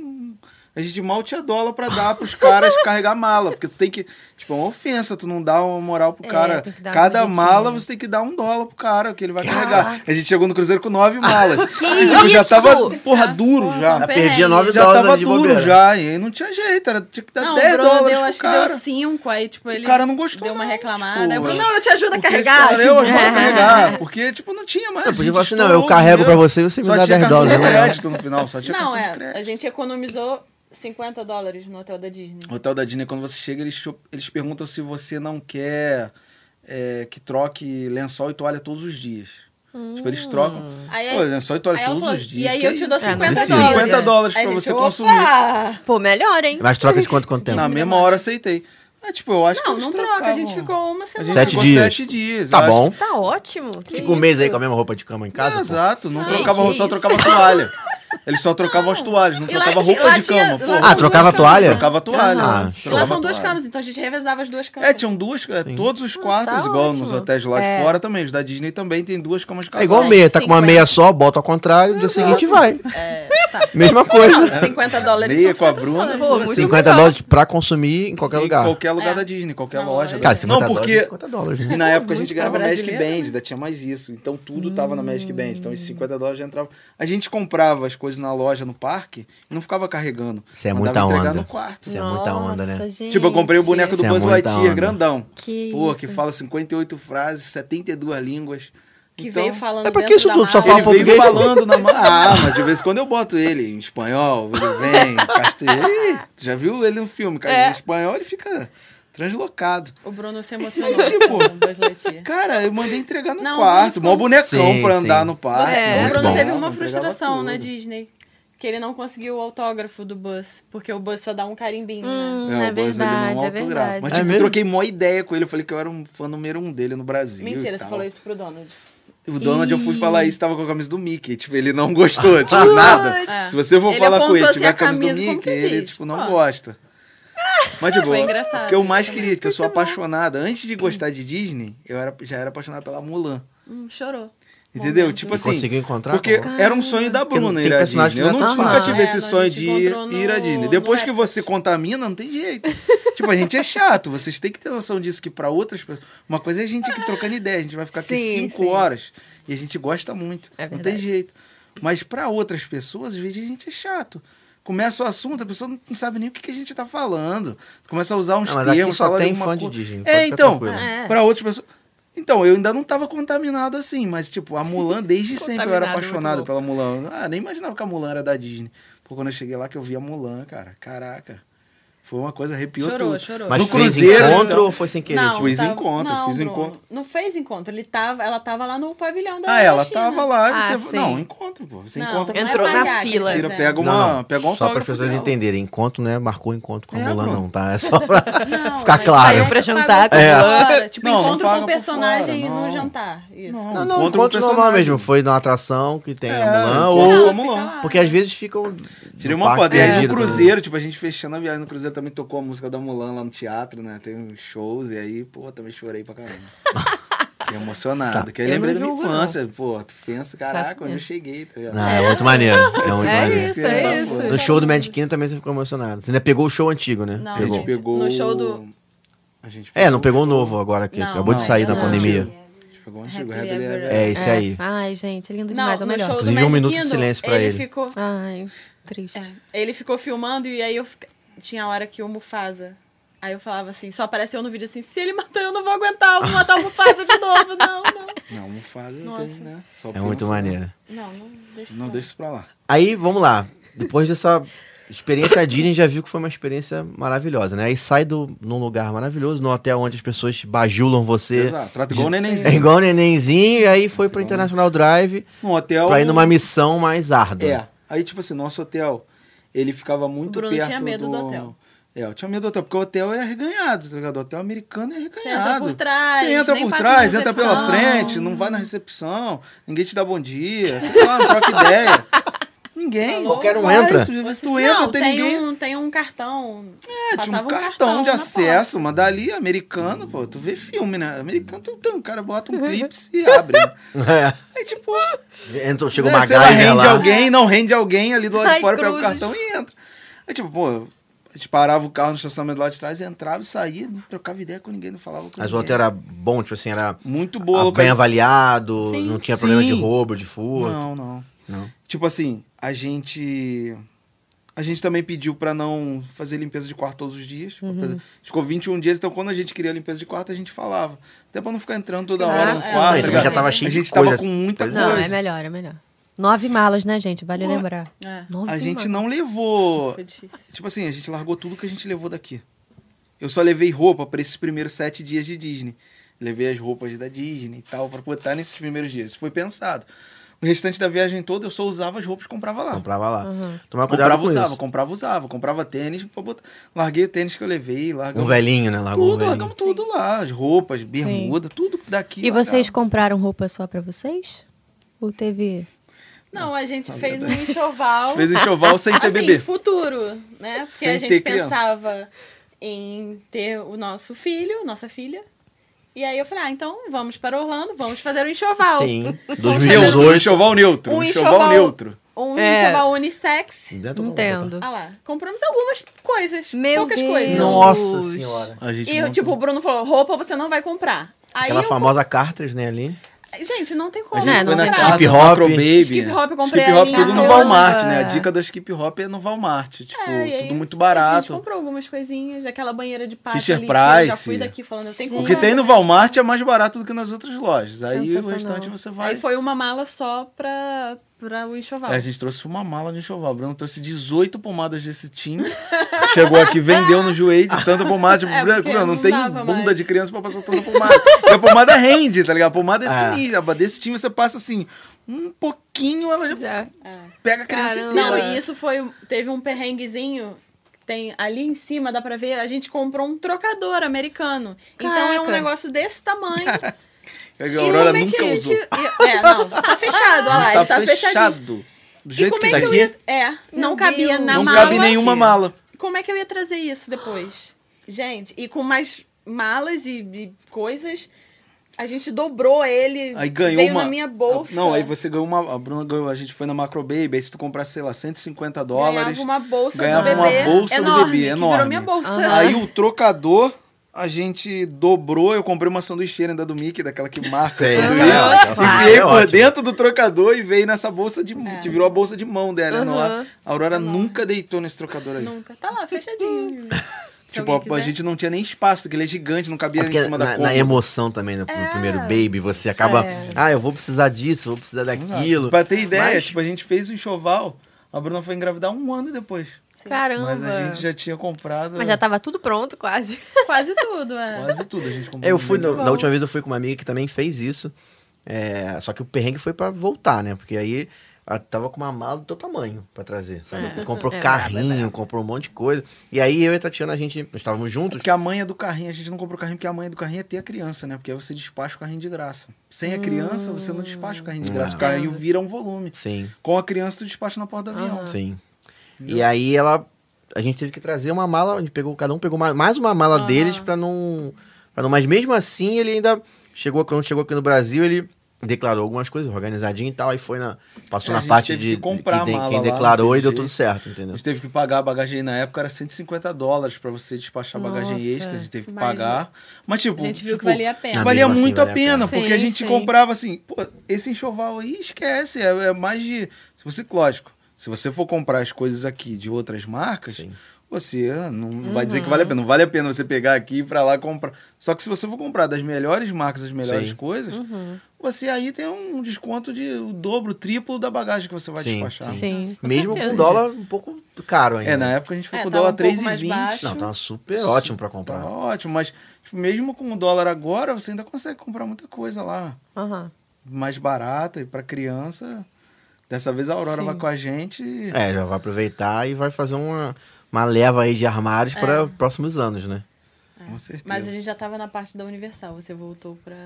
Speaker 4: a gente mal tinha dólar pra dar pros caras carregar mala. Porque tu tem que. Tipo, é uma ofensa, tu não dá uma moral pro
Speaker 1: É,
Speaker 4: cara.
Speaker 1: tem que dar
Speaker 4: Cada
Speaker 1: uma
Speaker 4: mala
Speaker 1: jeitinho.
Speaker 4: você tem que dar um dólar pro cara que ele vai carregar. A gente chegou no Cruzeiro com nove malas.
Speaker 1: que
Speaker 4: a gente tipo, já
Speaker 1: isso?
Speaker 4: tava, porra, duro
Speaker 3: Porra,
Speaker 4: já.
Speaker 3: uma
Speaker 2: Já perdia
Speaker 3: perrengue.
Speaker 2: 9
Speaker 4: Já
Speaker 2: dólares
Speaker 4: tava
Speaker 2: de
Speaker 4: duro
Speaker 2: bobeira.
Speaker 4: já. E aí não tinha jeito, era, tinha que dar
Speaker 3: Não, o
Speaker 4: 10
Speaker 3: Bruno
Speaker 4: dólares
Speaker 3: deu,
Speaker 4: pro
Speaker 3: acho
Speaker 4: cara.
Speaker 3: que deu 5, aí tipo, ele
Speaker 4: O cara não gostou.
Speaker 3: deu uma
Speaker 4: não,
Speaker 3: reclamada.
Speaker 4: tipo,
Speaker 3: Aí o Bruno, não, eu te ajudo a
Speaker 4: porque
Speaker 3: carregar.
Speaker 4: falaram,
Speaker 3: tipo,
Speaker 4: eu ajudo a carregar. Porque, tipo, não tinha mais.
Speaker 2: Não, podia
Speaker 4: gente,
Speaker 2: falar assim, não,
Speaker 4: estourou
Speaker 2: eu carrego
Speaker 4: o
Speaker 2: pra
Speaker 4: dinheiro.
Speaker 2: você e você me
Speaker 4: Só
Speaker 2: dá
Speaker 4: tinha
Speaker 2: 10
Speaker 4: cartão
Speaker 2: dólares.
Speaker 4: de
Speaker 2: né?
Speaker 4: crédito no final, só tinha
Speaker 3: Não,
Speaker 4: cartão de
Speaker 3: é, a
Speaker 4: crédito.
Speaker 3: gente economizou 50 dólares no hotel da Disney.
Speaker 4: O hotel da Disney, quando você chega, eles, cho- eles perguntam se você não quer é, que troque lençol e toalha todos os dias. Tipo, eles trocam.
Speaker 3: Hum. Aí- é-
Speaker 4: Pô, lençol e toalha
Speaker 3: aí ela
Speaker 4: todos
Speaker 3: falou,
Speaker 4: os dias.
Speaker 3: E aí
Speaker 4: que é
Speaker 3: eu te dou
Speaker 4: isso?
Speaker 3: 50
Speaker 2: Ah, precisa.
Speaker 3: dólares.
Speaker 4: 50 dólares
Speaker 3: Aí
Speaker 4: pra
Speaker 3: a gente,
Speaker 4: você
Speaker 3: opa!
Speaker 4: consumir.
Speaker 1: Pô, melhor, hein?
Speaker 2: Mas troca de quanto quanto tempo?
Speaker 4: Na mesma hora aceitei. É, tipo, eu acho que
Speaker 3: Não,
Speaker 4: eles
Speaker 3: não troca. A gente
Speaker 4: trocavam.
Speaker 3: ficou uma
Speaker 4: A
Speaker 3: semana.
Speaker 4: gente
Speaker 2: Sete
Speaker 4: ficou
Speaker 2: dias.
Speaker 4: Sete dias. eu
Speaker 2: Tá
Speaker 4: acho
Speaker 2: bom.
Speaker 1: Tá ótimo. Que
Speaker 2: Fica um
Speaker 1: isso?
Speaker 2: mês aí com a mesma roupa de cama em
Speaker 4: É,
Speaker 2: casa. pô.
Speaker 4: exato, não
Speaker 3: Ai,
Speaker 4: trocava
Speaker 1: que
Speaker 4: roupa, só
Speaker 1: isso.
Speaker 4: trocava toalha. Ele só trocava as toalhas, não
Speaker 3: E lá
Speaker 4: trocava
Speaker 3: ti-
Speaker 4: roupa
Speaker 3: lá
Speaker 4: de
Speaker 3: tinha-
Speaker 4: cama.
Speaker 3: lá
Speaker 4: pô.
Speaker 3: são
Speaker 2: Ah, trocava
Speaker 3: duas
Speaker 2: toalha?
Speaker 3: camas.
Speaker 4: Trocava toalha.
Speaker 2: Ah,
Speaker 4: né?
Speaker 2: show.
Speaker 3: Lá
Speaker 4: Trocava
Speaker 3: são duas
Speaker 4: toalha.
Speaker 3: camas, então a gente revezava as duas camas.
Speaker 4: É, tinham duas, é, todos
Speaker 3: Ah,
Speaker 4: os quartos,
Speaker 1: tá
Speaker 4: igual
Speaker 1: ótimo.
Speaker 4: nos hotéis lá
Speaker 1: É.
Speaker 4: de fora também, os da Disney também tem duas camas de
Speaker 2: É
Speaker 4: casal.
Speaker 2: igual
Speaker 3: Casais,
Speaker 2: meia, tá com uma
Speaker 3: 50.
Speaker 2: meia só, bota ao contrário, no dia seguinte vai.
Speaker 3: É, tá.
Speaker 2: Mesma coisa.
Speaker 3: Não, 50 dólares
Speaker 4: Meia
Speaker 3: são
Speaker 4: com a
Speaker 3: 50
Speaker 4: Bruna.
Speaker 3: dólares.
Speaker 1: Pô, muito
Speaker 2: 50 dólares pra consumir em qualquer
Speaker 4: Em
Speaker 2: lugar.
Speaker 4: qualquer lugar
Speaker 3: É.
Speaker 4: da Disney, qualquer
Speaker 3: Não,
Speaker 4: loja.
Speaker 3: é.
Speaker 2: Cara, 50
Speaker 4: não,
Speaker 2: dólares, é
Speaker 4: porque
Speaker 2: 50 dólares,
Speaker 4: E
Speaker 2: né?
Speaker 4: na época a gente
Speaker 3: pra
Speaker 4: ganhava Magic
Speaker 3: brasileiro,
Speaker 4: Band, ainda tinha mais isso. Então tudo tava na Magic Band. Então esses 50 dólares já entrava. A gente comprava as coisas na loja, no parque, e não ficava carregando.
Speaker 2: Isso é muita
Speaker 4: Mandava entregar
Speaker 2: onda.
Speaker 4: no quarto.
Speaker 2: Isso é muita onda, né?
Speaker 1: Nossa, gente.
Speaker 4: Tipo, eu comprei o boneco do
Speaker 2: Isso é
Speaker 4: Buzz
Speaker 2: muita
Speaker 4: Lightyear,
Speaker 2: onda.
Speaker 4: grandão.
Speaker 1: Que
Speaker 4: Pô,
Speaker 1: isso.
Speaker 4: que fala 58 frases, 72 línguas.
Speaker 3: Que
Speaker 4: Então,
Speaker 3: veio falando
Speaker 2: é pra que
Speaker 3: dentro
Speaker 2: isso
Speaker 3: da
Speaker 2: tudo? Só
Speaker 4: Ele
Speaker 2: Fala
Speaker 3: mala.
Speaker 4: veio
Speaker 2: português?
Speaker 4: falando na mão. Ah, mas de vez em quando eu boto ele em espanhol, ele vem, castelhano. Ih, tu Já viu ele no filme, cara?
Speaker 3: É.
Speaker 4: Em espanhol ele fica translocado.
Speaker 3: O Bruno se emocionou
Speaker 4: Tipo,
Speaker 3: com o Buzz Lightyear.
Speaker 4: Cara, eu mandei entregar no
Speaker 3: É. Não, é não
Speaker 4: quarto,
Speaker 3: ficou.
Speaker 4: mó bonecão
Speaker 2: Sim,
Speaker 4: pra
Speaker 2: sim.
Speaker 4: andar no parque.
Speaker 1: É,
Speaker 3: o
Speaker 2: muito
Speaker 3: Bruno
Speaker 2: bom.
Speaker 3: teve uma
Speaker 4: Entregava
Speaker 3: frustração né,
Speaker 4: tudo.
Speaker 3: na Disney. Que ele não conseguiu o autógrafo do Buzz. Porque o Buzz só dá um carimbinho, né?
Speaker 1: Hum,
Speaker 4: o
Speaker 1: é,
Speaker 4: Buzz, ele não
Speaker 1: verdade, é
Speaker 4: autografa.
Speaker 1: verdade.
Speaker 4: Mas
Speaker 2: É
Speaker 4: tipo, eu
Speaker 2: mesmo?
Speaker 4: troquei mó ideia com ele. Eu falei que eu era um fã número um dele no Brasil.
Speaker 3: Mentira,
Speaker 4: e
Speaker 3: você
Speaker 4: tal.
Speaker 3: falou isso pro Donald.
Speaker 4: O Donald, eu fui
Speaker 1: Ih.
Speaker 4: falar isso, tava com a camisa do Mickey. Tipo, ele não gostou, tipo, nada.
Speaker 3: É.
Speaker 4: Se você for
Speaker 3: Ele
Speaker 4: falar com
Speaker 3: apontou
Speaker 4: ele,
Speaker 3: assim
Speaker 4: tiver
Speaker 3: a
Speaker 4: a camisa,
Speaker 3: camisa,
Speaker 4: do
Speaker 3: como
Speaker 4: Mickey,
Speaker 3: que
Speaker 4: ele,
Speaker 3: diz?
Speaker 4: tipo, não
Speaker 3: Pô.
Speaker 4: gosta. Mas, tipo,
Speaker 3: Foi engraçado
Speaker 4: o que eu
Speaker 3: isso
Speaker 4: mais
Speaker 3: também.
Speaker 4: queria, que eu sou apaixonada. Antes de gostar de Disney, eu era, já era apaixonada pela Mulan.
Speaker 3: Hum, chorou.
Speaker 4: Entendeu?
Speaker 3: Momento.
Speaker 4: Tipo
Speaker 2: E
Speaker 4: assim.
Speaker 2: conseguiu encontrar,
Speaker 4: Porque
Speaker 2: acabou?
Speaker 4: era um sonho da
Speaker 2: Porque não
Speaker 4: Bruna
Speaker 2: tem
Speaker 4: ir à
Speaker 2: personagem
Speaker 4: Disney. Eu
Speaker 2: que
Speaker 4: não,
Speaker 2: não tá
Speaker 4: nunca
Speaker 2: lá.
Speaker 4: tive
Speaker 3: É,
Speaker 4: esse
Speaker 3: nós
Speaker 4: sonho
Speaker 3: a gente
Speaker 4: de ir,
Speaker 3: encontrou
Speaker 4: ir à
Speaker 3: no-
Speaker 4: Disney. Depois
Speaker 3: no
Speaker 4: que
Speaker 3: Epcot.
Speaker 4: você contamina, não tem jeito. tipo, a gente é chato. Vocês têm que ter noção disso, que pra outras pessoas... Uma coisa é a gente aqui trocando ideia. A gente vai ficar aqui
Speaker 1: Sim,
Speaker 4: cinco
Speaker 1: sim.
Speaker 4: horas. E a gente gosta muito.
Speaker 1: É
Speaker 4: não tem
Speaker 1: verdade.
Speaker 4: jeito. Mas pra outras pessoas, às vezes a gente é chato. Começa o assunto, a pessoa não- não sabe nem o que, que a gente tá falando. Começa a usar uns
Speaker 2: Não, mas aqui
Speaker 4: termos,
Speaker 2: só
Speaker 4: falar
Speaker 2: tem
Speaker 4: alguma
Speaker 2: fã de
Speaker 4: coisa.
Speaker 2: Disney, pode
Speaker 4: É,
Speaker 2: ficar
Speaker 4: então,
Speaker 2: tranquilo.
Speaker 1: É.
Speaker 4: pra outras pessoas... Então, eu ainda não tava contaminado assim, mas, tipo, a Mulan, desde sempre eu
Speaker 3: é
Speaker 4: era
Speaker 1: Contaminado, muito
Speaker 4: apaixonado
Speaker 1: bom.
Speaker 4: pela Mulan. Ah, nem imaginava que a Mulan era da Disney. Pô, quando eu cheguei lá que eu vi a Mulan, cara. Caraca. Foi uma coisa, arrepiou
Speaker 3: Chorou,
Speaker 4: tudo.
Speaker 3: chorou.
Speaker 2: Mas
Speaker 4: no
Speaker 2: fez
Speaker 4: Cruzeiro,
Speaker 2: encontro
Speaker 4: então-
Speaker 2: ou foi sem querer? tipo?
Speaker 3: Não,
Speaker 4: Fiz
Speaker 3: tava-
Speaker 4: encontro,
Speaker 3: não,
Speaker 4: fiz
Speaker 3: Bruno,
Speaker 4: encontro.
Speaker 3: Não fez encontro, ele tava, ela tava lá no pavilhão da
Speaker 4: Ah, ela
Speaker 3: da China.
Speaker 4: tava lá.
Speaker 1: Ah,
Speaker 4: você...
Speaker 1: sim.
Speaker 4: Não, encontro, pô. Você
Speaker 3: Não,
Speaker 4: encontra.
Speaker 3: não é
Speaker 1: Entrou na
Speaker 3: pagar que
Speaker 1: fila.
Speaker 3: ele
Speaker 4: Tira,
Speaker 3: quiser.
Speaker 4: pega uma,
Speaker 2: Não, não.
Speaker 4: pega um
Speaker 2: Só para as
Speaker 4: autógrafo
Speaker 2: pessoas
Speaker 4: dela.
Speaker 2: entenderem. Encontro não é marcou encontro com a
Speaker 4: É,
Speaker 2: Mulan,
Speaker 4: Bruno.
Speaker 2: não, tá? É só pra
Speaker 3: Não,
Speaker 2: ficar
Speaker 3: mas
Speaker 1: saiu
Speaker 2: claro.
Speaker 3: paga
Speaker 1: pra jantar com
Speaker 3: por
Speaker 1: ela.
Speaker 3: fora, Tipo,
Speaker 4: Não, não
Speaker 3: encontro com
Speaker 4: paga
Speaker 3: o
Speaker 4: por
Speaker 3: personagem
Speaker 4: fora,
Speaker 3: no
Speaker 4: não.
Speaker 3: jantar. Isso.
Speaker 4: Não.
Speaker 2: Não, não,
Speaker 4: Encontro
Speaker 2: encontro,
Speaker 4: com
Speaker 2: normal
Speaker 4: personagem.
Speaker 2: mesmo. Foi numa atração que tem
Speaker 4: É,
Speaker 2: a Mulan
Speaker 4: encontro
Speaker 2: ou...
Speaker 4: com a
Speaker 3: Não, fica
Speaker 4: Mulan.
Speaker 3: lá.
Speaker 2: Porque às vezes ficam...
Speaker 4: Tirei
Speaker 2: no
Speaker 4: uma
Speaker 2: parque
Speaker 4: foto. E aí no
Speaker 2: perdido, né?
Speaker 4: Cruzeiro, tipo, a gente fechando a viagem no Cruzeiro também tocou a música da Mulan lá no teatro, né? Tem uns shows, e aí, pô, também chorei pra caramba. Fiquei emocionado.
Speaker 2: Tá.
Speaker 4: Que aí
Speaker 1: Eu
Speaker 4: lembrei
Speaker 1: não
Speaker 4: da minha
Speaker 1: julgo, não.
Speaker 4: infância, pô, tu pensa, caraca,
Speaker 1: Faço
Speaker 4: quando eu
Speaker 1: mesmo.
Speaker 4: cheguei, tá ligado?
Speaker 2: Não, é muito maneiro. É muito
Speaker 1: É
Speaker 2: maneiro.
Speaker 1: isso, é isso.
Speaker 2: No show do Magic Kingdom também você ficou emocionado. Você ainda pegou o show antigo, né?
Speaker 3: Não,
Speaker 4: A gente
Speaker 2: pegou.
Speaker 3: gente.
Speaker 4: pegou.
Speaker 3: No show do-
Speaker 4: A gente
Speaker 2: É, não pegou o novo agora, que
Speaker 3: Não,
Speaker 2: acabou de
Speaker 3: não, é
Speaker 2: sair
Speaker 3: não.
Speaker 2: na pandemia.
Speaker 4: A gente pegou o antigo, Happy Ever After.
Speaker 2: É, esse aí.
Speaker 1: Ai, gente, lindo
Speaker 3: Não,
Speaker 1: demais, é o
Speaker 3: no
Speaker 1: melhor.
Speaker 3: show do
Speaker 2: Inclusive, um
Speaker 3: Magic
Speaker 2: minuto de
Speaker 3: Kingdom,
Speaker 2: silêncio pra ele.
Speaker 3: Ficou,
Speaker 1: Ai, triste.
Speaker 3: É. ele ficou filmando e aí eu fica- tinha a hora que o Mufasa... Aí eu falava assim, só apareceu no vídeo assim, se ele matar eu não vou aguentar, eu vou matar o Mufasa de novo. Não, não.
Speaker 4: Não, não faz, eu
Speaker 3: Nossa.
Speaker 4: tenho, né? Só
Speaker 2: É muito
Speaker 4: penso, né?
Speaker 2: maneiro.
Speaker 3: Não, não deixa
Speaker 4: Não, deixa isso pra lá.
Speaker 2: Aí, vamos lá. Depois dessa experiência, a Disney já viu que foi uma experiência maravilhosa, né? Aí sai do, num lugar maravilhoso, num hotel onde as pessoas bajulam você.
Speaker 4: Exato, trata igual um
Speaker 2: É
Speaker 4: nenenzinho.
Speaker 2: igual o nenenzinho, e aí foi pra International Drive
Speaker 4: Um hotel.
Speaker 2: pra ir numa missão mais árdua.
Speaker 4: É. Aí, tipo assim, nosso hotel, ele ficava muito
Speaker 3: Bruno tinha
Speaker 4: perto
Speaker 3: medo do hotel.
Speaker 4: É, eu tinha medo do hotel, porque o hotel é arreganhado, tá ligado? O hotel americano é
Speaker 3: Você entra
Speaker 4: arreganhado.
Speaker 3: por trás,
Speaker 4: Você entra
Speaker 3: nem
Speaker 4: por
Speaker 3: passa
Speaker 4: trás,
Speaker 3: na
Speaker 4: entra pela
Speaker 3: recepção.
Speaker 4: frente, não vai na recepção, ninguém te dá bom dia, você tá lá, não troca ideia. Ninguém.
Speaker 3: Falou. Qualquer um
Speaker 4: Vai,
Speaker 2: entra.
Speaker 4: Tu,
Speaker 3: Você-
Speaker 4: tu entra,
Speaker 3: não,
Speaker 4: tem, ninguém.
Speaker 3: Um, tem um cartão.
Speaker 4: É, tinha
Speaker 3: Passava
Speaker 4: um cartão de
Speaker 3: na porta.
Speaker 4: acesso, mas dali, americano, pô, tu vê filme, né? Americano, tu, tu, o cara bota
Speaker 3: Uhum.
Speaker 4: um clips e abre.
Speaker 2: É.
Speaker 4: Aí, tipo,
Speaker 2: Entrou, chegou
Speaker 4: né,
Speaker 2: uma
Speaker 4: sei lá,
Speaker 2: galera
Speaker 4: rende
Speaker 2: lá.
Speaker 4: alguém, não rende alguém ali do lado
Speaker 1: Ai,
Speaker 4: de fora, pega o
Speaker 1: cruzes.
Speaker 4: cartão e entra. É tipo, pô, a gente parava o carro no estacionamento lá de trás, entrava e saía, não trocava ideia com ninguém, não falava com
Speaker 2: Mas o
Speaker 4: ninguém.
Speaker 2: hotel era bom, tipo assim, era
Speaker 4: Muito boa a
Speaker 2: bem
Speaker 4: localização.
Speaker 2: avaliado,
Speaker 3: Sim.
Speaker 2: não tinha problema de
Speaker 4: Sim.
Speaker 2: roubo, de furto.
Speaker 4: Não, não.
Speaker 2: Não.
Speaker 4: Tipo assim, a gente. A gente também pediu pra não fazer limpeza de quarto todos os dias. Tipo,
Speaker 1: Uhum.
Speaker 4: Por exemplo, Ficou 21 dias, então quando a gente queria limpeza de quarto, a gente falava. Até pra não ficar entrando toda hora no
Speaker 1: Nossa.
Speaker 4: quarto.
Speaker 2: Não, e
Speaker 4: tá
Speaker 2: também
Speaker 4: ligado?
Speaker 2: já tava cheio
Speaker 4: a
Speaker 2: de
Speaker 4: gente tava
Speaker 2: coisa.
Speaker 4: com muita
Speaker 2: Pois
Speaker 4: coisa.
Speaker 1: Ah, Não, é melhor, é melhor. Nove malas, né, gente? Vale
Speaker 4: Pô,
Speaker 1: lembrar.
Speaker 3: É,
Speaker 1: Nove
Speaker 4: A gente
Speaker 1: malas.
Speaker 4: não levou.
Speaker 3: foi difícil.
Speaker 4: Tipo assim, a gente largou tudo que a gente levou daqui. Eu só levei roupa pra esses primeiros sete dias de Disney. Levei as roupas da Disney e tal, pra botar nesses primeiros dias. Isso foi pensado. O restante da viagem toda eu só usava as roupas que comprava lá.
Speaker 2: Comprava lá.
Speaker 1: Uhum.
Speaker 2: Tomar cuidado
Speaker 4: Comprava,
Speaker 2: com
Speaker 4: usava,
Speaker 2: isso.
Speaker 4: comprava, usava, comprava tênis pra botar. Larguei o tênis que eu levei,
Speaker 2: Um
Speaker 4: largamos
Speaker 2: velhinho, né? Largou um
Speaker 4: tudo,
Speaker 2: velhinho.
Speaker 4: largamos tudo lá. As roupas, bermuda, tudo daqui.
Speaker 1: E vocês
Speaker 4: largava.
Speaker 1: compraram roupa só pra vocês? Ou teve.
Speaker 3: Não, a gente fez um enxoval.
Speaker 4: Ah, Fez um enxoval sem ter
Speaker 3: assim,
Speaker 4: bebê.
Speaker 3: futuro, né? Porque
Speaker 4: Sem
Speaker 3: a gente
Speaker 4: ter criança.
Speaker 3: pensava em ter o nosso filho, nossa filha. E aí eu falei, ah, então vamos para Orlando, vamos fazer um enxoval.
Speaker 2: Sim.
Speaker 4: Neutro,
Speaker 2: 2018.
Speaker 4: um enxoval neutro.
Speaker 3: Um
Speaker 4: Um enxoval
Speaker 3: enxoval-
Speaker 4: neutro.
Speaker 3: Um
Speaker 1: É.
Speaker 3: enxoval unissex.
Speaker 2: Dentro do-
Speaker 1: Entendo.
Speaker 4: tá?
Speaker 3: Ah lá, compramos algumas coisas,
Speaker 1: Meu
Speaker 3: poucas
Speaker 1: Deus.
Speaker 3: coisas.
Speaker 2: Nossa
Speaker 1: Deus.
Speaker 2: senhora.
Speaker 4: A gente
Speaker 3: E eu,
Speaker 4: montou-
Speaker 3: tipo, o Bruno falou, roupa você não vai comprar. Aí
Speaker 2: Aquela
Speaker 3: eu-
Speaker 2: famosa Carters, né, ali.
Speaker 3: Gente, Né, não tem
Speaker 4: A
Speaker 3: como.
Speaker 4: gente
Speaker 1: É,
Speaker 4: foi
Speaker 1: não
Speaker 4: na
Speaker 1: tem
Speaker 4: casa
Speaker 2: Skip
Speaker 4: do
Speaker 2: hop.
Speaker 4: Macro Baby.
Speaker 3: Skip hop, eu comprei
Speaker 4: Skip
Speaker 3: a
Speaker 4: hop
Speaker 3: linha
Speaker 4: tudo no
Speaker 3: toda.
Speaker 4: Walmart, né? A dica do skip hop é no Walmart. Tipo,
Speaker 3: É, e aí,
Speaker 4: tudo muito
Speaker 3: A gente
Speaker 4: barato.
Speaker 3: comprou algumas coisinhas, aquela banheira de pátio
Speaker 4: Fisher
Speaker 3: ali, que eu já
Speaker 4: Price.
Speaker 3: fui daqui falando, eu tenho
Speaker 4: O
Speaker 3: comprar.
Speaker 4: que tem no Walmart é mais barato do que nas outras lojas. Aí o
Speaker 1: Sensacional.
Speaker 4: restante você vai.
Speaker 3: Aí foi uma mala só pra, pra o enxoval.
Speaker 4: É, a gente trouxe uma mala de enxoval. O Bruno trouxe 18 pomadas desse time. Chegou aqui, vendeu no joelho de tanta pomada. Tipo,
Speaker 3: É,
Speaker 4: Bruno,
Speaker 3: porque
Speaker 4: Bruno, não
Speaker 3: não
Speaker 4: tem
Speaker 3: dava
Speaker 4: bunda
Speaker 3: mais.
Speaker 4: de criança pra passar tanta pomada. Porque a pomada rende, tá ligado? A pomada é
Speaker 2: Ah.
Speaker 4: sinistra. A Desse time você passa assim, um pouquinho, ela já,
Speaker 1: Ah, Já.
Speaker 4: pega a criança
Speaker 1: Caramba.
Speaker 4: inteira.
Speaker 3: Não, e isso foi. Teve um perrenguezinho. que Tem, ali em cima, dá pra ver, a gente comprou um trocador americano. Então é um
Speaker 1: Caraca.
Speaker 3: negócio desse tamanho.
Speaker 4: A Aurora
Speaker 3: como é que
Speaker 4: nunca
Speaker 3: a
Speaker 4: usou.
Speaker 3: gente- É, não, tá fechado, olha lá, ele tá fechadinho. E
Speaker 4: Do jeito
Speaker 3: como
Speaker 4: que
Speaker 3: é
Speaker 4: tá
Speaker 3: que eu
Speaker 4: aqui,
Speaker 3: ia. É, não
Speaker 1: Meu
Speaker 3: cabia
Speaker 1: Deus.
Speaker 3: na
Speaker 4: não
Speaker 3: mala.
Speaker 4: cabe nenhuma mala.
Speaker 3: Como é que eu ia trazer isso depois? Gente, e com mais malas e, e coisas, a gente dobrou ele.
Speaker 4: Aí ganhou
Speaker 3: veio
Speaker 4: uma.
Speaker 3: na minha bolsa.
Speaker 4: Não, aí você ganhou uma. A Bruna ganhou, a gente foi na Macro Baby, aí se tu comprasse, sei lá, 150 dólares.
Speaker 3: Ganhava uma bolsa
Speaker 4: ganhava
Speaker 3: do bebê.
Speaker 4: uma bolsa do
Speaker 3: enorme,
Speaker 4: bebê,
Speaker 3: que
Speaker 4: enorme.
Speaker 3: Virou minha bolsa.
Speaker 4: Aí o trocador, a gente dobrou, eu comprei uma sanduicheira ainda do Mickey, daquela que marca.
Speaker 2: Sei,
Speaker 4: sanduíche.
Speaker 1: né?
Speaker 2: Aquela sanduícheira
Speaker 4: Enfiei
Speaker 2: é
Speaker 4: por
Speaker 2: ótima.
Speaker 4: dentro do trocador e veio nessa bolsa de
Speaker 3: É.
Speaker 4: que virou a bolsa de mão dela,
Speaker 1: Aham.
Speaker 4: enorme. A Aurora nunca deitou nesse trocador aí.
Speaker 3: Tá Nunca. Tá lá, fechadinho. Se
Speaker 4: Tipo,
Speaker 3: alguém
Speaker 4: a, a
Speaker 3: quiser.
Speaker 4: gente não tinha nem espaço, que ele é gigante, não cabia
Speaker 2: É
Speaker 4: em
Speaker 2: porque
Speaker 4: cima da
Speaker 2: na,
Speaker 4: cômoda.
Speaker 2: na emoção também, né, no
Speaker 3: É.
Speaker 2: primeiro baby, você acaba.
Speaker 1: é.
Speaker 2: Ah, eu vou precisar disso, vou precisar daquilo.
Speaker 4: Pra ter ideia,
Speaker 2: Mas-
Speaker 4: tipo, a gente fez o enxoval, a Bruna foi engravidar um ano depois.
Speaker 1: Caramba.
Speaker 4: Mas a gente já tinha comprado
Speaker 1: Mas já
Speaker 3: tá-
Speaker 1: tava tudo pronto, quase.
Speaker 3: Quase tudo, é.
Speaker 4: quase tudo. A gente comprou um
Speaker 2: É, eu fui,
Speaker 4: no...
Speaker 2: no-
Speaker 3: bom.
Speaker 2: na última vez eu fui com uma amiga que também fez isso. É, só que o perrengue foi pra voltar, né? Porque aí ela tava com uma mala do teu tamanho pra trazer, sabe? Comprou
Speaker 1: É,
Speaker 2: carrinho, comprou um monte de coisa. E aí eu e a Tatiana, a gente, nós estávamos juntos.
Speaker 4: Porque a manha do carrinho, a gente não comprou carrinho, porque a manha do carrinho é ter a criança, né? Porque aí você despacha o carrinho de graça. Sem a criança, você não despacha o carrinho de graça.
Speaker 2: Ah.
Speaker 4: O carrinho vira um volume.
Speaker 2: Sim,
Speaker 4: Com a criança, tu despacha na porta do avião.
Speaker 2: sim. E aí ela, a gente teve que trazer uma mala, a gente pegou, cada um pegou ma- mais uma mala deles pra não, pra não. Mas mesmo assim, ele ainda chegou, quando chegou aqui no Brasil, ele declarou algumas coisas organizadinho e tal. Aí foi na, passou
Speaker 4: É, a
Speaker 2: na
Speaker 4: gente
Speaker 2: parte
Speaker 4: teve
Speaker 2: de
Speaker 4: que comprar
Speaker 2: de-
Speaker 4: a mala
Speaker 2: quem
Speaker 4: lá,
Speaker 2: declarou
Speaker 4: não
Speaker 2: e deu
Speaker 4: teve
Speaker 2: tudo certo, entendeu?
Speaker 4: A gente teve que pagar a bagagem na época, era 150 dólares pra você despachar a bagagem
Speaker 1: Nossa,
Speaker 4: extra, a gente teve que
Speaker 3: mas
Speaker 4: pagar. Mas, tipo,
Speaker 3: A gente viu que
Speaker 4: tipo,
Speaker 3: valia a pena.
Speaker 2: Ah,
Speaker 4: valia
Speaker 2: mesmo assim,
Speaker 4: muito
Speaker 2: valia
Speaker 4: a
Speaker 2: a
Speaker 4: pena,
Speaker 2: pena.
Speaker 4: porque a
Speaker 1: Sim,
Speaker 4: gente
Speaker 1: sim.
Speaker 4: comprava assim, pô, esse enxoval aí esquece, é, é mais de. Se você, lógico, se você for comprar as coisas aqui de outras marcas,
Speaker 2: Sim.
Speaker 4: você ah, não vai dizer
Speaker 3: Uhum.
Speaker 4: que vale a pena. Não vale a pena você pegar aqui e ir pra lá comprar. Só que se você for comprar das melhores marcas, as melhores
Speaker 2: Sim.
Speaker 4: coisas,
Speaker 3: Uhum.
Speaker 4: você aí tem um desconto de o dobro, o triplo da bagagem que você vai
Speaker 2: Sim,
Speaker 4: despachar.
Speaker 1: Sim.
Speaker 2: Mesmo
Speaker 1: certeza.
Speaker 2: com dólar um pouco caro ainda.
Speaker 4: É, na época a gente foi
Speaker 3: É,
Speaker 4: com o
Speaker 3: tava
Speaker 4: dólar
Speaker 3: um pouco mais
Speaker 4: 3,20.
Speaker 3: baixo.
Speaker 2: Não, tava super ótimo pra comprar.
Speaker 4: Tava Tá ótimo, mas tipo, mesmo com o dólar agora, você ainda consegue comprar muita coisa lá.
Speaker 1: Aham.
Speaker 4: Mais barata e pra criança. Dessa vez a Aurora vai com a gente. e-
Speaker 2: É, já vai aproveitar e vai fazer uma, uma leva aí de armários
Speaker 4: É.
Speaker 2: para próximos anos, né?
Speaker 4: Com certeza.
Speaker 3: É. Mas a gente já tava na parte da Universal, você voltou pra.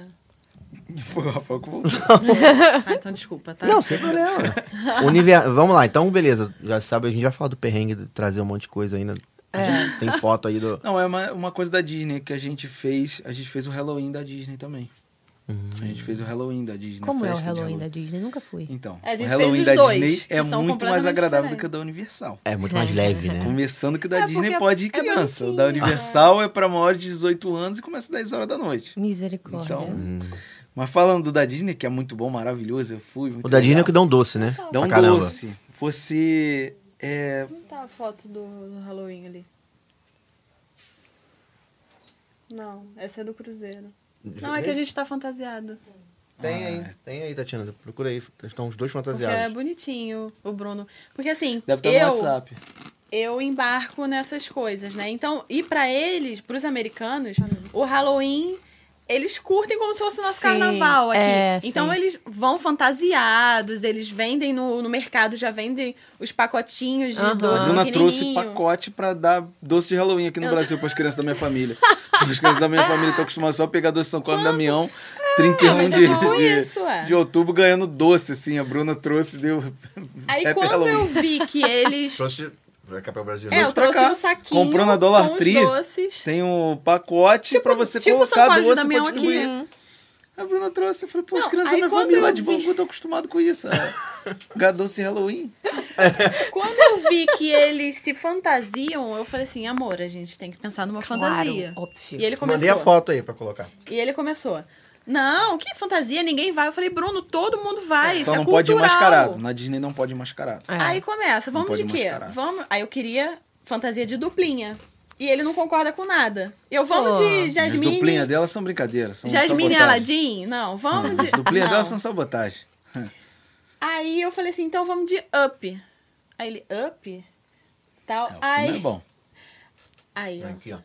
Speaker 4: Foi o Rafael que voltou.
Speaker 3: Ah, então desculpa, tá?
Speaker 2: Não, sem problema. Univer... Vamos lá, então, beleza. Já sabe, a gente já fala do perrengue, de trazer um monte de coisa ainda. A
Speaker 3: É.
Speaker 2: gente tem foto aí do.
Speaker 4: Não, é uma, uma coisa da Disney que a gente fez. A gente fez o Halloween da Disney também. A gente fez o Halloween da Disney.
Speaker 1: Como é o
Speaker 4: festa de
Speaker 1: Halloween da Disney? Nunca fui.
Speaker 4: Então,
Speaker 3: É, A gente
Speaker 4: o
Speaker 3: fez
Speaker 4: Halloween
Speaker 3: os
Speaker 4: da
Speaker 3: dois,
Speaker 4: Disney é
Speaker 3: que são
Speaker 4: muito mais
Speaker 3: completamente
Speaker 4: agradável do
Speaker 3: diferentes.
Speaker 4: que o da Universal.
Speaker 2: É muito mais leve, né?
Speaker 4: Começando que o da
Speaker 3: É,
Speaker 4: Disney
Speaker 3: porque
Speaker 4: pode
Speaker 3: é
Speaker 4: ir criança. o
Speaker 3: bonitinho,
Speaker 4: da
Speaker 3: né?
Speaker 4: Universal é pra maior de 18 anos e começa às 10 horas da noite.
Speaker 1: Misericórdia.
Speaker 4: Então,
Speaker 2: Uhum.
Speaker 4: mas falando do da Disney, que é muito bom, maravilhoso, eu fui. muito
Speaker 2: O da Disney é
Speaker 4: legal.
Speaker 2: que dá um doce, né?
Speaker 4: Dá um
Speaker 2: Pra caramba.
Speaker 4: doce. Você é,
Speaker 3: Não tá a foto do, do Halloween ali. Não, essa é do Cruzeiro. Não, é que a gente tá fantasiado.
Speaker 2: Tem aí, tem aí, Tatiana. Procura aí. Estão os dois
Speaker 3: Porque é
Speaker 2: fantasiados.
Speaker 3: bonitinho o Bruno. Porque assim,
Speaker 4: deve estar
Speaker 3: eu,
Speaker 4: no WhatsApp.
Speaker 3: eu embarco nessas coisas, né? Então, e pra eles, pros americanos, o Halloween, eles curtem como se fosse o nosso
Speaker 1: Sim,
Speaker 3: carnaval aqui.
Speaker 1: é,
Speaker 3: então,
Speaker 1: sim.
Speaker 3: eles vão fantasiados, eles vendem no, no mercado, já vendem os pacotinhos de
Speaker 1: Aham.
Speaker 4: A
Speaker 3: doce
Speaker 4: Bruna trouxe
Speaker 3: pequenininho.
Speaker 4: pacote pra dar doce de Halloween aqui no Brasil pras crianças da minha família. As crianças da minha família estão acostumadas só a pegar doce de São Cosme e Damião, 31
Speaker 3: mas é
Speaker 4: de,
Speaker 3: tipo
Speaker 4: de,
Speaker 3: isso, é.
Speaker 4: de outubro ganhando doce, assim. A Bruna trouxe, deu.
Speaker 3: Aí
Speaker 4: Happy
Speaker 3: quando
Speaker 4: Halloween.
Speaker 3: eu vi que eles.
Speaker 2: Trouxe
Speaker 4: Tipo,
Speaker 2: pra cá pra Brasil.
Speaker 3: é, eu
Speaker 4: pra
Speaker 3: trouxe
Speaker 4: cá.
Speaker 3: um saquinho.
Speaker 4: Comprou na Dollar
Speaker 3: com os
Speaker 4: Tree.
Speaker 3: doces.
Speaker 4: Tem um pacote
Speaker 3: Tipo-
Speaker 4: pra você
Speaker 3: tipo São
Speaker 4: colocar
Speaker 3: Cosme e
Speaker 4: doce pra
Speaker 3: Damião aqui.
Speaker 4: distribuir. A Bruna trouxe, eu falei, pô, as
Speaker 3: Não,
Speaker 4: crianças da
Speaker 3: aí
Speaker 4: minha
Speaker 3: quando
Speaker 4: família
Speaker 3: eu
Speaker 4: lá de
Speaker 3: vi-
Speaker 4: Bangu estão acostumadas com isso. É. Ganhar doce de Halloween.
Speaker 3: Quando eu vi que eles se fantasiam, eu falei assim, amor, a gente tem que pensar numa fantasia.
Speaker 1: óbvio.
Speaker 3: E ele começou.
Speaker 2: Mandei a foto aí pra colocar.
Speaker 3: E ele começou. Não, que fantasia, ninguém vai. Eu falei, Bruno, todo mundo vai. isso
Speaker 4: Só
Speaker 3: é
Speaker 4: não pode ir
Speaker 3: cultural."
Speaker 4: mascarado. Na Disney não pode ir mascarado.
Speaker 1: É.
Speaker 3: Aí começa,
Speaker 4: Não
Speaker 3: vamos de
Speaker 4: pode
Speaker 3: quê?
Speaker 4: mascarar.
Speaker 3: Vamos. Aí eu queria fantasia de duplinha. E ele não concorda com nada. Eu vamos de
Speaker 4: As
Speaker 3: Jasmine.
Speaker 4: duplinhas delas são brincadeiras. São
Speaker 3: Jasmine e
Speaker 4: sabotagem.
Speaker 3: Aladdin? Não, vamos de.
Speaker 4: As duplinhas
Speaker 3: Ah, não.
Speaker 4: delas são sabotagem.
Speaker 3: Aí eu falei assim, então vamos de up. Aí ele, up? Tal.
Speaker 4: É, o
Speaker 3: aí.
Speaker 4: filme é bom.
Speaker 3: Aí, ó.
Speaker 2: Aqui, ó.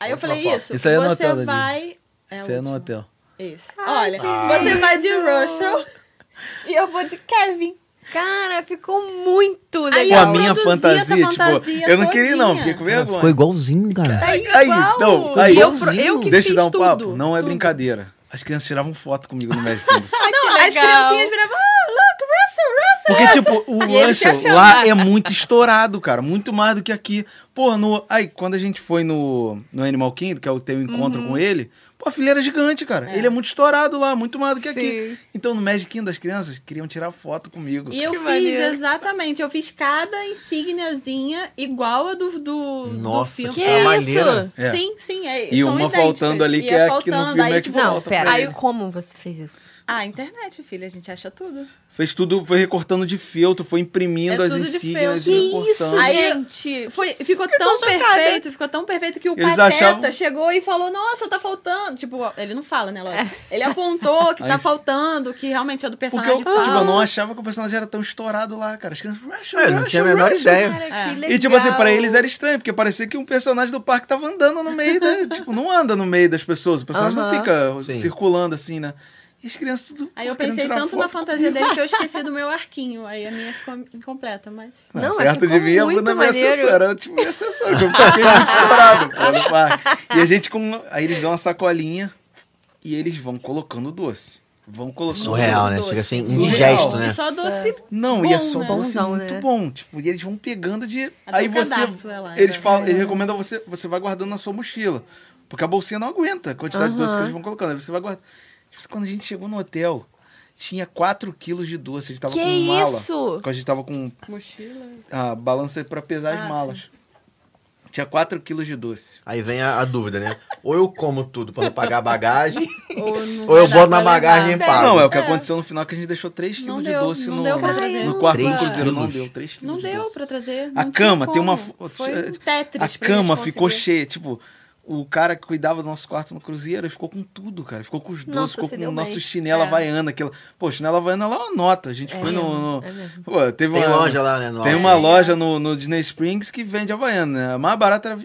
Speaker 3: Aí eu
Speaker 2: Outra
Speaker 3: falei,
Speaker 2: foto.
Speaker 3: isso,
Speaker 4: Isso aí é no
Speaker 3: você
Speaker 4: hotel, Dadi.
Speaker 3: vai... É
Speaker 4: Isso
Speaker 3: o
Speaker 4: é no
Speaker 3: último.
Speaker 4: hotel.
Speaker 3: Esse. Olha, você vai de Russell e eu vou de Kevin.
Speaker 1: Cara, ficou muito
Speaker 3: Aí,
Speaker 4: Pô, a
Speaker 1: legal.
Speaker 3: eu
Speaker 4: minha
Speaker 3: produzi
Speaker 4: fantasia,
Speaker 3: essa
Speaker 4: tipo,
Speaker 3: fantasia
Speaker 4: eu não queria não,
Speaker 3: todinha.
Speaker 4: fiquei com vergonha.
Speaker 2: Ficou igualzinho,
Speaker 3: É,
Speaker 2: cara.
Speaker 4: Aí,
Speaker 1: Tá igual.
Speaker 4: não, aí,
Speaker 1: Eu-
Speaker 3: eu que
Speaker 4: deixa eu
Speaker 3: fiz
Speaker 4: dar um papo,
Speaker 3: tudo,
Speaker 4: não é
Speaker 3: tudo.
Speaker 4: brincadeira. As crianças tiravam foto comigo no Magic Kingdom.
Speaker 3: não, as
Speaker 1: legal.
Speaker 3: criancinhas viravam, ah, look, Russell, Russell.
Speaker 4: Porque, tipo, o
Speaker 3: E ele se
Speaker 4: Russell
Speaker 3: achando.
Speaker 4: lá é muito estourado, cara. Muito mais do que aqui. Pô, no. Aí, quando a gente foi no, no Animal Kingdom, que é o teu encontro
Speaker 3: Uhum.
Speaker 4: com ele, pô, a fileira é gigante, cara. Ele é muito estourado lá, muito mais do que aqui.
Speaker 1: Sim.
Speaker 4: Então, no Magic Kingdom, as crianças queriam tirar foto comigo.
Speaker 3: E eu fiz, exatamente, eu fiz cada insígniazinha igual a do, do, do
Speaker 2: Nossa,
Speaker 3: filme.
Speaker 1: Que
Speaker 2: é uma
Speaker 1: isso?
Speaker 2: maneira.
Speaker 4: É.
Speaker 3: Sim, sim, é
Speaker 4: E
Speaker 3: são
Speaker 4: uma
Speaker 3: idênticas.
Speaker 4: faltando ali,
Speaker 3: E
Speaker 4: que é aqui no
Speaker 3: faltando,
Speaker 4: filme,
Speaker 3: aí,
Speaker 4: é que
Speaker 3: tipo,
Speaker 1: Não,
Speaker 4: volta pra
Speaker 1: pera.
Speaker 3: ele.
Speaker 1: Como você fez isso?
Speaker 3: Ah, internet, filha, a gente acha tudo.
Speaker 4: Fez tudo, foi recortando de feltro, foi imprimindo
Speaker 3: É
Speaker 4: as
Speaker 3: tudo de
Speaker 4: insígnias
Speaker 3: feltro.
Speaker 4: e
Speaker 1: Que
Speaker 4: recortando.
Speaker 1: isso,
Speaker 3: Aí,
Speaker 1: gente?
Speaker 3: Foi, ficou
Speaker 2: Então
Speaker 3: tão
Speaker 1: chocada.
Speaker 3: perfeito, ficou tão perfeito que o
Speaker 4: Eles
Speaker 3: Pateta
Speaker 4: achavam-
Speaker 3: chegou e falou, nossa, tá faltando. Tipo, ele não fala, né, lógico.
Speaker 2: É.
Speaker 3: Ele apontou que
Speaker 4: Aí
Speaker 3: tá
Speaker 4: isso-
Speaker 3: faltando, que realmente é do
Speaker 4: Porque eu,
Speaker 3: personagem
Speaker 4: tipo, eu
Speaker 3: fala.
Speaker 4: não achava que o personagem era tão estourado lá, cara. As crianças, Rush,
Speaker 2: É, eu não tinha a menor ideia.
Speaker 1: Cara, que legal.
Speaker 4: E, tipo assim, pra eles era estranho, porque parecia que um personagem do parque tava andando no meio da. tipo, não anda no meio das pessoas. O personagem não
Speaker 1: Aham.
Speaker 4: fica
Speaker 2: Sim.
Speaker 4: circulando assim, né? E as crianças tudo.
Speaker 3: Aí
Speaker 4: pô,
Speaker 3: eu
Speaker 4: tá querendo
Speaker 3: pensei
Speaker 4: tirar
Speaker 3: tanto na
Speaker 4: foto.
Speaker 3: fantasia dele que eu esqueci do meu arquinho. Aí a minha ficou incompleta, mas...
Speaker 1: Não, mas
Speaker 4: né? perto de
Speaker 1: ficou
Speaker 4: mim, a
Speaker 1: muito
Speaker 4: Bruna é minha
Speaker 1: maneiro.
Speaker 4: assessora. Era tipo minha assessora, que eu fiquei muito estourado, pô, no parque. E a gente com. Aí eles dão uma sacolinha e eles vão colocando doce. Vão colocando.
Speaker 2: Surreal,
Speaker 4: doce.
Speaker 2: né?
Speaker 3: um Doce.
Speaker 2: Chega assim,
Speaker 4: Surreal.
Speaker 2: indigesto, né?
Speaker 3: E só doce...
Speaker 4: Não,
Speaker 3: bom,
Speaker 4: e é só
Speaker 3: né?
Speaker 4: doce
Speaker 1: Bonzão,
Speaker 4: muito
Speaker 1: né?
Speaker 4: bom. Tipo, e eles vão pegando de.
Speaker 3: Até
Speaker 4: aí
Speaker 3: o
Speaker 4: você.
Speaker 3: cadarço é lá,
Speaker 4: eles
Speaker 3: né?
Speaker 4: falam, eles recomendam você, você vai guardando na sua mochila. Porque a bolsinha não aguenta a quantidade de doce que
Speaker 1: Aham.
Speaker 4: eles vão colocando. Aí você vai guardando. Tipo, quando a gente chegou no hotel, tinha 4 quilos de doce. A gente tava
Speaker 1: Que
Speaker 4: com mala.
Speaker 1: isso?
Speaker 4: Porque a gente tava com
Speaker 3: Mochila...
Speaker 4: a balança pra pesar
Speaker 3: Ah,
Speaker 4: as malas. Tinha 4 quilos de doce.
Speaker 2: Aí vem a, a dúvida, né? Ou eu como tudo pra não pagar a bagagem,
Speaker 3: Ou, não
Speaker 2: Ou eu
Speaker 3: vai dar
Speaker 2: boto na
Speaker 3: pra
Speaker 2: bagagem
Speaker 3: levar.
Speaker 2: e pago.
Speaker 4: Não, é o que
Speaker 3: É.
Speaker 4: aconteceu no final que a gente deixou 3
Speaker 3: Não
Speaker 4: quilos de
Speaker 3: deu,
Speaker 4: doce
Speaker 3: não
Speaker 4: no,
Speaker 3: deu pra
Speaker 1: trazer.
Speaker 4: no quarto do
Speaker 2: Três
Speaker 4: Cruzeiro. Não
Speaker 2: quilos?
Speaker 4: deu 3 quilos
Speaker 3: Não
Speaker 4: de
Speaker 3: deu
Speaker 4: doce.
Speaker 3: pra trazer.
Speaker 4: A
Speaker 3: não tinha
Speaker 4: cama tem uma.
Speaker 3: como.
Speaker 4: fo-
Speaker 3: Foi um
Speaker 4: eh,
Speaker 3: tetris
Speaker 4: A
Speaker 3: pra eles
Speaker 4: cama ficou
Speaker 3: conseguirem.
Speaker 4: cheia. Tipo, o cara que cuidava do nosso quarto no Cruzeiro ele ficou com tudo, cara. Ficou com os doces,
Speaker 1: Nossa,
Speaker 4: ficou
Speaker 1: você
Speaker 4: com
Speaker 1: deu
Speaker 4: o nosso
Speaker 1: bem.
Speaker 4: chinela
Speaker 3: É.
Speaker 4: havaiana. Aquela... Pô, chinela havaiana lá é uma nota. A gente foi no. no-
Speaker 1: é mesmo.
Speaker 4: Pô, teve
Speaker 2: tem
Speaker 4: uma...
Speaker 2: loja lá, né? no
Speaker 4: Tem
Speaker 2: alto.
Speaker 4: uma loja no, no Disney Springs que vende Havaiana. né? A mais barata era,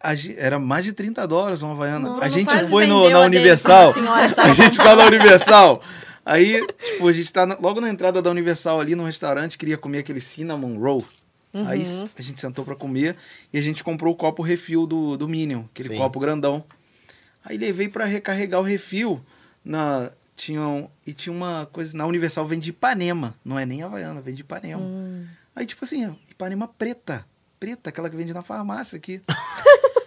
Speaker 4: a gi- era mais de 30 dólares uma Havaiana. a gente
Speaker 3: quase
Speaker 4: foi no,
Speaker 3: vendeu
Speaker 4: na
Speaker 3: a dele
Speaker 4: Universal.
Speaker 3: pra senhora que tava
Speaker 4: a gente tá na Universal. Aí, tipo, a gente tá na- logo na entrada da Universal ali num restaurante, queria comer aquele cinnamon roll. Aí s- a gente sentou pra comer e a gente comprou o copo refil do, do Minion, aquele
Speaker 2: Sim.
Speaker 4: copo grandão. Aí levei pra recarregar o refil na tinham e tinha uma coisa na Universal vende Ipanema, não é nem Havaiana, vende Ipanema. Aí tipo assim, Ipanema preta, preta, aquela que vende na farmácia aqui.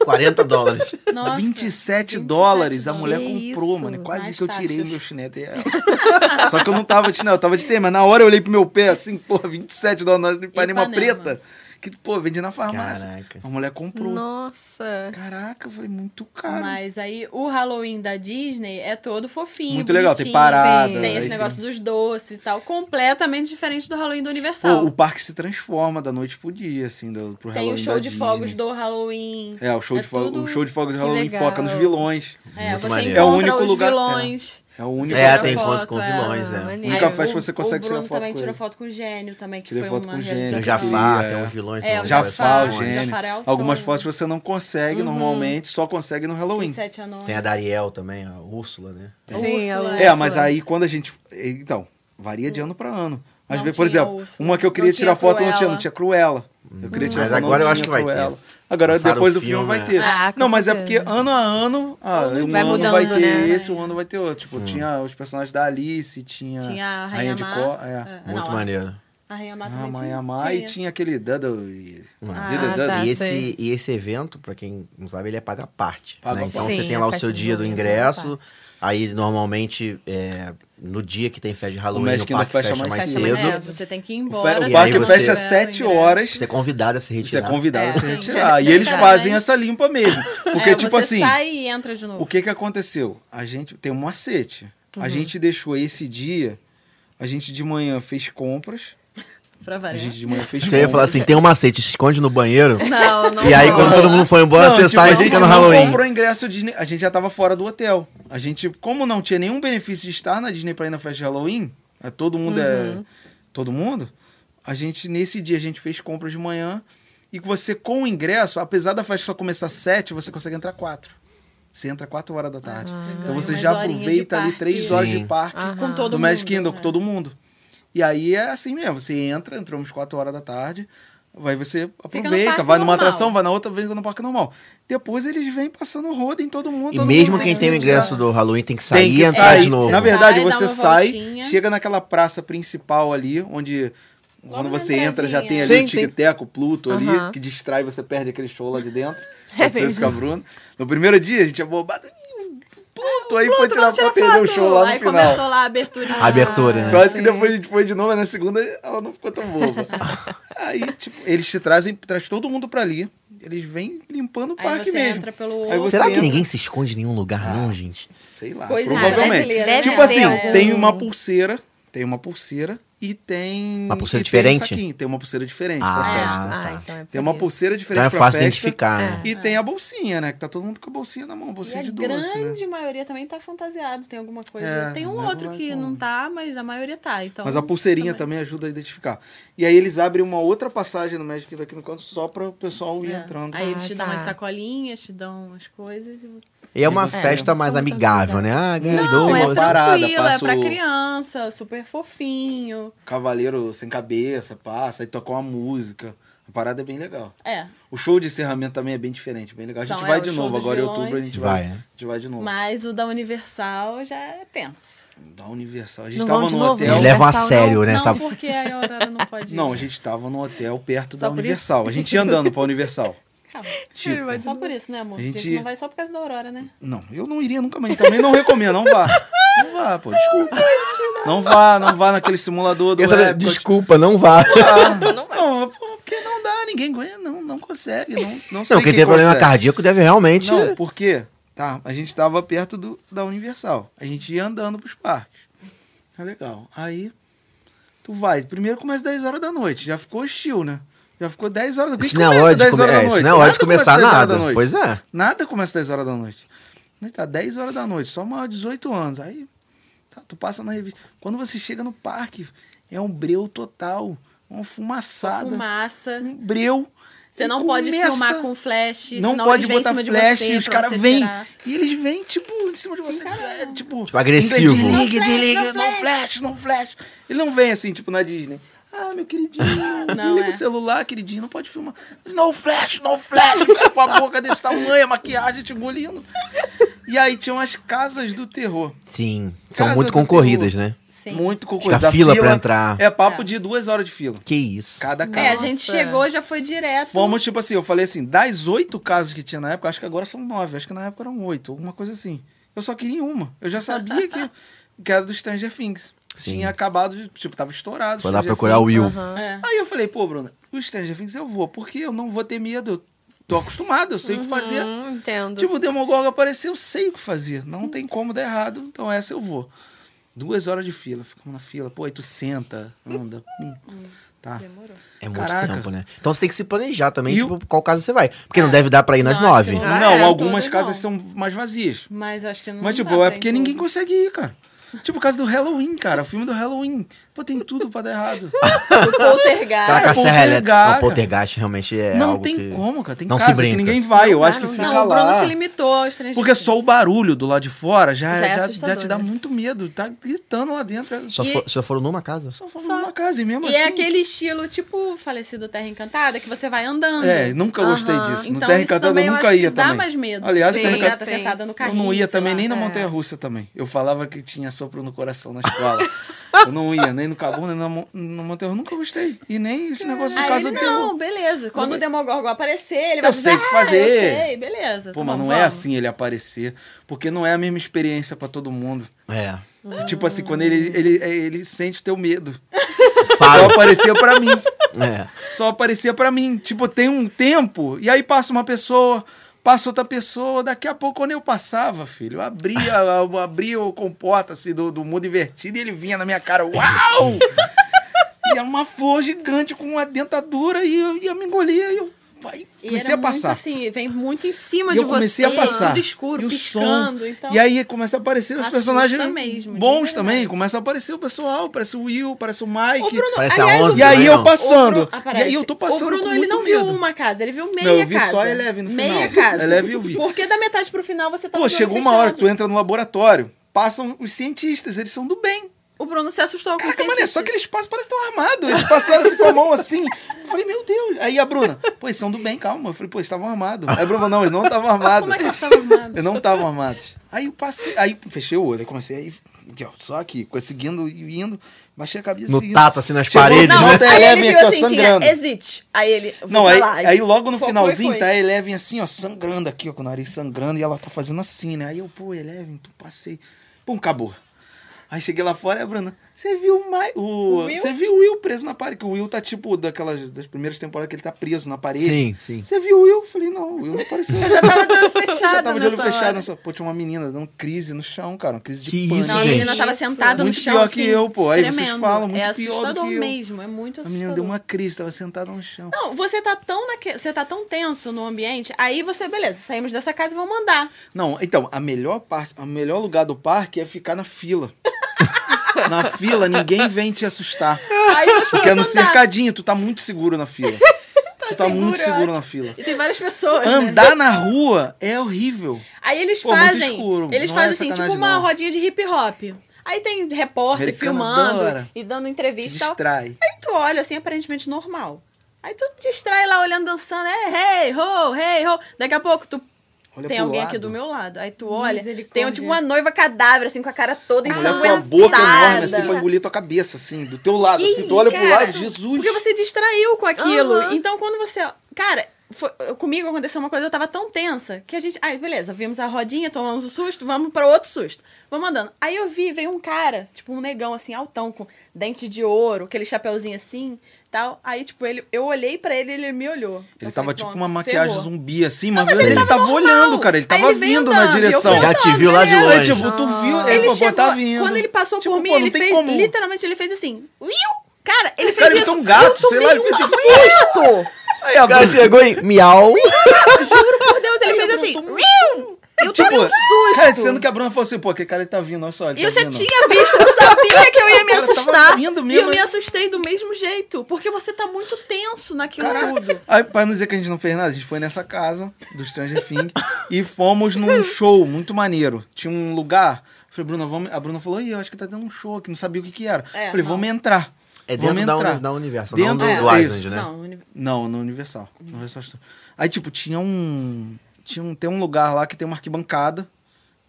Speaker 2: 40 dólares.
Speaker 3: Nossa,
Speaker 4: 27 dólares a
Speaker 1: dólares.
Speaker 4: mulher
Speaker 1: Que
Speaker 4: comprou,
Speaker 1: isso,
Speaker 4: mano. Quase
Speaker 3: mais
Speaker 4: que eu tirei
Speaker 3: taxas.
Speaker 4: meu chinelo. e ela. Só que eu não tava de chinelo, eu tava de terno. Mas na hora eu olhei pro meu pé assim, porra, 27 dólares de Ipanema,
Speaker 3: Ipanema.
Speaker 4: preta. Que, pô, vendi na farmácia.
Speaker 2: Caraca.
Speaker 4: A mulher comprou.
Speaker 1: Nossa.
Speaker 4: Caraca, eu falei, muito caro.
Speaker 3: Mas aí o Halloween da Disney é todo fofinho.
Speaker 4: Muito legal, tem
Speaker 3: bonitinho.
Speaker 4: parada,
Speaker 3: Tem esse
Speaker 4: aí um
Speaker 3: negócio dos doces e tal. Completamente diferente do Halloween do Universal.
Speaker 4: Pô, o parque se transforma da noite pro dia, assim, do, pro
Speaker 3: tem
Speaker 4: Halloween.
Speaker 3: o show
Speaker 4: da
Speaker 3: de
Speaker 4: Disney.
Speaker 3: fogos do Halloween.
Speaker 4: É, o show,
Speaker 3: É
Speaker 4: de, fogo,
Speaker 3: tudo-
Speaker 4: o show de fogos do
Speaker 1: Que
Speaker 4: Halloween
Speaker 1: legal.
Speaker 4: foca nos vilões.
Speaker 3: É,
Speaker 2: Muito
Speaker 3: você
Speaker 2: maneiro.
Speaker 3: encontra
Speaker 4: É o único
Speaker 3: os
Speaker 4: lugar-
Speaker 3: vilões.
Speaker 4: É o único.
Speaker 2: É,
Speaker 3: Tira
Speaker 2: tem
Speaker 3: foto,
Speaker 2: encontro com
Speaker 3: é.
Speaker 2: vilões, é.
Speaker 1: Maneiro.
Speaker 4: Nunca faz
Speaker 3: o-
Speaker 4: você consegue
Speaker 3: o
Speaker 4: tirar
Speaker 3: Bruno
Speaker 4: foto
Speaker 3: também
Speaker 4: com
Speaker 3: tirou
Speaker 4: ele.
Speaker 3: foto com o gênio também, que
Speaker 4: Tirei
Speaker 3: foi
Speaker 4: foto
Speaker 3: uma
Speaker 4: com o gênio,
Speaker 2: Tem
Speaker 3: realização.
Speaker 2: o
Speaker 4: Jafar,
Speaker 2: Jafar, tem uns vilões. né?
Speaker 3: É,
Speaker 2: tem
Speaker 3: o
Speaker 2: uns
Speaker 4: Jafar,
Speaker 3: Jafar,
Speaker 4: o
Speaker 2: vilões.
Speaker 4: gênio.
Speaker 3: Jafar é o Uhum.
Speaker 4: Algumas
Speaker 3: todo.
Speaker 4: fotos você não consegue normalmente, só consegue no
Speaker 3: Tem
Speaker 4: Halloween.
Speaker 3: sete anões.
Speaker 2: Tem a Dariel também, a Úrsula, né?
Speaker 1: Sim,
Speaker 3: Ursula.
Speaker 1: ela-
Speaker 4: É, mas aí quando a gente. Então, varia de ano pra ano. Às
Speaker 3: Não
Speaker 4: vezes, por
Speaker 3: tinha
Speaker 4: exemplo,
Speaker 3: urso,
Speaker 4: uma que eu
Speaker 3: não
Speaker 4: queria
Speaker 3: tinha
Speaker 4: tirar foto não tinha,
Speaker 3: Cruella.
Speaker 4: não tinha Cruella. Eu queria tirar
Speaker 2: Mas
Speaker 4: foto, não
Speaker 2: agora eu acho
Speaker 4: tinha
Speaker 2: que vai ter.
Speaker 4: Cruella. Agora,
Speaker 2: Lançaram
Speaker 4: depois
Speaker 2: o
Speaker 4: do filme,
Speaker 2: filme,
Speaker 4: vai
Speaker 2: né?
Speaker 4: ter.
Speaker 1: Ah, com
Speaker 4: não, mas é porque
Speaker 1: certeza.
Speaker 4: ano a ano, ah, um
Speaker 1: Vai
Speaker 4: ano
Speaker 1: mudando,
Speaker 4: vai ter
Speaker 1: né?
Speaker 4: esse, um ano vai ter outro.
Speaker 2: Hum.
Speaker 4: Tipo, tinha os personagens da Alice, tinha,
Speaker 3: Tinha a Rainha
Speaker 4: Rainha de
Speaker 3: Má.
Speaker 4: Có. É. Ah,
Speaker 3: Ah,
Speaker 2: Muito
Speaker 3: não, a-
Speaker 2: maneiro.
Speaker 3: A Rayamá
Speaker 4: A é
Speaker 3: também
Speaker 4: Maia
Speaker 3: tinha-
Speaker 4: Mai
Speaker 3: tinha.
Speaker 4: tinha aquele Duddle. e-
Speaker 2: Ah,
Speaker 4: Duddle, Duddle.
Speaker 1: tá.
Speaker 2: e,
Speaker 1: sei.
Speaker 2: esse, e esse evento, pra quem não sabe, ele é paga à parte.
Speaker 4: Paga
Speaker 2: né?
Speaker 4: à
Speaker 2: Então
Speaker 1: parte.
Speaker 2: você
Speaker 1: Sim,
Speaker 2: tem
Speaker 1: a
Speaker 2: lá o
Speaker 1: festa
Speaker 2: seu dia do
Speaker 1: junina,
Speaker 2: ingresso. Aí normalmente é, no dia que tem festa de Halloween,
Speaker 4: Magic
Speaker 2: o parque
Speaker 4: ainda fecha
Speaker 2: fecha,
Speaker 4: mais
Speaker 2: mais,
Speaker 1: cedo.
Speaker 2: cedo.
Speaker 3: É, você tem que ir embora.
Speaker 4: O, fe-
Speaker 3: se
Speaker 4: o
Speaker 2: E
Speaker 4: parque
Speaker 2: aí
Speaker 3: você
Speaker 4: fecha
Speaker 3: tiver
Speaker 4: às
Speaker 3: o
Speaker 4: 7
Speaker 3: ingresso.
Speaker 4: horas.
Speaker 2: Você é convidado a se
Speaker 4: Você é
Speaker 2: retirar.
Speaker 4: convidado a se
Speaker 1: É.
Speaker 4: retirar. E eles
Speaker 3: Cara,
Speaker 4: fazem
Speaker 3: mas-
Speaker 4: essa limpa mesmo. Porque,
Speaker 3: É,
Speaker 4: tipo
Speaker 3: você
Speaker 4: assim.
Speaker 3: sai e entra de novo.
Speaker 4: O que que aconteceu? A gente tem um macete.
Speaker 3: Uhum.
Speaker 4: A gente deixou esse dia, a gente de manhã fez compras.
Speaker 3: Pra
Speaker 4: A
Speaker 3: variar.
Speaker 4: gente de manhã fez
Speaker 2: Eu
Speaker 4: compras.
Speaker 2: ia falar assim, tem um macete, esconde no banheiro.
Speaker 3: Não, não.
Speaker 2: e aí
Speaker 3: rola.
Speaker 2: quando todo mundo for embora, você
Speaker 4: tipo,
Speaker 2: sai
Speaker 4: a
Speaker 2: e
Speaker 4: gente
Speaker 2: fica no
Speaker 4: não
Speaker 2: Halloween.
Speaker 4: comprou ingresso Disney. A gente já tava fora do hotel. A gente, como não tinha nenhum benefício de estar na Disney pra ir na festa de Halloween, é, todo mundo
Speaker 3: Uhum.
Speaker 4: é. Todo mundo? A gente, nesse dia, a gente fez compras de manhã. E que você, com o ingresso, apesar da festa só começar às 7, você consegue entrar quatro. Você entra 4 horas da tarde. então
Speaker 3: Ah, ganha
Speaker 4: você
Speaker 3: umas
Speaker 4: já
Speaker 3: horinhas de
Speaker 4: aproveita ali
Speaker 3: parque.
Speaker 4: 3 horas de
Speaker 2: Sim.
Speaker 4: parque
Speaker 1: Aham.
Speaker 3: Com todo
Speaker 4: do Magic
Speaker 3: mundo,
Speaker 4: Kingdom
Speaker 3: né?
Speaker 4: com todo mundo. E aí é assim mesmo, você entra, entramos 4 horas da tarde, vai você
Speaker 3: no
Speaker 4: aproveita,
Speaker 3: parque
Speaker 4: vai numa
Speaker 3: normal.
Speaker 4: atração, vai na outra, vem no parque normal. Depois eles vêm passando roda em todo mundo.
Speaker 2: E
Speaker 4: todo
Speaker 2: mesmo
Speaker 4: mundo
Speaker 2: quem tem o
Speaker 4: desfile,
Speaker 2: ingresso do Halloween tem que
Speaker 4: tem
Speaker 2: sair
Speaker 4: que
Speaker 2: e entrar
Speaker 4: sair.
Speaker 2: de novo.
Speaker 4: Na verdade,
Speaker 3: Sai, dá
Speaker 4: você
Speaker 3: uma
Speaker 4: sai,
Speaker 3: voltinha.
Speaker 4: chega naquela praça principal ali, onde quando
Speaker 3: na
Speaker 4: você entra já tem ali
Speaker 1: Sim,
Speaker 4: o
Speaker 1: sim.
Speaker 4: Tic-Teco, o Pluto
Speaker 1: Aham.
Speaker 4: ali, que distrai, você perde aquele show lá de dentro.
Speaker 1: É
Speaker 4: Aconteceu isso
Speaker 1: mesmo.
Speaker 4: com a Bruna. No primeiro dia, a gente é bobado. "Ih, Pluto, aí foi
Speaker 3: Pronto,
Speaker 4: tirar
Speaker 3: vamos
Speaker 4: foto, perdeu o show lá no
Speaker 3: Aí
Speaker 4: final.
Speaker 3: começou lá a abertura.
Speaker 2: A abertura, né?
Speaker 4: Só que depois a gente foi de novo, mas na segunda ela não ficou tão boba. aí, tipo, eles te trazem, traz todo mundo pra ali. Eles vêm limpando o
Speaker 3: Aí
Speaker 4: parque
Speaker 3: você
Speaker 4: mesmo.
Speaker 3: entra pelo
Speaker 4: Aí
Speaker 3: outro.
Speaker 4: você
Speaker 2: Será que
Speaker 4: entra-
Speaker 2: ninguém se esconde em nenhum lugar, não, gente?
Speaker 4: Sei lá,
Speaker 3: Coisa
Speaker 4: provavelmente.
Speaker 3: brasileira, né?
Speaker 4: tipo
Speaker 1: Deve
Speaker 4: assim,
Speaker 1: ter algum-
Speaker 4: tem uma pulseira, tem uma pulseira e tem.
Speaker 2: Uma pulseira
Speaker 4: e tem um
Speaker 2: diferente?
Speaker 4: saquinho, tem uma pulseira diferente pra festa.
Speaker 2: Ah,
Speaker 1: Ah,
Speaker 2: tá.
Speaker 1: então é por
Speaker 4: Tem uma
Speaker 1: isso.
Speaker 4: pulseira
Speaker 2: Então
Speaker 4: diferente
Speaker 2: é
Speaker 4: pra
Speaker 2: fácil
Speaker 4: festa,
Speaker 2: identificar, né?
Speaker 4: E tem a bolsinha, né? Que tá todo mundo com a bolsinha na mão, bolsinha
Speaker 3: E
Speaker 4: de
Speaker 3: a
Speaker 4: doce. né?
Speaker 3: grande maioria também tá fantasiado, tem alguma coisa.
Speaker 4: É,
Speaker 3: tem um
Speaker 4: né,
Speaker 3: outro
Speaker 4: vai
Speaker 3: que
Speaker 4: com-
Speaker 3: não tá, mas a maioria tá. Então,
Speaker 4: Mas a pulseirinha também. ajuda a identificar. E aí eles abrem uma outra passagem no Magic Kingdom aqui no canto só para o pessoal ir
Speaker 3: É.
Speaker 4: entrando.
Speaker 3: Aí eles te dão
Speaker 1: Ah, tá.
Speaker 3: umas sacolinhas, te dão as coisas. e-
Speaker 2: E é uma
Speaker 4: você?
Speaker 2: festa mais
Speaker 1: São muito
Speaker 2: amigável, né? Ah, ganhei
Speaker 3: Não, é
Speaker 2: dois.
Speaker 4: parada,
Speaker 3: tranquilo, é
Speaker 4: passa
Speaker 3: pra
Speaker 4: o-
Speaker 3: criança, super fofinho.
Speaker 4: Cavaleiro sem cabeça, passa, aí toca uma música. A parada é bem legal.
Speaker 3: É,
Speaker 4: O show de encerramento também é bem diferente, bem legal. A gente
Speaker 3: São,
Speaker 4: vai
Speaker 3: é, o
Speaker 4: de
Speaker 3: show
Speaker 4: novo,
Speaker 3: dos
Speaker 4: agora em
Speaker 3: vilões.
Speaker 4: outubro a gente
Speaker 2: Vai,
Speaker 4: vai.
Speaker 2: né?
Speaker 4: A gente vai de novo.
Speaker 3: mas o da Universal já é tenso.
Speaker 4: Da Universal. A gente
Speaker 1: Não
Speaker 4: tava
Speaker 1: vão de
Speaker 4: num
Speaker 1: novo,
Speaker 4: hotel.
Speaker 2: Eles levam a
Speaker 1: Universal,
Speaker 2: sério,
Speaker 1: não.
Speaker 2: né?
Speaker 3: não,
Speaker 2: essa-
Speaker 3: porque a Aurora não pode ir.
Speaker 4: Não, a gente tava num hotel perto
Speaker 3: Só
Speaker 4: da
Speaker 3: por isso?
Speaker 4: Universal. A gente ia andando pra Universal.
Speaker 3: Calma.
Speaker 4: Tipo,
Speaker 3: Só por isso, né, amor? A
Speaker 4: A
Speaker 3: gente...
Speaker 4: gente
Speaker 3: não vai só por causa da Aurora, né?
Speaker 4: Não, eu não iria nunca mais. Também não recomendo, não vá. Não vá, pô, desculpa. Não vá, não vá naquele simulador do
Speaker 2: Eu sabia,
Speaker 4: Epcot.
Speaker 2: Desculpa, não vá.
Speaker 4: Ah, não, pô, porque não dá, ninguém aguenta, não, não consegue, não, não sei
Speaker 2: Não, quem tem problema é
Speaker 4: consegue.
Speaker 2: cardíaco deve realmente.
Speaker 4: Não, porque, tá, a gente tava perto do, da Universal, a gente ia andando pros parques, é legal, aí tu vai, primeiro começa 10 horas da noite, já ficou hostil, né? Já ficou 10 horas da noite.
Speaker 2: Isso não é hora de, come... é, isso não é hora de começar nada.
Speaker 4: noite.
Speaker 2: Pois é.
Speaker 4: Nada começa 10 horas da noite. Aí tá 10 horas da noite, só maior de 18 anos. Aí tá, tu passa na revista. Quando você chega no parque, é um breu total, uma fumaçada,
Speaker 3: Fumaça.
Speaker 4: um breu.
Speaker 3: Você
Speaker 4: E
Speaker 3: não pode
Speaker 4: começa-
Speaker 3: filmar com flash,
Speaker 4: não
Speaker 3: senão
Speaker 4: pode
Speaker 3: eles vêm em
Speaker 4: botar
Speaker 3: cima de
Speaker 4: flash,
Speaker 3: você
Speaker 4: os
Speaker 3: pra
Speaker 4: caras
Speaker 3: você
Speaker 4: vêm.
Speaker 3: tirar.
Speaker 4: E eles vêm, tipo, em cima de você. é, tipo,
Speaker 2: Tipo, agressivo.
Speaker 4: em inglês, Desliga,
Speaker 3: Não flash,
Speaker 4: desliga,
Speaker 3: não
Speaker 4: não flash, não flash. Ele não vem assim, tipo, na Disney. Ah, meu queridinho,
Speaker 3: Não,
Speaker 4: desliga
Speaker 3: é.
Speaker 4: o celular, queridinho, não pode filmar. Não flash, não flash, o cara com a boca desse tamanho, a maquiagem te engolindo. E aí tinham as casas do terror.
Speaker 2: Sim. São
Speaker 4: Casa
Speaker 2: muito
Speaker 4: do
Speaker 2: concorridas, né?
Speaker 3: Sim.
Speaker 4: Muito com coisa.
Speaker 2: Da fila pra entrar.
Speaker 4: É papo
Speaker 3: É.
Speaker 4: de duas horas de fila.
Speaker 2: Que isso.
Speaker 4: Cada
Speaker 3: É, a
Speaker 4: caso.
Speaker 3: gente
Speaker 1: Nossa.
Speaker 3: chegou, já foi direto.
Speaker 4: Fomos, tipo assim, eu falei assim, das oito casas que tinha na época, acho que agora são nove, acho que na época eram oito, alguma coisa assim. Eu só queria uma. Eu já sabia que, que era do Stranger Things.
Speaker 2: Sim.
Speaker 4: Tinha acabado, de- tipo, tava estourado.
Speaker 2: Foi lá
Speaker 4: Stranger
Speaker 2: procurar o
Speaker 4: Things.
Speaker 2: Will.
Speaker 1: Aham.
Speaker 3: É.
Speaker 4: Aí eu falei, pô, Bruno, o Stranger Things eu vou, porque eu não vou ter medo. Eu tô acostumado, eu sei o que fazer.
Speaker 3: Uhum.
Speaker 1: Hum, entendo.
Speaker 4: Tipo, o Demogorgon apareceu, eu sei o que fazer. Não tem como dar errado, então essa eu vou. Duas horas de fila, ficamos na fila. Pô, aí tu senta, anda. hum, Tá.
Speaker 3: Demorou.
Speaker 2: É muito
Speaker 4: Caraca.
Speaker 2: tempo, né? Então você tem que se planejar também,
Speaker 4: E o-
Speaker 2: tipo, qual casa você vai. Porque não
Speaker 3: É.
Speaker 2: deve dar pra ir nas
Speaker 3: Não, acho que
Speaker 2: nove.
Speaker 3: Ah,
Speaker 4: não,
Speaker 3: é,
Speaker 4: algumas
Speaker 3: todas
Speaker 4: casas
Speaker 3: não.
Speaker 4: são mais vazias.
Speaker 3: Mas acho que não
Speaker 4: Mas, tipo,
Speaker 3: dá pra
Speaker 4: é
Speaker 3: ir
Speaker 4: porque
Speaker 3: em
Speaker 4: ninguém
Speaker 3: todas.
Speaker 4: consegue ir, cara. Tipo, o caso do Halloween, cara. O filme do Halloween. Pô, tem tudo pra dar errado.
Speaker 3: O poltergeist.
Speaker 4: Cara,
Speaker 2: Caraca,
Speaker 4: é
Speaker 2: sério.
Speaker 4: poltergeist,
Speaker 2: Não, poltergeist realmente é
Speaker 4: não
Speaker 2: algo
Speaker 4: tem
Speaker 2: que-
Speaker 4: como, cara. Tem
Speaker 2: não se
Speaker 4: casa que
Speaker 2: brinca.
Speaker 4: ninguém vai. Eu
Speaker 1: Não
Speaker 4: acho
Speaker 1: dá,
Speaker 4: que
Speaker 1: não
Speaker 4: fica
Speaker 1: dá.
Speaker 3: não, o Bruno
Speaker 4: lá.
Speaker 3: se limitou ao estrangeiro.
Speaker 4: Tá Porque é só o barulho do lado de fora já,
Speaker 1: Já é
Speaker 4: já, já
Speaker 1: assustador,
Speaker 4: te dá
Speaker 1: né?
Speaker 4: muito medo. Tá gritando lá dentro. é-
Speaker 2: Só,
Speaker 3: E-
Speaker 2: for- só foram numa casa?
Speaker 4: Só fomos
Speaker 3: Só.
Speaker 4: numa casa e mesmo
Speaker 3: E
Speaker 4: assim.
Speaker 3: é aquele estilo, tipo, falecido Terra Encantada, que você vai andando.
Speaker 4: É, nunca gostei
Speaker 1: Aham.
Speaker 4: disso. no
Speaker 3: Então,
Speaker 4: Terra
Speaker 3: isso
Speaker 4: Encantada
Speaker 3: também
Speaker 4: eu
Speaker 3: eu
Speaker 4: nunca
Speaker 3: acho que
Speaker 4: ia
Speaker 3: dá
Speaker 4: também.
Speaker 3: mais medo.
Speaker 4: Aliás,
Speaker 1: Sim.
Speaker 4: Terra
Speaker 3: Você
Speaker 4: Encantada
Speaker 3: tá
Speaker 1: Sim.
Speaker 3: sentada no
Speaker 4: eu
Speaker 3: carrinho.
Speaker 4: não ia
Speaker 3: sei
Speaker 4: também
Speaker 3: lá.
Speaker 4: nem na
Speaker 1: é.
Speaker 4: Montanha Russa também. Eu falava que tinha sopro no coração na escola. eu não ia nem no Cabo, nem na, Mon- na Montanha Russa. Nunca gostei. E nem esse negócio de
Speaker 3: Aí
Speaker 4: casa
Speaker 3: ele,
Speaker 4: do
Speaker 3: não,
Speaker 4: terror.
Speaker 3: beleza. Quando
Speaker 4: vai-
Speaker 3: o Demogorgon aparecer, ele
Speaker 4: Eu
Speaker 3: vai
Speaker 4: sei o
Speaker 3: dizer,
Speaker 4: que fazer."
Speaker 3: Ah, eu sei, beleza.
Speaker 4: Pô,
Speaker 3: tá
Speaker 4: mas
Speaker 3: bom,
Speaker 4: não é
Speaker 3: vamos.
Speaker 4: assim ele aparecer. Porque não é a mesma experiência pra todo mundo.
Speaker 2: É.
Speaker 3: Hum.
Speaker 4: Tipo assim, quando ele, ele, ele sente o teu medo. Só
Speaker 2: Fala.
Speaker 4: aparecia pra mim.
Speaker 2: é.
Speaker 4: só aparecia pra mim. Tipo, tem um tempo, e aí passa uma pessoa, passa outra pessoa, daqui a pouco, quando eu passava, filho, eu abria, eu abria o comporta assim, do, do mundo invertido e ele vinha na minha cara, uau! e era uma flor gigante com uma dentadura e eu ia me engolir, e eu aí
Speaker 3: E
Speaker 4: comecei
Speaker 3: era
Speaker 4: a passar.
Speaker 3: Muito assim, vem muito em cima
Speaker 4: E
Speaker 3: de
Speaker 4: eu comecei
Speaker 3: você,
Speaker 4: a passar.
Speaker 3: tudo escuro,
Speaker 4: e o
Speaker 3: piscando.
Speaker 4: som.
Speaker 3: Então,
Speaker 4: E aí começa a aparecer os
Speaker 3: assusta
Speaker 4: personagens
Speaker 3: mesmo, de
Speaker 4: bons
Speaker 3: verdade.
Speaker 4: também. Começa a aparecer o pessoal. Parece o Will, parece o Mike.
Speaker 3: o Bruno,
Speaker 2: Parece a
Speaker 3: aliás,
Speaker 2: onze
Speaker 3: o
Speaker 4: E aí
Speaker 2: também,
Speaker 4: eu
Speaker 2: né, não?
Speaker 4: passando.
Speaker 3: O Bruno-
Speaker 4: e
Speaker 3: aparece.
Speaker 4: aí eu tô passando
Speaker 3: O Bruno,
Speaker 4: com
Speaker 3: ele
Speaker 4: muito
Speaker 3: não
Speaker 4: medo.
Speaker 3: viu uma casa, ele viu meia
Speaker 4: Não, eu vi
Speaker 3: casa.
Speaker 4: só a Eleven no final.
Speaker 3: Meia casa.
Speaker 4: Eleven eu vi.
Speaker 3: Porque da metade pro final você tá
Speaker 4: Pô,
Speaker 3: todo
Speaker 4: chegou uma hora que tu
Speaker 3: fechado.
Speaker 4: entra no laboratório, passam os cientistas, eles são do bem.
Speaker 3: O Bruno se assustou com
Speaker 4: Caraca,
Speaker 3: o
Speaker 4: mano, é
Speaker 3: cientista.
Speaker 4: só que eles passam, parece que estão armados. Eles passaram assim com a mão assim. Eu falei, meu Deus. Aí a Bruna, pô, eles são do bem, calma. Eu falei, pô, eles estavam armados. Aí a Bruna, não, eles não estavam armados.
Speaker 3: Como é que eles estavam armados?
Speaker 4: Eles não estavam armados. Aí eu passei, aí fechei o olho, aí comecei aí, aqui, ó, só aqui, conseguindo e indo, baixei a cabeça
Speaker 2: No
Speaker 4: seguindo.
Speaker 2: tato, assim, nas
Speaker 4: Chegou no
Speaker 2: paredes,
Speaker 4: final,
Speaker 2: né?
Speaker 4: tá
Speaker 3: aí ele
Speaker 4: Eleven
Speaker 3: viu
Speaker 4: aqui, ó,
Speaker 3: assim, tinha
Speaker 4: sangrando.
Speaker 3: exit. Aí ele, vou
Speaker 4: Não,
Speaker 3: pra
Speaker 4: aí,
Speaker 3: lá.
Speaker 4: aí logo no
Speaker 3: Focou e
Speaker 4: finalzinho
Speaker 3: foi.
Speaker 4: tá a Eleven assim, ó, sangrando aqui, ó, com o nariz sangrando, e ela tá fazendo assim, né? Aí eu, pô, Eleven, tu passei. Pum, acabou. Aí cheguei lá fora e a Bruna, você viu o Mai- o.
Speaker 3: Will?
Speaker 4: Você viu o Will preso na parede? Que o Will tá tipo daquelas das primeiras temporadas que ele tá preso na parede.
Speaker 2: Sim, sim.
Speaker 4: Você viu o Will? Eu falei, não, o Will não apareceu.
Speaker 3: Eu já tava de olho fechado
Speaker 4: Eu já tava de olho
Speaker 3: nessa
Speaker 4: fechado.
Speaker 3: hora.
Speaker 4: Nessa... Pô, tinha uma menina dando crise no chão, cara. Uma crise de
Speaker 2: Que
Speaker 4: pânico.
Speaker 2: isso,
Speaker 3: Não, a
Speaker 2: gente.
Speaker 3: menina tava sentada
Speaker 4: Muito
Speaker 3: no chão.
Speaker 4: pior que
Speaker 3: assim,
Speaker 4: eu, pô. Aí vocês
Speaker 3: tremendo.
Speaker 4: falam, muito
Speaker 3: é
Speaker 4: pior do que
Speaker 3: assustador
Speaker 4: eu.
Speaker 3: mesmo, é muito
Speaker 4: A
Speaker 3: assustador.
Speaker 4: menina deu uma crise, tava sentada no chão.
Speaker 3: Não, você tá tão naque... você tá tão tenso no ambiente, aí você, beleza, saímos dessa casa e vamos andar.
Speaker 4: Não, então, a melhor parte, o melhor lugar do parque é ficar na fila. na fila, ninguém vem te assustar.
Speaker 3: Aí nós fomos
Speaker 4: Porque é no
Speaker 3: andar.
Speaker 4: cercadinho, tu tá muito seguro na fila. tu tá
Speaker 3: seguro,
Speaker 4: muito
Speaker 3: eu
Speaker 4: seguro
Speaker 3: acho.
Speaker 4: na fila.
Speaker 3: E tem várias pessoas. né?
Speaker 4: Andar na rua é horrível.
Speaker 3: Aí eles
Speaker 4: Pô, muito
Speaker 3: fazem.
Speaker 4: escuro,
Speaker 3: Eles
Speaker 4: não é
Speaker 3: fazem assim, tipo
Speaker 4: sacanagem,
Speaker 3: uma
Speaker 4: não.
Speaker 3: rodinha de hip hop. Aí tem repórter
Speaker 4: Americana
Speaker 3: filmando
Speaker 4: adora.
Speaker 3: e dando
Speaker 4: Te
Speaker 3: entrevista e tal.
Speaker 4: distrai.
Speaker 3: Aí tu olha assim, aparentemente normal. Aí tu te distrai lá olhando, dançando, "É, hey, hey, ho, hey, ho. Daqui a pouco tu.
Speaker 4: Olha
Speaker 3: tem
Speaker 4: pro
Speaker 3: alguém
Speaker 4: lado.
Speaker 3: aqui do meu lado. Aí tu olha, tem
Speaker 1: Misericórdia.
Speaker 3: tipo uma noiva cadáver, assim, com a cara toda
Speaker 4: Mulher
Speaker 3: ensanguentada.
Speaker 4: com a boca enorme, assim, pra engolir tua cabeça, assim, do teu lado.
Speaker 3: Que
Speaker 4: Assim, tu olha pro
Speaker 3: isso?
Speaker 4: lado, Jesus.
Speaker 3: Porque você distraiu com aquilo.
Speaker 1: Aham.
Speaker 3: Então, quando você. Cara, foi- comigo aconteceu uma coisa, eu tava tão tensa que a gente. Ai, beleza, vimos a rodinha, tomamos o susto, vamos pra outro susto. Vamos andando. Aí eu vi, veio um cara, tipo um negão assim, altão, com dente de ouro, aquele chapeuzinho assim tal. Aí, tipo, ele, eu olhei pra ele e ele me olhou.
Speaker 4: Ele
Speaker 3: Eu
Speaker 4: tava
Speaker 3: falei,
Speaker 4: tipo
Speaker 3: "Pronto,
Speaker 4: uma maquiagem
Speaker 3: Tá ferrou."
Speaker 4: zumbi assim, mas,
Speaker 3: mas
Speaker 4: ele,
Speaker 3: ele
Speaker 4: tava,
Speaker 3: tava normal.
Speaker 4: olhando, cara. Ele
Speaker 3: Aí
Speaker 4: tava
Speaker 3: ele veio
Speaker 4: vindo
Speaker 3: andando,
Speaker 4: na
Speaker 3: e eu
Speaker 4: direção.
Speaker 3: falei,
Speaker 2: Já te viu lá de
Speaker 3: Não,
Speaker 4: É,
Speaker 2: longe.
Speaker 4: tipo, tu viu, ele,
Speaker 3: Ele
Speaker 4: falou, pô,
Speaker 3: chegou,
Speaker 4: tá vindo.
Speaker 3: quando ele passou
Speaker 4: Tipo,
Speaker 3: por mim,
Speaker 4: pô, não
Speaker 3: ele
Speaker 4: tem
Speaker 3: fez,
Speaker 4: como.
Speaker 3: literalmente, ele fez assim, "Uiu!" Cara, ele fez
Speaker 4: Cara, ele
Speaker 3: isso.
Speaker 4: é um gato,
Speaker 3: eu
Speaker 4: sei lá,
Speaker 3: tomei
Speaker 4: ele fez
Speaker 3: um
Speaker 4: assim,
Speaker 3: susto.
Speaker 4: Aí tipo, a
Speaker 2: O cara
Speaker 4: Bruna-
Speaker 2: chegou em miau.
Speaker 3: Juro por Deus, ele
Speaker 4: Aí
Speaker 3: fez
Speaker 4: eu
Speaker 3: assim,
Speaker 4: tomei-
Speaker 3: "Uiu!" Eu tomei um susto.
Speaker 4: Tipo, Cara, sendo que a Bruna falou assim, pô, aquele cara ele tá vindo, olha só. ele
Speaker 3: E eu
Speaker 4: tá
Speaker 3: já
Speaker 4: vindo.
Speaker 3: tinha visto, eu sabia que eu ia me
Speaker 4: Cara, tava
Speaker 3: assustar.
Speaker 4: vindo
Speaker 3: E
Speaker 4: mesmo,
Speaker 3: eu me
Speaker 4: hein?
Speaker 3: assustei do mesmo jeito, porque você tá muito tenso naquilo
Speaker 4: Caraca.
Speaker 3: tudo.
Speaker 4: Aí, pra não dizer que a gente não fez nada, a gente foi nessa casa do Stranger Things e fomos num show muito maneiro. Tinha um lugar. eu Falei, Bruna, vamos. A Bruna falou, Ih, eu acho que tá tendo um show aqui, não sabia o que que era.
Speaker 3: É,
Speaker 4: Falei,
Speaker 3: não.
Speaker 4: vamos entrar.
Speaker 2: É
Speaker 4: vamos
Speaker 2: dentro da,
Speaker 4: entrar.
Speaker 2: uni- da Universal,
Speaker 4: Dentro
Speaker 2: não
Speaker 4: é,
Speaker 2: do
Speaker 4: é
Speaker 2: Island,
Speaker 4: isso.
Speaker 2: né?
Speaker 3: Não, uni-
Speaker 4: Não, no Universal. No Universal Studios. Aí, tipo, tinha um. Tinha um, tem um lugar lá que tem uma arquibancada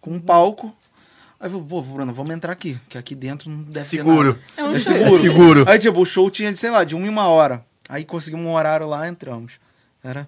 Speaker 4: com um palco. Aí eu falei, pô, Bruno, vamos entrar aqui, que aqui dentro não deve
Speaker 2: Seguro.
Speaker 4: ter
Speaker 3: É
Speaker 4: nada.
Speaker 3: um
Speaker 4: É
Speaker 3: show.
Speaker 4: seguro.
Speaker 2: É seguro.
Speaker 4: Aí, tipo, o show tinha, sei lá, de uma em uma hora. Aí conseguimos um horário lá, entramos. Era...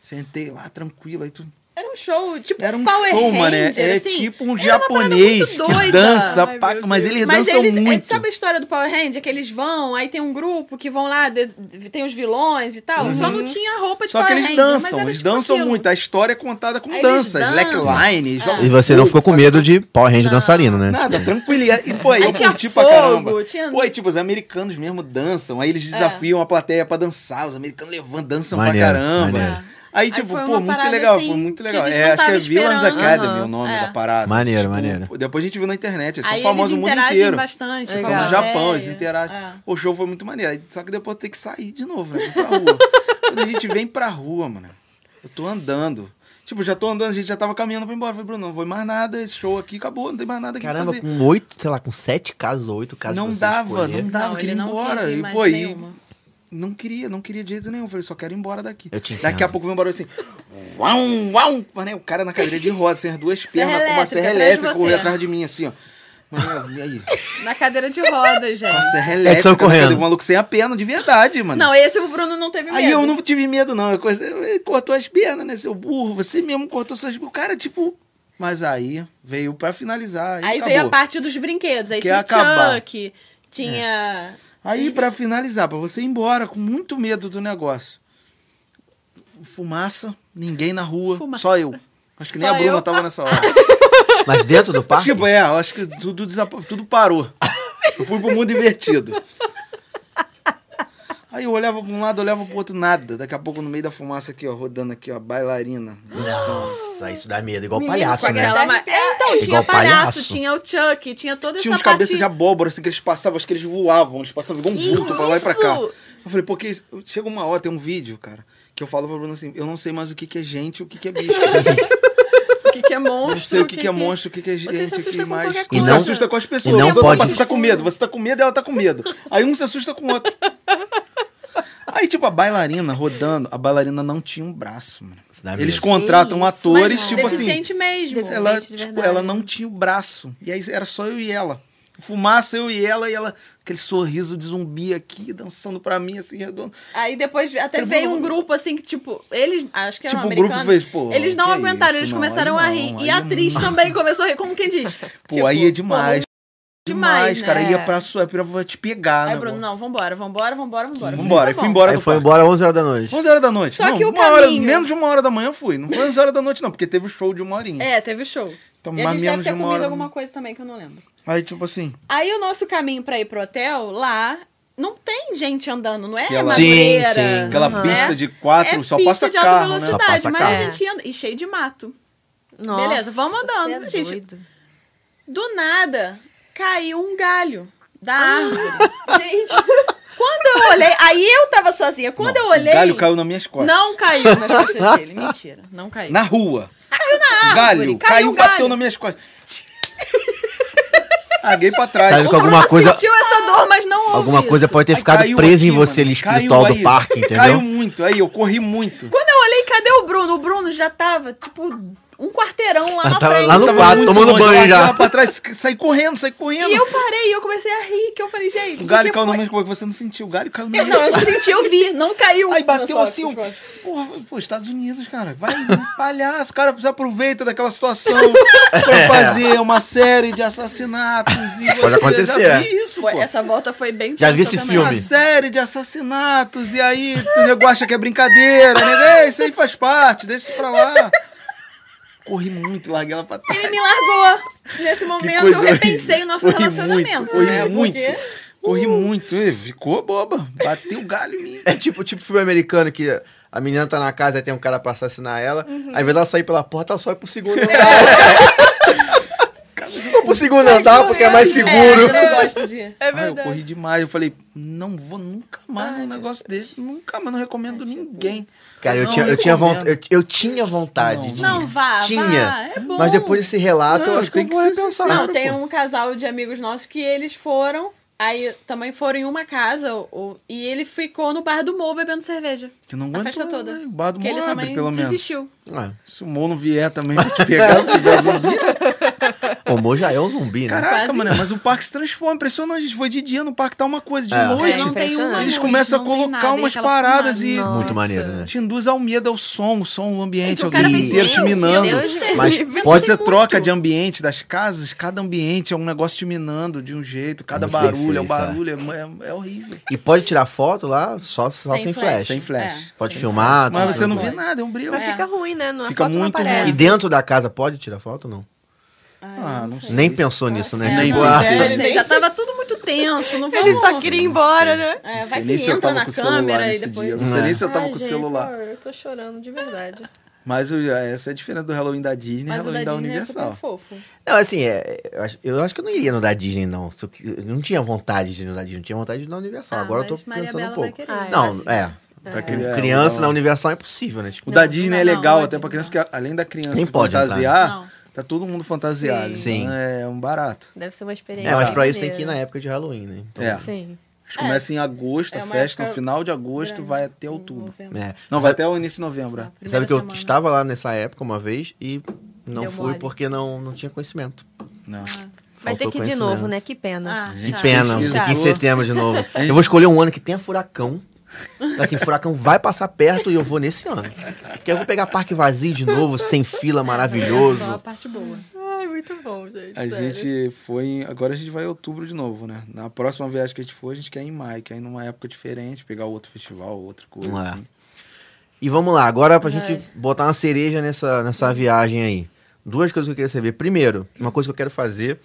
Speaker 4: Sentei lá, tranquilo, aí tu...
Speaker 3: Era um show, tipo
Speaker 4: Era um
Speaker 3: Power
Speaker 4: show, mano, é,
Speaker 3: Ranger,
Speaker 4: é
Speaker 3: assim.
Speaker 4: tipo um
Speaker 3: Era uma parada
Speaker 4: japonês
Speaker 3: muito
Speaker 4: que
Speaker 3: doida.
Speaker 4: dança,
Speaker 3: Ai,
Speaker 4: pá,
Speaker 3: meu
Speaker 4: mas
Speaker 3: Deus.
Speaker 4: eles
Speaker 3: Mas
Speaker 4: dançam
Speaker 3: eles- é,
Speaker 4: muito.
Speaker 3: sabe a história do Power Ranger? Que eles vão, aí tem um grupo que vão lá, de- de- tem os vilões e tal.
Speaker 2: Uhum.
Speaker 3: Só não tinha roupa de
Speaker 4: Só que
Speaker 3: Power
Speaker 4: eles
Speaker 3: Ranger, mas
Speaker 4: dançam,
Speaker 3: era
Speaker 4: eles
Speaker 3: tipo
Speaker 4: dançam
Speaker 3: aquilo.
Speaker 4: muito. A história é contada com
Speaker 3: Aí eles
Speaker 4: danças,
Speaker 3: dançam. Ah.
Speaker 4: slackline, jogam
Speaker 2: E você não ficou com medo de Power Ranger dançarino, né?
Speaker 4: Nada, tranquilidade. E, pô, aí
Speaker 3: Aí
Speaker 4: eu
Speaker 3: tinha
Speaker 4: curti pra
Speaker 3: fogo,
Speaker 4: caramba.
Speaker 3: tinha- É.
Speaker 4: Pô, e, tipo, os americanos mesmo dançam. Aí eles desafiam a plateia pra dançar. Os americanos levantam, dançam
Speaker 2: Maneiro,
Speaker 4: pra caramba.
Speaker 2: maneiro.
Speaker 4: Aí,
Speaker 3: Aí
Speaker 4: tipo,
Speaker 3: foi uma
Speaker 4: pô, muito
Speaker 3: parada,
Speaker 4: legal,
Speaker 3: assim,
Speaker 4: foi muito
Speaker 3: que a
Speaker 4: legal.
Speaker 3: gente
Speaker 4: É,
Speaker 3: não
Speaker 4: acho que é
Speaker 3: tava
Speaker 4: Villains
Speaker 3: esperando.
Speaker 4: Academy
Speaker 1: Aham,
Speaker 4: o nome
Speaker 3: é.
Speaker 4: da parada.
Speaker 2: Maneiro,
Speaker 4: Tipo,
Speaker 2: maneiro.
Speaker 4: Depois a gente viu na internet, é eles são
Speaker 3: Aí
Speaker 4: famosos
Speaker 3: eles
Speaker 4: no mundo
Speaker 3: interagem
Speaker 4: inteiro.
Speaker 3: bastante.
Speaker 4: Eles
Speaker 1: Legal.
Speaker 4: são do Japão, eles
Speaker 3: Tipo, É,
Speaker 4: interagem.
Speaker 3: é.
Speaker 4: O show foi muito maneiro. Aí- Só que depois tem que sair de novo, né? Vem pra rua. Quando a gente vem pra rua, mano, eu tô andando. Tipo, já tô andando, a gente já tava caminhando pra ir embora. Eu falei, Bruno, não vou mais nada, esse show aqui acabou, não tem mais nada que
Speaker 2: Caramba,
Speaker 4: fazer.
Speaker 2: com oito, sei lá, com sete casos, oito casos.
Speaker 4: Não
Speaker 2: pra você
Speaker 4: dava,
Speaker 2: escolher.
Speaker 4: não dava,
Speaker 3: Não,
Speaker 4: queria ir
Speaker 3: ele não quis
Speaker 4: embora.
Speaker 3: ir
Speaker 4: E,
Speaker 3: mais
Speaker 4: pô, e
Speaker 3: nenhuma.
Speaker 4: não queria, não queria de jeito nenhum. Eu falei, só quero ir embora daqui.
Speaker 2: Eu te entendo.
Speaker 4: daqui a pouco vem um barulho assim, uau, uau. Mas, né, o cara na cadeira de rodas, sem as duas pernas, com uma
Speaker 3: elétrica
Speaker 4: serra
Speaker 3: atrás de
Speaker 4: elétrica,
Speaker 3: você.
Speaker 4: correndo atrás de mim, assim, ó. Mano, e aí?
Speaker 3: Na cadeira de rodas,
Speaker 4: Com a
Speaker 3: gente.
Speaker 4: serra
Speaker 2: É que saiu
Speaker 4: elétrica,
Speaker 2: correndo.
Speaker 4: o né, maluco sem a perna, de verdade, mano.
Speaker 3: Não, esse o Bruno não teve medo.
Speaker 4: Aí eu não tive medo, não. Eu coisa- Ele cortou as pernas, né, seu burro? Você mesmo cortou suas pernas. O cara, tipo. Mas aí veio pra finalizar. Aí,
Speaker 3: Aí
Speaker 4: acabou.
Speaker 3: veio a parte dos brinquedos. Aí
Speaker 4: Que
Speaker 3: tinha
Speaker 4: acabar.
Speaker 3: Chuck, tinha...
Speaker 4: Aí, pra finalizar, pra você ir embora com muito medo do negócio. Fumaça, ninguém na rua,
Speaker 3: Fumaça.
Speaker 4: só eu. Acho que nem
Speaker 3: Só
Speaker 4: a Bruna
Speaker 3: eu.
Speaker 4: tava nessa hora.
Speaker 2: Mas dentro do parque?
Speaker 4: Tipo, é, eu acho que tudo, desapa- tudo parou. Eu fui pro mundo invertido. Aí eu olhava pra um lado, olhava pro outro, nada. Daqui a pouco, no meio da fumaça aqui, ó, rodando aqui, ó, bailarina.
Speaker 2: Nossa, isso dá medo. Igual
Speaker 1: Menino
Speaker 2: palhaço,
Speaker 1: com
Speaker 2: né?
Speaker 1: aquela-
Speaker 3: Ela, mas- é, então, tinha
Speaker 2: Igual
Speaker 3: palhaço,
Speaker 2: palhaço.
Speaker 3: tinha o Chuck, tinha toda
Speaker 4: Tinha uns
Speaker 3: essa
Speaker 4: cabeças
Speaker 3: parte...
Speaker 4: de abóbora, assim, que eles passavam, acho que eles voavam, eles passavam igual um
Speaker 3: Que
Speaker 4: vulto pra lá e pra cá.
Speaker 3: isso?
Speaker 4: Eu falei, porque isso- chega uma hora, tem um vídeo, cara, que eu falo pra Bruno assim, eu não sei mais o que, que é gente, o que, que é bicho.
Speaker 3: O que, que é monstro?
Speaker 4: Não sei o que, que é monstro, o que, que é gente,
Speaker 3: Você se
Speaker 4: o que
Speaker 3: assusta
Speaker 4: é
Speaker 3: com
Speaker 4: mais.
Speaker 3: qualquer
Speaker 4: E
Speaker 2: coisa.
Speaker 4: não assusta com as pessoas.
Speaker 2: E não
Speaker 4: Você tá-
Speaker 2: pode.
Speaker 4: Você tá com medo, você tá com medo, ela tá com medo. Aí um se assusta com o outro. Aí, tipo, a bailarina rodando, a bailarina não tinha um braço, mano.
Speaker 2: Isso dá medo.
Speaker 4: Eles contratam
Speaker 1: Isso,
Speaker 4: atores,
Speaker 1: mas
Speaker 4: tipo assim.
Speaker 3: Deficiente mesmo.
Speaker 1: Deficiente.
Speaker 4: Ela,
Speaker 1: de
Speaker 4: tipo,
Speaker 1: verdade.
Speaker 4: ela não tinha o braço. E aí era só eu e ela. Fumaça, eu e ela, e ela, aquele sorriso de zumbi aqui, dançando pra mim, assim, redondo.
Speaker 3: Aí depois até
Speaker 4: Cara,
Speaker 3: veio
Speaker 4: vamos-
Speaker 3: um grupo assim que, tipo, eles. Acho que eram
Speaker 4: Tipo, o
Speaker 3: americanos.
Speaker 4: grupo fez, pô,
Speaker 3: eles não
Speaker 4: que
Speaker 3: aguentaram,
Speaker 4: isso,
Speaker 3: eles
Speaker 4: não,
Speaker 3: começaram
Speaker 4: aí
Speaker 3: a rir.
Speaker 4: não,
Speaker 3: e
Speaker 4: aí
Speaker 3: a atriz também começou a rir. Como quem diz?
Speaker 4: Pô,
Speaker 3: Tipo,
Speaker 4: aí é demais. demais,
Speaker 3: demais, né?
Speaker 4: cara. Ia pra sua, pra te pegar,
Speaker 3: Aí,
Speaker 4: né?
Speaker 3: Bruno,
Speaker 4: pô?
Speaker 3: não, vambora, vambora, vambora, vambora.
Speaker 4: Vambora,
Speaker 3: Tá
Speaker 4: e fui
Speaker 3: bom.
Speaker 4: embora.
Speaker 2: Aí
Speaker 4: do
Speaker 2: foi
Speaker 4: parque.
Speaker 2: embora 11 horas da noite.
Speaker 4: 11 horas da noite.
Speaker 3: Só
Speaker 4: não,
Speaker 3: que o
Speaker 4: uma hora,
Speaker 3: caminho-
Speaker 4: menos de uma hora da manhã eu fui. Não foi 11 horas da noite, não, porque teve o show de uma horinha.
Speaker 3: É, teve show.
Speaker 4: Então,
Speaker 3: e a
Speaker 4: mas
Speaker 3: gente deve
Speaker 4: menos
Speaker 3: ter
Speaker 4: de uma
Speaker 3: comido
Speaker 4: hora,
Speaker 3: alguma
Speaker 4: né?
Speaker 3: coisa também que eu não lembro.
Speaker 4: Aí, tipo assim.
Speaker 3: Aí o nosso caminho pra ir pro hotel, lá, não tem gente andando, não é?
Speaker 4: Aquela-
Speaker 3: madureira,
Speaker 2: Sim, sim.
Speaker 4: Aquela
Speaker 3: né?
Speaker 4: pista de quatro,
Speaker 3: É
Speaker 4: só
Speaker 3: pista
Speaker 4: passa
Speaker 3: de alta
Speaker 4: carro, né?
Speaker 3: velocidade,
Speaker 2: Só passa
Speaker 3: mas
Speaker 2: carro.
Speaker 3: a gente anda. E cheio de mato.
Speaker 1: Nossa,
Speaker 3: Beleza, vamos andando,
Speaker 1: cê é
Speaker 3: gente.
Speaker 1: doido.
Speaker 3: Do nada, caiu um galho da árvore. Quando eu olhei, aí eu tava sozinha. Quando eu olhei.
Speaker 4: O galho caiu nas minhas costas.
Speaker 3: Não caiu nas costas dele. Mentira, não caiu.
Speaker 4: Na rua.
Speaker 3: Caiu na árvore.
Speaker 4: Galho,
Speaker 3: Ah, caiu,
Speaker 4: caiu,
Speaker 3: um
Speaker 4: bateu
Speaker 3: galho.
Speaker 4: nas minhas costas. Caguei pra trás.
Speaker 2: Sabe
Speaker 3: O
Speaker 2: com alguma
Speaker 3: Bruno
Speaker 2: coisa-
Speaker 3: sentiu essa dor, mas não houve
Speaker 2: Alguma coisa
Speaker 3: isso.
Speaker 2: pode ter
Speaker 4: Aí
Speaker 2: ficado
Speaker 4: caiu
Speaker 2: presa em
Speaker 4: aqui,
Speaker 2: você
Speaker 4: mano.
Speaker 2: ali,
Speaker 4: Caiu
Speaker 2: espiritual do
Speaker 4: aí.
Speaker 2: parque, entendeu?
Speaker 4: Caiu muito, aí eu corri muito.
Speaker 3: Quando eu olhei, cadê o Bruno? O Bruno já tava, tipo, um quarteirão lá na
Speaker 2: Tava
Speaker 3: frente.
Speaker 2: lá no
Speaker 4: Tava
Speaker 2: quarto,
Speaker 4: muito
Speaker 2: tomando
Speaker 4: longe, eu
Speaker 2: banho
Speaker 4: olhava
Speaker 2: já.
Speaker 4: pra trás, saí correndo, saí correndo.
Speaker 3: E eu parei, e eu comecei a rir, que eu falei, gente.
Speaker 4: O
Speaker 3: o
Speaker 4: galho
Speaker 3: que
Speaker 4: caiu
Speaker 3: foi?
Speaker 4: nas minhas costas, você não sentiu, o galho caiu nas
Speaker 3: eu,
Speaker 4: minhas
Speaker 3: Não, eu não senti, eu vi, não caiu.
Speaker 4: Aí bateu
Speaker 3: nas
Speaker 4: assim, eu,
Speaker 3: suas costas.
Speaker 4: porra, pô, Estados Unidos, cara, vai, um palhaço, cara, você aproveita daquela situação pra fazer uma série de assassinatos e
Speaker 2: Pode
Speaker 4: você já
Speaker 2: acontecer.
Speaker 4: vi isso,
Speaker 3: Foi-
Speaker 4: um pô.
Speaker 3: essa volta foi bem
Speaker 2: Já vi
Speaker 3: tensa
Speaker 2: esse
Speaker 3: também.
Speaker 2: filme.
Speaker 4: Uma série de assassinatos, e aí o nego acha que é brincadeira, né? É, isso aí faz parte, deixa isso pra lá. Corri muito, larguei ela pra trás.
Speaker 3: Ele me largou. Nesse momento, eu
Speaker 4: coisa
Speaker 3: repensei
Speaker 4: horrível.
Speaker 3: o nosso
Speaker 4: Corri
Speaker 3: relacionamento.
Speaker 4: muito, corri
Speaker 3: né?
Speaker 4: muito. É
Speaker 3: Porque uh.
Speaker 4: Corri muito, e ficou boba. Bateu o galho em mim.
Speaker 2: É tipo tipo filme americano que a menina tá na casa e tem um cara pra assassinar ela.
Speaker 3: Uhum.
Speaker 2: Aí, ao invés dela sair pela porta, ela sobe pro segundo
Speaker 3: É.
Speaker 2: andar. Vou pro segundo andar porque é mais
Speaker 3: É, eu
Speaker 2: seguro.
Speaker 3: não gosto de.
Speaker 4: É verdade. eu corri demais. Eu falei, não vou nunca mais num negócio desse. Nunca mais, não recomendo ninguém.
Speaker 2: Cara, eu
Speaker 4: Não
Speaker 2: tinha, eu tinha,
Speaker 4: recomendo.
Speaker 2: vonta- eu, eu tinha vontade
Speaker 4: Não,
Speaker 2: de.
Speaker 3: Não, vá,
Speaker 2: Tinha.
Speaker 3: vá, é bom.
Speaker 2: Mas depois desse relato,
Speaker 4: Não,
Speaker 2: eu acho que
Speaker 4: tem
Speaker 2: eu
Speaker 4: que
Speaker 2: vou
Speaker 4: ser
Speaker 2: repensar.
Speaker 4: sincero.
Speaker 3: Não, tem um casal de amigos nossos que eles foram. Aí também foram em uma casa ou- e ele ficou no bar do Mo bebendo cerveja.
Speaker 4: Que não
Speaker 3: A
Speaker 4: aguentou.
Speaker 3: festa toda.
Speaker 4: né? O bar do
Speaker 3: Porque ele
Speaker 4: Moab,
Speaker 3: também
Speaker 4: pelo menos.
Speaker 3: desistiu.
Speaker 2: Ah,
Speaker 4: Se o Mo não vier também pra te pegar, se tiver zumbi.
Speaker 2: o Mo já é um zumbi, né?
Speaker 4: Caraca,
Speaker 3: Quase.
Speaker 4: mano, mas o parque se transforma. Impressionante. A gente foi de dia no parque, tá uma coisa. De
Speaker 2: É.
Speaker 4: noite.
Speaker 1: É,
Speaker 3: não tem uma
Speaker 4: Eles
Speaker 3: luz,
Speaker 4: começam a
Speaker 3: não tem
Speaker 4: colocar
Speaker 3: nada, e
Speaker 4: umas
Speaker 3: aquela
Speaker 4: paradas
Speaker 3: fumaça.
Speaker 4: e- Muito
Speaker 3: Nossa.
Speaker 2: maneiro, né?
Speaker 4: Te induz ao medo, ao som, o som, o ambiente,
Speaker 3: Então,
Speaker 4: o
Speaker 3: o cara
Speaker 4: tempo
Speaker 3: vem
Speaker 4: inteiro te
Speaker 3: Deus,
Speaker 4: minando.
Speaker 3: Deus é
Speaker 1: te
Speaker 2: Mas
Speaker 1: livre.
Speaker 2: pode
Speaker 4: Você troca de ambiente das casas, cada ambiente é um negócio te minando de um jeito, cada
Speaker 2: Muito
Speaker 4: barulho, é um
Speaker 2: perfeito,
Speaker 4: barulho, é, é- é horrível.
Speaker 2: E pode tirar foto lá só, só sem,
Speaker 3: Sem
Speaker 2: flash.
Speaker 3: flash. É.
Speaker 4: Sem flash.
Speaker 2: Pode
Speaker 4: Sem
Speaker 2: filmar. tá
Speaker 4: flash. Mas
Speaker 2: tudo
Speaker 4: você não vê
Speaker 2: tranquilo.
Speaker 4: nada, é um brilho.
Speaker 1: Mas fica ruim, né? Não- A
Speaker 4: Fica
Speaker 1: foto não
Speaker 4: muito ruim.
Speaker 3: É.
Speaker 1: aparece.
Speaker 2: E dentro da casa pode tirar foto ou não?
Speaker 4: Ah, não sei.
Speaker 2: Nem pensou nisso, né?
Speaker 3: É,
Speaker 4: Nem
Speaker 3: não,
Speaker 4: pensei.
Speaker 3: é,
Speaker 4: Ele
Speaker 3: ele já tava tudo muito tenso, não vamos.
Speaker 1: Ele só queria ir embora, né?
Speaker 3: É,
Speaker 4: Não
Speaker 3: vai
Speaker 4: sei
Speaker 3: que
Speaker 4: nem se eu
Speaker 3: entra
Speaker 4: tava
Speaker 3: na
Speaker 4: com o celular
Speaker 3: câmera e
Speaker 4: nesse dia.
Speaker 3: depois.
Speaker 4: Não sei nem se eu tava
Speaker 1: Ai,
Speaker 4: Tá com o
Speaker 1: gente,
Speaker 4: celular.
Speaker 1: pô, Eu tô chorando de verdade.
Speaker 4: Mas o- essa é a diferença do Halloween da Disney e
Speaker 3: Mas o
Speaker 4: Halloween da,
Speaker 3: da Disney é super
Speaker 4: Universal.
Speaker 3: fofo.
Speaker 2: Não, assim, é, eu, acho, eu acho que eu não iria no da Disney, não. Se Eu eu não tinha vontade de ir no da Disney, eu tinha vontade de ir na Universal.
Speaker 3: Ah,
Speaker 2: Agora eu tô
Speaker 3: mas Maria
Speaker 2: pensando
Speaker 3: Bela
Speaker 2: um
Speaker 3: vai
Speaker 2: pouco.
Speaker 3: querer.
Speaker 1: Ah, eu
Speaker 2: não,
Speaker 1: acho.
Speaker 2: é.
Speaker 4: Pra criar-
Speaker 2: Criança
Speaker 4: o-
Speaker 2: na Universal é impossível, né?
Speaker 4: O
Speaker 2: Tipo,
Speaker 4: da
Speaker 3: Não,
Speaker 4: Disney
Speaker 3: não,
Speaker 4: é
Speaker 3: não,
Speaker 4: legal
Speaker 3: não.
Speaker 4: até pra criança, porque além da criança
Speaker 2: Nem
Speaker 4: se
Speaker 2: pode entrar.
Speaker 4: fantasiar,
Speaker 3: Não.
Speaker 4: tá todo mundo fantasiado.
Speaker 2: Sim.
Speaker 4: Então É um barato.
Speaker 1: Deve ser uma experiência.
Speaker 2: é, mas pra isso tem
Speaker 1: maneira.
Speaker 2: que ir na época de Halloween, né? Então,
Speaker 4: É.
Speaker 1: Sim.
Speaker 4: Acho que começa em agosto,
Speaker 3: É
Speaker 4: a
Speaker 3: uma
Speaker 4: festa, no
Speaker 3: época
Speaker 4: final de agosto,
Speaker 3: grande.
Speaker 4: vai até outubro.
Speaker 3: Novembro.
Speaker 2: é.
Speaker 4: Não, vai até o início de é, novembro. é.
Speaker 3: Primeira
Speaker 2: Sabe que eu
Speaker 3: semana.
Speaker 2: estava lá nessa época uma vez e não
Speaker 1: Deu
Speaker 2: fui
Speaker 1: mole.
Speaker 2: porque não, não tinha conhecimento.
Speaker 4: Não.
Speaker 1: Vai ter
Speaker 2: Faltou
Speaker 1: que ir de
Speaker 2: conhecimento.
Speaker 1: novo, né? Que pena.
Speaker 3: Ah,
Speaker 2: Que
Speaker 3: chato.
Speaker 2: pena,
Speaker 4: Chato.
Speaker 2: fica em setembro de novo.
Speaker 4: gente-
Speaker 2: Eu vou escolher um ano que tenha furacão. Assim, furacão vai passar perto e eu vou nesse ano. Porque eu vou pegar parque vazio de novo, sem fila,
Speaker 3: É só a
Speaker 2: maravilhoso.
Speaker 3: parte boa.
Speaker 1: Ai, muito bom, gente.
Speaker 4: A gente foi. em- Agora a gente vai em outubro de novo, né? Na próxima viagem que a gente for, a gente quer ir em maio, quer ir numa época diferente, pegar outro festival, outra coisa.
Speaker 2: É.
Speaker 4: assim.
Speaker 2: E vamos lá, agora pra gente
Speaker 1: Ai.
Speaker 2: botar uma cereja nessa, nessa viagem aí. Duas coisas que eu queria saber. Primeiro, uma coisa que eu quero fazer,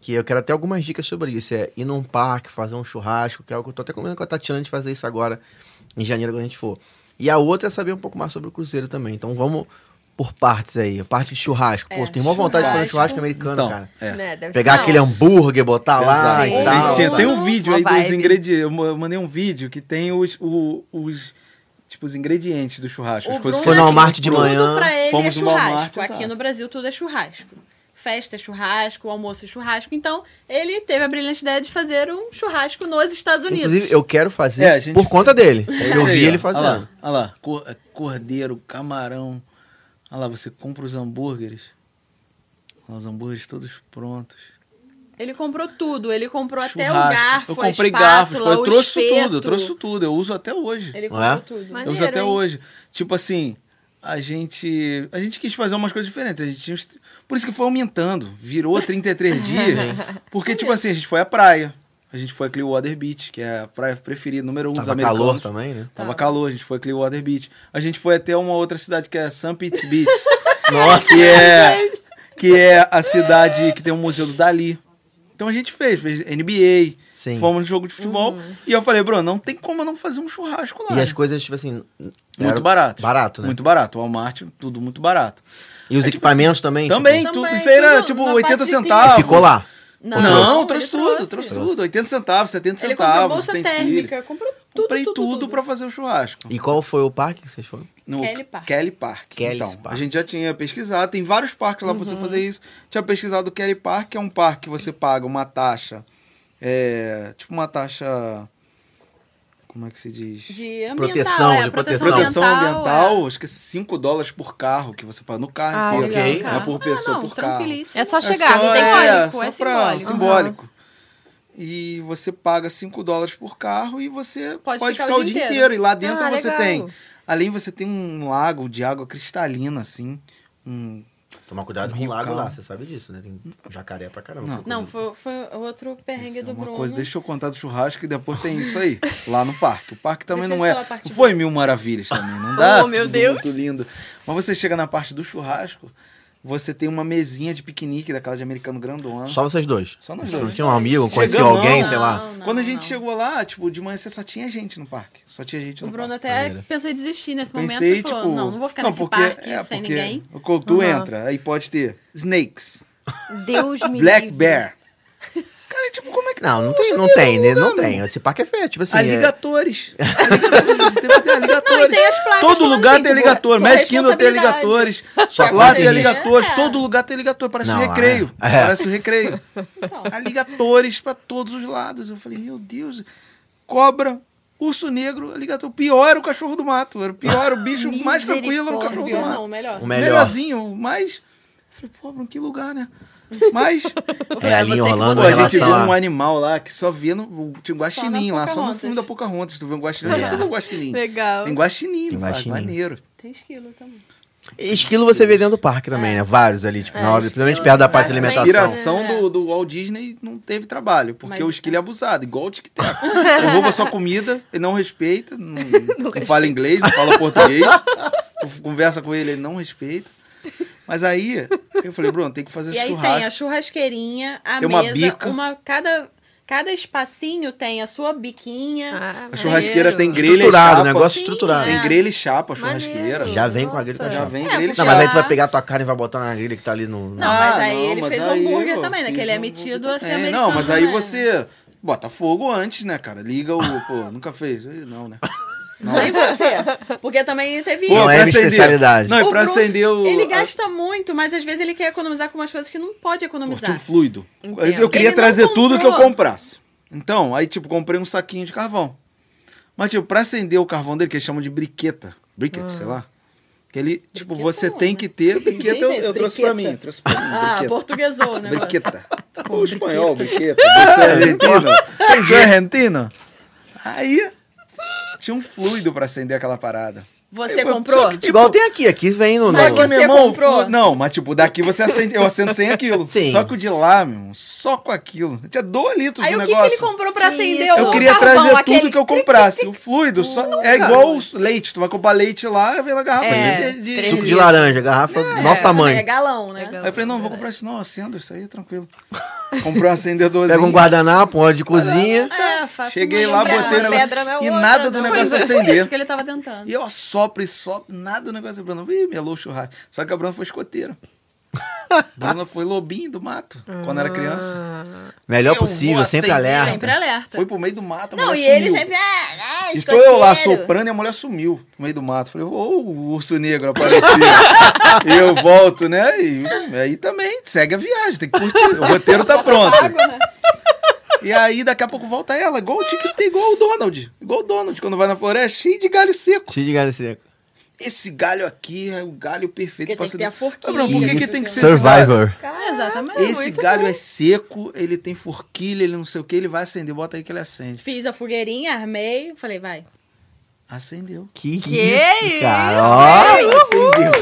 Speaker 2: que eu quero até algumas dicas sobre isso, é ir num parque, fazer um churrasco, que é algo que eu tô até combinando com a Tatiana de fazer isso agora, em janeiro, quando a gente for. E a outra é saber um pouco mais sobre o cruzeiro também. Então vamos por partes aí. A parte de churrasco. Pô,
Speaker 3: É,
Speaker 2: tem uma vontade de fazer um
Speaker 3: churrasco.
Speaker 2: churrasco americano,
Speaker 4: Então,
Speaker 2: cara.
Speaker 4: é.
Speaker 1: Né, deve
Speaker 2: Pegar
Speaker 1: ser-
Speaker 2: aquele hambúrguer, botar lá
Speaker 1: Sim.
Speaker 2: e
Speaker 4: Exato.
Speaker 2: tal.
Speaker 4: Gente, tem um
Speaker 1: Uma
Speaker 4: vídeo aí dos
Speaker 1: vibe.
Speaker 4: ingredientes. Eu ma- mandei um vídeo que tem os. o- os tipo, os ingredientes do churrasco. as
Speaker 3: O Bruno,
Speaker 4: coisas que
Speaker 2: Foi no
Speaker 3: assim,
Speaker 2: Walmart de
Speaker 3: tudo
Speaker 2: manhã,
Speaker 3: pra ele
Speaker 4: fomos
Speaker 3: é
Speaker 4: no Walmart,
Speaker 3: churrasco. Aqui
Speaker 4: exato.
Speaker 3: no Brasil tudo é churrasco. Festa é churrasco, almoço é churrasco. Então, ele teve a brilhante ideia de fazer um churrasco nos Estados Unidos.
Speaker 2: Inclusive, eu quero fazer
Speaker 4: É, a gente-
Speaker 2: por conta dele.
Speaker 4: É isso
Speaker 2: eu vi
Speaker 4: aí,
Speaker 2: ele
Speaker 4: ó. Olha
Speaker 2: fazendo.
Speaker 4: lá, olha lá. cor- é, cordeiro, camarão. Olha lá, você compra os hambúrgueres. Olha lá, Os hambúrgueres todos prontos.
Speaker 3: Ele comprou tudo. Ele comprou até o
Speaker 4: Churrasco.
Speaker 3: garfo,
Speaker 4: Eu
Speaker 3: a
Speaker 4: comprei
Speaker 3: espátula,
Speaker 4: garfos, eu
Speaker 3: o
Speaker 4: trouxe
Speaker 3: espeto.
Speaker 4: tudo, eu trouxe tudo. Eu uso até hoje.
Speaker 3: Ele
Speaker 2: Não é?
Speaker 3: comprou tudo.
Speaker 1: Mas-
Speaker 4: eu uso até
Speaker 1: Maneiro, hein?
Speaker 4: hoje. Tipo assim, a gente. A gente quis fazer umas coisas diferentes. A gente tinha uns- Por isso que foi aumentando. Virou 33 dias. Porque, tipo assim, a gente foi à praia. A gente foi a Clearwater Beach, que é a praia preferida, número um dos
Speaker 2: Tava
Speaker 4: americanos.
Speaker 2: calor também, né?
Speaker 4: Tava calor, a gente foi a Clearwater Beach. A gente foi até uma outra cidade que é St. Pete Beach.
Speaker 2: Nossa,
Speaker 4: que é que é a cidade que tem o museu do Dali. Então a gente fez, fez NBA,
Speaker 2: Sim.
Speaker 4: fomos no jogo de futebol
Speaker 1: Hum.
Speaker 4: e eu falei, Bruno, não tem como eu não fazer um churrasco lá.
Speaker 2: E as
Speaker 4: né?
Speaker 2: coisas, tipo assim.
Speaker 4: muito
Speaker 2: era
Speaker 4: barato.
Speaker 2: Barato, né?
Speaker 4: Muito barato. O Walmart, tudo muito barato.
Speaker 2: E os
Speaker 4: É, tipo
Speaker 2: equipamentos também?
Speaker 4: Também,
Speaker 3: Também,
Speaker 4: tudo, isso aí era
Speaker 3: tudo
Speaker 4: tipo
Speaker 3: na
Speaker 4: 80
Speaker 3: parte de dentro.
Speaker 4: centavos.
Speaker 2: E ficou lá.
Speaker 4: Não,
Speaker 3: ele
Speaker 4: trouxe, tudo, trouxe tudo. 80 centavos, 70
Speaker 3: Ele comprou
Speaker 4: centavos,
Speaker 3: bolsa
Speaker 4: utensílio.
Speaker 3: térmica, comprou tudo,
Speaker 4: Comprei
Speaker 3: tudo,
Speaker 4: tudo pra fazer o churrasco.
Speaker 2: E qual foi o parque que vocês foram?
Speaker 4: No
Speaker 3: Kelly Park.
Speaker 4: Kelly Park.
Speaker 2: Kelly
Speaker 4: então,
Speaker 2: Park.
Speaker 4: a gente já tinha pesquisado, tem vários parques lá pra
Speaker 3: Uhum.
Speaker 4: você fazer isso. Tinha pesquisado o Kelly Park, que é um parque que você paga uma taxa, é, tipo uma taxa, como é que se diz?
Speaker 3: De ambiental,
Speaker 2: Proteção,
Speaker 3: é,
Speaker 2: de
Speaker 3: proteção,
Speaker 4: Proteção ambiental,
Speaker 3: é.
Speaker 4: acho que é 5 dólares por carro que você paga no
Speaker 1: Ah,
Speaker 4: carro inteiro.
Speaker 1: legal,
Speaker 4: não
Speaker 1: cara.
Speaker 4: é por
Speaker 3: Ah,
Speaker 4: pessoa,
Speaker 3: não,
Speaker 4: por carro.
Speaker 3: tranquilíssimo.
Speaker 1: É só chegar, não
Speaker 4: só-
Speaker 1: tem
Speaker 4: é,
Speaker 1: cólico,
Speaker 4: só
Speaker 1: é,
Speaker 4: pra-
Speaker 1: simbólico.
Speaker 4: simbólico. E você paga 5 dólares por carro e você pode,
Speaker 3: Pode
Speaker 4: ficar, o dia inteiro. E lá dentro
Speaker 1: Ah,
Speaker 4: você
Speaker 1: legal.
Speaker 4: tem. Além você tem um lago de água cristalina, assim. Um...
Speaker 2: Tomar cuidado com o
Speaker 4: Rio
Speaker 2: lago
Speaker 4: Calmo.
Speaker 2: lá, você sabe disso, né? Tem jacaré pra caramba.
Speaker 4: Não.
Speaker 3: Não, foi, foi outro perrengue
Speaker 4: isso é
Speaker 3: do
Speaker 4: uma
Speaker 3: Bruno.
Speaker 4: coisa, deixa eu contar do churrasco e depois tem isso aí, lá no parque. O parque também
Speaker 3: Deixa eu
Speaker 4: não é.
Speaker 3: falar a parte
Speaker 4: Não foi mil maravilhas também, não dá?
Speaker 1: Oh, meu
Speaker 4: tudo
Speaker 1: Deus.
Speaker 4: Muito lindo. Mas você chega na parte do churrasco, você tem uma mesinha de piquenique daquela de americano grandona.
Speaker 2: Só vocês dois.
Speaker 4: Só nós
Speaker 2: Não
Speaker 4: dois.
Speaker 2: tinha um amigo, conhecia
Speaker 4: Chegamos,
Speaker 2: alguém,
Speaker 4: não.
Speaker 2: sei lá.
Speaker 3: Não,
Speaker 4: Quando a gente
Speaker 3: não.
Speaker 4: chegou lá, tipo, de manhã você só tinha gente no parque. Só tinha gente
Speaker 3: O
Speaker 4: no
Speaker 3: Bruno
Speaker 4: parque.
Speaker 3: até pensou em desistir nesse momento
Speaker 4: Pensei,
Speaker 3: e
Speaker 4: tipo.
Speaker 3: falou, não, não vou ficar nesse
Speaker 4: porque-
Speaker 3: parque
Speaker 4: é,
Speaker 3: sem
Speaker 4: porque
Speaker 3: ninguém. Uhum.
Speaker 4: O Coutu
Speaker 1: Aham.
Speaker 4: entra, aí pode ter snakes,
Speaker 1: Deus me
Speaker 4: black
Speaker 1: livre.
Speaker 4: bear. Cara, tipo, como é que.
Speaker 2: Não, não
Speaker 4: eu
Speaker 2: tem, não
Speaker 4: sabia
Speaker 2: tem,
Speaker 4: do
Speaker 2: né?
Speaker 4: lugar,
Speaker 2: Não
Speaker 4: mano.
Speaker 2: tem. Esse parque é feio, tipo assim. é-
Speaker 4: Aligatores. Aligatores. Tem que ter aligatores.
Speaker 3: Não, e tem as placas
Speaker 4: Todo
Speaker 3: falando
Speaker 4: lugar
Speaker 3: assim,
Speaker 4: tem
Speaker 3: tipo,
Speaker 4: aligator.
Speaker 3: sua
Speaker 4: Magic Kingdom tem
Speaker 3: responsabilidade.
Speaker 4: aligatores.
Speaker 3: Só
Speaker 4: Lá tem
Speaker 2: acontecer.
Speaker 4: aligatores.
Speaker 3: É.
Speaker 4: Todo lugar tem aligator. Parece
Speaker 2: Não,
Speaker 4: um recreio.
Speaker 2: é. É.
Speaker 4: Parece um recreio. Aligatores pra todos os lados. Eu falei, meu Deus. Cobra. Urso negro, alligator. O pior era o cachorro do mato. Era o pior, o bicho mais tranquilo era o cachorro do
Speaker 1: Misericórdia.
Speaker 4: mato.
Speaker 3: Não, melhor.
Speaker 2: O
Speaker 4: O
Speaker 2: melhor.
Speaker 4: Melhorzinho, o mais. Falei, pô, Bruno, que lugar, né? Mas.
Speaker 2: É a linha
Speaker 3: você que
Speaker 2: Orlando
Speaker 4: Pô,
Speaker 3: mudou.
Speaker 2: em
Speaker 4: a gente viu
Speaker 2: relação
Speaker 4: um
Speaker 2: a...
Speaker 4: animal lá que só via no. Tinha um guaxinim
Speaker 3: Só na
Speaker 4: lá, só no
Speaker 3: Pocahontas.
Speaker 4: filme da Pocahontas. Tu vê um guaxinim,
Speaker 2: É.
Speaker 4: é. tudo guaxinim.
Speaker 1: Legal.
Speaker 4: Tem guaxinim,
Speaker 2: Tem
Speaker 4: no parque,
Speaker 2: guaxinim.
Speaker 4: maneiro.
Speaker 3: Tem esquilo também.
Speaker 2: Esquilo você vê dentro do parque também, né? Vários ali, tipo,
Speaker 1: É,
Speaker 2: na hora,
Speaker 1: esquilo,
Speaker 2: principalmente perto da parte de
Speaker 1: mas
Speaker 4: A
Speaker 2: alimentação.
Speaker 1: sempre-
Speaker 4: inspiração
Speaker 1: É.
Speaker 4: do, do Walt Disney não teve trabalho, porque
Speaker 3: Mas- tá.
Speaker 4: o esquilo é abusado, igual o Tic Tac. Ele rouba sua comida, ele não respeita, não, não
Speaker 1: respeita.
Speaker 4: fala inglês, não fala português. Tu Conversa com ele, ele não respeita. Mas aí, eu falei, Bruno, tem que fazer
Speaker 3: E aí
Speaker 4: churrasco.
Speaker 3: tem a churrasqueirinha, a
Speaker 4: Tem uma
Speaker 3: mesa,
Speaker 4: bica.
Speaker 3: uma cada cada espacinho tem a sua biquinha.
Speaker 1: Ah,
Speaker 4: A churrasqueira
Speaker 1: maneiro.
Speaker 4: tem grelha e
Speaker 2: Estruturado,
Speaker 4: chapa.
Speaker 2: negócio
Speaker 3: Sim,
Speaker 2: estruturado.
Speaker 4: Tem
Speaker 3: É.
Speaker 4: grelha e chapa, a
Speaker 1: Maneiro.
Speaker 4: churrasqueira.
Speaker 2: Já vem com a grelha e
Speaker 1: Nossa.
Speaker 4: Já
Speaker 2: chapa.
Speaker 4: vem
Speaker 3: É,
Speaker 4: grelha e
Speaker 3: puxa
Speaker 2: Não,
Speaker 4: chapa.
Speaker 2: mas aí tu vai pegar a tua carne e vai botar na grelha que tá ali no...
Speaker 3: Não, mas
Speaker 4: Ah,
Speaker 3: aí ele
Speaker 4: mas
Speaker 3: fez um
Speaker 4: aí,
Speaker 3: hambúrguer
Speaker 4: ó,
Speaker 3: também, né, que
Speaker 4: fiz
Speaker 3: ele é
Speaker 4: um
Speaker 3: metido
Speaker 4: hambúrguer.
Speaker 3: a ser
Speaker 4: É,
Speaker 3: americano,
Speaker 4: Não, mas aí
Speaker 3: né?
Speaker 4: você bota fogo antes, né, cara? Liga o... Pô, nunca fez. Ih, Não, né?
Speaker 3: Não, e você? Porque também teve
Speaker 4: Pô,
Speaker 2: Não
Speaker 4: pra
Speaker 2: é minha
Speaker 4: acender-
Speaker 2: especialidade.
Speaker 4: Não, e
Speaker 3: O
Speaker 4: pra
Speaker 3: Bruno,
Speaker 4: acender o...
Speaker 3: Ele
Speaker 4: a-
Speaker 3: gasta muito, mas às vezes ele quer economizar com umas coisas que não pode
Speaker 4: Curtiu um
Speaker 3: economizar.
Speaker 4: fluido. Eu-
Speaker 1: Entendo.
Speaker 4: Eu queria
Speaker 3: Ele não
Speaker 4: trazer tudo que eu
Speaker 3: comprou.
Speaker 4: comprasse. Então, aí, tipo, comprei um saquinho de carvão. Mas, tipo, pra acender o carvão dele, que eles chamam de briqueta. Briquet, sei lá. Que ele, tipo,
Speaker 3: Ah. Briqueta
Speaker 4: você
Speaker 3: é bom,
Speaker 4: tem
Speaker 3: né?
Speaker 4: que ter. Briqueta eu,
Speaker 3: Nem sei,
Speaker 4: eu trouxe pra
Speaker 3: briqueta.
Speaker 4: mim. Trouxe pra mim.
Speaker 3: Ah,
Speaker 4: briqueta.
Speaker 3: portuguesou o negócio.
Speaker 4: Briqueta.
Speaker 3: Tá
Speaker 4: O espanhol, briqueta. Você
Speaker 2: Ah!
Speaker 4: é argentino? Você é argentino? Aí, tinha um fluido pra acender aquela parada.
Speaker 3: Você
Speaker 4: Eu-
Speaker 3: comprou?
Speaker 4: só que, tipo,
Speaker 2: Igual tem aqui, aqui vem no...
Speaker 3: Mas
Speaker 4: Só
Speaker 2: no-
Speaker 4: que,
Speaker 3: você
Speaker 4: meu irmão,
Speaker 3: comprou?
Speaker 4: fu- não, mas tipo, daqui você acende, eu acendo sem aquilo.
Speaker 2: Sim.
Speaker 4: Só que o de lá, meu, irmão, só com aquilo. Tinha dois litros
Speaker 3: Aí
Speaker 4: do
Speaker 3: o que, que
Speaker 4: negócio.
Speaker 3: ele comprou pra acender
Speaker 1: Isso.
Speaker 3: o
Speaker 4: Eu queria
Speaker 3: carvão,
Speaker 4: trazer tudo
Speaker 3: aquele-
Speaker 4: que eu comprasse. O fluido só é igual o leite. Tu vai comprar leite lá, vem na garrafa
Speaker 1: É,
Speaker 4: de, de-
Speaker 2: Suco de laranja, garrafa do nosso
Speaker 3: É
Speaker 2: tamanho.
Speaker 3: galão, né?
Speaker 1: É galão.
Speaker 4: Aí eu falei, não, vou comprar isso não, eu acendo isso aí, tranquilo. Comprei um acendedorzinho.
Speaker 2: Pega um guardanapo, um óleo de cozinha.
Speaker 3: É, faço
Speaker 4: Cheguei
Speaker 3: uma
Speaker 4: lá,
Speaker 3: lembrança.
Speaker 4: botei o negócio.
Speaker 1: pedra na
Speaker 4: E
Speaker 1: outra,
Speaker 4: nada do
Speaker 1: não.
Speaker 3: Foi
Speaker 4: negócio
Speaker 3: exatamente
Speaker 4: acender.
Speaker 3: isso que ele tava tentando.
Speaker 4: E eu sopro e sopro, nada do negócio. Bruno, ih, melou o churrasco. Só que a Bruna foi escoteira. Bruna foi lobinho do mato, quando
Speaker 1: Ah.
Speaker 4: era criança.
Speaker 2: Melhor
Speaker 4: Eu
Speaker 2: possível,
Speaker 4: vou
Speaker 2: sempre
Speaker 4: acender.
Speaker 2: alerta.
Speaker 3: Sempre alerta.
Speaker 4: Foi pro meio do mato, a
Speaker 3: não,
Speaker 4: mulher
Speaker 3: e ele
Speaker 4: sumiu.
Speaker 3: sempre. Ah, ah,
Speaker 4: E tô eu lá
Speaker 3: escoteiro.
Speaker 4: soprando e a mulher sumiu no meio do mato. Falei, ô, o urso negro apareceu. eu volto, né? E aí também, segue a viagem, tem que curtir. O roteiro tá pronto.
Speaker 3: né?
Speaker 4: E aí, daqui a pouco volta ela, igual o Tic Tac, igual o Donald. Igual o Donald, quando vai na floresta, cheio de galho seco.
Speaker 2: Cheio de galho seco.
Speaker 4: Esse galho aqui é o galho perfeito
Speaker 3: Porque tem que ter a
Speaker 4: acender-
Speaker 3: forquinha.
Speaker 4: Mas, Bruno, por que, que tem que ser esse galho?
Speaker 2: Survivor.
Speaker 3: Ah, exatamente.
Speaker 4: Esse
Speaker 3: Muito
Speaker 4: galho
Speaker 3: bom.
Speaker 4: é seco, ele tem forquilha, ele não sei o que, ele vai acender. Bota aí que ele acende.
Speaker 3: Fiz a fogueirinha, armei, falei, vai.
Speaker 4: Acendeu.
Speaker 2: Que,
Speaker 1: Que
Speaker 2: isso,
Speaker 1: isso,
Speaker 2: cara. Ó.
Speaker 4: Ela acendeu.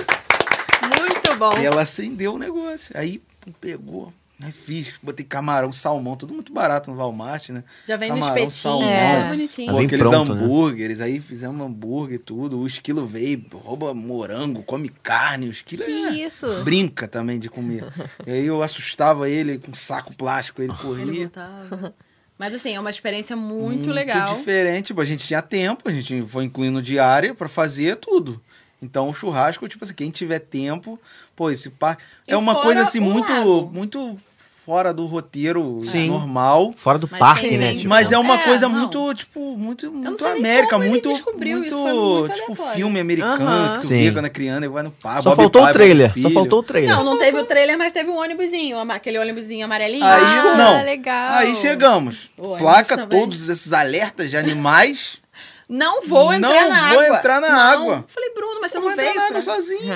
Speaker 1: Muito bom.
Speaker 4: E ela acendeu o negócio. Aí pegou, aí fiz, botei camarão, salmão, tudo muito barato no Walmart, né?
Speaker 3: Já vem
Speaker 4: Camarão,
Speaker 3: no espetinho,
Speaker 4: salmão.
Speaker 1: É.
Speaker 3: tudo bonitinho.
Speaker 2: Tá
Speaker 4: Pô,
Speaker 2: bem
Speaker 4: aqueles
Speaker 2: pronto, né?
Speaker 4: hambúrgueres, aí fizemos hambúrguer e tudo. O esquilo veio, rouba morango, come carne. O esquilo
Speaker 1: Que
Speaker 4: é-
Speaker 1: isso?
Speaker 4: brinca também de comer. e aí eu assustava ele com um saco plástico, ele corria.
Speaker 3: Botava. Mas assim, é uma experiência muito legal.
Speaker 4: diferente. Tipo, a gente tinha tempo, a gente foi incluindo diária pra fazer tudo. Então, o churrasco, tipo assim, quem tiver tempo, pô, esse parque.
Speaker 3: E
Speaker 4: é uma
Speaker 3: fora
Speaker 4: coisa assim,
Speaker 3: o
Speaker 4: muito,
Speaker 3: lago.
Speaker 4: muito fora do roteiro
Speaker 2: Sim.
Speaker 4: normal.
Speaker 2: Fora do
Speaker 3: Mas
Speaker 2: parque,
Speaker 3: tem
Speaker 2: né?
Speaker 3: nem-
Speaker 2: tipo?
Speaker 4: Mas é uma
Speaker 3: É,
Speaker 4: coisa
Speaker 3: não.
Speaker 4: muito, tipo, muito, muito
Speaker 3: sei nem
Speaker 4: América,
Speaker 3: como ele
Speaker 4: muito,
Speaker 3: descobriu
Speaker 4: muito,
Speaker 3: isso, foi muito
Speaker 4: tipo
Speaker 3: aleatório.
Speaker 4: filme americano
Speaker 1: Aham.
Speaker 4: que tu
Speaker 2: Sim.
Speaker 4: vê quando é criança e vai no pá.
Speaker 2: Só
Speaker 4: Bob
Speaker 2: faltou
Speaker 4: Pai,
Speaker 2: o
Speaker 4: Bob
Speaker 2: trailer. Só
Speaker 4: Filho.
Speaker 2: faltou o trailer.
Speaker 3: Não, não teve o trailer, mas teve um ônibusinho, ama- aquele ônibusinho amarelinho.
Speaker 4: Aí,
Speaker 1: Ah,
Speaker 4: não.
Speaker 1: legal.
Speaker 4: Aí chegamos.
Speaker 3: Pô, a gente
Speaker 4: Placa
Speaker 3: também.
Speaker 4: todos esses alertas de animais.
Speaker 3: Não vou entrar
Speaker 4: Não
Speaker 3: na água.
Speaker 4: vou entrar na
Speaker 3: Não.
Speaker 4: água.
Speaker 3: Falei, Bruno, mas você
Speaker 4: Eu
Speaker 3: não
Speaker 4: vou entrar
Speaker 3: veio.
Speaker 4: na água
Speaker 3: pra-
Speaker 4: sozinho.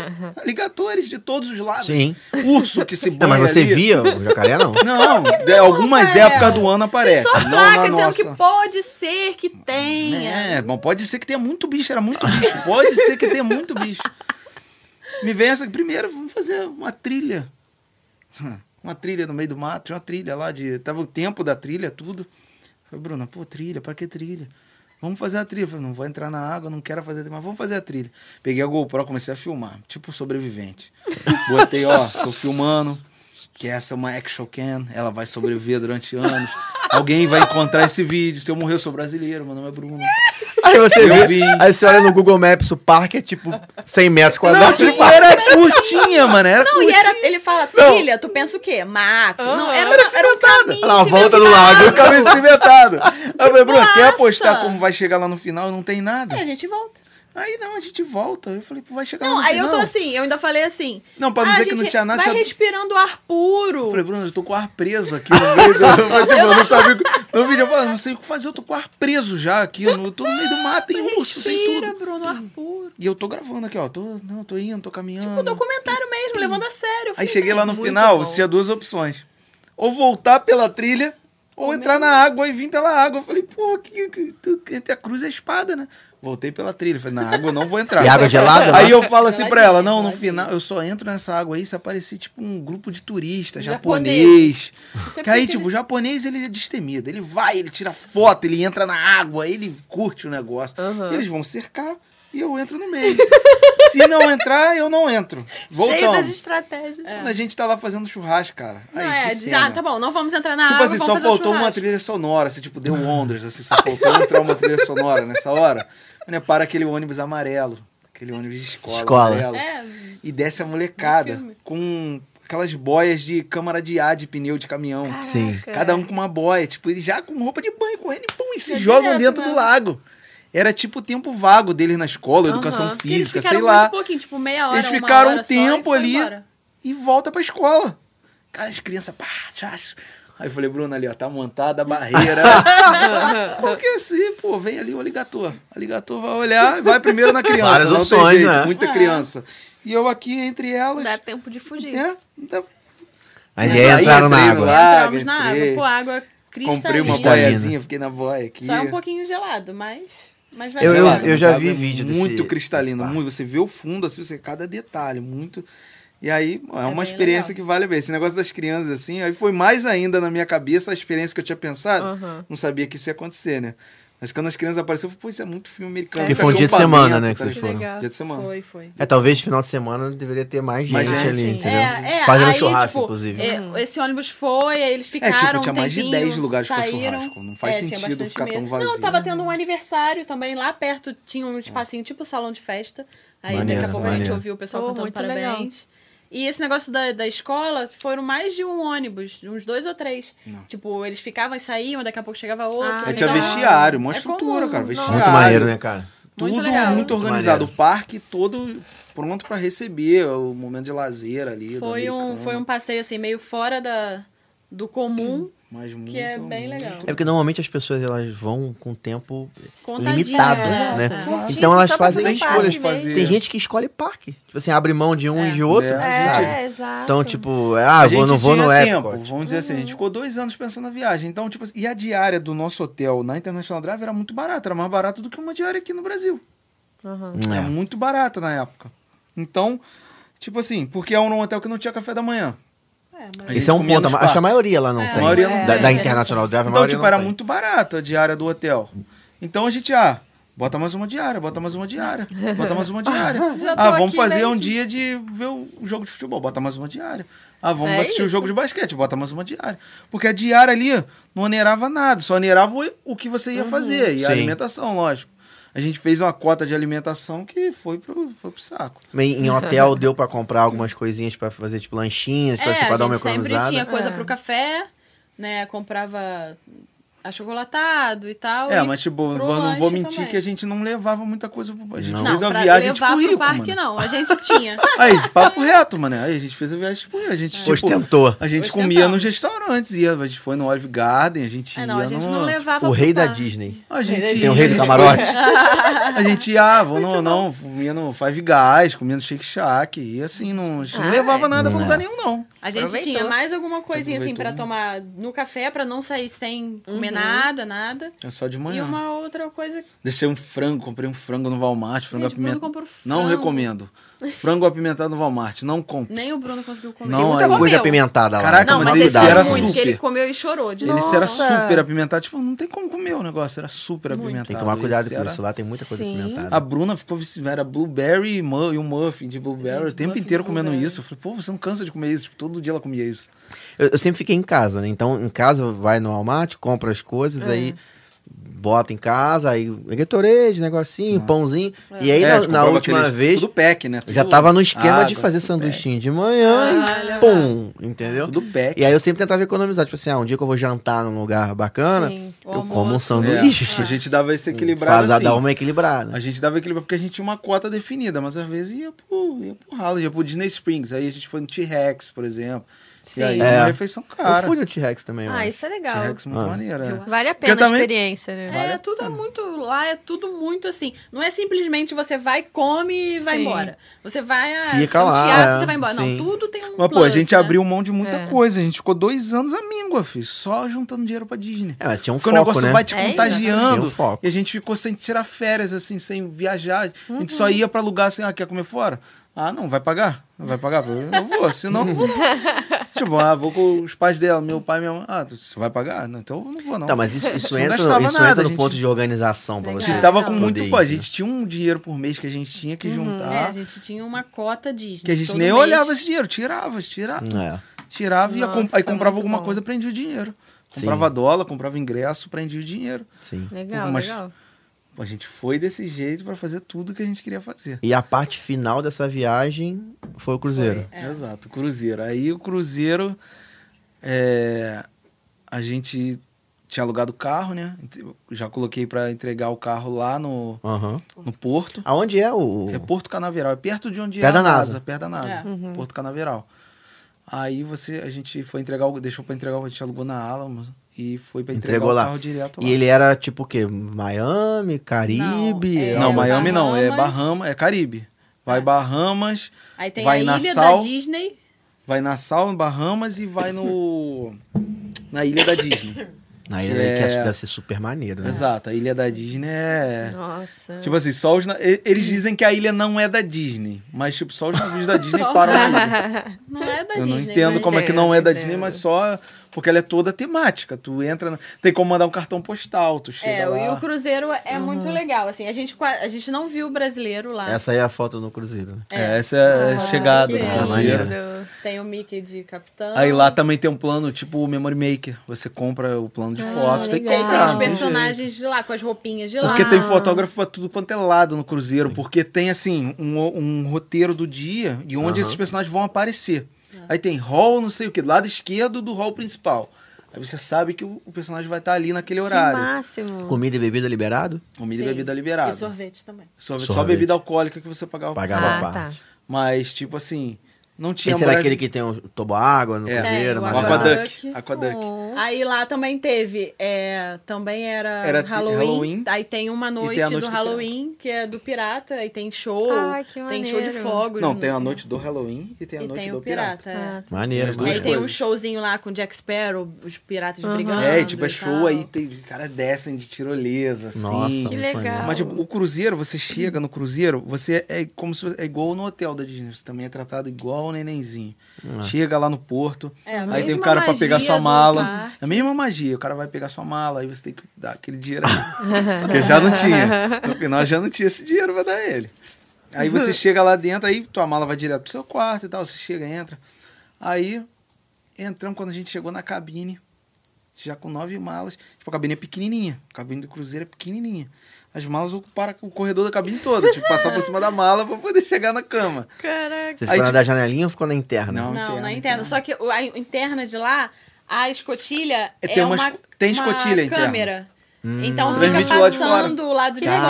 Speaker 4: Ligatores de todos os lados.
Speaker 2: Sim.
Speaker 4: Urso que se banha
Speaker 2: Não, mas você
Speaker 4: ali.
Speaker 2: via o jacaré, não.
Speaker 4: Não, de algumas
Speaker 3: Rafael?
Speaker 4: épocas do ano
Speaker 3: Tem
Speaker 4: aparece.
Speaker 3: só
Speaker 4: não
Speaker 3: placa
Speaker 4: na
Speaker 3: dizendo
Speaker 4: nossa.
Speaker 3: que pode ser que tenha.
Speaker 4: É, bom, pode ser que tenha muito bicho, era muito bicho. Pode ser que tenha muito bicho. Me vem essa. Primeiro, vamos fazer uma trilha. Uma trilha no meio do mato, tinha uma trilha lá de. Tava o tempo da trilha, tudo. Eu Falei, Bruna, pô, trilha, pra que trilha? Vamos fazer a trilha. Eu Falei, não vou entrar na água, não quero fazer a trilha, mas vamos fazer a trilha. Peguei a GoPro, comecei a filmar, tipo sobrevivente. Botei, ó, tô filmando, que essa é uma action cam, ela vai sobreviver durante anos. Alguém vai encontrar esse vídeo. Se eu morrer, eu sou brasileiro, meu nome é Bruno.
Speaker 2: Aí você
Speaker 4: Eu
Speaker 2: vê,
Speaker 4: vi.
Speaker 2: aí você olha no Google Maps, o parque é tipo 100 metros
Speaker 4: Não,
Speaker 2: quadrados.
Speaker 4: tipo, era curtinha, mano. Era
Speaker 3: Não, e
Speaker 4: curtinha.
Speaker 3: era, ele fala trilha, tu pensa o quê? Mato. não, era, uma, era um caminho.
Speaker 2: Ela volta do
Speaker 3: cimentado.
Speaker 4: Eu
Speaker 2: lago.
Speaker 4: acabei cimentado. Aí eu falei, Bruno, quer
Speaker 3: Tipo massa.
Speaker 4: apostar como vai chegar lá no final? Não tem nada.
Speaker 3: E a gente volta.
Speaker 4: Aí não, a gente volta. Eu falei, pô, vai chegar
Speaker 3: Não,
Speaker 4: lá no
Speaker 3: aí eu tô
Speaker 4: final.
Speaker 3: assim, eu ainda falei assim.
Speaker 4: Não, pra
Speaker 3: "Ah,
Speaker 4: não dizer que
Speaker 3: gente,
Speaker 4: não tinha nada,
Speaker 3: Vai
Speaker 4: tinha-
Speaker 3: respirando ar puro.
Speaker 4: Eu falei, Bruno, eu tô com o ar preso aqui no meio do. Eu, tipo, eu não sabia. o que- No vídeo eu falei, não sei o que fazer, eu tô com o ar preso já aqui. Eu tô no meio do mato, tem urso, tem
Speaker 3: Respira,
Speaker 4: tudo.
Speaker 3: Bruno, ar puro.
Speaker 4: E eu tô gravando aqui, ó. Tô, não, tô indo, tô caminhando.
Speaker 3: O documentário mesmo, levando a sério. Eu
Speaker 4: Aí
Speaker 3: falei, é
Speaker 4: cheguei lá no
Speaker 1: Muito
Speaker 4: final,
Speaker 1: bom.
Speaker 4: você tinha duas opções. Ou voltar pela trilha, ou entrar na água e vir pela água. Eu falei, pô, que, que- tu- entre a cruz e a espada, né? Voltei pela trilha. Eu Falei, na água eu não vou entrar.
Speaker 2: E água gelada? né?
Speaker 4: Aí
Speaker 2: lá?
Speaker 4: eu falo assim pra ela,
Speaker 1: Geladinha,
Speaker 4: não, no
Speaker 1: geladinha.
Speaker 4: final eu só entro nessa água aí se aparecer tipo um grupo de turistas,
Speaker 3: Japonês.
Speaker 4: japonês.
Speaker 3: Isso é
Speaker 4: Que aí,
Speaker 3: porque
Speaker 4: tipo, o
Speaker 3: eles-
Speaker 4: japonês ele é destemido. Ele vai, ele tira foto, ele entra na água, ele curte o negócio.
Speaker 1: Aham.
Speaker 4: Eles vão cercar e eu entro no meio. se não entrar, eu não entro.
Speaker 1: Cheio das
Speaker 4: Voltamos.
Speaker 1: estratégias.
Speaker 4: Quando a gente tá lá fazendo churrasco, cara.
Speaker 3: É. Não,
Speaker 4: Aí,
Speaker 3: é,
Speaker 4: que
Speaker 3: diz,
Speaker 4: cena.
Speaker 3: ah, tá bom, não vamos entrar na
Speaker 4: Tipo
Speaker 3: água,
Speaker 4: assim,
Speaker 3: vamos
Speaker 4: só
Speaker 3: fazer o
Speaker 4: faltou uma
Speaker 3: churrasco."
Speaker 4: trilha sonora, assim, tipo The Wonders, assim, só faltou entrar uma trilha sonora nessa hora. Né, para aquele ônibus amarelo, aquele ônibus de escola,
Speaker 2: Escola.
Speaker 4: amarelo.
Speaker 3: É,
Speaker 4: E desce a molecada com aquelas boias de câmara de ar de pneu de caminhão.
Speaker 2: Sim.
Speaker 3: é.
Speaker 4: Cada um com uma boia, tipo, ele já com roupa de banho correndo e pum, e se
Speaker 3: Já direto,
Speaker 4: jogam dentro
Speaker 3: né?
Speaker 4: do lago. Era tipo o tempo vago deles na escola, educação
Speaker 1: Aham.
Speaker 3: porque eles
Speaker 4: física,
Speaker 3: ficaram
Speaker 4: sei
Speaker 3: muito
Speaker 4: lá.
Speaker 3: pouquinho, tipo meia hora,
Speaker 4: Eles
Speaker 3: uma
Speaker 4: ficaram
Speaker 3: hora
Speaker 4: um
Speaker 3: só e
Speaker 4: tempo
Speaker 3: foi
Speaker 4: ali.
Speaker 3: embora.
Speaker 4: e volta pra escola. Cara, as crianças, pá, tchás. Aí eu falei, Bruno, ali, ó, tá montada a barreira. Porque assim, pô, vem ali o aligator. O aligator vai olhar e vai primeiro na criança.
Speaker 2: Várias
Speaker 4: não
Speaker 2: opções,
Speaker 4: tem jeito,
Speaker 2: né?
Speaker 4: muita
Speaker 3: É. um
Speaker 4: criança. E eu aqui entre
Speaker 1: Não
Speaker 4: elas.
Speaker 1: dá tempo de fugir.
Speaker 4: né? Então,
Speaker 2: Mas
Speaker 4: Aí
Speaker 2: aí entraram na
Speaker 4: entrei no
Speaker 2: água.
Speaker 4: lago,
Speaker 3: Entramos na água,
Speaker 4: entrei,
Speaker 3: pô, água cristalina.
Speaker 4: comprei uma
Speaker 2: Cristalina.
Speaker 4: boiazinha, fiquei na boia aqui.
Speaker 3: Só é um pouquinho gelado, mas, mas vai
Speaker 2: Eu- eu-
Speaker 3: gelado.
Speaker 4: Gelado,
Speaker 2: eu
Speaker 4: mas
Speaker 2: já
Speaker 4: água
Speaker 2: vi
Speaker 4: é
Speaker 2: vídeo desse-
Speaker 4: Muito
Speaker 2: desse
Speaker 4: cristalino,
Speaker 2: parque.
Speaker 4: muito. Você vê o fundo, assim, você cada detalhe, muito. E aí, é,
Speaker 3: bem
Speaker 4: uma experiência
Speaker 3: legal.
Speaker 4: que vale bem. Esse negócio das crianças, assim, aí foi mais ainda na minha cabeça a experiência que eu tinha pensado.
Speaker 1: Aham.
Speaker 4: Não sabia que isso ia acontecer, né? Mas quando as crianças apareceram, eu falei, pô, isso é muito filme americano.
Speaker 2: Porque
Speaker 4: muito
Speaker 2: foi um dia de
Speaker 4: acampamento,
Speaker 2: semana, né, que
Speaker 4: tá
Speaker 2: vocês
Speaker 1: Que
Speaker 4: ligado?
Speaker 2: foram.
Speaker 1: legal.
Speaker 4: Dia de semana.
Speaker 3: Foi, foi.
Speaker 2: É, talvez final de semana deveria ter mais gente
Speaker 4: Mais gente.
Speaker 2: ali,
Speaker 1: Sim.
Speaker 2: entendeu?
Speaker 3: É, é,
Speaker 2: Fazendo
Speaker 3: aí,
Speaker 2: churrasco,
Speaker 3: tipo,
Speaker 2: inclusive.
Speaker 3: é, esse ônibus foi, aí eles
Speaker 4: É,
Speaker 3: ficaram.
Speaker 4: tipo, tinha
Speaker 3: um
Speaker 4: mais de
Speaker 3: tempinho,
Speaker 4: 10 lugares pra
Speaker 3: saíram.
Speaker 4: churrasco. Não faz
Speaker 3: É, tinha
Speaker 4: sentido
Speaker 3: bastante
Speaker 4: ficar tão
Speaker 3: mesmo.
Speaker 4: vazio. né?
Speaker 3: Não, tava tendo um aniversário também, lá perto tinha um espacinho, tipo salão de festa. Aí
Speaker 2: Maneiro,
Speaker 3: daqui a pouco a gente
Speaker 2: maneiro.
Speaker 3: ouviu o pessoal
Speaker 1: Pô,
Speaker 3: cantando
Speaker 1: muito
Speaker 3: parabéns.
Speaker 1: legal.
Speaker 3: E esse negócio da, da escola, foram mais de um ônibus, uns dois ou três. Tipo, eles ficavam e saíam, daqui a pouco chegava outro.
Speaker 1: Ah,
Speaker 3: então-
Speaker 4: Aí tinha
Speaker 1: legal.
Speaker 4: vestiário, uma
Speaker 3: É
Speaker 4: estrutura,
Speaker 3: comum,
Speaker 4: cara.
Speaker 3: não.
Speaker 4: Vestiário.
Speaker 2: Muito maneiro, né, cara?
Speaker 4: Tudo
Speaker 3: Muito
Speaker 4: muito,
Speaker 3: legal. Muito
Speaker 4: organizado.
Speaker 2: maneiro.
Speaker 4: O parque todo pronto pra receber o momento de lazer ali. do
Speaker 3: Foi um,
Speaker 4: americano.
Speaker 3: foi um passeio assim, meio fora da, do comum.
Speaker 4: Mas muito,
Speaker 3: é bem
Speaker 4: muito-
Speaker 3: legal.
Speaker 2: É porque normalmente as pessoas elas vão com tempo
Speaker 3: Contadinho,
Speaker 2: limitado,
Speaker 3: né?
Speaker 2: né?
Speaker 1: Exato.
Speaker 4: Exato.
Speaker 2: Então elas
Speaker 1: Só pra
Speaker 2: fazem
Speaker 1: fazer um
Speaker 2: escolhas.
Speaker 1: parque
Speaker 4: fazer.
Speaker 2: Tem gente que escolhe parque. Tipo assim, abre mão de um
Speaker 3: É.
Speaker 2: e de outro.
Speaker 4: É,
Speaker 1: É,
Speaker 2: sabe?
Speaker 1: exato.
Speaker 2: Então, tipo, ah,
Speaker 4: A
Speaker 2: vou,
Speaker 4: gente
Speaker 2: não vou
Speaker 4: tinha
Speaker 2: no
Speaker 4: tempo,
Speaker 2: Epcot.
Speaker 4: Vamos dizer assim, a
Speaker 3: Uhum.
Speaker 4: gente ficou dois anos pensando na viagem. Então, tipo assim, e a diária do nosso hotel na International Drive era muito barata. Era mais barata do que uma diária aqui no Brasil.
Speaker 1: Aham.
Speaker 4: Era
Speaker 2: É.
Speaker 4: muito barata na época. Então, tipo assim, porque era um hotel que não tinha café da manhã.
Speaker 3: É, mas...
Speaker 4: A gente
Speaker 2: Esse é um
Speaker 4: comia
Speaker 2: ponto.
Speaker 4: nos
Speaker 2: Acho que a
Speaker 4: parques.
Speaker 2: maioria lá não
Speaker 3: É,
Speaker 2: tem.
Speaker 4: a maioria não
Speaker 2: da,
Speaker 4: tem.
Speaker 2: da International Drive, a
Speaker 4: Então,
Speaker 2: maioria
Speaker 4: tipo,
Speaker 2: não
Speaker 4: era
Speaker 2: tem.
Speaker 4: muito barato a diária do hotel. Então a gente, ah, bota mais uma diária, bota mais uma diária, bota mais uma diária.
Speaker 3: Já tô
Speaker 4: ah, vamos
Speaker 3: aqui né,
Speaker 4: fazer
Speaker 3: mesmo.
Speaker 4: um dia de ver o jogo de futebol, bota mais uma diária. Ah, vamos
Speaker 1: É
Speaker 4: assistir o
Speaker 1: isso.
Speaker 4: jogo de basquete, bota mais uma diária. Porque a diária ali não onerava nada, só onerava o- o que você
Speaker 3: Uhum.
Speaker 4: ia fazer e a
Speaker 2: Sim.
Speaker 4: alimentação, lógico. A gente fez uma cota de alimentação que foi pro, foi pro saco.
Speaker 2: Em em hotel deu pra comprar algumas coisinhas pra fazer, tipo, lanchinhas, pra,
Speaker 3: Uhum. É,
Speaker 2: assim, pra
Speaker 3: a
Speaker 2: dar uma
Speaker 3: gente sempre
Speaker 2: economizada.
Speaker 3: tinha coisa
Speaker 1: É.
Speaker 3: pro café, né? Comprava achocolatado e tal.
Speaker 4: É,
Speaker 3: e
Speaker 4: mas tipo,
Speaker 3: pro
Speaker 4: eu não vou
Speaker 3: lanche
Speaker 4: mentir
Speaker 3: também.
Speaker 4: que a gente não levava muita coisa pro A gente
Speaker 2: Não.
Speaker 4: fez
Speaker 3: não,
Speaker 4: a
Speaker 3: pra
Speaker 4: viagem
Speaker 3: levar
Speaker 4: tipo
Speaker 3: pro
Speaker 4: rico,
Speaker 3: parque
Speaker 4: mano.
Speaker 3: não. A gente tinha.
Speaker 4: Aí, papo reto, mano. Aí a gente fez a viagem tipo, a gente tipo,
Speaker 2: Ostentou.
Speaker 4: A gente
Speaker 3: Ostentava.
Speaker 4: comia nos restaurantes, ia, a gente foi no Olive Garden, a gente
Speaker 3: É,
Speaker 4: ia
Speaker 3: não, a gente
Speaker 4: no...
Speaker 3: não levava
Speaker 2: O
Speaker 3: pro
Speaker 2: rei da
Speaker 3: parque.
Speaker 2: Disney.
Speaker 4: A gente
Speaker 1: Tem
Speaker 2: Tem o
Speaker 4: ia,
Speaker 2: rei do
Speaker 4: a gente
Speaker 2: camarote.
Speaker 4: foi- A gente ia, ah, vou no, não, comia no Five Guys, comia no Shake Shack, e assim, não, a gente não
Speaker 1: Ah,
Speaker 4: levava
Speaker 3: é.
Speaker 4: nada pra
Speaker 2: Não.
Speaker 4: lugar nenhum, não.
Speaker 3: A gente
Speaker 1: Aproveitou.
Speaker 3: tinha mais alguma coisinha assim
Speaker 4: Aproveitou
Speaker 3: pra
Speaker 4: muito.
Speaker 3: tomar no café, pra não sair sem comer nada, nada.
Speaker 4: É só de
Speaker 3: E
Speaker 4: manhã.
Speaker 3: uma outra coisa.
Speaker 4: Deixei um frango, comprei um frango no Walmart, frango
Speaker 3: Gente, Bruno
Speaker 4: apimentado.
Speaker 3: comprou
Speaker 4: Não
Speaker 3: frango.
Speaker 4: recomendo. Frango apimentado no Walmart, não compro.
Speaker 3: Nem o Bruno conseguiu comer.
Speaker 4: Não,
Speaker 2: Tem muita
Speaker 4: aí-
Speaker 3: comeu.
Speaker 2: coisa é apimentada lá.
Speaker 4: Caraca,
Speaker 3: Não,
Speaker 2: né?
Speaker 3: mas
Speaker 4: mas
Speaker 2: Tem
Speaker 4: esse
Speaker 3: ele
Speaker 2: cuidado.
Speaker 4: era
Speaker 3: era muito, que
Speaker 4: super.
Speaker 3: ele comeu e chorou de
Speaker 4: Ele
Speaker 3: novo.
Speaker 4: era
Speaker 1: Nossa.
Speaker 4: super apimentado, tipo, não tem como comer o negócio, era super apimentado.
Speaker 2: Tem que tomar cuidado
Speaker 4: esse
Speaker 2: com
Speaker 4: era-
Speaker 2: isso. né? Lá tem muita coisa
Speaker 1: Sim.
Speaker 2: apimentada.
Speaker 4: A Bruna ficou viciada, era blueberry e mu- e um muffin de blueberry
Speaker 3: Gente,
Speaker 4: o tempo
Speaker 3: muffin
Speaker 4: inteiro
Speaker 3: de
Speaker 4: comendo
Speaker 3: blueberry.
Speaker 4: isso. Eu falei, pô, você não cansa de comer isso? Tipo, todo dia ela comia isso.
Speaker 1: É.
Speaker 2: Eu, eu sempre fiquei em casa, né? Então, em casa, vai no Walmart, compra as coisas, aí bota em casa, aí Gatorade, negocinho, pãozinho. E aí
Speaker 4: É,
Speaker 2: na,
Speaker 4: tipo,
Speaker 2: na
Speaker 4: comprava
Speaker 2: última
Speaker 4: aqueles-
Speaker 2: vez,
Speaker 4: Tudo pack, né?
Speaker 2: já
Speaker 4: Tudo
Speaker 2: tava no esquema de
Speaker 4: água,
Speaker 2: fazer
Speaker 4: tudo
Speaker 2: sanduichinho de manhã
Speaker 1: É.
Speaker 2: e pum, entendeu?
Speaker 4: pack, Tudo pack.
Speaker 2: E aí eu sempre tentava economizar, tipo assim, ah, um dia que eu vou jantar num lugar bacana,
Speaker 1: Sim,
Speaker 2: eu
Speaker 3: o almoço.
Speaker 2: como um
Speaker 4: É,
Speaker 2: sanduíche.
Speaker 4: A gente dava esse equilibrado
Speaker 2: Faz a
Speaker 4: assim.
Speaker 2: dar uma equilibrada.
Speaker 4: A gente dava equilibrado porque a gente tinha uma cota definida, mas às vezes ia pro, ia pro ralo, ia pro Disney Springs. Aí a gente foi no T-Rex, por exemplo.
Speaker 1: Sim.
Speaker 4: E aí né,
Speaker 2: É.
Speaker 4: uma refeição cara.
Speaker 2: Eu fui no T-Rex também, mano.
Speaker 1: Ah, isso é legal.
Speaker 4: T-Rex muito
Speaker 2: Ah.
Speaker 4: maneiro, é.
Speaker 1: Vale a
Speaker 4: Porque
Speaker 1: pena a
Speaker 4: também-
Speaker 1: experiência, né?
Speaker 3: É, tudo é muito. Lá é tudo muito assim. Não é simplesmente você vai, come e vai
Speaker 1: Sim.
Speaker 3: embora. Você vai a
Speaker 2: Fica
Speaker 3: é um
Speaker 2: lá,
Speaker 3: teatro,
Speaker 2: é.
Speaker 3: você vai embora.
Speaker 2: Sim.
Speaker 3: Não, tudo tem um.
Speaker 4: Mas, pô, a
Speaker 3: plus,
Speaker 4: gente
Speaker 3: né?
Speaker 4: abriu mão de muita
Speaker 1: É.
Speaker 4: coisa. A gente ficou dois anos à míngua, filho. Só juntando dinheiro pra Disney.
Speaker 2: É, mas tinha um
Speaker 4: Porque
Speaker 2: foco,
Speaker 4: o negócio
Speaker 2: né?
Speaker 4: vai te
Speaker 1: É,
Speaker 4: contagiando.
Speaker 2: exatamente. Tinha um foco.
Speaker 4: E a gente ficou sem tirar férias, assim, sem viajar. A gente
Speaker 3: Uhum.
Speaker 4: só ia pra lugar assim, ah, quer comer fora? Ah, não, vai pagar. Não Vai pagar? Eu vou, senão eu não vou. tipo, ah, vou com os pais dela, meu pai e minha mãe. Ah, você vai pagar? Não, então eu não vou, não.
Speaker 2: Tá, mas isso, isso
Speaker 4: Não
Speaker 2: entra,
Speaker 4: gastava
Speaker 2: isso
Speaker 4: nada,
Speaker 2: entra no
Speaker 4: gente.
Speaker 2: ponto de organização pra
Speaker 1: Legal.
Speaker 2: você.
Speaker 3: É,
Speaker 4: A gente tava com
Speaker 3: então.
Speaker 2: poder
Speaker 4: muito
Speaker 2: ir,
Speaker 4: pô, A
Speaker 2: né?
Speaker 4: gente tinha um dinheiro por mês que a gente tinha que juntar.
Speaker 3: É, a gente tinha uma cota Disney.
Speaker 4: Que a gente
Speaker 3: todo
Speaker 4: nem
Speaker 3: mês.
Speaker 4: olhava assim. esse dinheiro, tirava, tirava.
Speaker 2: É.
Speaker 4: Tirava e ia com-
Speaker 1: Nossa, é
Speaker 4: aí
Speaker 1: muito
Speaker 4: comprava alguma
Speaker 1: bom.
Speaker 4: coisa, prendia o dinheiro.
Speaker 2: Sim.
Speaker 4: Comprava dólar, comprava ingresso, prendia o dinheiro.
Speaker 2: Sim.
Speaker 1: Legal,
Speaker 4: É. Mas-
Speaker 1: legal.
Speaker 4: A gente foi desse jeito pra fazer tudo que a gente queria fazer.
Speaker 2: E a parte final dessa viagem foi o cruzeiro.
Speaker 1: É.
Speaker 4: Exato, cruzeiro. Aí o cruzeiro, é, a gente tinha alugado o carro, né? Ent- Já coloquei pra entregar o carro lá no,
Speaker 2: Aham.
Speaker 4: no porto.
Speaker 2: Aonde é o...
Speaker 4: É Porto Canaveral, é perto de onde
Speaker 2: Perto
Speaker 4: é
Speaker 2: da
Speaker 4: a
Speaker 2: NASA.
Speaker 4: Perto da NASA,
Speaker 3: É.
Speaker 1: Uhum.
Speaker 4: Porto Canaveral. Aí você, a gente foi entregar, o- deixou pra entregar, a gente alugou na Alamos e foi pra entregar
Speaker 2: Entregou
Speaker 4: o
Speaker 2: lá.
Speaker 4: carro direto lá.
Speaker 2: E ele era tipo o quê? Miami, Caribe?
Speaker 3: Não, é-
Speaker 2: era
Speaker 4: Não,
Speaker 2: um-
Speaker 4: Miami não, é
Speaker 3: Bahamas. É.
Speaker 4: Bahamas, é Caribe. Vai Bahamas,
Speaker 3: Aí tem
Speaker 4: Vai
Speaker 3: a
Speaker 4: na
Speaker 3: ilha
Speaker 4: Sal.
Speaker 3: da Disney.
Speaker 4: vai Nassau, em Bahamas e vai no na ilha da Disney.
Speaker 2: Na ilha
Speaker 4: que
Speaker 2: daí que
Speaker 4: é-
Speaker 2: deve ser super maneiro, né?
Speaker 4: Exato, a ilha da Disney é
Speaker 1: Nossa.
Speaker 4: Tipo assim, só os. na- e- Eles dizem que a ilha não é da Disney, mas tipo, só os navios da Disney
Speaker 3: Só-
Speaker 4: param na ilha.
Speaker 3: Não é da
Speaker 4: Eu
Speaker 3: Disney.
Speaker 4: não entendo
Speaker 1: mas
Speaker 4: como é que
Speaker 1: entendo,
Speaker 4: não é da
Speaker 1: entendo.
Speaker 4: Disney, mas só porque ela é toda temática. Tu entra, na- tem como mandar um cartão postal, tu chega
Speaker 3: É,
Speaker 4: lá.
Speaker 3: e o Cruzeiro é muito legal. Assim, a gente, qua- a gente não viu o brasileiro lá.
Speaker 2: Essa aí é a foto no cruzeiro, né?
Speaker 4: É, essa é a chegada
Speaker 3: Ah, que
Speaker 4: do
Speaker 3: lindo.
Speaker 4: cruzeiro.
Speaker 3: Tem o Mickey de capitão.
Speaker 4: é. Aí lá também tem um plano tipo o Memory Maker. Você compra o plano de fotos, Ah, tem que
Speaker 1: legal.
Speaker 4: comprar.
Speaker 3: tem Ah,
Speaker 4: não
Speaker 3: os
Speaker 4: tem jeito.
Speaker 3: personagens de lá, com as roupinhas de lá.
Speaker 4: Porque tem fotógrafo pra tudo quanto é lado no Cruzeiro. Porque tem, assim, um, um roteiro do dia e
Speaker 2: Aham.
Speaker 4: onde esses personagens vão aparecer.
Speaker 3: É.
Speaker 4: Aí tem hall, não sei o que, lado esquerdo do hall principal. Aí você sabe que o, o personagem vai estar ali naquele
Speaker 1: Que
Speaker 4: horário.
Speaker 1: máximo.
Speaker 2: Comida e bebida liberado?
Speaker 4: Comida
Speaker 3: Sim.
Speaker 4: e bebida liberada.
Speaker 3: E sorvete também.
Speaker 4: Sorvete- Só
Speaker 2: Sorvete.
Speaker 4: bebida alcoólica que você pagava.
Speaker 2: Pagava a
Speaker 1: Ah,
Speaker 2: parte.
Speaker 1: tá.
Speaker 4: Mas, tipo assim, não tinha...
Speaker 2: Esse era
Speaker 4: Brasi-
Speaker 2: aquele que tem o tobo água no
Speaker 4: É.
Speaker 2: cruzeiro,
Speaker 3: É, o
Speaker 2: mas-
Speaker 4: O Aquaduck.
Speaker 3: Aquaduck.
Speaker 4: Aquaduck.
Speaker 1: Oh.
Speaker 3: Aí lá também teve, é, também era,
Speaker 4: Era t-
Speaker 3: Halloween.
Speaker 4: Halloween.
Speaker 3: Aí tem uma noite,
Speaker 4: tem a
Speaker 3: do,
Speaker 4: noite do
Speaker 3: Halloween, que é do pirata, aí tem show,
Speaker 1: Ai, Ah, que
Speaker 3: tem show de
Speaker 1: maneiro.
Speaker 3: fogos.
Speaker 4: Não, tem a noite do Halloween e tem a
Speaker 3: e
Speaker 4: noite
Speaker 3: tem
Speaker 4: do
Speaker 3: o pirata. é.
Speaker 2: Maneiro,
Speaker 4: As
Speaker 2: duas
Speaker 4: duas
Speaker 3: Aí tem um
Speaker 4: coisas.
Speaker 3: showzinho lá com Jack Sparrow, os piratas brigando.
Speaker 4: É, e, tipo, é
Speaker 3: e
Speaker 4: show
Speaker 3: tal.
Speaker 4: aí, tem, cara, descem de tirolesa, assim.
Speaker 2: Nossa, muito
Speaker 1: Que
Speaker 2: maneiro.
Speaker 1: legal.
Speaker 4: Mas, tipo, o cruzeiro, você chega no cruzeiro, você é como se é igual no hotel da Disney. Você também é tratado igual o nenenzinho. Chega lá no porto,
Speaker 3: É, a
Speaker 4: aí tem o
Speaker 3: mesma
Speaker 4: cara pra pegar
Speaker 3: magia
Speaker 4: sua
Speaker 3: do
Speaker 4: mala.
Speaker 3: parque.
Speaker 4: É a mesma magia. O cara vai pegar sua mala, aí você tem que dar aquele dinheiro aí. Porque já não tinha. No final já não tinha esse dinheiro pra dar ele. Aí
Speaker 3: Uhum.
Speaker 4: você chega lá dentro, aí tua mala vai direto pro seu quarto e tal. Você chega, entra. Aí entramos quando a gente chegou na cabine, já com nove malas. Tipo, a cabine é pequenininha. A cabine do cruzeiro é pequenininha. As malas ocuparam o corredor da cabine toda. Tipo, passar por cima da mala pra poder chegar na cama.
Speaker 1: Caraca.
Speaker 2: Você
Speaker 4: Aí,
Speaker 2: ficou na
Speaker 4: tipo-
Speaker 2: da janelinha ou ficou na interna?
Speaker 4: Não,
Speaker 3: Não, na
Speaker 4: interna,
Speaker 3: interna. Só que o- a interna de lá, a escotilha
Speaker 4: É,
Speaker 3: é,
Speaker 4: tem uma
Speaker 3: uma,
Speaker 4: esco- tem
Speaker 3: uma
Speaker 4: escotilha interna. Hum.
Speaker 3: câmera. Então fica
Speaker 4: Transmite lá de fora. É.
Speaker 3: passando o lado de
Speaker 1: Que
Speaker 3: fora,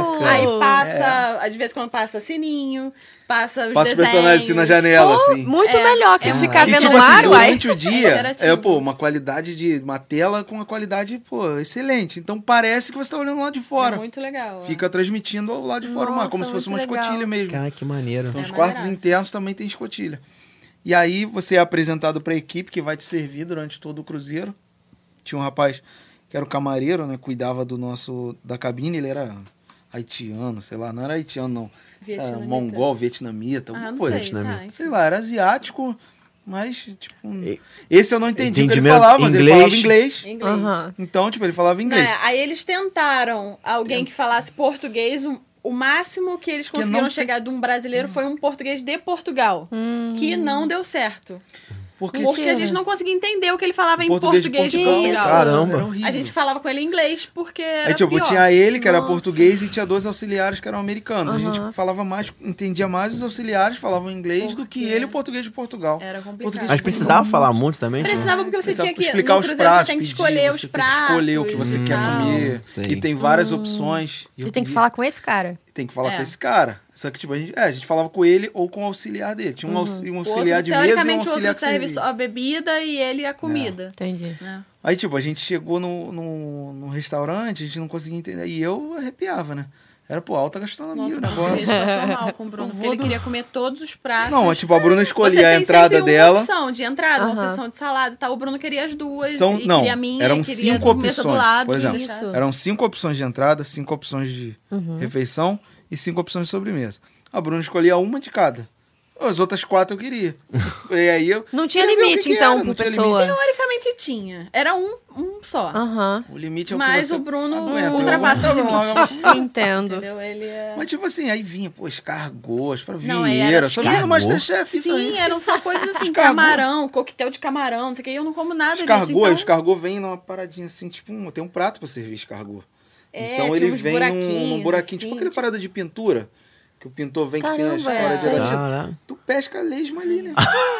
Speaker 1: legal!
Speaker 3: aí passa, às vezes quando passa sininho, passa os
Speaker 4: Passa o
Speaker 3: desenhos.
Speaker 4: personagem assim na janela, assim.
Speaker 1: Muito melhor que
Speaker 3: é.
Speaker 1: ficar
Speaker 4: e,
Speaker 1: vendo
Speaker 4: tipo
Speaker 1: o
Speaker 4: assim,
Speaker 1: ar, uai.
Speaker 4: durante o dia,
Speaker 3: Interativo.
Speaker 4: é, pô, uma qualidade de... Uma tela com uma qualidade, pô, excelente. Então parece que você tá olhando lá de
Speaker 3: É
Speaker 4: fora.
Speaker 3: muito legal. é.
Speaker 4: Fica transmitindo lá de fora, uma, como
Speaker 1: Nossa,
Speaker 4: se fosse uma
Speaker 1: muito legal.
Speaker 4: escotilha mesmo.
Speaker 2: Cara, que maneiro.
Speaker 4: Então, os
Speaker 3: É
Speaker 4: quartos
Speaker 3: maneiraço.
Speaker 4: internos também tem escotilha. E aí você é apresentado para a equipe que vai te servir durante todo o cruzeiro. Tinha um rapaz que era o camareiro, né? Cuidava do nosso da cabine, ele era haitiano, sei lá, não era haitiano não. Era
Speaker 3: Vietnamita.
Speaker 4: mongol, vietnamita,
Speaker 3: Ah,
Speaker 4: alguma
Speaker 3: não
Speaker 4: coisa.
Speaker 3: sei.
Speaker 2: né,
Speaker 3: Tá,
Speaker 2: amigo?
Speaker 4: Sei lá, era asiático, mas tipo, um-
Speaker 2: E-
Speaker 4: esse eu não entendi o que ele
Speaker 2: Entendimento
Speaker 4: falava, mas ele falava
Speaker 2: inglês.
Speaker 4: inglês.
Speaker 3: em inglês.
Speaker 1: Aham.
Speaker 4: Então, tipo, ele falava inglês.
Speaker 3: Né, Aí eles tentaram alguém que falasse português. O, o máximo que eles
Speaker 4: Porque
Speaker 3: conseguiram
Speaker 4: não tem-
Speaker 3: Hum. chegar de um brasileiro foi um português de Portugal, que não deu certo.
Speaker 4: Porque né?
Speaker 3: Porque a gente não conseguia entender o que ele falava em
Speaker 4: Português
Speaker 3: português,
Speaker 4: de
Speaker 3: de
Speaker 1: Portugal.
Speaker 3: Portugal.
Speaker 2: Caramba.
Speaker 4: Era horrível.
Speaker 3: A gente falava com ele em inglês porque era
Speaker 4: Aí, tipo,
Speaker 3: pior.
Speaker 4: tinha ele, que era
Speaker 1: Nossa.
Speaker 4: português, e tinha dois auxiliares que eram americanos. A
Speaker 1: Aham.
Speaker 4: gente falava mais, entendia mais os auxiliares, falavam inglês do que
Speaker 3: Porque
Speaker 4: ele, o português de Portugal.
Speaker 3: Era complicado.
Speaker 4: Português de
Speaker 2: Mas precisava falar muito também? tipo?
Speaker 3: Precisava porque É, você
Speaker 4: Precisava
Speaker 3: tinha que
Speaker 4: explicar
Speaker 3: no
Speaker 4: os
Speaker 3: cruzeiro
Speaker 4: pratos,
Speaker 3: você tem que
Speaker 4: pedir,
Speaker 3: escolher os
Speaker 4: você
Speaker 3: pratos.
Speaker 4: Tem que escolher o que você
Speaker 3: e
Speaker 4: quer
Speaker 3: tal. Hum.
Speaker 4: comer.
Speaker 2: sei.
Speaker 4: E tem várias opções. E
Speaker 1: Você
Speaker 4: eu
Speaker 1: tem que
Speaker 4: pedia-
Speaker 1: falar com esse cara.
Speaker 4: Tem que falar
Speaker 3: É.
Speaker 4: com esse cara. Só que, tipo, a gente, é, a gente falava com ele ou com o auxiliar dele. Tinha um, aux- um
Speaker 3: Uhum. O outro,
Speaker 4: auxiliar de mesa e um
Speaker 3: teoricamente, o
Speaker 4: auxiliar
Speaker 3: outro
Speaker 4: que
Speaker 3: serve
Speaker 4: servia.
Speaker 3: só a bebida e ele a comida.
Speaker 1: Entendi.
Speaker 3: né?
Speaker 4: Aí, tipo, a gente chegou no, no, no restaurante, a gente não conseguia entender. E eu arrepiava, né? Era, pô, alta gastronomia
Speaker 3: Nossa,
Speaker 4: o
Speaker 3: o Bruno
Speaker 4: negócio.
Speaker 3: passou mal com o Bruno,
Speaker 4: Não
Speaker 3: porque
Speaker 4: vou
Speaker 3: ele
Speaker 4: do-
Speaker 3: queria comer todos os pratos.
Speaker 4: Não, é, tipo, a Bruna
Speaker 3: Você
Speaker 4: escolhia a
Speaker 3: tem
Speaker 4: entrada
Speaker 3: sempre
Speaker 4: dela.
Speaker 3: Uma opção de entrada, uma
Speaker 1: Aham.
Speaker 3: opção de salada e tal. O Bruno queria as duas.
Speaker 4: São,
Speaker 3: e
Speaker 4: não,
Speaker 3: queria a minha,
Speaker 4: eram
Speaker 3: queria
Speaker 4: cinco
Speaker 3: a mesa do
Speaker 4: opções.
Speaker 3: lado.
Speaker 4: por exemplo,
Speaker 1: Isso.
Speaker 4: eram cinco opções de entrada, cinco opções de
Speaker 3: Uhum.
Speaker 4: refeição e cinco opções de sobremesa. A Bruna escolhia uma de cada. As outras quatro eu queria. E aí eu
Speaker 1: Não tinha
Speaker 4: queria ver o
Speaker 1: limite,
Speaker 4: que que
Speaker 1: então,
Speaker 4: era,
Speaker 1: por
Speaker 4: não tinha
Speaker 1: pessoa.
Speaker 4: limite.
Speaker 3: Teoricamente tinha. Era um, um só.
Speaker 1: Aham.
Speaker 4: O limite é o que
Speaker 3: Mas
Speaker 4: você
Speaker 3: o Bruno
Speaker 4: aguenta.
Speaker 3: ultrapassa
Speaker 4: Eu-
Speaker 3: o limite.
Speaker 1: Entendo.
Speaker 3: Entendeu? Ele é...
Speaker 4: tá Mas tipo assim, aí vinha, pô, escargou, as pra
Speaker 3: Não,
Speaker 4: Vieira,
Speaker 3: era-
Speaker 4: só vinha no
Speaker 2: Escargot?
Speaker 4: Masterchef isso
Speaker 3: Sim,
Speaker 4: aí.
Speaker 3: eram só coisas assim,
Speaker 4: Escargot.
Speaker 3: camarão, coquetel de camarão, não sei o que. Eu não como nada disso.
Speaker 4: Escargou,
Speaker 3: então-
Speaker 4: aí o escargou vem numa paradinha assim, tipo, um, tem um prato pra servir escargou.
Speaker 3: É,
Speaker 4: então
Speaker 3: tinha
Speaker 4: ele
Speaker 3: uns
Speaker 4: vem num, num
Speaker 3: buraquinhos,
Speaker 4: buraquinho, tipo
Speaker 3: assim,
Speaker 4: aquela
Speaker 3: tipo-
Speaker 4: parada de pintura, que o pintor vem que tem a
Speaker 1: Caramba, é.
Speaker 4: história dela.
Speaker 2: Caraca.
Speaker 4: Tu pesca a lesma ali, né?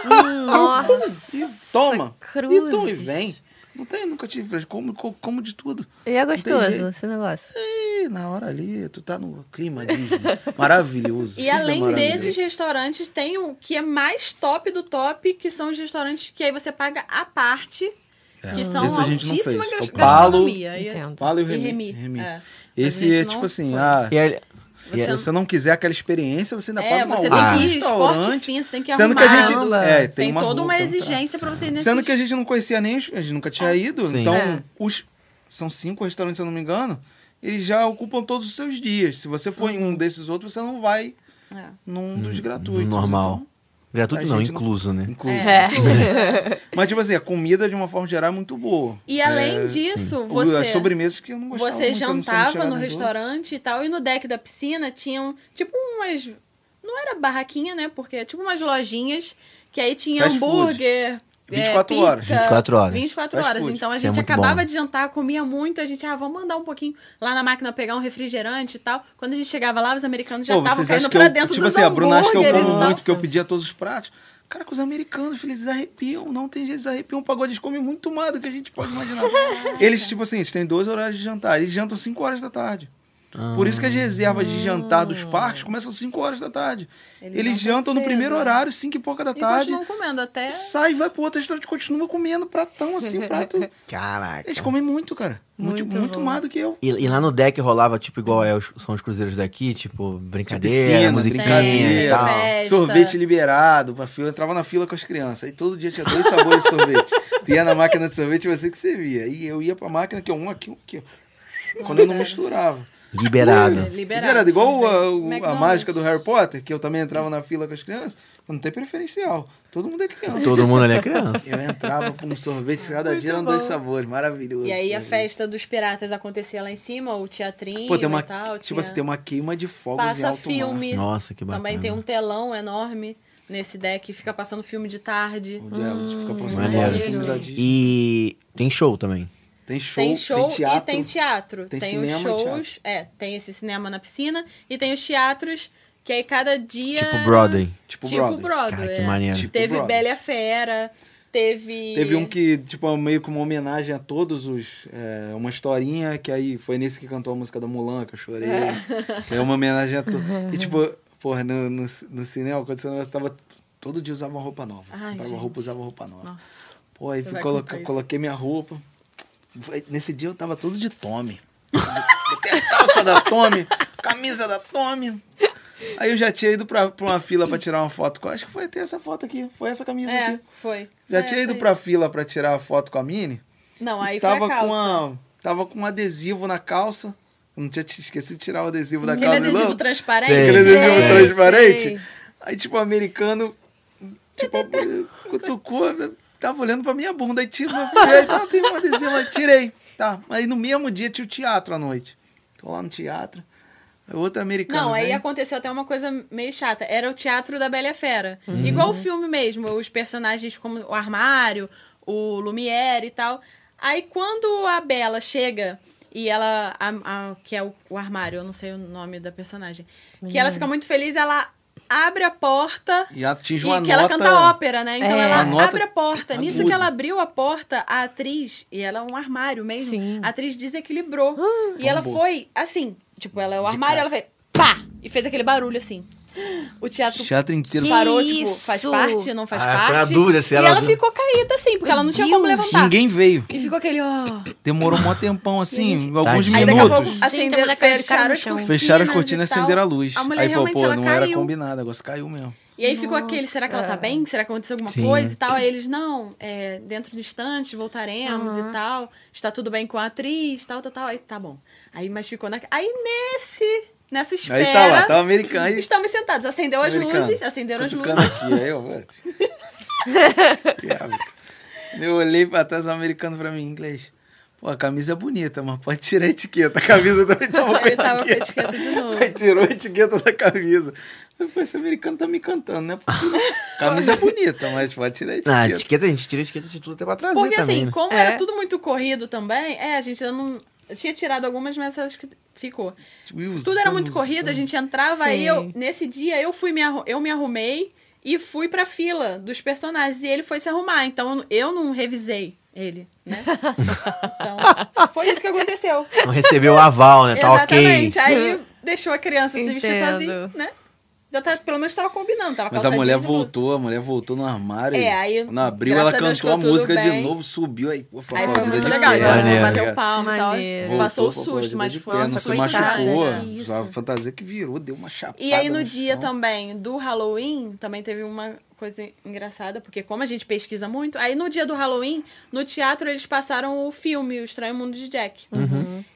Speaker 1: Hum, Nossa.
Speaker 4: e toma.
Speaker 1: cruzes.
Speaker 4: E toma e vem. Não tem, nunca tive frente. Como, co- como de tudo.
Speaker 1: E é
Speaker 4: Tem jeito.
Speaker 1: gostoso esse negócio.
Speaker 4: E na hora ali, tu tá no clima de maravilhoso.
Speaker 3: E
Speaker 4: Tudo é
Speaker 3: além
Speaker 4: maravilhoso.
Speaker 3: desses restaurantes, tem o que é mais top do top, que são os restaurantes que aí você paga à parte, que são
Speaker 4: É. Esse a gente não
Speaker 3: altíssima
Speaker 4: fez. É
Speaker 3: gas-
Speaker 4: O Palo-
Speaker 3: gastronomia. E- é
Speaker 1: Entendo.
Speaker 4: Fala e
Speaker 3: E
Speaker 4: o Remi.
Speaker 3: Remi,
Speaker 4: Remi.
Speaker 3: é. A
Speaker 4: Esse
Speaker 3: gente
Speaker 4: é
Speaker 3: não
Speaker 4: tipo assim,
Speaker 3: foi.
Speaker 4: ah,
Speaker 2: E aí,
Speaker 4: se
Speaker 3: Você-
Speaker 4: você não quiser aquela experiência, você ainda
Speaker 3: É,
Speaker 4: paga uma
Speaker 3: você
Speaker 4: hora
Speaker 3: tem
Speaker 4: no
Speaker 3: que
Speaker 2: Ah.
Speaker 3: ir esporte
Speaker 4: restaurante.
Speaker 3: fino, você tem que
Speaker 4: Sendo
Speaker 3: arrumar.
Speaker 4: que a gente.
Speaker 1: Caramba.
Speaker 4: É, tem,
Speaker 3: tem,
Speaker 4: uma
Speaker 3: toda
Speaker 4: roupa,
Speaker 3: uma
Speaker 4: tem um traje.
Speaker 3: exigência pra você ir nesse
Speaker 4: Sendo que a gente não conhecia nem os, a gente nunca tinha ido,
Speaker 2: Sim.
Speaker 4: então
Speaker 1: É.
Speaker 4: os são cinco restaurantes, se eu não me engano, eles já ocupam todos os seus dias. Se você for em um desses outros, você não vai
Speaker 3: Uhum. É.
Speaker 4: num dos gratuitos.
Speaker 2: normal. Gratuito
Speaker 4: A
Speaker 2: não,
Speaker 4: gente não-
Speaker 2: incluso, né?
Speaker 4: Então, incluso.
Speaker 1: É.
Speaker 4: Mas tipo assim, a comida de uma forma geral é muito boa.
Speaker 3: E além
Speaker 4: É,
Speaker 3: disso,
Speaker 4: o-
Speaker 3: você...
Speaker 4: as sobremesas que eu não gostava
Speaker 3: Você
Speaker 4: muito, eu não sei, não
Speaker 3: jantava
Speaker 4: chegava
Speaker 3: no
Speaker 4: nem doce.
Speaker 3: restaurante e tal, e no deck da piscina tinham tipo umas. Não era barraquinha, né? Porque tipo umas lojinhas que aí tinha
Speaker 4: Fast food.
Speaker 3: hambúrguer. é,
Speaker 4: 24
Speaker 3: pizza,
Speaker 4: horas.
Speaker 2: 24 horas.
Speaker 3: 24
Speaker 4: Fast
Speaker 3: horas.
Speaker 4: food.
Speaker 3: Então a
Speaker 2: Isso é
Speaker 3: gente
Speaker 2: muito
Speaker 3: acabava
Speaker 2: bom.
Speaker 3: de jantar, comia muito, a gente, ah, vamos mandar um pouquinho lá na máquina pegar um refrigerante e tal. Quando a gente chegava lá, os americanos já
Speaker 4: Pô,
Speaker 3: estavam
Speaker 4: vocês acham
Speaker 3: caindo
Speaker 4: que
Speaker 3: pra
Speaker 4: eu,
Speaker 3: dentro
Speaker 4: tipo
Speaker 3: dos
Speaker 4: assim, a Bruna acha que eu
Speaker 3: hambúrgueres
Speaker 4: como
Speaker 3: e tal.
Speaker 4: muito, que eu pedia todos os pratos. Caraca, os americanos, filho, eles arrepiam. Não tem jeito, eles arrepiam. Pagou, eles comem muito mais do que a gente pode imaginar. eles, tipo assim, eles têm dois horários de jantar. Eles jantam 5 horas da tarde. Por isso que as reservas de jantar dos parques começam 5 horas da tarde. Eles,
Speaker 3: Ah. Eles
Speaker 4: jantam
Speaker 3: jantam
Speaker 4: no
Speaker 3: cedo,
Speaker 4: primeiro
Speaker 3: né?
Speaker 4: horário, 5 e pouca da
Speaker 3: E
Speaker 4: tarde.
Speaker 3: continuam É. comendo até.
Speaker 4: Sai, vai pro outro restaurante, continua comendo pratão assim, prato.
Speaker 2: Caraca.
Speaker 4: Eles comem muito, cara. Muito, muito,
Speaker 1: Muito bom.
Speaker 4: mais do que eu.
Speaker 2: E, e lá no deck rolava, tipo, igual é os- são os cruzeiros daqui, tipo, brincadeira,
Speaker 4: Piscina,
Speaker 2: musiquinha e
Speaker 4: brincadeira,
Speaker 2: tal.
Speaker 3: festa.
Speaker 4: sorvete liberado pra fila. Eu entrava na fila com as crianças. Aí todo dia tinha dois sabores de sorvete. Tu ia na máquina de sorvete e você que servia. E eu ia pra máquina, que é um aqui, um aqui. ó. Quando eu não misturava.
Speaker 2: Liberado.
Speaker 3: É, liberado,
Speaker 4: igual
Speaker 3: sorvete.
Speaker 4: a, o- a
Speaker 3: McDonald's.
Speaker 4: mágica do Harry Potter, que eu também entrava na fila com as crianças. Não tem preferencial. Todo mundo é criança.
Speaker 2: Todo mundo ali é criança.
Speaker 4: Eu entrava com um sorvete, cada dia eram dois sabores. Maravilhoso.
Speaker 3: E aí a
Speaker 4: sorvete.
Speaker 3: festa dos piratas acontecia lá em cima, o teatrinho
Speaker 4: Pô, tem uma,
Speaker 3: e tal.
Speaker 4: tipo
Speaker 3: tinha-
Speaker 4: assim, tem uma queima de fogos em
Speaker 3: passa
Speaker 4: alto mar.
Speaker 3: filme.
Speaker 2: Nossa, que bacana.
Speaker 3: Também tem um telão enorme nesse deck, fica passando filme de tarde.
Speaker 4: Onde é, onde fica passando
Speaker 2: Hum, Maneiro.
Speaker 4: vários filmes da Disney.
Speaker 2: E tem show também.
Speaker 4: Tem show,
Speaker 3: Tem show
Speaker 4: teatro.
Speaker 3: e tem teatro.
Speaker 4: tem
Speaker 3: Tem,
Speaker 4: cinema
Speaker 3: os
Speaker 4: e
Speaker 3: shows, é, tem esse cinema na piscina e tem os teatros que aí cada dia
Speaker 2: Tipo Broadway.
Speaker 3: Tipo
Speaker 4: Tipo Broadway.
Speaker 3: é Broadway,
Speaker 2: Cara, que
Speaker 3: é.
Speaker 2: maneiro.
Speaker 4: Tipo
Speaker 3: teve
Speaker 4: Broadway.
Speaker 3: Bela e a Fera, teve
Speaker 4: Teve um que, tipo, é meio que uma homenagem a todos os. é, uma historinha que aí foi nesse que cantou a música da Mulan, que eu chorei. Que é uma homenagem a todos. E, tipo, porra, no, no, no cinema, quando você negócio tava. Todo dia usava uma roupa nova.
Speaker 3: Ai,
Speaker 4: Comprava
Speaker 3: gente.
Speaker 4: roupa, usava roupa nova.
Speaker 3: Nossa.
Speaker 4: Pô, aí
Speaker 3: Você
Speaker 4: fui
Speaker 3: vai
Speaker 4: coloca-
Speaker 3: contar isso.
Speaker 4: coloquei minha roupa. Foi- Nesse dia eu tava todo de Tommy. Botei a calça da Tommy, camisa da Tommy. Aí eu já tinha ido pra, pra uma fila pra tirar uma foto. com- Acho que foi até essa foto aqui. Foi essa camisa
Speaker 3: É,
Speaker 4: aqui.
Speaker 3: foi. É,
Speaker 4: Já
Speaker 3: Foi
Speaker 4: tinha
Speaker 3: essa
Speaker 4: ido
Speaker 3: aí.
Speaker 4: pra fila pra tirar a foto com a Mini.
Speaker 3: Não,
Speaker 4: e
Speaker 3: aí foi
Speaker 4: tava
Speaker 3: a calça.
Speaker 4: com a- Tava com um adesivo na calça. Eu não tinha te- esquecido de tirar o adesivo da
Speaker 3: Aquele
Speaker 4: calça.
Speaker 3: adesivo
Speaker 4: não?
Speaker 3: transparente.
Speaker 2: Sei.
Speaker 4: Aquele adesivo
Speaker 3: Sei,
Speaker 4: um transparente.
Speaker 3: sei.
Speaker 4: Aí, tipo, o americano, tipo, cutucou, tava olhando pra minha bunda, aí tira, aí, tá, tem um adesivo, aí tirei. Tá, aí no mesmo dia tinha o teatro à noite. Tô lá no teatro, É outro americano.
Speaker 3: Não, aí
Speaker 4: né?
Speaker 3: aconteceu até uma coisa meio chata. Era o teatro da Bela e a Fera.
Speaker 4: Uhum.
Speaker 3: Igual o filme mesmo, os personagens como o armário, o Lumière e tal. Aí quando a Bela chega e ela. a- a- que é o, o armário, eu não sei o nome da personagem. Que ela fica muito feliz, ela abre a porta.
Speaker 4: E atinge
Speaker 3: e
Speaker 4: uma
Speaker 3: que
Speaker 4: nota.
Speaker 3: ela canta ópera, né? Então
Speaker 1: É.
Speaker 3: ela
Speaker 4: Uma nota
Speaker 3: abre a porta. Nisso que
Speaker 4: aguda.
Speaker 3: ela abriu a porta, a atriz, e ela é um armário mesmo,
Speaker 1: Sim. Ah.
Speaker 3: a atriz desequilibrou. e ela
Speaker 4: Tombou.
Speaker 3: foi assim, tipo, ela é o
Speaker 4: De
Speaker 3: armário,
Speaker 4: cara.
Speaker 3: ela foi pá! E fez aquele barulho assim. O teatro,
Speaker 4: O teatro inteiro.
Speaker 1: Que
Speaker 3: parou, tipo,
Speaker 1: isso?
Speaker 3: faz parte, não faz
Speaker 2: Ah,
Speaker 3: parte.
Speaker 2: foi na dúvida se
Speaker 3: e
Speaker 2: ela-
Speaker 3: ela ficou caída assim, porque ela não tinha como
Speaker 1: Deus.
Speaker 3: levantar.
Speaker 4: Ninguém veio.
Speaker 3: E ficou aquele, ó.
Speaker 4: Demorou um tempão, assim,
Speaker 1: gente-
Speaker 4: alguns
Speaker 2: Tadinha.
Speaker 3: Aí daqui a pouco
Speaker 4: minutos.
Speaker 1: Gente, a
Speaker 3: acenderam,
Speaker 1: mulher caiu de cara
Speaker 3: fecharam
Speaker 1: no
Speaker 3: as
Speaker 1: chão.
Speaker 3: cortinas.
Speaker 4: Fecharam as cortinas
Speaker 3: e
Speaker 4: e
Speaker 3: tal.
Speaker 4: acenderam a luz.
Speaker 3: A mulher
Speaker 4: Aí falou,
Speaker 3: realmente
Speaker 4: pô,
Speaker 3: ela
Speaker 4: não
Speaker 3: caiu.
Speaker 4: era combinado, o negócio caiu mesmo.
Speaker 3: E aí ficou aquele, será que ela tá bem? Será que aconteceu alguma
Speaker 2: Sim.
Speaker 3: coisa e tal? Aí eles, não, é, dentro de instantes voltaremos e tal. Está tudo bem com a atriz, tal, tal, tal. Aí tá bom. Aí, mas ficou na... Aí nesse, nessa espera...
Speaker 4: Aí tá lá, tá o americano. Aí,
Speaker 3: Estamos sentados. Acendeu as
Speaker 4: americano,
Speaker 3: luzes, acenderam as
Speaker 4: cutucando
Speaker 3: luzes.
Speaker 4: a tia, aí, ó, velho. Que água. Eu olhei pra trás, o americano pra mim, em inglês. Pô, a camisa é bonita, mas pode tirar a etiqueta. A camisa também tava com a
Speaker 3: Ele tava com a
Speaker 4: etiqueta.
Speaker 3: etiqueta de novo.
Speaker 4: Aí tirou a etiqueta da camisa. Eu falei, esse americano tá me cantando, né? Camisa é bonita, mas pode tirar a
Speaker 2: Ah,
Speaker 4: etiqueta. Tá
Speaker 2: etiqueta, a gente tira a etiqueta de tudo até pra trazer
Speaker 3: Porque
Speaker 2: também,
Speaker 3: assim,
Speaker 2: né?
Speaker 3: como
Speaker 1: É.
Speaker 3: era tudo muito corrido também, é, a gente ainda não... eu Tinha tirado algumas, mas acho que ficou.
Speaker 4: Wilson,
Speaker 3: assim, Tudo era muito corrido,
Speaker 4: Wilson.
Speaker 3: a gente entrava, aí
Speaker 1: Sim.
Speaker 3: eu, nesse dia eu fui me, arru- eu me arrumei e fui pra fila dos personagens. E ele foi se arrumar, então eu não revisei ele, né? então, foi isso que aconteceu.
Speaker 2: Não recebeu o aval, né? Tá ok.
Speaker 3: Exatamente. Aí deixou a criança se vestir
Speaker 1: Hum. Entendo.
Speaker 3: sozinha, né? Já tá, pelo menos tava combinando, tava
Speaker 4: Mas a mulher
Speaker 3: calça jeans e blusa.
Speaker 4: voltou, a mulher voltou no armário.
Speaker 3: É, aí,
Speaker 4: Quando abriu,
Speaker 3: graças
Speaker 4: ela
Speaker 3: a Deus,
Speaker 4: cantou a
Speaker 3: ficou tudo
Speaker 4: música de
Speaker 3: bem.
Speaker 4: novo, subiu. Aí, pô, foi
Speaker 3: Aí foi
Speaker 4: aplaudida
Speaker 3: muito
Speaker 4: de
Speaker 3: legal,
Speaker 4: pé,
Speaker 3: então a gente
Speaker 2: Maneiro.
Speaker 3: bateu palma e tal.
Speaker 1: Maneiro.
Speaker 4: Voltou,
Speaker 3: Passou o
Speaker 4: pô,
Speaker 3: susto,
Speaker 4: aplaudida
Speaker 3: mas
Speaker 4: de
Speaker 3: foi
Speaker 4: pé,
Speaker 3: uma
Speaker 4: Não se
Speaker 3: coitada, né?
Speaker 4: machucou.
Speaker 3: que
Speaker 4: A
Speaker 3: isso.
Speaker 4: É fantasia que virou, deu uma chapada.
Speaker 3: E aí no
Speaker 4: no
Speaker 3: dia
Speaker 4: chão.
Speaker 3: também do Halloween também teve uma coisa engraçada, porque como a gente pesquisa muito, aí no dia do Halloween, no teatro eles passaram o filme O Estranho Mundo de Jack.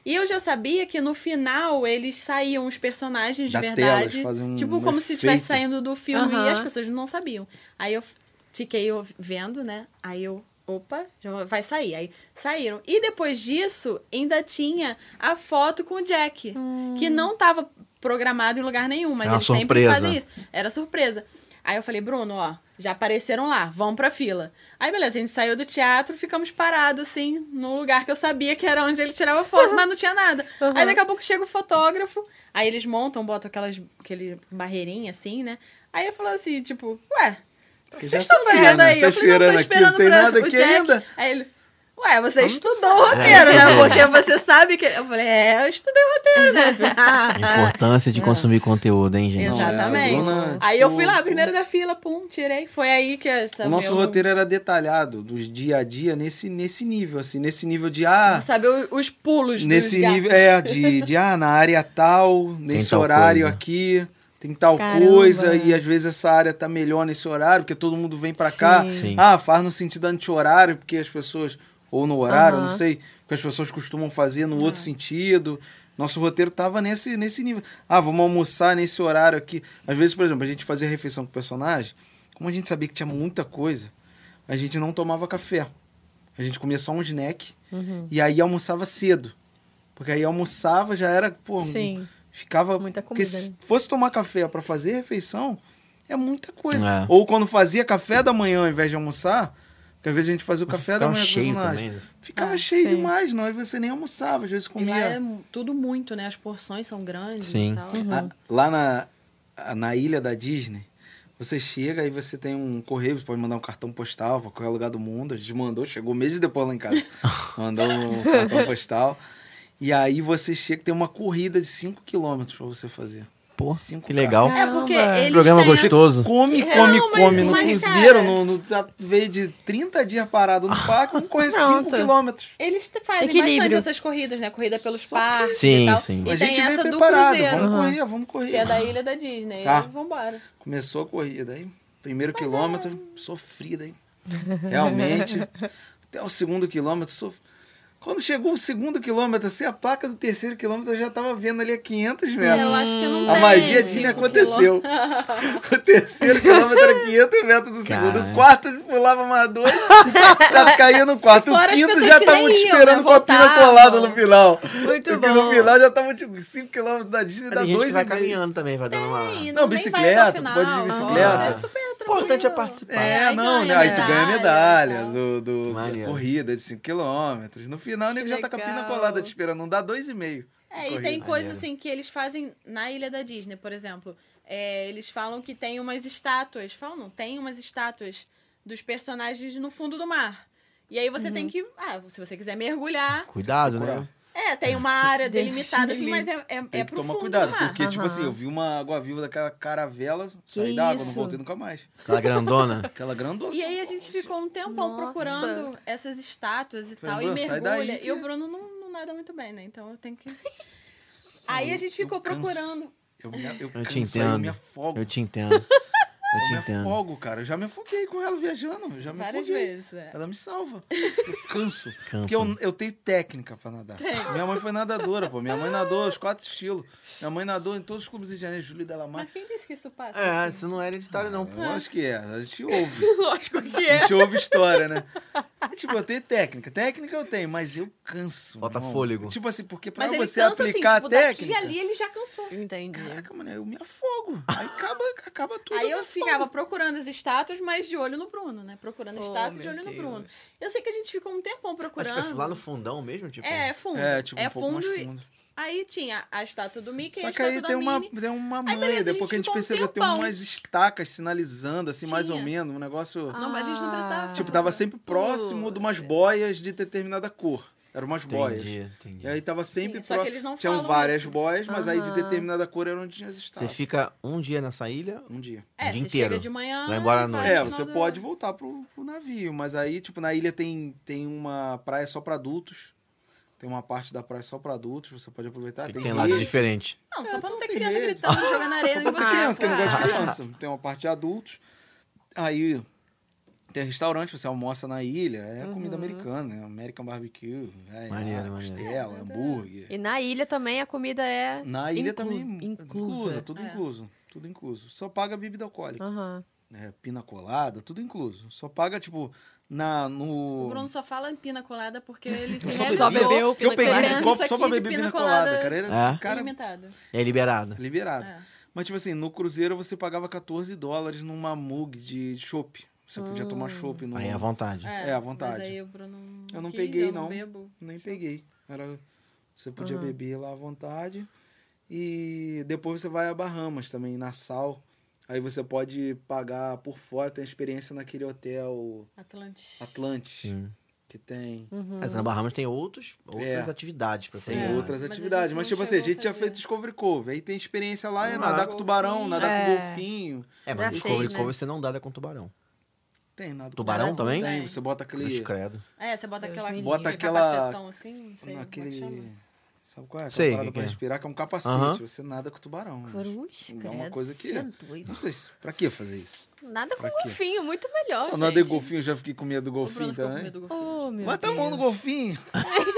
Speaker 3: E eu já sabia que no final eles saíam os personagens
Speaker 4: Da
Speaker 3: de
Speaker 4: tela,
Speaker 3: verdade,
Speaker 4: eles fazem um
Speaker 3: tipo como se estivesse
Speaker 4: efeito.
Speaker 3: saindo do filme
Speaker 1: Aham.
Speaker 3: e as pessoas não sabiam. Aí eu f- fiquei eu vendo, né? Aí eu Opa, já vai sair. Aí saíram. E depois disso, ainda tinha a foto com o Jack, que não estava programado em lugar nenhum, mas
Speaker 2: Era
Speaker 4: É
Speaker 2: uma
Speaker 3: eles sempre
Speaker 2: surpresa.
Speaker 3: fazem isso. Era surpresa. Aí eu falei, Bruno, ó, já apareceram lá, vão pra fila. Aí beleza, a gente saiu do teatro, ficamos parados, assim, num lugar que eu sabia que era onde ele tirava foto, mas não tinha nada. Aí daqui a pouco chega o fotógrafo, aí eles montam, botam aquelas, aquele barreirinha assim, né? Aí eu falo assim, tipo, ué, o que
Speaker 4: Você
Speaker 3: vocês
Speaker 4: já
Speaker 3: estão
Speaker 4: sabia,
Speaker 3: fazendo
Speaker 4: né?
Speaker 3: aí?
Speaker 4: Tá
Speaker 3: eu falei, não, tô
Speaker 4: esperando aqui, não
Speaker 3: esperando
Speaker 4: tem
Speaker 3: pra
Speaker 4: nada
Speaker 3: o
Speaker 4: aqui
Speaker 3: Jack.
Speaker 4: ainda. É,
Speaker 3: Aí ele, ué, você estudou o roteiro, né? Porque você sabe que... Eu falei, é, eu estudei o roteiro, né?
Speaker 2: Importância de consumir conteúdo, hein, gente?
Speaker 4: Não, é, a
Speaker 3: Exatamente.
Speaker 4: Bruna,
Speaker 3: aí
Speaker 4: tipo,
Speaker 3: eu fui lá, primeiro da fila, pum, tirei. Foi aí que essa
Speaker 4: O nosso
Speaker 3: meu-
Speaker 4: roteiro era detalhado, dos dia a dia, nesse, nesse nível, assim, nesse nível de, ah,
Speaker 3: de saber o- os pulos
Speaker 4: nesse
Speaker 3: dos gatos.
Speaker 4: nível, é, de, de, ah, na área tal, nesse
Speaker 2: tal
Speaker 4: horário
Speaker 2: coisa.
Speaker 4: aqui, tem tal
Speaker 1: Caramba.
Speaker 4: coisa, e às vezes essa área tá melhor nesse horário, porque todo mundo vem pra cá.
Speaker 1: Sim.
Speaker 2: Sim.
Speaker 4: Ah, faz no sentido anti-horário, porque as pessoas, ou no horário,
Speaker 1: Aham. É.
Speaker 4: não sei, porque as pessoas costumam fazer no outro sentido. Nosso roteiro tava nesse, nesse nível. Ah, vamos almoçar nesse horário aqui. Às vezes, por exemplo, a gente fazia refeição com o personagem, como a gente sabia que tinha muita coisa, a gente não tomava café. A gente comia só um snack
Speaker 1: Uhum.
Speaker 4: e aí almoçava cedo. Porque aí almoçava, já era, pô,
Speaker 1: Sim.
Speaker 4: ficava.
Speaker 1: Muita
Speaker 4: porque
Speaker 1: comida,
Speaker 4: se
Speaker 1: né?
Speaker 4: fosse tomar café pra fazer refeição, é muita coisa.
Speaker 2: É.
Speaker 4: Ou quando fazia café da manhã ao invés de almoçar, porque às vezes a gente fazia o
Speaker 2: Nossa,
Speaker 4: café da
Speaker 2: ficava
Speaker 4: manhã com o
Speaker 2: cheio
Speaker 4: personagem.
Speaker 2: também, né?
Speaker 4: Ficava
Speaker 1: Ah,
Speaker 4: cheio
Speaker 1: sim.
Speaker 4: demais, não. Aí você nem almoçava, às vezes
Speaker 3: E lá é
Speaker 4: comia.
Speaker 3: tudo muito, né? As porções são grandes
Speaker 2: Sim.
Speaker 3: e tal.
Speaker 1: Uhum.
Speaker 4: A- Ah, Lá na, a- na ilha da Disney, você chega e você tem um correio, você pode mandar um cartão postal pra qualquer lugar do mundo. A gente mandou, chegou meses depois lá em casa. Mandou um cartão postal. E aí você chega, tem uma corrida de 5 km pra você fazer.
Speaker 2: Pô,
Speaker 4: Cinco
Speaker 2: que legal.
Speaker 1: caras.
Speaker 3: É porque
Speaker 1: Caramba.
Speaker 3: eles
Speaker 2: Programa
Speaker 3: têm a-
Speaker 2: gostoso.
Speaker 4: Come,
Speaker 3: Não,
Speaker 4: come,
Speaker 3: mas-
Speaker 4: come. No
Speaker 3: mas,
Speaker 4: cruzeiro,
Speaker 3: cara-
Speaker 4: no, no, já veio de 30 dias parado no parque, vamos correr 5
Speaker 1: Pronto.
Speaker 4: quilômetros.
Speaker 3: Eles te- fazem
Speaker 1: Equilíbrio.
Speaker 3: bastante essas corridas, né? Corrida pelos
Speaker 4: Só
Speaker 3: parques
Speaker 2: Sim,
Speaker 3: e tal.
Speaker 2: sim.
Speaker 3: E
Speaker 4: A
Speaker 3: tem
Speaker 4: gente
Speaker 3: essa
Speaker 4: veio
Speaker 3: do
Speaker 4: preparado,
Speaker 3: Cruzeiro,
Speaker 4: vamos correr, vamos correr.
Speaker 3: que é da ilha da Disney.
Speaker 4: Tá.
Speaker 3: E vambora.
Speaker 4: Começou a corrida aí. Primeiro
Speaker 3: é um-
Speaker 4: quilômetro, sofrida aí. Realmente. Até o segundo quilômetro, sof... Quando chegou o segundo quilômetro, assim, a placa do terceiro quilômetro eu já tava vendo ali a 500 metros.
Speaker 3: É, Eu acho Né, que não
Speaker 4: É. A
Speaker 3: tem
Speaker 4: magia
Speaker 3: cinco
Speaker 4: Disney aconteceu.
Speaker 3: quilômetros.
Speaker 4: O terceiro quilômetro era 500 metros do segundo.
Speaker 2: Caralho.
Speaker 4: O quarto pulava mais dois. Já caía no quarto.
Speaker 3: Fora as
Speaker 4: o quinto
Speaker 3: pessoas
Speaker 4: já
Speaker 3: que
Speaker 4: estavam
Speaker 3: nem
Speaker 4: te
Speaker 3: iam,
Speaker 4: esperando
Speaker 3: né?
Speaker 4: com a pira
Speaker 3: Voltavam.
Speaker 4: colada no final.
Speaker 1: Muito
Speaker 4: Porque
Speaker 1: bom.
Speaker 4: no final já estavam tipo 5 quilômetros da Disney, dá
Speaker 2: Tem gente que
Speaker 4: 2
Speaker 2: vai caminhando também, vai dando uma...
Speaker 3: Sim,
Speaker 4: Não,
Speaker 3: nem vai até o
Speaker 4: bicicleta, tu
Speaker 3: final.
Speaker 4: pode ir de
Speaker 3: Ah,
Speaker 4: bicicleta.
Speaker 3: É super
Speaker 2: O importante é
Speaker 3: tranquilo.
Speaker 2: participar.
Speaker 4: É,
Speaker 3: Aí
Speaker 4: não,
Speaker 3: ganha
Speaker 4: né? Aí tu ganha
Speaker 3: medalha,
Speaker 4: medalha do, do- da
Speaker 2: Maneiro.
Speaker 4: corrida de 5km. No final, o nego já tá com a pina
Speaker 3: legal.
Speaker 4: colada te esperando. Não dá 2,5.
Speaker 3: É, e tem coisa assim que eles fazem na Ilha da Disney, por exemplo. É, eles falam que tem umas estátuas. Falam, não, tem umas estátuas dos personagens no fundo do mar. E aí você tem que. Ah, se você quiser mergulhar.
Speaker 2: Cuidado, né?
Speaker 3: É, tem uma área
Speaker 1: Deus
Speaker 3: delimitada,
Speaker 1: me
Speaker 3: assim,
Speaker 1: livre.
Speaker 3: mas é, é,
Speaker 4: Tem
Speaker 3: é
Speaker 4: que
Speaker 3: pro
Speaker 4: tomar
Speaker 3: fundo
Speaker 4: cuidado,
Speaker 3: do mar.
Speaker 4: porque, tipo
Speaker 1: Aham.
Speaker 4: assim, eu vi uma água-viva daquela caravela, saí da água, não
Speaker 1: isso?
Speaker 4: voltei nunca mais.
Speaker 2: Aquela grandona.
Speaker 4: Aquela é grandona.
Speaker 3: E aí a gente ficou um tempão
Speaker 1: Nossa.
Speaker 3: procurando essas estátuas e
Speaker 4: Falei,
Speaker 3: tal, e
Speaker 4: "Bruno, sai
Speaker 3: mergulha.
Speaker 4: daí que-
Speaker 3: E o Bruno não, não nada muito bem, né? Então eu tenho que. Aí a gente ficou
Speaker 4: canso.
Speaker 3: procurando.
Speaker 4: Eu, me, eu,
Speaker 2: Eu
Speaker 4: canso,
Speaker 2: te
Speaker 4: aí
Speaker 2: entendo.
Speaker 4: Eu me afogo.
Speaker 2: Eu te entendo. Eu te
Speaker 4: Eu me
Speaker 2: entendo.
Speaker 4: afogo, cara. Eu já me afoguei com ela viajando. eu Já me
Speaker 3: Várias
Speaker 4: afoguei.
Speaker 3: vezes, é.
Speaker 4: Ela me salva. Eu canso.
Speaker 2: Cansa.
Speaker 4: Porque eu, eu tenho técnica pra nadar. Minha mãe foi nadadora, pô. Minha mãe nadou os quatro estilos. Minha mãe nadou em todos os clubes do Rio de Janeiro. Júlio Delamar.
Speaker 3: Mas quem disse que isso passa? assim?
Speaker 2: É, isso não é hereditário, não.
Speaker 4: Eu
Speaker 3: Ah.
Speaker 4: acho que é. A gente ouve.
Speaker 3: Lógico que
Speaker 4: A gente ouve história, né? Tipo, eu tenho técnica. Técnica eu tenho, mas eu canso.
Speaker 2: Falta
Speaker 4: irmão.
Speaker 2: fôlego.
Speaker 4: Tipo assim, porque pra
Speaker 3: Mas ele
Speaker 4: você
Speaker 3: cansa
Speaker 4: aplicar
Speaker 3: assim, tipo,
Speaker 4: a
Speaker 3: daqui e
Speaker 4: técnica.
Speaker 3: ali ele já cansou.
Speaker 1: Entendi.
Speaker 4: Caraca, mano, eu me afogo. Aí acaba, acaba tudo. né?
Speaker 3: Aí
Speaker 4: me
Speaker 3: eu
Speaker 4: afogo.
Speaker 3: ficava procurando as estátuas, mas de olho no Bruno, né? Procurando
Speaker 1: Oh,
Speaker 3: estátuas de
Speaker 1: meu
Speaker 3: olho no
Speaker 1: Deus.
Speaker 3: Bruno. Eu sei que a gente ficou um tempão
Speaker 2: Acho
Speaker 3: procurando.
Speaker 2: que é lá no fundão mesmo, tipo.
Speaker 3: É, é fundo.
Speaker 4: É, tipo, um pouco
Speaker 3: fundo,
Speaker 4: mais
Speaker 3: e-
Speaker 4: fundo.
Speaker 3: Aí tinha a estátua do Mickey e a
Speaker 4: Só que
Speaker 3: estátua
Speaker 4: aí
Speaker 3: da
Speaker 4: tem uma,
Speaker 3: Minnie.
Speaker 4: tem uma
Speaker 3: Aí,
Speaker 4: manha,
Speaker 3: beleza, a gente
Speaker 4: depois que a gente
Speaker 3: ficou um
Speaker 4: percebeu, tem
Speaker 3: tempão.
Speaker 4: umas estacas sinalizando, assim, mais ou
Speaker 3: Tinha. Ah,
Speaker 4: menos, um negócio...
Speaker 3: Não, mas a gente não precisava.
Speaker 4: tipo, tava sempre próximo de umas boias de determinada cor. Eram umas
Speaker 2: Entendi,
Speaker 4: boias.
Speaker 2: entendi.
Speaker 4: E aí tava sempre
Speaker 3: Sim, só que eles não
Speaker 4: Tinham
Speaker 3: falam
Speaker 4: várias
Speaker 3: isso.
Speaker 4: boias, mas aí de
Speaker 1: Aham.
Speaker 4: determinada cor eram onde tinha as
Speaker 2: Você
Speaker 4: estacas.
Speaker 2: fica um dia nessa ilha,
Speaker 4: Um dia.
Speaker 3: É,
Speaker 2: o dia
Speaker 3: você
Speaker 2: inteiro.
Speaker 3: chega de manhã.
Speaker 2: Vai embora à noite.
Speaker 4: É,
Speaker 3: no
Speaker 4: você
Speaker 3: final do-
Speaker 4: pode voltar pro, pro navio, mas aí, tipo, na ilha tem, tem uma praia só pra adultos. Tem uma parte da praia só pra adultos, você pode aproveitar.
Speaker 2: o que que
Speaker 4: Tem,
Speaker 2: tem um lado
Speaker 4: rede.
Speaker 2: diferente.
Speaker 3: Não, só
Speaker 4: É,
Speaker 3: pra não
Speaker 4: não
Speaker 3: ter
Speaker 4: tem
Speaker 3: criança
Speaker 4: jeito.
Speaker 3: gritando, jogando
Speaker 4: Só
Speaker 3: areia. Ah.
Speaker 4: pra criança, que não gosta de
Speaker 3: criança.
Speaker 4: criança. Tem uma parte de adultos. Aí tem restaurante, você almoça na ilha. É comida americana, é American barbecue. É,
Speaker 2: Maneiro,
Speaker 4: é,
Speaker 2: maneiro.
Speaker 4: Costela, hambúrguer.
Speaker 1: E na ilha também a comida é.
Speaker 4: Na ilha
Speaker 1: inclu-
Speaker 4: também.
Speaker 1: Inclusa.
Speaker 4: Tudo
Speaker 3: É.
Speaker 4: incluso. Tudo incluso. Só paga bebida alcoólica.
Speaker 1: Aham.
Speaker 4: É, pina colada, tudo incluso. Só paga, tipo, na, no.
Speaker 3: O Bruno só fala em pina colada porque ele se
Speaker 4: Eu
Speaker 1: só
Speaker 3: realizou
Speaker 1: bebi- bebeu
Speaker 4: Eu
Speaker 1: pina
Speaker 4: peguei
Speaker 1: colada.
Speaker 4: esse
Speaker 3: Isso
Speaker 4: copo só
Speaker 3: aqui
Speaker 4: pra
Speaker 3: de
Speaker 4: beber
Speaker 3: pina
Speaker 4: pina colada,
Speaker 3: colada
Speaker 4: cara. Era,
Speaker 2: É?
Speaker 4: cara,
Speaker 3: Alimentada.
Speaker 2: É liberado.
Speaker 4: liberado.
Speaker 3: É.
Speaker 4: Mas, tipo assim, no cruzeiro você pagava 14 dólares numa mug de chopp. Você podia
Speaker 3: Hum.
Speaker 4: tomar chopp no.
Speaker 2: Aí à vontade.
Speaker 4: É, à vontade.
Speaker 3: Mas aí o Bruno
Speaker 4: Eu não
Speaker 3: quis,
Speaker 4: peguei,
Speaker 3: eu não.
Speaker 4: não.
Speaker 3: bebo.
Speaker 4: Nem peguei. Era... Você podia beber lá à vontade. E depois você vai a Bahamas também, Nassau. Aí você pode pagar por fora, tem experiência naquele hotel
Speaker 3: Atlantis.
Speaker 4: Atlantis,
Speaker 2: Sim.
Speaker 4: que tem.
Speaker 1: uhum.
Speaker 2: Mas na Bahamas tem outros, outras
Speaker 4: É.
Speaker 2: atividades pra
Speaker 4: Tem
Speaker 2: fazer, né?
Speaker 4: outras
Speaker 3: Mas a
Speaker 4: atividades.
Speaker 3: gente
Speaker 4: Mas,
Speaker 3: não
Speaker 4: tipo assim, a
Speaker 3: chegou a
Speaker 4: gente já
Speaker 3: fazer.
Speaker 4: fez Discovery Cove. Aí tem experiência lá, é
Speaker 2: Ah,
Speaker 4: nadar com tubarão,
Speaker 3: golfinho.
Speaker 4: nadar
Speaker 1: É.
Speaker 4: com golfinho.
Speaker 2: É,
Speaker 1: Já
Speaker 2: mas Discovery
Speaker 1: fez, né?
Speaker 2: Cove você não dá com tubarão.
Speaker 4: Tem nada com
Speaker 2: Tubarão também?
Speaker 4: Tem,
Speaker 3: Tem.
Speaker 4: você bota
Speaker 2: Cruz
Speaker 4: aquele...
Speaker 2: credo.
Speaker 3: É, você bota
Speaker 1: Deus
Speaker 3: aquela.
Speaker 1: me livre.
Speaker 4: Bota
Speaker 3: aquele
Speaker 4: aquela-
Speaker 3: Capacetão assim, não sei
Speaker 4: Naquele...
Speaker 3: como é que chama.
Speaker 4: Sabe qual é? Aquela
Speaker 2: Sei,
Speaker 4: parada
Speaker 2: que
Speaker 4: pra
Speaker 2: que é.
Speaker 4: respirar, que é um capacete.
Speaker 2: Aham.
Speaker 4: Você nada com tubarão. mas
Speaker 1: Cruz,
Speaker 4: É uma
Speaker 1: credo,
Speaker 4: coisa que...
Speaker 1: cê é doido.
Speaker 4: Não sei se... Pra que fazer isso?
Speaker 1: Nada com
Speaker 4: Pra quê?
Speaker 1: golfinho, muito melhor.
Speaker 4: Eu
Speaker 1: gente.
Speaker 4: nadei golfinho, já fiquei com medo do
Speaker 3: O Bruno
Speaker 4: golfinho
Speaker 3: ficou com
Speaker 4: também.
Speaker 3: medo do golfinho.
Speaker 1: Oh, meu
Speaker 4: Bota a mão no golfinho.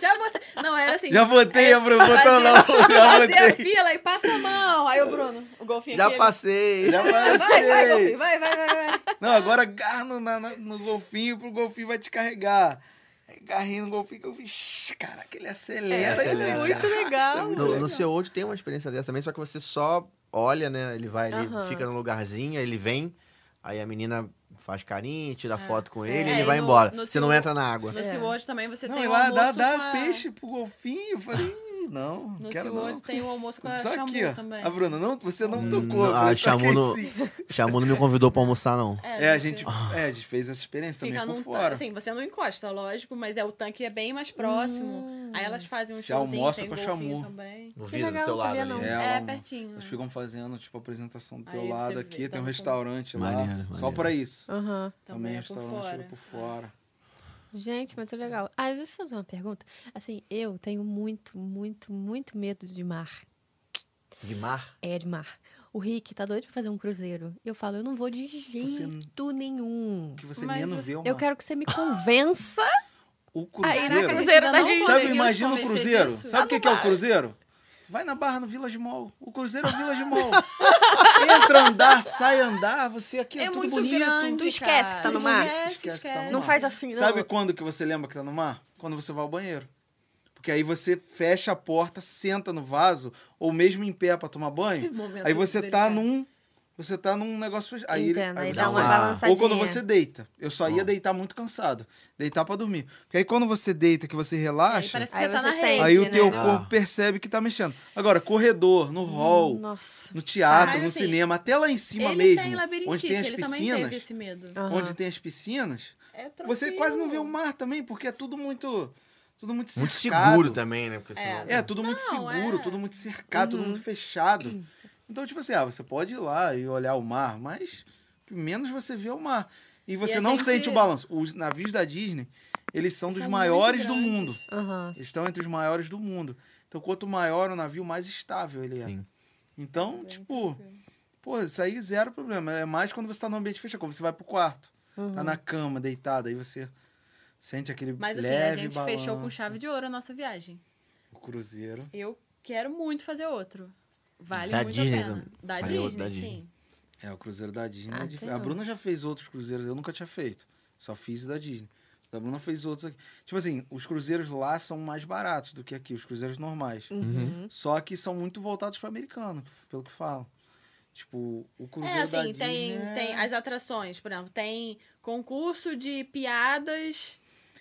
Speaker 3: Já botei. Não, era assim.
Speaker 4: Já botei, a Bruno. Botou
Speaker 3: fazia-
Speaker 4: não. Já
Speaker 3: Fazer a
Speaker 4: botei.
Speaker 3: fila e passa a mão. Aí o Bruno, o golfinho
Speaker 2: Já
Speaker 3: aqui, ele-
Speaker 2: passei!
Speaker 4: Já
Speaker 3: Vai, vai,
Speaker 4: passei.
Speaker 3: golfinho, vai, vai, vai,
Speaker 1: É.
Speaker 3: vai.
Speaker 4: Não, agora agarra no, na- na- no golfinho pro golfinho vai te carregar. Aí Agarrei no golfinho que eu vi. shhh, Caraca, ele acelera.
Speaker 2: É,
Speaker 4: ele
Speaker 2: acelera.
Speaker 4: te
Speaker 1: Muito
Speaker 4: arrasta,
Speaker 1: legal.
Speaker 4: é muito
Speaker 2: No,
Speaker 4: legal.
Speaker 2: no seu outro tem uma experiência dessa também, só que você só olha, né? Ele vai ali,
Speaker 1: Aham.
Speaker 2: fica no lugarzinho, ele vem, aí a menina faz carinho, tira foto com ele,
Speaker 3: É,
Speaker 2: ele
Speaker 3: e
Speaker 2: vai
Speaker 3: no-
Speaker 2: embora.
Speaker 3: no
Speaker 2: Você não
Speaker 3: seu-
Speaker 2: entra na água.
Speaker 3: No SeaWorld também você
Speaker 4: Não,
Speaker 3: tem
Speaker 4: e
Speaker 3: o
Speaker 4: lá
Speaker 3: almoço
Speaker 4: dá, dá
Speaker 3: com a-
Speaker 4: peixe pro golfinho. Eu falei, "Ih, não, não
Speaker 3: No
Speaker 4: quero não.
Speaker 3: SeaWorld tem o almoço com a
Speaker 4: Só
Speaker 3: Xambu
Speaker 4: aqui, ó.
Speaker 3: também.
Speaker 4: A Bruna, não, você não tocou.
Speaker 2: Hum, Não,
Speaker 4: Eu
Speaker 2: a
Speaker 4: falei, "Toquei
Speaker 2: Xamu não-
Speaker 4: sim."
Speaker 2: Xamu não me convidou pra almoçar, não.
Speaker 4: assim, É, a
Speaker 3: você
Speaker 4: gente, é, a gente fez essa experiência também
Speaker 3: Fica
Speaker 4: por
Speaker 3: num
Speaker 4: fora.
Speaker 3: tanque. Assim, você não encosta, lógico, mas é o tanque é bem mais próximo.
Speaker 4: Hum.
Speaker 3: Aí elas fazem um
Speaker 4: Você
Speaker 3: showzinho,
Speaker 4: almoça
Speaker 3: tem
Speaker 4: com a
Speaker 3: golfinho
Speaker 4: Xamu.
Speaker 3: também.
Speaker 2: No
Speaker 1: Que
Speaker 2: vidro, do
Speaker 1: legal,
Speaker 2: seu
Speaker 1: não
Speaker 2: lado
Speaker 1: sabia
Speaker 2: ali.
Speaker 1: não.
Speaker 2: É.
Speaker 3: É,
Speaker 4: um-
Speaker 3: pertinho,
Speaker 4: Eles
Speaker 3: é.
Speaker 4: ficam fazendo, tipo, apresentação do teu
Speaker 3: Aí você
Speaker 4: lado
Speaker 3: vê,
Speaker 4: aqui. Tem um
Speaker 3: tava com-
Speaker 4: restaurante lá.
Speaker 2: Maneiro,
Speaker 4: Só
Speaker 2: maneiro.
Speaker 4: pra isso.
Speaker 1: Aham.
Speaker 4: Também,
Speaker 3: Também é por
Speaker 4: restaurante
Speaker 3: fora.
Speaker 4: era por fora.
Speaker 1: Gente, muito legal. Ah, deixa eu fazer uma pergunta. Assim, eu tenho muito, muito, muito medo de mar.
Speaker 2: De mar?
Speaker 1: É, de mar. O Rick tá doido pra fazer um cruzeiro. E eu falo, eu não vou de jeito
Speaker 4: Você-
Speaker 1: nenhum.
Speaker 4: O que você
Speaker 3: Mas
Speaker 4: menos
Speaker 3: você-
Speaker 4: vê é o
Speaker 1: Eu
Speaker 4: mar.
Speaker 1: quero que você me convença
Speaker 4: o
Speaker 1: Iraca, a gente ainda não
Speaker 4: cruzeiro. Sabe,
Speaker 3: Cruzeiro,
Speaker 1: conseguiu
Speaker 3: conseguimos
Speaker 4: imagina o
Speaker 3: convencer
Speaker 4: cruzeiro?
Speaker 3: disso.
Speaker 4: Sabe o que, que é o cruzeiro? Vai na barra no Village Mall. O cruzeiro é o Village Mall. Entra andar, sai andar, você aqui é,
Speaker 3: É
Speaker 4: tudo
Speaker 3: muito
Speaker 4: bonito.
Speaker 3: grande,
Speaker 1: Tu esquece
Speaker 3: cara.
Speaker 1: que tá no mar.
Speaker 3: Esquece,
Speaker 4: Esquece que tá no
Speaker 3: esquece.
Speaker 1: Não
Speaker 4: mar.
Speaker 1: faz assim, não.
Speaker 4: Sabe quando que você lembra que tá no mar? Quando você vai ao banheiro. Porque aí você fecha a porta, senta no vaso, ou mesmo em pé pra tomar banho.
Speaker 3: Que momento
Speaker 4: Aí você tá
Speaker 3: delicado.
Speaker 4: num. Você tá num negócio fechado. Aí,
Speaker 1: Entendo, aí
Speaker 4: você
Speaker 1: dá
Speaker 2: uma
Speaker 4: sai.
Speaker 1: balançadinha.
Speaker 4: Ou quando você deita. Eu só ia deitar muito cansado. Deitar pra dormir. Porque aí quando você deita, que você
Speaker 3: Aí
Speaker 4: relaxa, aí,
Speaker 3: parece que
Speaker 1: Aí
Speaker 3: você tá
Speaker 1: você
Speaker 3: na
Speaker 1: sente.
Speaker 3: rede.
Speaker 4: o
Speaker 1: né?
Speaker 4: teu
Speaker 2: Ah.
Speaker 4: corpo percebe que tá mexendo. Agora, corredor, no hall,
Speaker 1: Nossa.
Speaker 4: no teatro,
Speaker 3: Caralho,
Speaker 4: no
Speaker 3: Hum, assim,
Speaker 4: cinema, até lá em cima
Speaker 3: ele
Speaker 4: mesmo.
Speaker 3: tem labirintite,
Speaker 4: onde tem as
Speaker 3: ele também teve
Speaker 4: piscinas.
Speaker 3: esse medo.
Speaker 1: Aham.
Speaker 4: Onde tem as piscinas.
Speaker 3: É
Speaker 4: Você
Speaker 3: tranquilo.
Speaker 4: quase não vê o mar também, porque é tudo muito. Tudo muito cercado.
Speaker 2: Muito seguro também, né? Porque senão...
Speaker 4: É, tudo muito
Speaker 3: Não,
Speaker 4: seguro,
Speaker 3: é. Uhum.
Speaker 4: tudo muito cercado, tudo muito fechado. Então, tipo assim, ah, você pode ir lá e olhar o mar, mas o que menos você vê é o mar. E você
Speaker 3: a
Speaker 4: não
Speaker 3: gente-
Speaker 4: sente o balanço. Os navios da Disney, eles são dos
Speaker 3: São
Speaker 4: maiores do
Speaker 3: muito grandes.
Speaker 4: mundo.
Speaker 1: Aham.
Speaker 4: Eles estão entre os maiores do mundo. Então, quanto maior o navio, mais estável ele é.
Speaker 2: Sim.
Speaker 4: Então, tipo,
Speaker 3: é.
Speaker 4: pô, isso aí zero problema. É mais quando você tá no ambiente fechado, quando você vai pro quarto, tá na cama, deitado, aí você sente aquele
Speaker 3: Uhum. Mas assim,
Speaker 4: leve
Speaker 3: a gente
Speaker 4: balanço.
Speaker 3: fechou com chave de ouro a nossa viagem.
Speaker 4: O cruzeiro.
Speaker 3: Eu quero muito fazer outro. Vale
Speaker 2: Da
Speaker 3: muito
Speaker 2: Disney,
Speaker 3: a pena.
Speaker 2: né?
Speaker 3: Da
Speaker 2: Vale
Speaker 3: Disney,
Speaker 2: outro da
Speaker 3: sim.
Speaker 2: Disney.
Speaker 4: É, o cruzeiro da Disney.
Speaker 1: Ah,
Speaker 4: é difícil.
Speaker 1: tem
Speaker 4: a
Speaker 1: não.
Speaker 4: Bruna já fez outros cruzeiros, eu nunca tinha feito. Só fiz o da Disney. A Bruna fez outros aqui. Tipo assim, os cruzeiros lá são mais baratos do que aqui, os cruzeiros normais.
Speaker 1: Uhum.
Speaker 4: Só que são muito voltados para americano, pelo que falam. Tipo, o cruzeiro
Speaker 3: É,
Speaker 4: da
Speaker 3: assim,
Speaker 4: Disney
Speaker 3: tem,
Speaker 4: é-
Speaker 3: tem as atrações, por exemplo, tem concurso de piadas.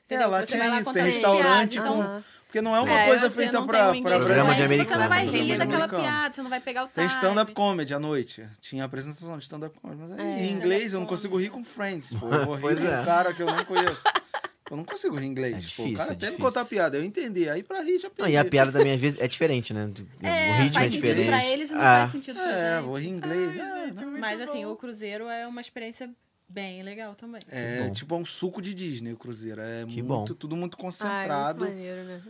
Speaker 4: É,
Speaker 3: entendeu?
Speaker 4: lá
Speaker 3: Você vai
Speaker 4: tinha isso,
Speaker 3: contar
Speaker 4: tem
Speaker 3: as
Speaker 4: restaurante
Speaker 1: Então,
Speaker 3: piadas,
Speaker 4: com- Porque não é uma
Speaker 3: É,
Speaker 4: coisa
Speaker 3: você
Speaker 4: feita
Speaker 3: não
Speaker 4: pra,
Speaker 3: tem um
Speaker 4: pra
Speaker 3: inglês
Speaker 2: Programa de
Speaker 4: brasileiro.
Speaker 3: fluente, Você não vai
Speaker 2: americano, né?
Speaker 3: rir
Speaker 2: programa
Speaker 3: daquela
Speaker 4: americano.
Speaker 3: piada, você não vai pegar o time.
Speaker 4: Tem stand-up comedy à noite. Tinha apresentação de stand-up comedy. Mas aí, em inglês, eu não
Speaker 3: É, Stand-up
Speaker 4: consigo rir com Friends. Pô. Eu vou rir
Speaker 2: Pois
Speaker 4: com
Speaker 2: é.
Speaker 4: um cara que eu não conheço. Eu não consigo rir em inglês.
Speaker 2: É
Speaker 4: pô, o
Speaker 2: difícil,
Speaker 4: cara
Speaker 2: é
Speaker 4: até me
Speaker 2: difícil.
Speaker 4: contar piada. Eu entendi. Aí pra rir já perdi.
Speaker 2: Não, e a piada também, às vezes, é diferente, né? Do-
Speaker 3: É,
Speaker 2: o ritmo
Speaker 3: faz
Speaker 2: é
Speaker 3: sentido
Speaker 2: diferente.
Speaker 3: pra eles e não
Speaker 2: Ah,
Speaker 3: faz sentido pra
Speaker 4: É,
Speaker 3: gente.
Speaker 4: vou rir em inglês.
Speaker 2: é,
Speaker 4: Ah, não.
Speaker 3: Mas assim, o cruzeiro é uma experiência bem legal também.
Speaker 4: É,
Speaker 2: bom.
Speaker 4: tipo, é um suco de Disney o Cruzeiro. É
Speaker 2: Que
Speaker 4: muito,
Speaker 2: bom.
Speaker 4: tudo muito
Speaker 1: Ai, muito
Speaker 4: concentrado.
Speaker 1: maneiro, né?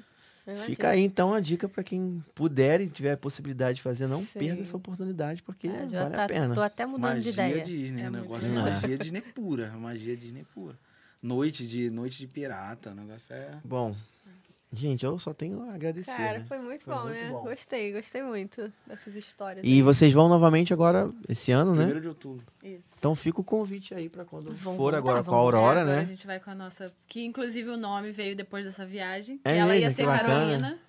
Speaker 1: Eu
Speaker 2: Fica aí, então, a dica pra quem puder e tiver a possibilidade de fazer. Não
Speaker 1: Sim.
Speaker 2: perda essa oportunidade, porque
Speaker 1: imagino. Ah, já
Speaker 2: vale
Speaker 1: tá-
Speaker 2: a pena.
Speaker 1: Tô até mudando
Speaker 4: magia
Speaker 1: de ideia.
Speaker 4: Disney,
Speaker 3: É
Speaker 4: o
Speaker 3: muito
Speaker 4: negócio é
Speaker 2: legal.
Speaker 4: magia Disney pura. é Magia Disney pura. Noite de, noite de pirata, o negócio é.
Speaker 2: Bom, gente, eu só tenho a agradecer,
Speaker 1: Cara,
Speaker 2: né?
Speaker 1: foi muito
Speaker 2: Foi
Speaker 1: bom,
Speaker 2: muito
Speaker 1: né?
Speaker 2: bom.
Speaker 1: Gostei, gostei muito dessas histórias.
Speaker 2: E vocês vão novamente agora, esse ano, né?
Speaker 4: Primeiro de outubro.
Speaker 3: Isso. É,
Speaker 2: Então fica o convite aí pra quando
Speaker 1: Vão
Speaker 2: for
Speaker 1: voltar,
Speaker 2: agora
Speaker 1: vão
Speaker 2: com a Aurora,
Speaker 3: Agora A
Speaker 2: né?
Speaker 3: gente vai com a nossa. Que inclusive o nome veio depois dessa viagem.
Speaker 2: É
Speaker 3: que ela
Speaker 2: mesmo?
Speaker 3: ia
Speaker 2: Que
Speaker 3: ser
Speaker 2: bacana.
Speaker 3: Carolina.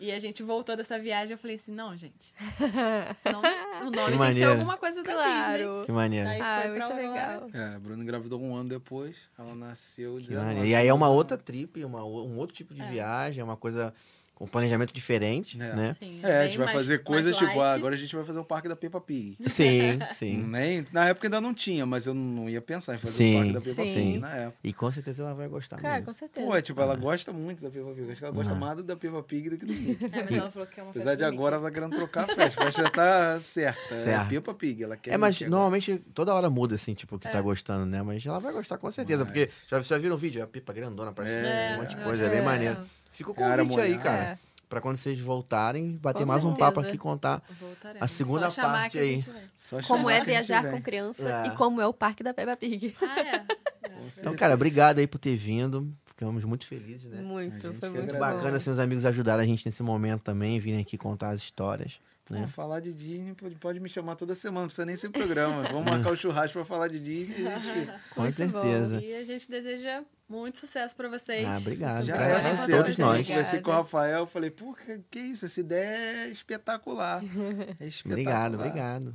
Speaker 3: E a gente voltou dessa viagem. Eu falei assim: não, gente. Não, o nome tem que ser
Speaker 2: maneiro.
Speaker 3: alguma coisa da Disney.
Speaker 1: Claro.
Speaker 2: Que maneiro.
Speaker 3: Aí
Speaker 1: Ah,
Speaker 3: foi pra
Speaker 1: muito
Speaker 3: Aurora.
Speaker 1: legal.
Speaker 4: É, a Bruna engravidou um ano depois. Ela nasceu
Speaker 2: Que
Speaker 4: 19.
Speaker 2: maneiro. E aí é uma outra trip, uma, o- um outro tipo de viagem, é uma coisa com planejamento diferente,
Speaker 4: É.
Speaker 2: né?
Speaker 3: Sim,
Speaker 4: É, a
Speaker 3: bem
Speaker 4: gente vai
Speaker 3: mais-
Speaker 4: fazer
Speaker 3: mais
Speaker 4: coisas tipo, ah,
Speaker 3: light.
Speaker 4: agora a gente vai fazer o parque da Peppa Pig.
Speaker 2: Sim, sim.
Speaker 4: Nem, na época ainda não tinha, mas eu não ia pensar em fazer
Speaker 2: Sim,
Speaker 4: o parque da Peppa
Speaker 1: sim.
Speaker 4: Pig na época.
Speaker 2: E com certeza ela vai gostar
Speaker 1: Cara,
Speaker 2: mesmo.
Speaker 1: com certeza.
Speaker 4: Pô, é, tipo, ela gosta muito da Peppa Pig. Acho que ela gosta
Speaker 2: Ah.
Speaker 4: mais da Peppa Pig do que do Mickey.
Speaker 3: É, mas ela falou que é uma
Speaker 4: Apesar
Speaker 3: festa
Speaker 4: de
Speaker 3: do Mickey.
Speaker 4: agora ela tá querendo trocar a festa. A festa já tá certa. É
Speaker 2: Certo.
Speaker 4: Peppa Pig, ela quer
Speaker 2: É, mas
Speaker 4: Mickey agora.
Speaker 2: normalmente toda hora muda, assim, tipo, o
Speaker 1: É.
Speaker 2: que tá gostando, né? Mas ela vai gostar com certeza,
Speaker 4: Vai.
Speaker 2: porque já, já viram o vídeo? É a pipa grandona pra cima,
Speaker 4: É,
Speaker 2: um monte de
Speaker 3: eu
Speaker 2: coisa,
Speaker 3: acho
Speaker 2: é bem
Speaker 3: que é.
Speaker 2: maneiro. Fica o
Speaker 4: Cara
Speaker 2: convite aí,
Speaker 4: molhada.
Speaker 2: cara,
Speaker 1: É.
Speaker 2: pra quando vocês voltarem, bater
Speaker 1: Com
Speaker 2: mais um
Speaker 1: certeza.
Speaker 2: papo aqui, contar
Speaker 3: Voltaremos.
Speaker 2: a segunda
Speaker 3: Só chamar
Speaker 2: parte
Speaker 3: que a
Speaker 2: aí.
Speaker 3: gente vai.
Speaker 4: Só
Speaker 1: Como
Speaker 4: chamar
Speaker 1: é
Speaker 4: que a gente
Speaker 1: viajar
Speaker 4: vem.
Speaker 1: com criança
Speaker 2: É.
Speaker 1: e como é o parque da Peppa Pig.
Speaker 3: Ah, é.
Speaker 4: Com certeza.
Speaker 2: Então, cara, obrigado aí por ter vindo. Ficamos muito felizes, né?
Speaker 1: Muito,
Speaker 4: gente
Speaker 1: foi
Speaker 4: que
Speaker 1: muito
Speaker 2: Muito
Speaker 1: bom.
Speaker 4: agradece.
Speaker 2: bacana, assim, os amigos ajudaram a gente nesse momento também, virem aqui contar as histórias, né?
Speaker 4: Vamos falar de Disney, pode, pode me chamar toda semana, não precisa nem ser programa. Vamos marcar o churrasco pra falar de Disney e a gente
Speaker 2: Com
Speaker 1: Muito bom.
Speaker 2: certeza.
Speaker 3: E a gente deseja muito sucesso pra vocês. Então,
Speaker 2: Ah, obrigado.
Speaker 4: Já
Speaker 2: pra
Speaker 4: é
Speaker 1: Obrigada.
Speaker 4: sucesso.
Speaker 2: todos
Speaker 4: né? Eu
Speaker 2: nós.
Speaker 4: conversei
Speaker 1: Obrigada.
Speaker 4: com o Rafael, eu falei, pô, que, que isso? Essa ideia é espetacular. É espetacular.
Speaker 2: Obrigado, obrigado.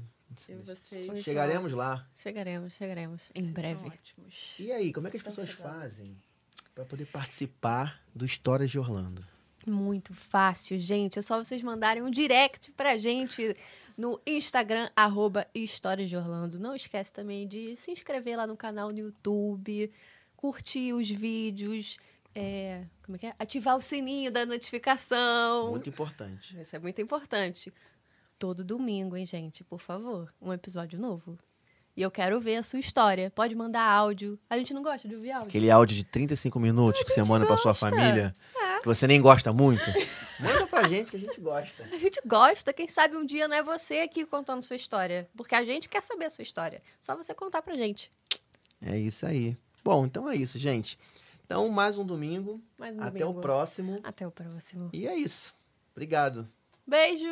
Speaker 3: E vocês
Speaker 1: Muito
Speaker 2: Chegaremos lá.
Speaker 1: Chegaremos, chegaremos. Em
Speaker 3: são
Speaker 1: breve.
Speaker 3: ótimos.
Speaker 2: E aí, como é que
Speaker 1: Então,
Speaker 2: as pessoas fazem para poder participar do Histórias de Orlando?
Speaker 1: Muito fácil, gente. É só vocês mandarem um direct pra gente no Instagram, arroba Histórias de Orlando. Não esquece também de se inscrever lá no canal no YouTube, curtir os vídeos, é, como é que é? Ativar o sininho da notificação.
Speaker 2: Muito importante.
Speaker 1: Isso é muito importante. Todo domingo, hein, gente? Por favor, um episódio novo. E eu quero ver a sua história. Pode mandar áudio. A gente não gosta de ouvir áudio.
Speaker 2: Aquele áudio de 35 minutos que você manda pra sua
Speaker 1: gosta. É.
Speaker 2: família, que você nem gosta muito. Manda pra gente que a gente gosta.
Speaker 1: A gente gosta. Quem sabe um dia não é você aqui contando sua história. Porque a gente quer saber a sua história. Só você contar pra gente.
Speaker 2: É isso aí. Bom, então é isso, gente. Então, mais um domingo.
Speaker 1: Mais um
Speaker 2: Até
Speaker 1: domingo.
Speaker 2: o próximo.
Speaker 1: Até o próximo.
Speaker 2: E é isso. Obrigado.
Speaker 1: Beijo!